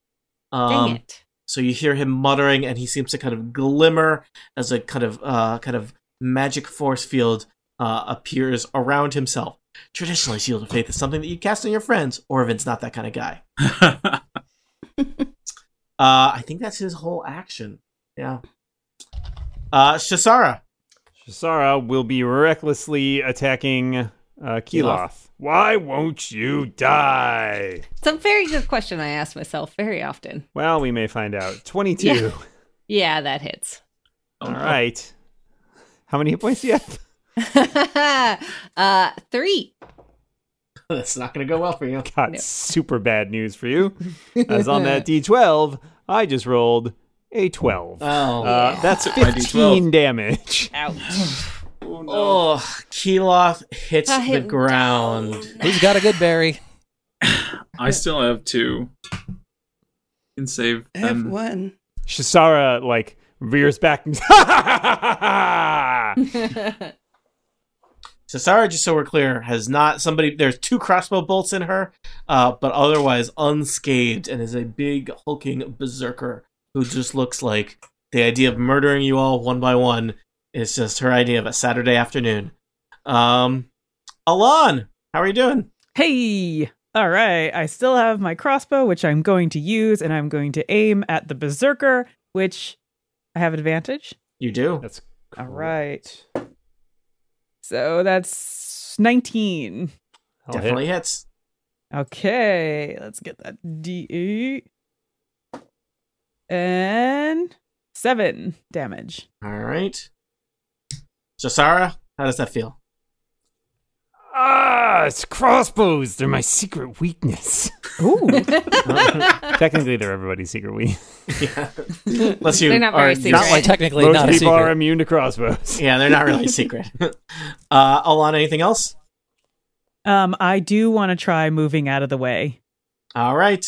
Speaker 4: Dang
Speaker 1: Um,
Speaker 4: it.
Speaker 1: So you hear him muttering, and he seems to kind of glimmer as a kind of uh, kind of magic force field uh, appears around himself. Traditionally, Shield of Faith is something that you cast on your friends. Orvin's not that kind of guy. Uh, I think that's his whole action. Yeah. Uh, Shasara.
Speaker 7: Shasara will be recklessly attacking uh, Keeloth. Why won't you die?
Speaker 4: It's a very good question I ask myself very often.
Speaker 7: Well, we may find out. 22.
Speaker 4: Yeah. Yeah, that hits.
Speaker 7: All right. How many hit points do you have?
Speaker 4: uh, three.
Speaker 1: that's not going to go well for you.
Speaker 7: Got
Speaker 4: No.
Speaker 7: super bad news for you. As on that D12, I just rolled a 12.
Speaker 1: Oh.
Speaker 7: Uh, that's
Speaker 5: Took my
Speaker 7: 15 damage.
Speaker 5: Oh, no.
Speaker 1: oh, Keeloth hits
Speaker 4: I
Speaker 1: the
Speaker 4: hit-
Speaker 1: ground.
Speaker 2: Who's got a good berry?
Speaker 5: I still have two. Can save
Speaker 6: I have
Speaker 5: them.
Speaker 6: one.
Speaker 7: Shasara, like, rears back and.
Speaker 1: Sasara, just so we're clear, has not somebody. There's two crossbow bolts in her, uh, but otherwise unscathed, and is a big hulking berserker who just looks like the idea of murdering you all one by one is just her idea of a Saturday afternoon. Um, Alon, how are you doing?
Speaker 3: Hey! All right, I still have my crossbow, which I'm going to use, and I'm going to aim at the berserker, which I have advantage.
Speaker 1: You do.
Speaker 7: That's
Speaker 3: All right. So that's 19.
Speaker 7: I'll hit.
Speaker 1: Definitely hits.
Speaker 3: Okay, let's get that D8. And seven damage.
Speaker 1: All right. Sasara, how does that feel?
Speaker 7: Ah, it's crossbows. They're my secret weakness.
Speaker 3: Ooh.
Speaker 7: Technically, they're everybody's secret weakness.
Speaker 1: Yeah. Unless you
Speaker 4: They're not
Speaker 1: are
Speaker 4: very secret.
Speaker 1: not like
Speaker 2: Technically,
Speaker 7: Most
Speaker 2: not a
Speaker 7: people
Speaker 2: secret.
Speaker 7: are immune to crossbows.
Speaker 1: yeah, they're not really secret. uh, Alon, anything else?
Speaker 3: um, I do want to try moving out of the way.
Speaker 1: All right.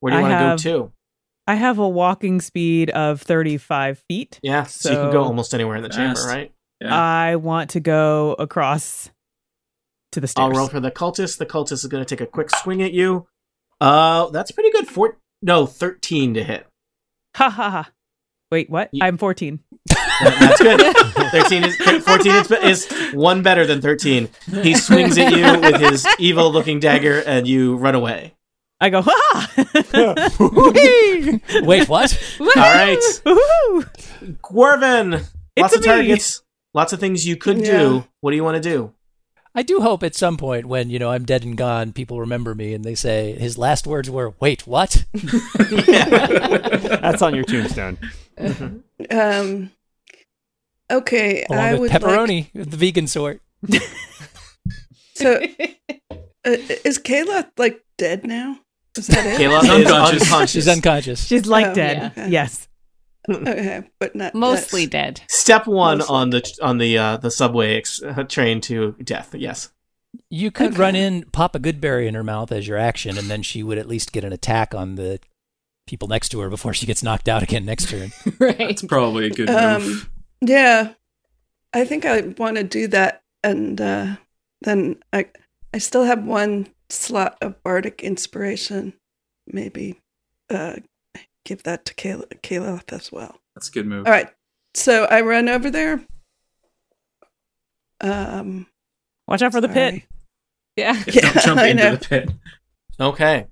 Speaker 1: Where do you
Speaker 3: I
Speaker 1: want to
Speaker 3: have-
Speaker 1: go to?
Speaker 3: I have a walking speed of 35 feet.
Speaker 1: Yeah, so, you can go
Speaker 3: So-
Speaker 1: almost anywhere in the chamber,
Speaker 5: Fast.
Speaker 1: right?
Speaker 5: Yeah.
Speaker 3: I want to go across to the
Speaker 1: I'll
Speaker 3: stairs.
Speaker 1: roll for the cultist. The cultist is going to take a quick swing at you. Uh, that's pretty good. Four, no, thirteen to hit.
Speaker 3: Ha ha ha. Wait, what?
Speaker 1: Ye-
Speaker 3: I'm 14.
Speaker 1: That's good. thirteen is thir- fourteen is, is one better than thirteen. He swings at you with his evil-looking dagger, and you run away.
Speaker 3: I go, ha ha!
Speaker 7: Whee!
Speaker 2: Wait, what?
Speaker 1: All right,
Speaker 3: Woohoo!
Speaker 1: Gorvin. Lots
Speaker 3: It's a
Speaker 1: of targets. Lots of things you could
Speaker 6: Yeah.
Speaker 1: do. What do you want to do?
Speaker 2: I do hope at some point when, you know, I'm dead and gone, people remember me and they say his last words were, wait, what?
Speaker 7: That's on your tombstone.
Speaker 6: Um, okay,
Speaker 2: Along
Speaker 6: I
Speaker 2: with
Speaker 6: would Like,
Speaker 2: pepperoni, the vegan sort.
Speaker 6: so, uh, is Kayla like dead now? Is that it?
Speaker 1: Kayla is
Speaker 5: She's unconscious.
Speaker 1: unconscious.
Speaker 2: She's unconscious.
Speaker 3: She's like
Speaker 6: Oh,
Speaker 3: dead.
Speaker 6: yeah.
Speaker 3: Yes.
Speaker 6: Okay, but not
Speaker 4: Mostly
Speaker 6: that's-
Speaker 4: dead.
Speaker 1: Step one
Speaker 6: Mostly.
Speaker 1: on the on the uh, the subway ex- uh, train to death. Yes.
Speaker 2: You could
Speaker 6: Okay.
Speaker 2: run in, pop a good berry in her mouth as your action, and then she would at least get an attack on the people next to her before she gets knocked out again next turn.
Speaker 4: Right.
Speaker 5: That's probably a good move.
Speaker 6: Um, yeah, I think I want to do that, and uh, then I I still have one slot of bardic inspiration. Maybe uh, give that to Kayla, Kayla as well.
Speaker 5: That's a good move.
Speaker 6: All right, so I run over there. Um,
Speaker 3: Watch out for the pit.
Speaker 6: sorry.
Speaker 4: Yeah.
Speaker 5: Yeah,
Speaker 6: Yeah,
Speaker 5: don't jump
Speaker 6: I
Speaker 5: into
Speaker 6: know.
Speaker 5: the pit.
Speaker 1: Okay.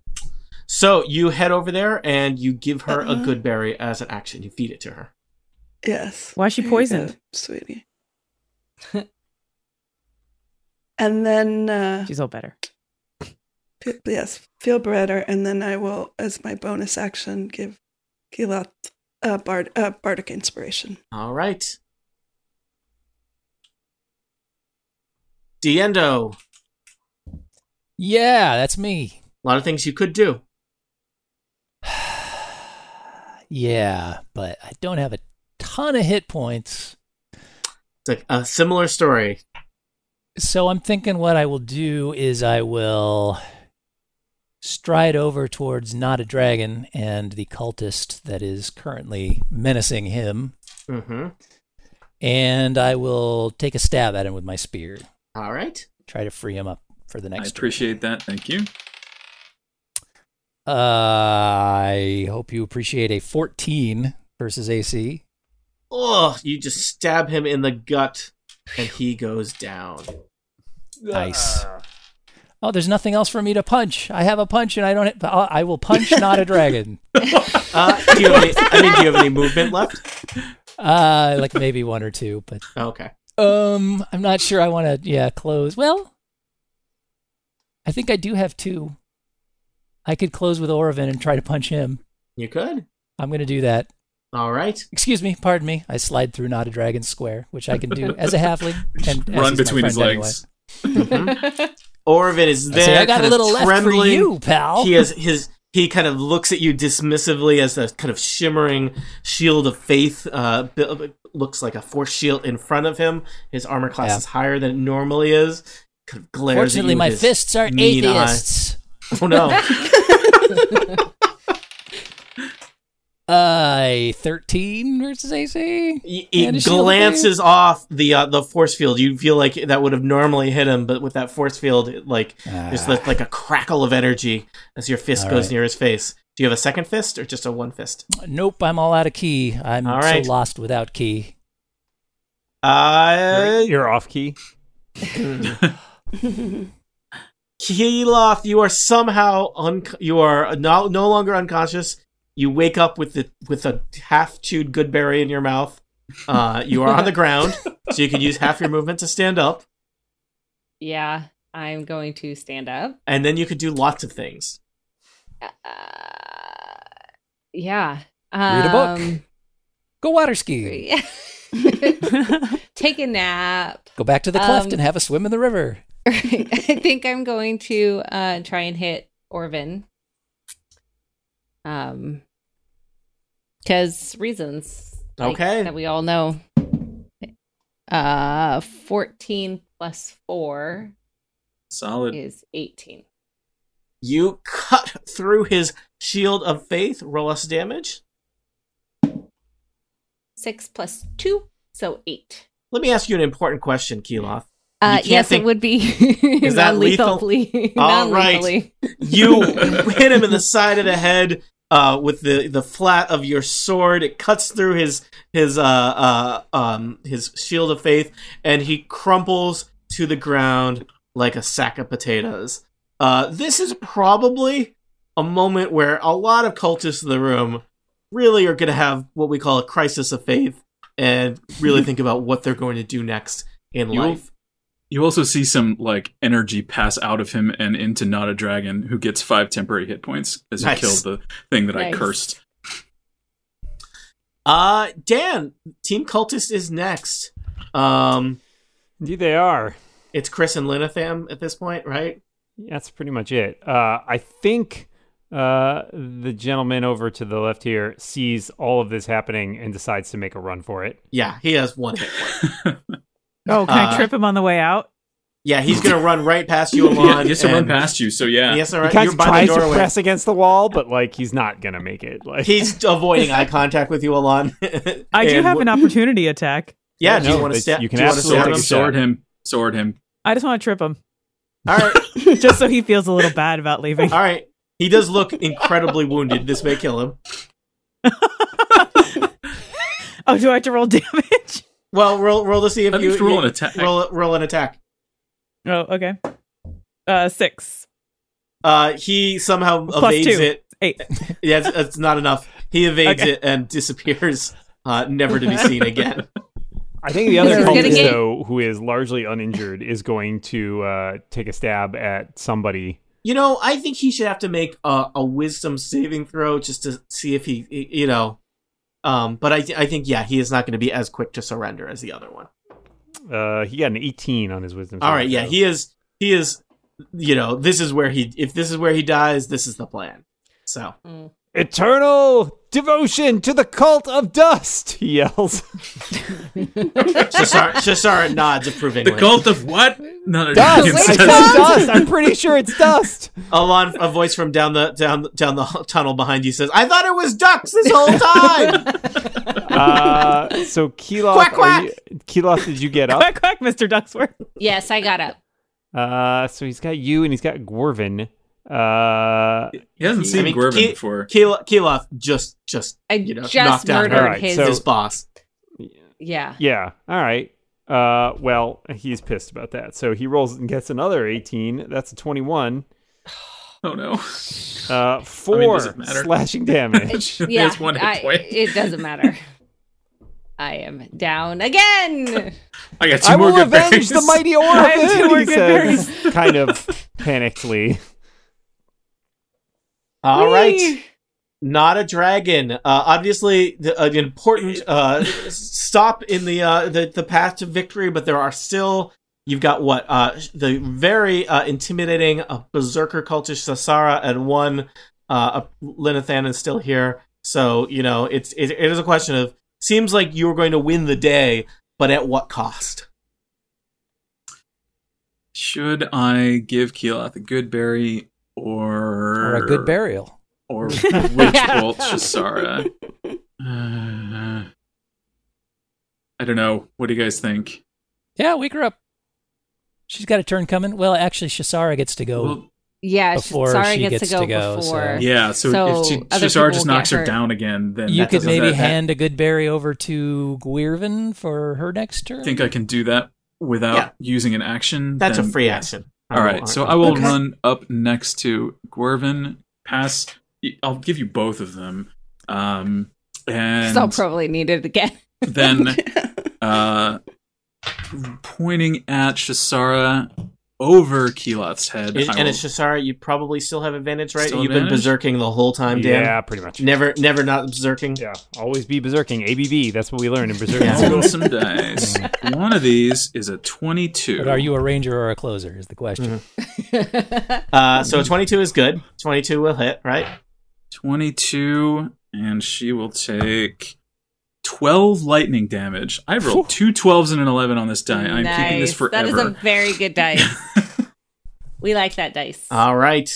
Speaker 1: So you head over there and you give her a
Speaker 6: Uh-huh.
Speaker 1: good berry as an action. You feed it to her.
Speaker 6: Yes.
Speaker 3: Why is she
Speaker 6: There you go,
Speaker 3: poisoned?
Speaker 6: sweetie? and then uh,
Speaker 3: She's all better.
Speaker 6: P- Yes, feel better, and then I will, as my bonus action, give Gilat uh, Bard, uh, bardic inspiration.
Speaker 1: All right. Diendo,
Speaker 2: Yeah, that's me.
Speaker 1: a lot of things you could do.
Speaker 2: Yeah, but I don't have a ton of hit points.
Speaker 1: It's like a similar story.
Speaker 2: So I'm thinking what I will do is I will stride over towards Not a Dragon and the cultist that is currently menacing him,
Speaker 1: Mm-hmm.
Speaker 2: and I will take a stab at him with my spear.
Speaker 1: All right.
Speaker 2: Try to free him up for the
Speaker 5: I
Speaker 2: next. turn.
Speaker 5: appreciate that. Thank you.
Speaker 2: Uh, I hope you appreciate a 14 versus AC.
Speaker 1: Oh, you just stab him in the gut, and he goes down.
Speaker 2: Nice.
Speaker 5: Ah.
Speaker 2: Oh, there's nothing else for me to punch. I have a punch, and I don't. Hit, I I will punch not a dragon.
Speaker 1: Uh, do you have any, I mean, do you have any movement left? Oh,
Speaker 2: Uh, like maybe one or two, but
Speaker 1: Okay.
Speaker 2: um, I'm not sure. I want to. Yeah, close. Well, I think I do have two. I could close with Orovin and try to punch him.
Speaker 1: You could.
Speaker 2: I'm going to do that.
Speaker 1: All right.
Speaker 2: Excuse me, pardon me. I slide through not a dragon square, which I can do as a halfling and as
Speaker 5: Run
Speaker 2: is my
Speaker 5: between his
Speaker 2: friend anyway.
Speaker 5: legs.
Speaker 1: Mm-hmm. Orvin is
Speaker 2: I, say,
Speaker 1: there.
Speaker 2: I got
Speaker 1: kind
Speaker 2: a
Speaker 1: of
Speaker 2: little left for
Speaker 1: trembling.
Speaker 2: you, pal.
Speaker 1: He has his. He kind of looks at you dismissively as a kind of shimmering shield of faith. Uh, bu- looks like a force shield in front of him. His armor class
Speaker 2: Yeah.
Speaker 1: is higher than it normally is. Kind of glares. at
Speaker 2: Fortunately,
Speaker 1: you
Speaker 2: my
Speaker 1: with his
Speaker 2: fists are
Speaker 1: mean eye.
Speaker 2: atheists.
Speaker 1: Oh no!
Speaker 2: Uh, 13 versus AC.
Speaker 1: He, he
Speaker 2: And a shield of
Speaker 1: glances off the uh, the force field. You feel like that would have normally hit him, but with that force field, it, like there's like, like a crackle of energy as your fist
Speaker 2: Ah. All
Speaker 1: goes
Speaker 2: right.
Speaker 1: near his face. Do you have a second fist or just a one fist?
Speaker 2: Nope, I'm all out of key. I'm
Speaker 1: All right.
Speaker 2: so lost without key.
Speaker 1: Uh,
Speaker 7: You're, you're off key.
Speaker 1: Keeloth, you are somehow un- you are no, no longer unconscious. You wake up with the with a half chewed good berry in your mouth. Uh, you are on the ground, so you can use half your movement to stand up,
Speaker 4: Yeah, I'm going to stand up.
Speaker 1: and then you could do lots of things.
Speaker 4: Uh, yeah.
Speaker 2: Read a book.
Speaker 4: Um,
Speaker 2: Go water ski.
Speaker 4: yeah. Take a nap.
Speaker 2: Go back to the cleft
Speaker 4: Um,
Speaker 2: and have a swim in the river.
Speaker 4: I think I'm going to uh, try and hit Orvin. Um, because reasons. like,
Speaker 1: Okay.
Speaker 4: That we all know. Uh, 14 plus 4
Speaker 5: Solid.
Speaker 4: is 18.
Speaker 1: You cut through his shield of faith. Roll us damage.
Speaker 4: 6 plus 2, so 8.
Speaker 1: Let me ask you an important question, Keeloth.
Speaker 4: Uh,
Speaker 1: can't
Speaker 4: yes,
Speaker 1: think-
Speaker 4: it would be
Speaker 1: Is that lethal?
Speaker 4: non-lethally.
Speaker 1: All right.
Speaker 4: Non-lethally.
Speaker 1: You hit him in the side of the head uh, with the, the flat of your sword. It cuts through his his uh, uh, um, his shield of faith, and he crumples to the ground like a sack of potatoes. Uh, this is probably a moment where a lot of cultists in the room really are going to have what we call a crisis of faith and really think about what they're going to do next in
Speaker 5: You-
Speaker 1: life.
Speaker 5: You also see some like energy pass out of him and into not a dragon, who gets five temporary hit points as
Speaker 1: Nice.
Speaker 5: he killed the thing that
Speaker 4: Nice.
Speaker 5: I cursed.
Speaker 1: Uh Dan, Team Cultist is next. Um
Speaker 7: Indeed, they are.
Speaker 1: it's Chris and Linatham at this point, right?
Speaker 7: That's pretty much it. Uh, I think uh, the gentleman over to the left here sees all of this happening and decides to make a run for it.
Speaker 1: Yeah, he has one hit.
Speaker 3: Oh, can
Speaker 1: Uh,
Speaker 3: I trip him on the way out?
Speaker 1: Yeah, he's gonna run right past you, Amon.
Speaker 5: Yeah, he has to run
Speaker 1: and-
Speaker 5: past you, so yeah.
Speaker 1: Yes, all
Speaker 7: He
Speaker 1: right.
Speaker 7: kind
Speaker 1: You're
Speaker 7: of
Speaker 1: by
Speaker 7: tries
Speaker 1: the
Speaker 7: to
Speaker 1: doorway.
Speaker 7: press against the wall, but like he's not gonna make it. Like
Speaker 1: He's avoiding eye contact with you, Alon.
Speaker 3: I do have an opportunity attack.
Speaker 1: Yeah, do you
Speaker 7: No,
Speaker 1: want to
Speaker 7: but
Speaker 1: stab?
Speaker 7: you can
Speaker 1: do you want to
Speaker 7: absolutely
Speaker 1: stab
Speaker 5: Sword,
Speaker 1: him?
Speaker 7: take
Speaker 5: sword him. Sword him.
Speaker 3: I just want to trip him,
Speaker 1: All right,
Speaker 3: just so he feels a little bad about leaving.
Speaker 1: all right. He does look incredibly wounded. This may kill him.
Speaker 3: Oh, do I have to roll damage?
Speaker 1: Well, roll roll to see if
Speaker 5: I think
Speaker 1: you,
Speaker 5: you should roll
Speaker 1: you-
Speaker 5: an attack.
Speaker 1: Roll roll an attack.
Speaker 3: Oh, okay. Uh, six,
Speaker 1: Uh, he somehow
Speaker 3: Plus
Speaker 1: evades
Speaker 3: two.
Speaker 1: it
Speaker 3: eight.
Speaker 1: Yeah, it's, it's not enough. He evades
Speaker 3: Okay.
Speaker 1: it and disappears, uh, never to be seen again.
Speaker 7: I think the other
Speaker 4: He's gonna
Speaker 7: cultist,
Speaker 4: get-
Speaker 7: though, who is largely uninjured, is going to uh, take a stab at somebody
Speaker 1: You know, I think he should have to make a, a wisdom saving throw just to see if he, you know. Um, but I, I think yeah, he is not going to be as quick to surrender as the other one.
Speaker 7: Uh, he got an 18 on his wisdom.
Speaker 1: All
Speaker 7: saving
Speaker 1: right, yeah,
Speaker 7: throw.
Speaker 1: he is. He is. You know, this is where he. If this is where he dies, this is the plan. So
Speaker 7: Eternal devotion to the cult of dust. He yells.
Speaker 1: Shasara, Shasara nods approvingly.
Speaker 5: The cult of what? No, no,
Speaker 7: Dust.
Speaker 5: it
Speaker 7: I said
Speaker 5: says-
Speaker 7: dust. I'm pretty sure it's dust.
Speaker 1: Alon, a voice from down the down down the tunnel behind you says, "I thought it was ducks this whole time."
Speaker 7: Uh, so Keeloth,
Speaker 1: Quack,
Speaker 7: are
Speaker 1: quack.
Speaker 7: you- Keeloth, did you get up?
Speaker 3: Quack quack, Mr. Ducksworth.
Speaker 4: Yes, I got up.
Speaker 7: Uh, so he's got you and he's got Gorvin. Uh,
Speaker 5: He hasn't seen
Speaker 1: I mean,
Speaker 5: Gorvin
Speaker 1: Ke-
Speaker 5: before.
Speaker 1: Keeloth Keeloth just just
Speaker 4: I
Speaker 1: You know, knocked
Speaker 4: just
Speaker 1: down.
Speaker 4: murdered
Speaker 7: All right,
Speaker 4: his.
Speaker 7: so-
Speaker 1: his boss.
Speaker 4: yeah.
Speaker 7: yeah. All right. Uh, well, he's pissed about that. So he rolls and gets another 18. That's a 21.
Speaker 5: Oh no.
Speaker 7: Uh, four
Speaker 5: does it matter?
Speaker 7: slashing damage.
Speaker 4: It's-
Speaker 5: There's
Speaker 4: yeah.
Speaker 5: one hit
Speaker 4: I-
Speaker 5: point.
Speaker 4: it doesn't matter. I am down again.
Speaker 5: I got two
Speaker 7: I
Speaker 5: more
Speaker 7: will
Speaker 5: good
Speaker 7: avenge
Speaker 5: berries.
Speaker 7: the mighty
Speaker 3: I have two
Speaker 7: orb.
Speaker 3: more
Speaker 7: He
Speaker 3: good
Speaker 7: says, kind of panickedly.
Speaker 1: All right,
Speaker 4: Whee!
Speaker 1: not a dragon. Uh, obviously, the, an important uh, stop in the, uh, the the path to victory, but there are still. You've got what uh, the very uh, intimidating uh, berserker cultist Sasara and one uh, uh, Linathan is still here. So you know it's it, it is a question of seems like you are going to win the day, but at what cost?
Speaker 5: Should I give Keeloth a good berry or
Speaker 2: Or a good burial.
Speaker 5: or witch bolt Shasara? Uh, I don't know. What do you guys think?
Speaker 2: Yeah, wake her up. She's got a turn coming. Well, actually, Shasara gets to go.
Speaker 5: Well,
Speaker 4: Yeah, sh-
Speaker 2: Before
Speaker 4: Sarah
Speaker 2: she
Speaker 4: gets,
Speaker 2: gets
Speaker 4: to go,
Speaker 2: to go, so-
Speaker 4: before.
Speaker 5: yeah. So,
Speaker 4: So
Speaker 5: if she,
Speaker 4: other
Speaker 5: Shasara
Speaker 4: people
Speaker 5: just
Speaker 4: will
Speaker 5: knocks
Speaker 4: get
Speaker 5: her
Speaker 4: hurt.
Speaker 5: down again, then
Speaker 2: you
Speaker 5: that
Speaker 2: could
Speaker 5: doesn't-
Speaker 2: maybe
Speaker 5: that- that-
Speaker 2: hand a good berry over to Gwirvin for her next turn.
Speaker 5: I think I can do that without
Speaker 1: Yeah.
Speaker 5: using an action.
Speaker 1: That's a
Speaker 5: then
Speaker 1: free
Speaker 5: yes.
Speaker 1: action.
Speaker 5: All right, so I will
Speaker 4: Okay.
Speaker 5: run up next to Gorvin. Pass. I'll give you both of them, um, and
Speaker 4: Still probably needed again.
Speaker 5: then uh, pointing at Shasara over Keeloth's head.
Speaker 1: Is-
Speaker 5: I
Speaker 1: and
Speaker 5: will-
Speaker 1: it's Shasara. You probably still have advantage, right?
Speaker 5: Still
Speaker 1: You've
Speaker 5: advantage?
Speaker 1: been berserking the whole time, Dan.
Speaker 7: yeah, pretty much.
Speaker 1: Never, never not berserking.
Speaker 7: Yeah, always be berserking. ABB. That's what we learn in berserking
Speaker 1: Yeah.
Speaker 5: Roll some
Speaker 7: school.
Speaker 5: dice. One of these is a twenty-two.
Speaker 2: But are you a ranger or a closer? Is the question.
Speaker 1: Uh, so 22 is good. 22 will hit, right?
Speaker 5: twenty-two? And she will take twelve lightning damage. I rolled two 12s and an eleven on this die. I'm keeping this
Speaker 4: Nice.
Speaker 5: forever.
Speaker 4: That is a very good dice. we like that dice.
Speaker 1: All right.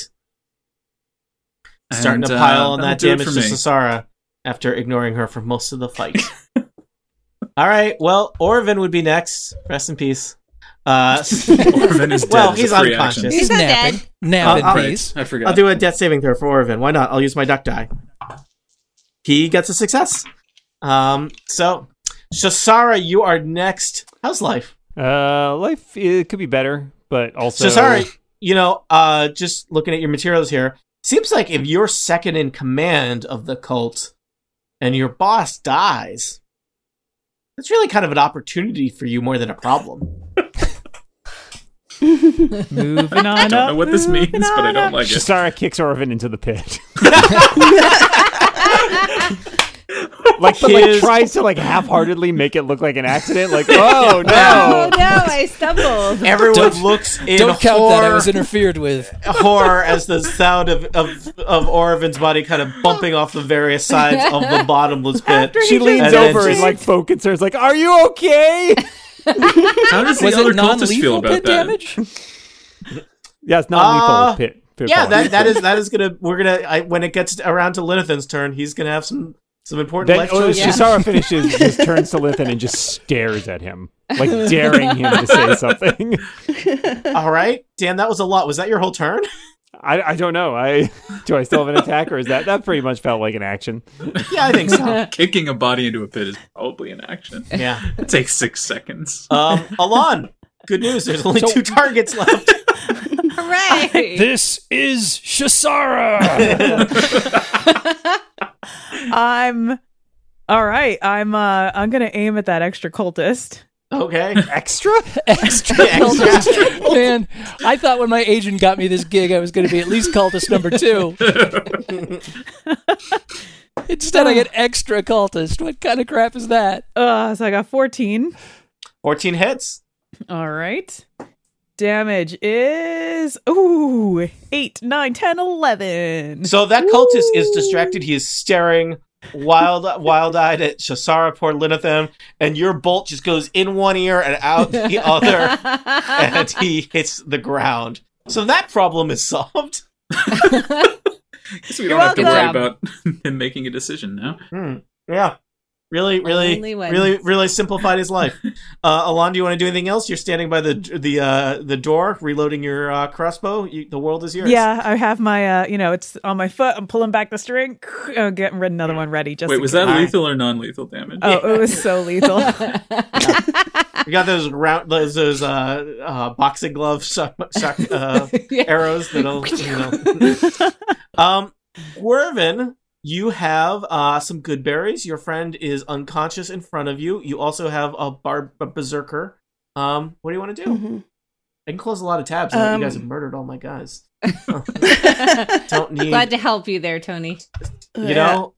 Speaker 1: Starting
Speaker 5: And,
Speaker 1: to
Speaker 5: uh,
Speaker 1: pile on that
Speaker 5: that'll do
Speaker 1: damage
Speaker 5: it
Speaker 1: to
Speaker 5: for me.
Speaker 1: Sasara after ignoring her for most of the fight. All right. Well, Orvin would be next. Rest in peace. Uh,
Speaker 5: Orvin is dead
Speaker 1: well,
Speaker 5: as a
Speaker 1: he's
Speaker 5: free
Speaker 1: unconscious.
Speaker 5: action.
Speaker 2: He's
Speaker 4: He's not
Speaker 2: napping.
Speaker 4: dead.
Speaker 2: Napping,
Speaker 1: I'll- I'll-
Speaker 2: please.
Speaker 5: Uh, I forgot.
Speaker 1: I'll do a death saving throw for Orvin. Why not? I'll use my duck die. He gets a success. Um, so, Shasara, you are next. How's life?
Speaker 7: Uh, life it could be better, but also
Speaker 1: So, sorry, you know, uh, just looking at your materials here, seems like if you're second in command of the cult and your boss dies, that's really kind of an opportunity for you more than a problem.
Speaker 3: Moving on
Speaker 5: I don't know what this means,
Speaker 3: moving
Speaker 5: but I don't like it.
Speaker 7: Shasara kicks Orvin into the pit. like, but like
Speaker 1: His-
Speaker 7: tries to like half-heartedly make it look like an accident. Like, oh
Speaker 4: Oh
Speaker 7: no!
Speaker 4: no, I stumbled.
Speaker 1: Everyone looks in
Speaker 2: Don't count
Speaker 1: horror,
Speaker 2: that. I was interfered with.
Speaker 1: horror as the sound of, of, of Orvin's body kind of bumping off the various sides of the bottomless pit.
Speaker 7: She leans
Speaker 1: And then
Speaker 7: over and
Speaker 1: just-
Speaker 7: like focuses her. Is like, are you okay?
Speaker 5: How does the
Speaker 2: Was
Speaker 5: other
Speaker 2: it
Speaker 5: cultist feel
Speaker 2: non-lethal
Speaker 5: about
Speaker 2: pit
Speaker 5: that?
Speaker 2: damage?
Speaker 7: yeah, it's not
Speaker 1: Uh,
Speaker 7: lethal. Pit. pit
Speaker 1: Yeah,
Speaker 7: fall.
Speaker 1: that, that is that is gonna we're gonna I, when it gets around to Linathan's turn, he's gonna have some some important
Speaker 7: Then
Speaker 1: life
Speaker 7: oh,
Speaker 1: choices.
Speaker 7: Shasara finishes, just turns to Lithan and just stares at him, like daring him to say something.
Speaker 1: All right, Dan, that was a lot. Was that your whole turn?
Speaker 7: I, I don't know. I do I still have an attack, or is that that pretty much felt like an action?
Speaker 1: yeah, I think so.
Speaker 5: Kicking a body into a pit is probably an action.
Speaker 1: Yeah.
Speaker 5: It takes six seconds.
Speaker 1: Um, Alon, good news. There's only
Speaker 2: So-
Speaker 1: two targets left.
Speaker 4: Hooray!
Speaker 2: This is Shasara.
Speaker 3: I'm all right. I'm uh I'm gonna aim at that extra cultist
Speaker 1: Okay.
Speaker 7: Extra?
Speaker 2: Extra.
Speaker 1: Extra.
Speaker 2: Man, I thought when my agent got me this gig, I was going to be at least cultist number two. Instead, I get extra cultist. What kind of crap is that?
Speaker 3: Uh, so I got 14.
Speaker 1: 14 hits.
Speaker 3: All right. Damage is ooh, 8 9 10 11.
Speaker 1: So that cultist is distracted. He is staring wild wild eyed at Shasara Portlinathan, and your bolt just goes in one ear and out the other, and he hits the ground. So that problem is solved.
Speaker 5: So we don't have to worry
Speaker 4: welcome.
Speaker 5: about him making a decision now.
Speaker 1: Hmm. Yeah. Really, really,
Speaker 4: Only one.
Speaker 1: really, really simplified his life. Uh, Alon, do you want to do anything else? You're standing by the the uh, the door, reloading your uh, crossbow. You, the world is yours.
Speaker 3: Yeah, I have my uh, you know, it's on my foot. I'm pulling back the string. I'm getting rid- another one ready just
Speaker 5: Wait,
Speaker 3: in
Speaker 5: was
Speaker 3: case.
Speaker 5: that lethal or non-lethal damage?
Speaker 3: Oh, it was so lethal.
Speaker 1: we got those round, those, those uh, uh, boxing glove shock, shock, uh,
Speaker 4: Yeah.
Speaker 1: arrows that'll you know. um, Gwyrvin, you have uh, some good berries. Your friend is unconscious in front of you. You also have a, bar- a berserker. Um, what do you want to do?
Speaker 4: Mm-hmm.
Speaker 6: Mhm.
Speaker 1: I can close a lot of tabs. I know you guys
Speaker 6: Um,
Speaker 1: have murdered all my guys. Don't need
Speaker 4: Glad to help you there, Tony.
Speaker 1: you
Speaker 6: Uh,
Speaker 1: know.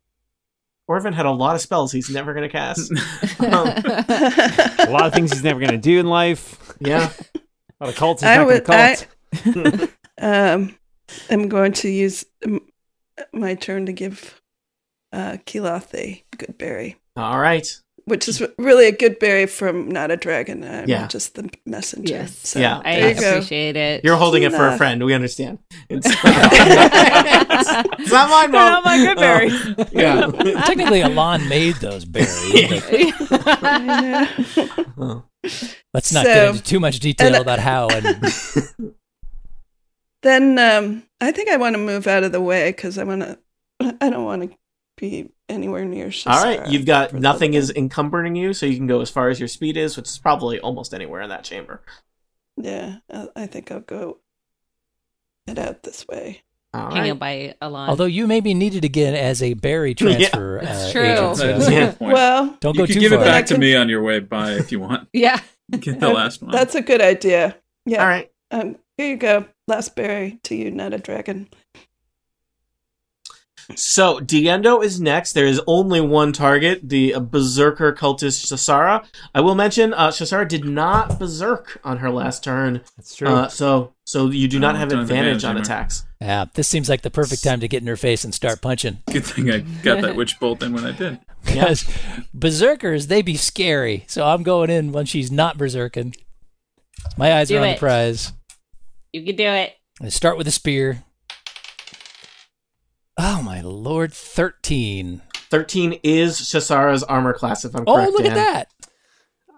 Speaker 1: Orvin had a lot of spells he's never gonna cast. Um,
Speaker 6: Yeah.
Speaker 7: A lot of things he's never going to do in life.
Speaker 1: yeah,
Speaker 7: A lot of cults he's
Speaker 6: I
Speaker 7: not going to
Speaker 6: would- I-
Speaker 7: cult.
Speaker 6: um, I'm going to use um, my turn to give uh, Kiloth a good berry,
Speaker 1: all right.
Speaker 6: which is really a good berry from not a dragon. I'm
Speaker 1: Yeah.
Speaker 6: just the messenger.
Speaker 4: Yes.
Speaker 6: So
Speaker 1: Yeah.
Speaker 4: I
Speaker 6: there you go.
Speaker 4: appreciate it.
Speaker 1: You're holding it for a
Speaker 6: Nah.
Speaker 1: friend. We understand. It's, it's not mine,
Speaker 3: They're
Speaker 1: Mom.
Speaker 3: not my good
Speaker 1: Uh,
Speaker 3: berries.
Speaker 1: yeah.
Speaker 2: Technically, Alon made those berries. but
Speaker 6: I know.
Speaker 1: Oh.
Speaker 2: Let's not
Speaker 6: So-
Speaker 2: get into too much detail
Speaker 6: and-
Speaker 2: about how. And
Speaker 6: then um, I think I want to move out of the way because I want to. I don't want to be anywhere near.
Speaker 1: All right,
Speaker 6: Shasara
Speaker 1: you've got
Speaker 6: for the
Speaker 1: nothing is
Speaker 6: thing.
Speaker 1: encumbering you, so you can go as far as your speed is, which is probably almost anywhere in that chamber.
Speaker 6: Yeah, uh, I, I think I'll go. Get out this way.
Speaker 1: All
Speaker 4: Hang
Speaker 1: right.
Speaker 4: out by Alon.
Speaker 2: although you may be needed again as a berry transfer
Speaker 4: Yeah.
Speaker 2: uh,
Speaker 4: It's
Speaker 2: agent,
Speaker 4: true.
Speaker 2: so
Speaker 5: That's a
Speaker 1: Yeah.
Speaker 5: good point.
Speaker 6: Well,
Speaker 2: don't
Speaker 5: you
Speaker 2: go
Speaker 5: can
Speaker 2: too
Speaker 5: give
Speaker 2: far.
Speaker 5: it back to
Speaker 6: Like-
Speaker 5: me on your way by if you want.
Speaker 4: yeah.
Speaker 5: Get the last one.
Speaker 6: that's a good idea. Yeah.
Speaker 1: All right.
Speaker 6: Um, here you go. Last berry to you, not a dragon.
Speaker 1: So Diendo is next. There is only one target: the uh, berserker cultist Shasara. I will mention uh, Shasara did not berserk on her last turn,
Speaker 7: That's true.
Speaker 1: uh, so so you do
Speaker 5: Oh,
Speaker 1: not have
Speaker 5: don't have
Speaker 1: advantage
Speaker 5: advantage
Speaker 1: on
Speaker 5: anymore.
Speaker 1: attacks.
Speaker 2: Yeah, this seems like the perfect time to get in her face and start punching.
Speaker 5: Good thing I got that witch bolt in when I did.
Speaker 2: Because berserkers, they be scary. So I'm going in when she's not berserking. My eyes
Speaker 4: Do
Speaker 2: are on
Speaker 4: it.
Speaker 2: the prize.
Speaker 4: You can do it.
Speaker 2: I start with a spear. Oh my lord, thirteen.
Speaker 1: Thirteen is Shasara's armor class. If I'm
Speaker 2: Oh,
Speaker 1: correct.
Speaker 2: look at
Speaker 1: Dan.
Speaker 2: that.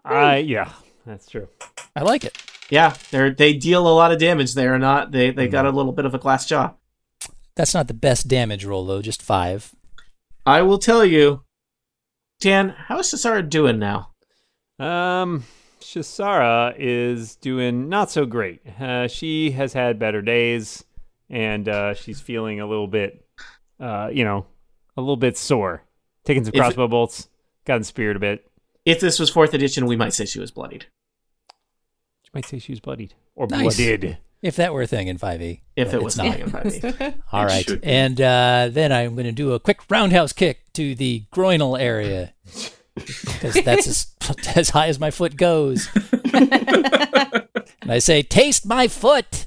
Speaker 7: I, yeah, that's true.
Speaker 2: I like it.
Speaker 1: Yeah, they they deal a lot of damage. They are not. They they got a little bit of a glass jaw.
Speaker 2: That's not the best damage roll though, just five.
Speaker 1: I will tell you, Dan. How is Shasara doing now?
Speaker 7: Um, Shisara is doing not so great. Uh, she has had better days, and uh, she's feeling a little bit, uh, you know, a little bit sore. Taking some
Speaker 1: If-
Speaker 7: crossbow bolts, gotten speared a bit.
Speaker 1: If this was fourth edition, we might say she was bloodied.
Speaker 7: You might say she was bloodied or
Speaker 2: Nice.
Speaker 7: blooded.
Speaker 2: If that were a thing in five E.
Speaker 1: If it was not in 5e.
Speaker 2: All
Speaker 5: It
Speaker 2: right.
Speaker 5: should be.
Speaker 2: And uh, then I'm going to do a quick roundhouse kick to the groinal area. Because that's as, as high as my foot goes. and I say, Taste my foot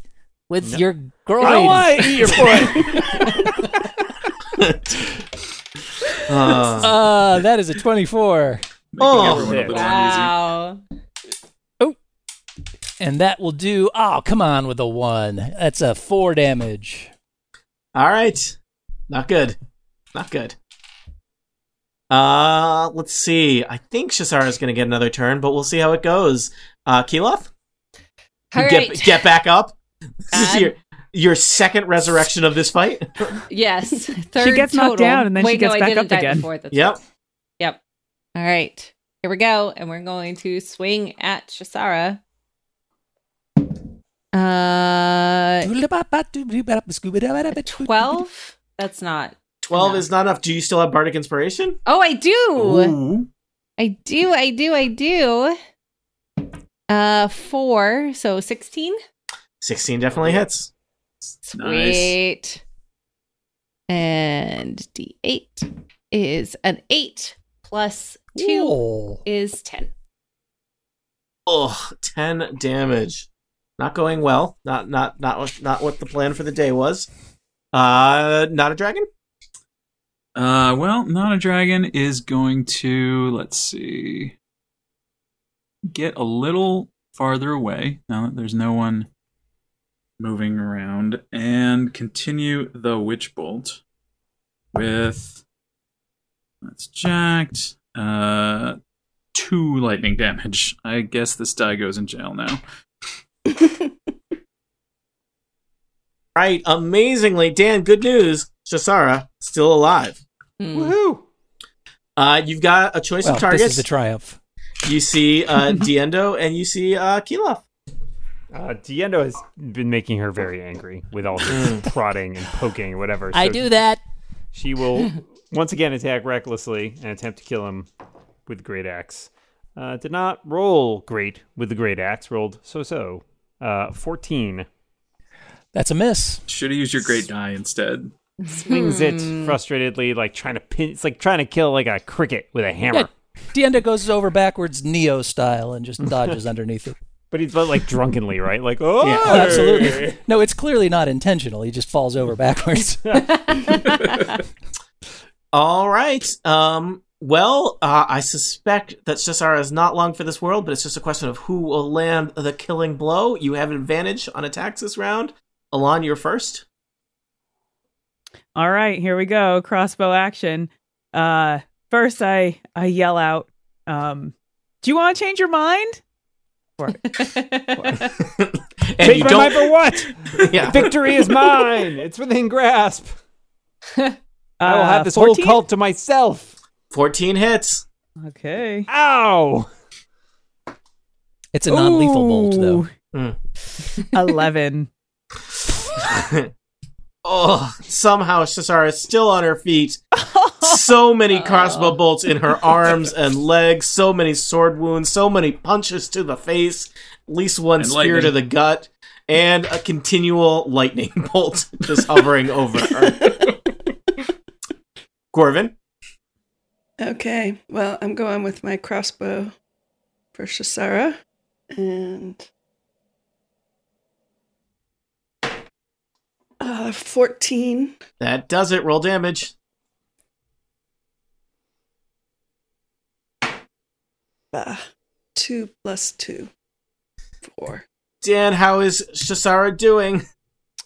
Speaker 2: with your groin.
Speaker 7: I want to eat your foot.
Speaker 1: Uh,
Speaker 2: Uh, that is a 24.
Speaker 5: Making
Speaker 1: Oh.
Speaker 5: everyone a little uneasy.
Speaker 4: Wow.
Speaker 2: And that will do. Oh, come on with a one. That's a four damage.
Speaker 1: all right, not good, not good. Uh, let's see. I think Shasara is going to get another turn, but we'll see how it goes. Uh, Keloth,
Speaker 4: All
Speaker 1: get
Speaker 4: right.
Speaker 1: get back up. This is
Speaker 4: Um,
Speaker 1: your your second resurrection of this fight.
Speaker 4: Yes. Third
Speaker 3: gets knocked
Speaker 4: total.
Speaker 3: down and then she
Speaker 4: Wait,
Speaker 3: gets
Speaker 4: no,
Speaker 3: back
Speaker 4: I didn't
Speaker 3: up
Speaker 4: die
Speaker 3: again.
Speaker 4: Before. That's
Speaker 1: Yep.
Speaker 4: right. Yep. All right. Here we go. And we're going to swing at Shasara. Uh, 12? That's not.
Speaker 1: Twelve
Speaker 4: No.
Speaker 1: is not enough. Do you still have bardic inspiration?
Speaker 4: Oh, I do.
Speaker 5: Ooh.
Speaker 4: I do. I do. I do. Uh, four, so 16.
Speaker 1: 16 definitely hits.
Speaker 4: Sweet. And D8 is an eight plus two
Speaker 2: Ooh.
Speaker 4: is 10.
Speaker 1: Oh, 10 damage. Not going well. Not not not what- not what the plan for the day was. Uh not a dragon?
Speaker 5: Uh, well, not a dragon is going to let's see, get a little farther away now that there's no one moving around, and continue the witch bolt with that's jacked. Uh, two lightning damage. I guess this die goes in jail now.
Speaker 1: Right. Amazingly, Dan, good news. Shasara still alive.
Speaker 6: Hmm.
Speaker 4: Mm.
Speaker 7: Woohoo!
Speaker 1: Uh you've got a choice
Speaker 2: Well,
Speaker 1: of
Speaker 2: this is
Speaker 1: targets.
Speaker 2: the triumph.
Speaker 1: you see uh Diendo and you see uh Kilof.
Speaker 7: Uh, Diendo has been making her very angry with all this
Speaker 1: Mm.
Speaker 7: prodding and poking, whatever.
Speaker 2: I
Speaker 7: so
Speaker 2: do that.
Speaker 7: She will once again attack recklessly and attempt to kill him with the great axe. Uh, did not roll great with the great axe. Rolled so-so. Uh, Fourteen
Speaker 2: That's a miss.
Speaker 5: Should have used your great die instead.
Speaker 7: swings
Speaker 4: Hmm.
Speaker 7: it
Speaker 2: Hmm.
Speaker 7: frustratedly, like trying to pin. It's like trying to kill like a cricket with a hammer.
Speaker 2: Dienda goes over backwards, Neo style, and just dodges underneath it.
Speaker 7: But he's but like drunkenly, right? Like oh,
Speaker 2: Oh, absolutely. No, it's clearly not intentional. He just falls over backwards.
Speaker 1: All right. Um well, uh, I suspect that Shasara is not long for this world, but it's just a question of who will land the killing blow. You have advantage on attacks this round. Alon, you're first.
Speaker 3: All right, here we go. Crossbow action. Uh first I I yell out, um, do you want to change your mind?
Speaker 1: And
Speaker 7: Change
Speaker 1: you
Speaker 7: my
Speaker 1: don't
Speaker 7: mind for what?
Speaker 1: yeah.
Speaker 7: Victory is mine. It's within grasp. I will
Speaker 3: Uh,
Speaker 7: have this
Speaker 3: 14?
Speaker 7: whole cult to myself.
Speaker 1: 14 hits.
Speaker 3: Okay.
Speaker 7: Ow!
Speaker 2: It's a non lethal bolt, though.
Speaker 3: Ooh.
Speaker 7: Hmm.
Speaker 3: Eleven.
Speaker 1: oh, somehow Shasara is still on her feet. So many crossbow bolts in her arms and legs, so many sword wounds, so many punches to the face, at least one
Speaker 5: And
Speaker 1: spear to
Speaker 5: lightning.
Speaker 1: the gut, and a continual lightning bolt just hovering over her. Gorvin,
Speaker 6: okay, well, I'm going with my crossbow for Shasara. And. Uh, 14.
Speaker 1: that does it. Roll damage.
Speaker 6: Bah. 2 plus 2. 4.
Speaker 1: Dan, how is Shasara doing?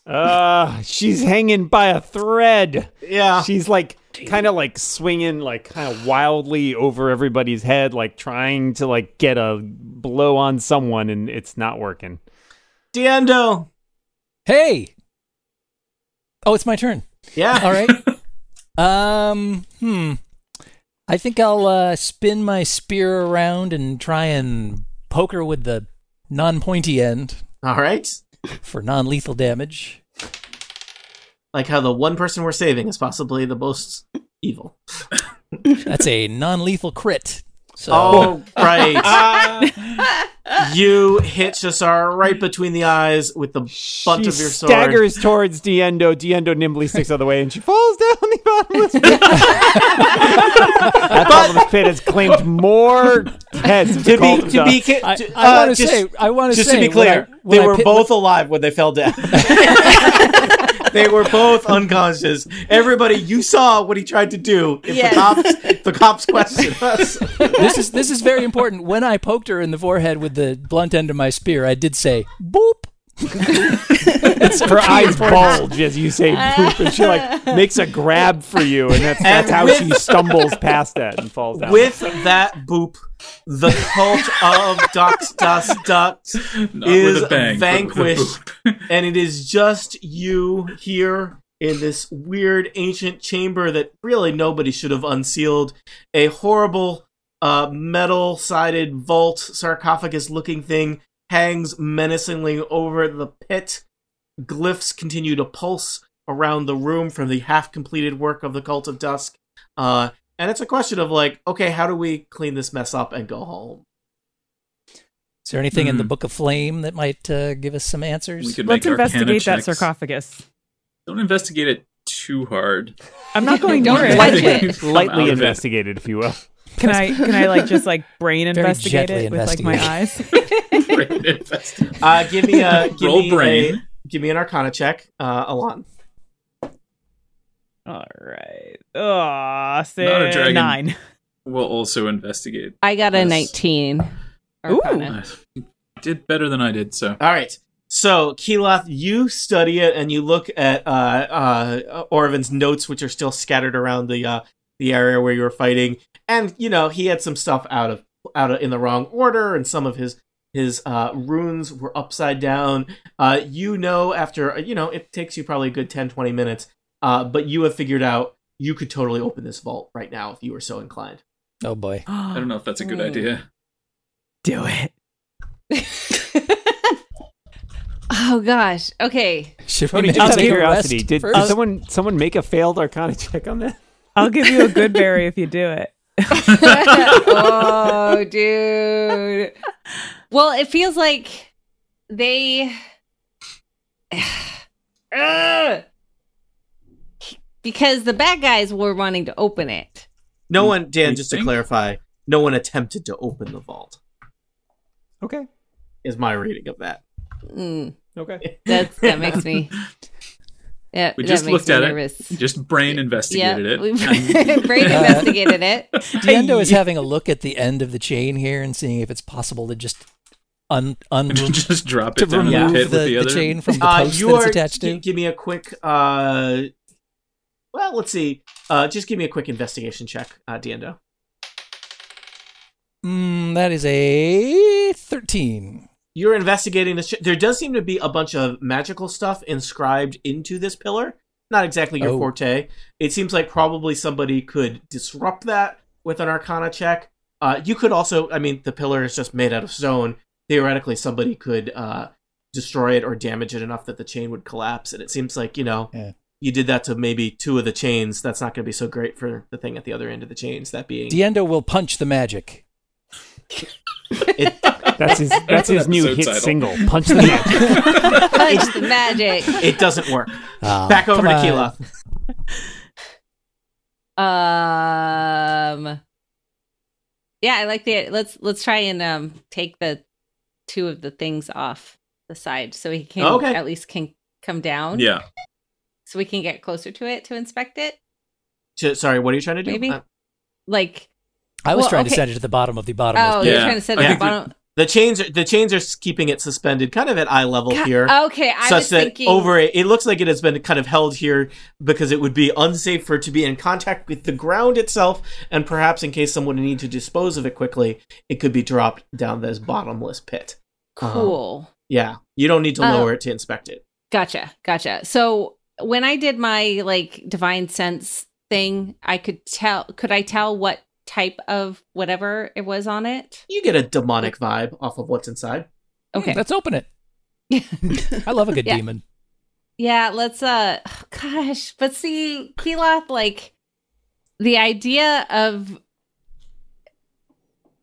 Speaker 7: Uh, she's hanging by a thread.
Speaker 1: Yeah.
Speaker 7: She's like kind of like swinging like kind of wildly over everybody's head like trying to like get a blow on someone and it's not working.
Speaker 1: Diendo.
Speaker 2: Hey! Oh, it's my turn.
Speaker 1: Yeah.
Speaker 2: All right. um, hmm. I think I'll uh, spin my spear around and try and poke her with the non pointy end
Speaker 1: All right.
Speaker 2: for non lethal damage.
Speaker 1: like how the one person we're saving is possibly the most evil.
Speaker 2: That's a non lethal crit. So
Speaker 1: Oh, right. you hit Shasar right between the eyes with the butt
Speaker 7: she
Speaker 1: of your sword.
Speaker 7: staggers towards Diendo. Diendo nimbly sticks out of the way and she falls down the bottomless pit. that bottomless pit has claimed more heads of
Speaker 1: To
Speaker 7: Cult
Speaker 1: be,
Speaker 7: of
Speaker 1: to be,
Speaker 7: Dusk.
Speaker 1: ca-
Speaker 2: I,
Speaker 1: to-
Speaker 2: I
Speaker 1: uh,
Speaker 2: want to
Speaker 1: just-
Speaker 2: say, I want to
Speaker 1: just
Speaker 2: say,
Speaker 1: to be
Speaker 2: when I-
Speaker 1: clear,
Speaker 2: when
Speaker 1: they
Speaker 2: I
Speaker 1: were
Speaker 2: pit-
Speaker 1: both alive when they fell down. they were both unconscious. Everybody, you saw what he tried to do. If
Speaker 4: Yes.
Speaker 1: the cops, the cops questioned us.
Speaker 2: this is this is very important. When I poked her in the forehead with the blunt end of my spear, I did say boop.
Speaker 7: Her eyes bulge as you say poop, and she like makes a grab for you, and that's, that's how she stumbles past that and falls down.
Speaker 1: With that boop, the cult of Dox Dust Ducks
Speaker 5: Not
Speaker 1: Is
Speaker 5: with a bang, but with a
Speaker 1: vanquished.
Speaker 5: boop.
Speaker 1: and it is just you here in this weird ancient chamber that really nobody should have unsealed. A horrible uh, metal sided vault sarcophagus looking thing hangs menacingly over the pit. Glyphs continue to pulse around the room from the half completed work of the Cult of Dusk. Uh, and it's a question of, like, okay, how do we clean this mess up and go home?
Speaker 2: Is there anything in the
Speaker 5: Hmm.
Speaker 2: Book of Flame that might uh, give us some
Speaker 5: We
Speaker 2: answers?
Speaker 5: could
Speaker 3: Let's
Speaker 5: make arcana
Speaker 3: investigate that
Speaker 5: checks.
Speaker 3: sarcophagus.
Speaker 5: Don't investigate it too hard.
Speaker 3: I'm not going
Speaker 4: Don't
Speaker 3: near it.
Speaker 4: touch
Speaker 3: Like,
Speaker 4: it.
Speaker 5: Come out of
Speaker 7: Lightly
Speaker 5: it.
Speaker 7: investigated, if you will.
Speaker 3: Can I? Can I like just like brain
Speaker 2: Very
Speaker 3: investigate
Speaker 2: gently
Speaker 3: it with like my eyes?
Speaker 5: Great investigation.
Speaker 1: Uh, give me a give
Speaker 5: Roll
Speaker 1: me
Speaker 5: brain.
Speaker 1: A, give me an Arcana check, uh, Alon.
Speaker 3: All right. Oh, say
Speaker 5: Not a dragon.
Speaker 3: nine.
Speaker 5: We'll also investigate.
Speaker 4: I got a
Speaker 5: Yes.
Speaker 4: 19.
Speaker 3: Ooh.
Speaker 4: Arcana.
Speaker 5: I did better than I did, so
Speaker 1: All right. So, Keeloth, you study it and you look at uh, uh, Orvin's notes, which are still scattered around the uh, the area where you were fighting. And you know he had some stuff out of out of, in the wrong order, and some of his his uh, runes were upside down. Uh, you know, after you know, it takes you probably a good 10, 20 minutes, uh, but you have figured out you could totally open this vault right now if you were so inclined.
Speaker 2: Oh boy.
Speaker 5: I don't know if that's a good
Speaker 4: Hmm.
Speaker 5: idea.
Speaker 3: Do it.
Speaker 4: oh gosh. Okay.
Speaker 2: Should we
Speaker 7: Tony,
Speaker 2: maybe
Speaker 7: just out of
Speaker 2: take a
Speaker 7: curiosity,
Speaker 2: rest
Speaker 7: did, did
Speaker 2: first?
Speaker 7: someone someone make a failed Arcana check on that?
Speaker 3: I'll give you a good berry if you do it.
Speaker 4: oh, dude. Well, it feels like they. Ugh. because the bad guys were wanting to open it.
Speaker 1: No one, Dan,
Speaker 5: we
Speaker 1: just to
Speaker 5: think?
Speaker 1: clarify, no one attempted to open the vault.
Speaker 7: Okay,
Speaker 1: Is my reading of that.
Speaker 4: Mm,
Speaker 7: okay.
Speaker 4: that's, that makes me. Yeah,
Speaker 5: We
Speaker 4: that
Speaker 5: just
Speaker 4: makes
Speaker 5: looked
Speaker 4: me
Speaker 5: at it.
Speaker 4: nervous.
Speaker 5: Just brain
Speaker 4: Yeah,
Speaker 5: investigated it. Uh,
Speaker 4: we
Speaker 5: And-
Speaker 4: brain investigated it.
Speaker 2: Diendo is having a look at the end of the chain here and seeing if it's possible to just un un
Speaker 5: and just drop
Speaker 2: to
Speaker 5: it down in
Speaker 2: remove the,
Speaker 5: the pit with the
Speaker 2: the
Speaker 5: other.
Speaker 2: chain from the
Speaker 1: Uh,
Speaker 2: post
Speaker 1: you
Speaker 2: that it's
Speaker 1: are-
Speaker 2: attached
Speaker 1: gi-
Speaker 2: to.
Speaker 1: Give me a quick. Uh, well, let's see. Uh, just give me a quick investigation check, uh, Diendo.
Speaker 2: Mm, that is a thirteen.
Speaker 1: You're investigating this. Ch- there does seem to be a bunch of magical stuff inscribed into this pillar. Not exactly your
Speaker 2: Oh.
Speaker 1: forte. It seems like probably somebody could disrupt that with an Arcana check. Uh, you could also, I mean, the pillar is just made out of stone. Theoretically, somebody could uh, destroy it or damage it enough that the chain would collapse. And it seems like you know
Speaker 2: Yeah.
Speaker 1: you did that to maybe two of the chains. That's not going to be so great for the thing at the other end of the chains. That being
Speaker 2: Diendo will punch the magic.
Speaker 7: That's his that's
Speaker 5: an
Speaker 7: his new
Speaker 5: episode
Speaker 7: hit
Speaker 5: title.
Speaker 7: single. Punch the magic.
Speaker 4: Punch the magic.
Speaker 1: it doesn't work.
Speaker 2: Ah,
Speaker 1: Back over
Speaker 2: come
Speaker 1: to
Speaker 2: on.
Speaker 1: Keeloth.
Speaker 4: Um. Yeah, I like the let's let's try and um take the two of the things off the side so he can
Speaker 1: Okay.
Speaker 4: at least can come down.
Speaker 5: Yeah.
Speaker 4: So we can get closer to it to inspect it.
Speaker 1: Ch- Sorry, what are you trying to do?
Speaker 4: Maybe?
Speaker 1: Uh,
Speaker 4: Like
Speaker 2: I was
Speaker 4: Well,
Speaker 2: trying to
Speaker 4: okay.
Speaker 2: send it to the bottom of the bottom.
Speaker 4: oh,
Speaker 5: Yeah.
Speaker 4: you're trying to set it
Speaker 5: I
Speaker 4: at the
Speaker 5: think we-
Speaker 4: bottom.
Speaker 1: The chains are the chains are s- keeping it suspended, kind of at eye level here,
Speaker 4: God, okay, oh, I
Speaker 1: such
Speaker 4: was
Speaker 1: that
Speaker 4: thinking
Speaker 1: over it, it looks like it has been kind of held here because it would be unsafe for it to be in contact with the ground itself, and perhaps in case someone needed to dispose of it quickly, it could be dropped down this bottomless pit.
Speaker 5: Uh-huh.
Speaker 4: cool.
Speaker 1: Yeah, you don't need to
Speaker 4: Uh,
Speaker 1: lower it to inspect it.
Speaker 4: Gotcha, gotcha. So when I did my like divine sense thing, I could tell. Could I tell what type of whatever it was on it?
Speaker 1: You get a demonic vibe off of what's inside.
Speaker 4: Okay,
Speaker 2: Let's open it. I love a good
Speaker 4: Yeah.
Speaker 2: demon.
Speaker 4: yeah. Let's. Uh, gosh, but see, Keeloth, like the idea of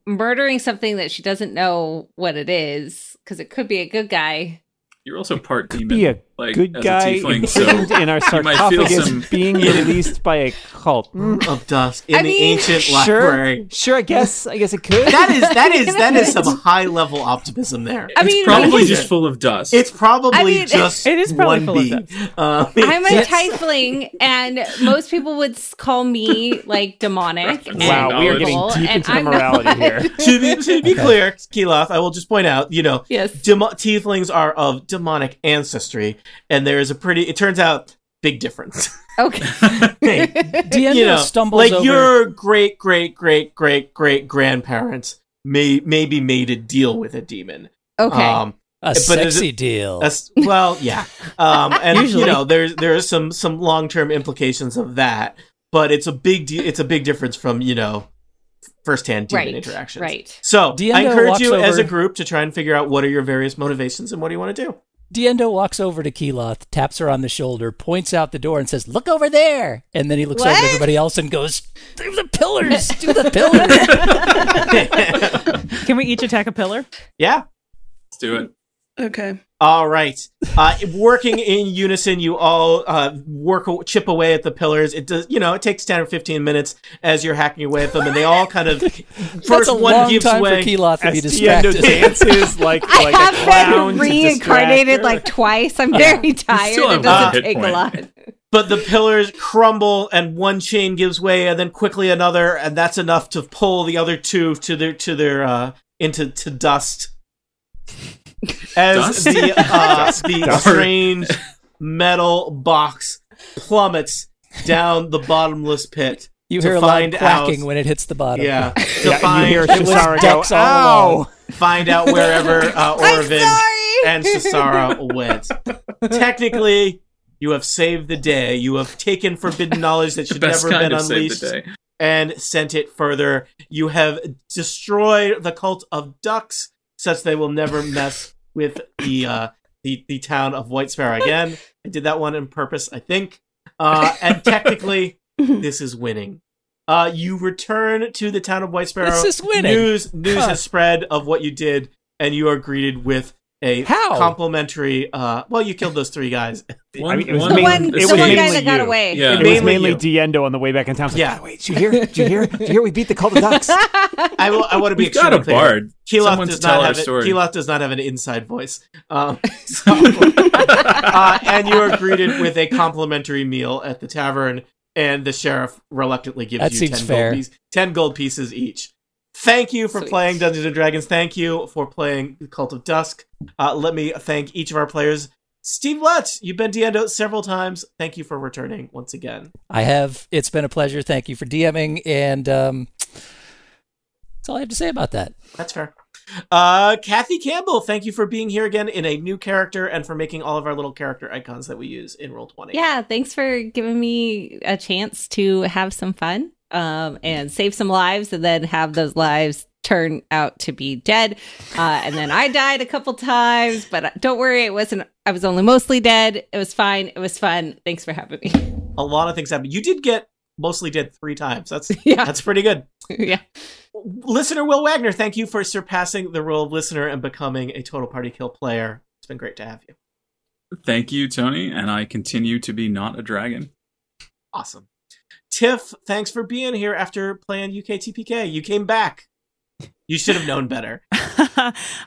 Speaker 4: murdering something that she doesn't know what it is because it could be a good guy.
Speaker 5: You're also part demon.
Speaker 7: Be a
Speaker 5: like
Speaker 7: good
Speaker 5: as
Speaker 7: guy
Speaker 5: a tiefling,
Speaker 7: imprisoned
Speaker 5: so
Speaker 7: in our
Speaker 5: you might feel
Speaker 7: sarcophagus
Speaker 5: some-
Speaker 7: being released by a cult. Mm,
Speaker 1: of dust in
Speaker 4: I
Speaker 1: the
Speaker 4: mean,
Speaker 1: ancient
Speaker 7: Sure,
Speaker 1: library.
Speaker 7: sure. I guess I guess it could.
Speaker 1: That is that is that is some high level optimism there.
Speaker 4: I mean,
Speaker 5: probably
Speaker 1: because-
Speaker 5: just full of dust.
Speaker 1: It's probably
Speaker 4: I mean,
Speaker 1: just
Speaker 3: it is probably
Speaker 1: one
Speaker 3: full of
Speaker 1: bee. Um,
Speaker 4: I'm a
Speaker 1: it's-
Speaker 4: tiefling, and most people would s- call me like demonic. and
Speaker 7: wow, we are getting
Speaker 4: evil,
Speaker 7: deep
Speaker 4: and
Speaker 7: into the
Speaker 4: I'm not-
Speaker 7: morality here.
Speaker 1: to be, to be clear, Keeloth, I will just point out, you know,
Speaker 4: Yes.
Speaker 1: demo- tieflings are of demonic ancestry, and there is a pretty. It turns out big difference.
Speaker 4: Okay.
Speaker 1: Hey,
Speaker 2: Diendo
Speaker 1: you know,
Speaker 2: stumbles
Speaker 1: like
Speaker 2: over.
Speaker 1: your great great great great great grandparents may maybe made a deal with a demon.
Speaker 4: Okay.
Speaker 1: Um,
Speaker 2: a
Speaker 1: but is
Speaker 2: sexy deal.
Speaker 1: That's- well, yeah. Um, and
Speaker 3: Usually.
Speaker 1: you know, there's there is some some long term implications of that, but it's a big de- it's a big difference from you know first hand demon
Speaker 4: right.
Speaker 1: interactions.
Speaker 4: Right.
Speaker 1: So I
Speaker 2: Diendo
Speaker 1: encourage
Speaker 2: walks
Speaker 1: you as
Speaker 2: over-
Speaker 1: a group to try and figure out what are your various motivations and what do you want to do.
Speaker 2: Diendo walks over to Keeloth, taps her on the shoulder, points out the door, and says, "Look over there." And then he looks over
Speaker 4: What?
Speaker 2: at everybody else and goes, "Do the pillars, do the pillars."
Speaker 3: Can we each attack a pillar?
Speaker 1: Yeah,
Speaker 5: Let's do it.
Speaker 6: Okay.
Speaker 1: All right. Uh, working in unison, you all uh, work chip away at the pillars. It does, you know, it takes ten or fifteen minutes as you're hacking away at them, and they all kind of
Speaker 2: That's
Speaker 1: first
Speaker 2: a
Speaker 1: one
Speaker 2: long
Speaker 1: gives
Speaker 2: time
Speaker 1: way.
Speaker 2: for Keeloth to be
Speaker 7: Estiendo
Speaker 2: distracted.
Speaker 7: dances like
Speaker 4: I
Speaker 7: like a
Speaker 4: have
Speaker 7: clown.
Speaker 4: been
Speaker 7: to
Speaker 4: reincarnated
Speaker 7: distract her.
Speaker 4: like twice. I'm very tired.
Speaker 5: still
Speaker 4: It
Speaker 5: have
Speaker 1: one
Speaker 4: doesn't
Speaker 5: hit
Speaker 4: take a
Speaker 5: point.
Speaker 4: lot.
Speaker 1: But the pillars crumble, and one chain gives way, and then quickly another, and that's enough to pull the other two to their to their uh, into to dust. As
Speaker 5: Dust?
Speaker 1: the uh, the
Speaker 7: Dust.
Speaker 1: strange metal box plummets down the bottomless pit.
Speaker 2: You
Speaker 1: to
Speaker 2: hear a loud
Speaker 1: find out-
Speaker 2: quacking when it hits the bottom.
Speaker 1: Yeah, to
Speaker 7: Yeah, you
Speaker 1: find
Speaker 7: hear
Speaker 2: It was
Speaker 7: Shasara go, "Oh."
Speaker 2: ducks all
Speaker 7: ow!
Speaker 2: along.
Speaker 1: find out wherever uh,
Speaker 4: I'm
Speaker 1: Orvin
Speaker 4: sorry.
Speaker 1: and Sasara went. Technically, you have saved the day. You have taken forbidden knowledge that
Speaker 5: The
Speaker 1: should
Speaker 5: best
Speaker 1: never
Speaker 5: kind
Speaker 1: been
Speaker 5: of save
Speaker 1: unleashed
Speaker 5: the day.
Speaker 1: and sent it further. You have destroyed the cult of ducks, such they will never mess with the uh, the the town of White Sparrow again. I did that one on purpose, I think. Uh, and technically, this is winning. Uh, you return to the town of White Sparrow.
Speaker 2: This is winning.
Speaker 1: News news
Speaker 2: Huh.
Speaker 1: has spread of what you did, and you are greeted with a
Speaker 2: How?
Speaker 1: complimentary. Uh, well, you killed those three guys.
Speaker 7: I mean, it was
Speaker 4: the
Speaker 7: mainly-
Speaker 4: one,
Speaker 7: it
Speaker 4: the
Speaker 7: was
Speaker 4: one guy
Speaker 7: mainly
Speaker 4: that got
Speaker 7: you.
Speaker 4: away.
Speaker 5: Yeah.
Speaker 7: It was
Speaker 1: Mainly
Speaker 7: mainly
Speaker 1: you.
Speaker 7: Diendo on the way back in town. It's like,
Speaker 1: Yeah.
Speaker 7: "Oh, wait, did you hear? Did you hear? Did you hear? We beat the cult of ducks.
Speaker 1: I, will, I want to be
Speaker 5: We've got a
Speaker 1: extremely clear.
Speaker 5: bard.
Speaker 1: Keeloth
Speaker 5: Someone
Speaker 1: does
Speaker 5: to tell
Speaker 1: not
Speaker 5: our
Speaker 1: have it.
Speaker 5: story.
Speaker 1: Keeloth does not have an inside voice. Um, so, uh, and you are greeted with a complimentary meal at the tavern, and the sheriff reluctantly gives
Speaker 2: That
Speaker 1: you
Speaker 2: seems
Speaker 1: ten
Speaker 2: fair.
Speaker 1: gold pieces. Ten gold pieces each. Thank you for
Speaker 4: Sweet.
Speaker 1: playing Dungeons and Dragons. Thank you for playing Cult of Dusk. Uh, let me thank each of our players. Steve Lutz, you've been Diendo several times. Thank you for returning once again.
Speaker 2: I have. It's been a pleasure. Thank you for DMing, and um, that's all I have to say about that.
Speaker 1: That's fair. Uh, Kathy Campbell, thank you for being here again in a new character and for making all of our little character icons that we use in Roll Twenty.
Speaker 4: Yeah, thanks for giving me a chance to have some fun um, and save some lives and then have those lives turn out to be dead. Uh, and then I died a couple times, but uh, don't worry, it wasn't, I was only mostly dead. It was fine. It was fun. Thanks for having me.
Speaker 1: a lot of things happen. You did get mostly dead three times. That's
Speaker 4: yeah.
Speaker 1: that's pretty good.
Speaker 4: Yeah.
Speaker 1: Listener Will Wagner, thank you for surpassing the role of listener and becoming a total party kill player. It's been great to have you.
Speaker 5: Thank you, Tony, and I continue to be not a dragon.
Speaker 1: Awesome. Tiff, thanks for being here after playing UKTPK. You came back. You should have known better.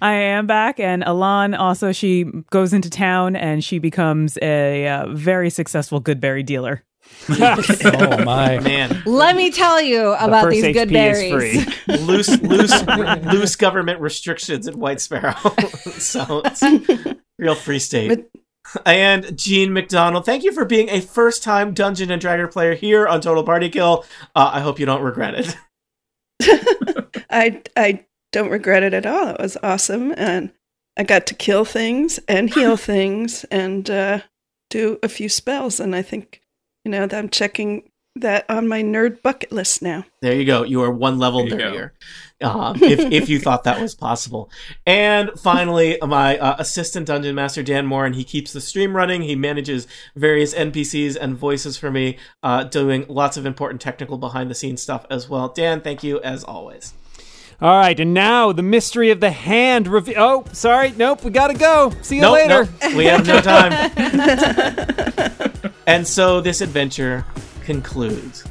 Speaker 3: I am back, and Alon also she goes into town and she becomes a uh, very successful Goodberry dealer.
Speaker 2: Oh my!
Speaker 1: Man,
Speaker 4: Let me tell you about
Speaker 7: the first
Speaker 4: these good
Speaker 7: HP
Speaker 4: berries.
Speaker 7: Is free.
Speaker 1: loose, loose, loose government restrictions at White Sparrow. so, it's real free state.
Speaker 6: But-
Speaker 1: and Gene McDonald, thank you for being a first time Dungeon and Dragon player here on Total Party Kill. Uh, I hope you don't regret it.
Speaker 6: I I don't regret it at all. It was awesome, and I got to kill things and heal things and uh, do a few spells. And I think you know that I'm checking that on my nerd bucket list now.
Speaker 1: There you go. You are one level
Speaker 5: There you
Speaker 1: nerdier. Um, if, if you thought that was possible. And finally, my uh, assistant dungeon master, Dan Moore, and he keeps the stream running. He manages various NPCs and voices for me, uh, doing lots of important technical behind the scenes stuff as well. Dan, thank you as always.
Speaker 7: All right, and now the mystery of the hand. Reve- oh, sorry, nope, we gotta go. See you
Speaker 1: Nope,
Speaker 7: later.
Speaker 1: nope, we have no time. and so this adventure concludes.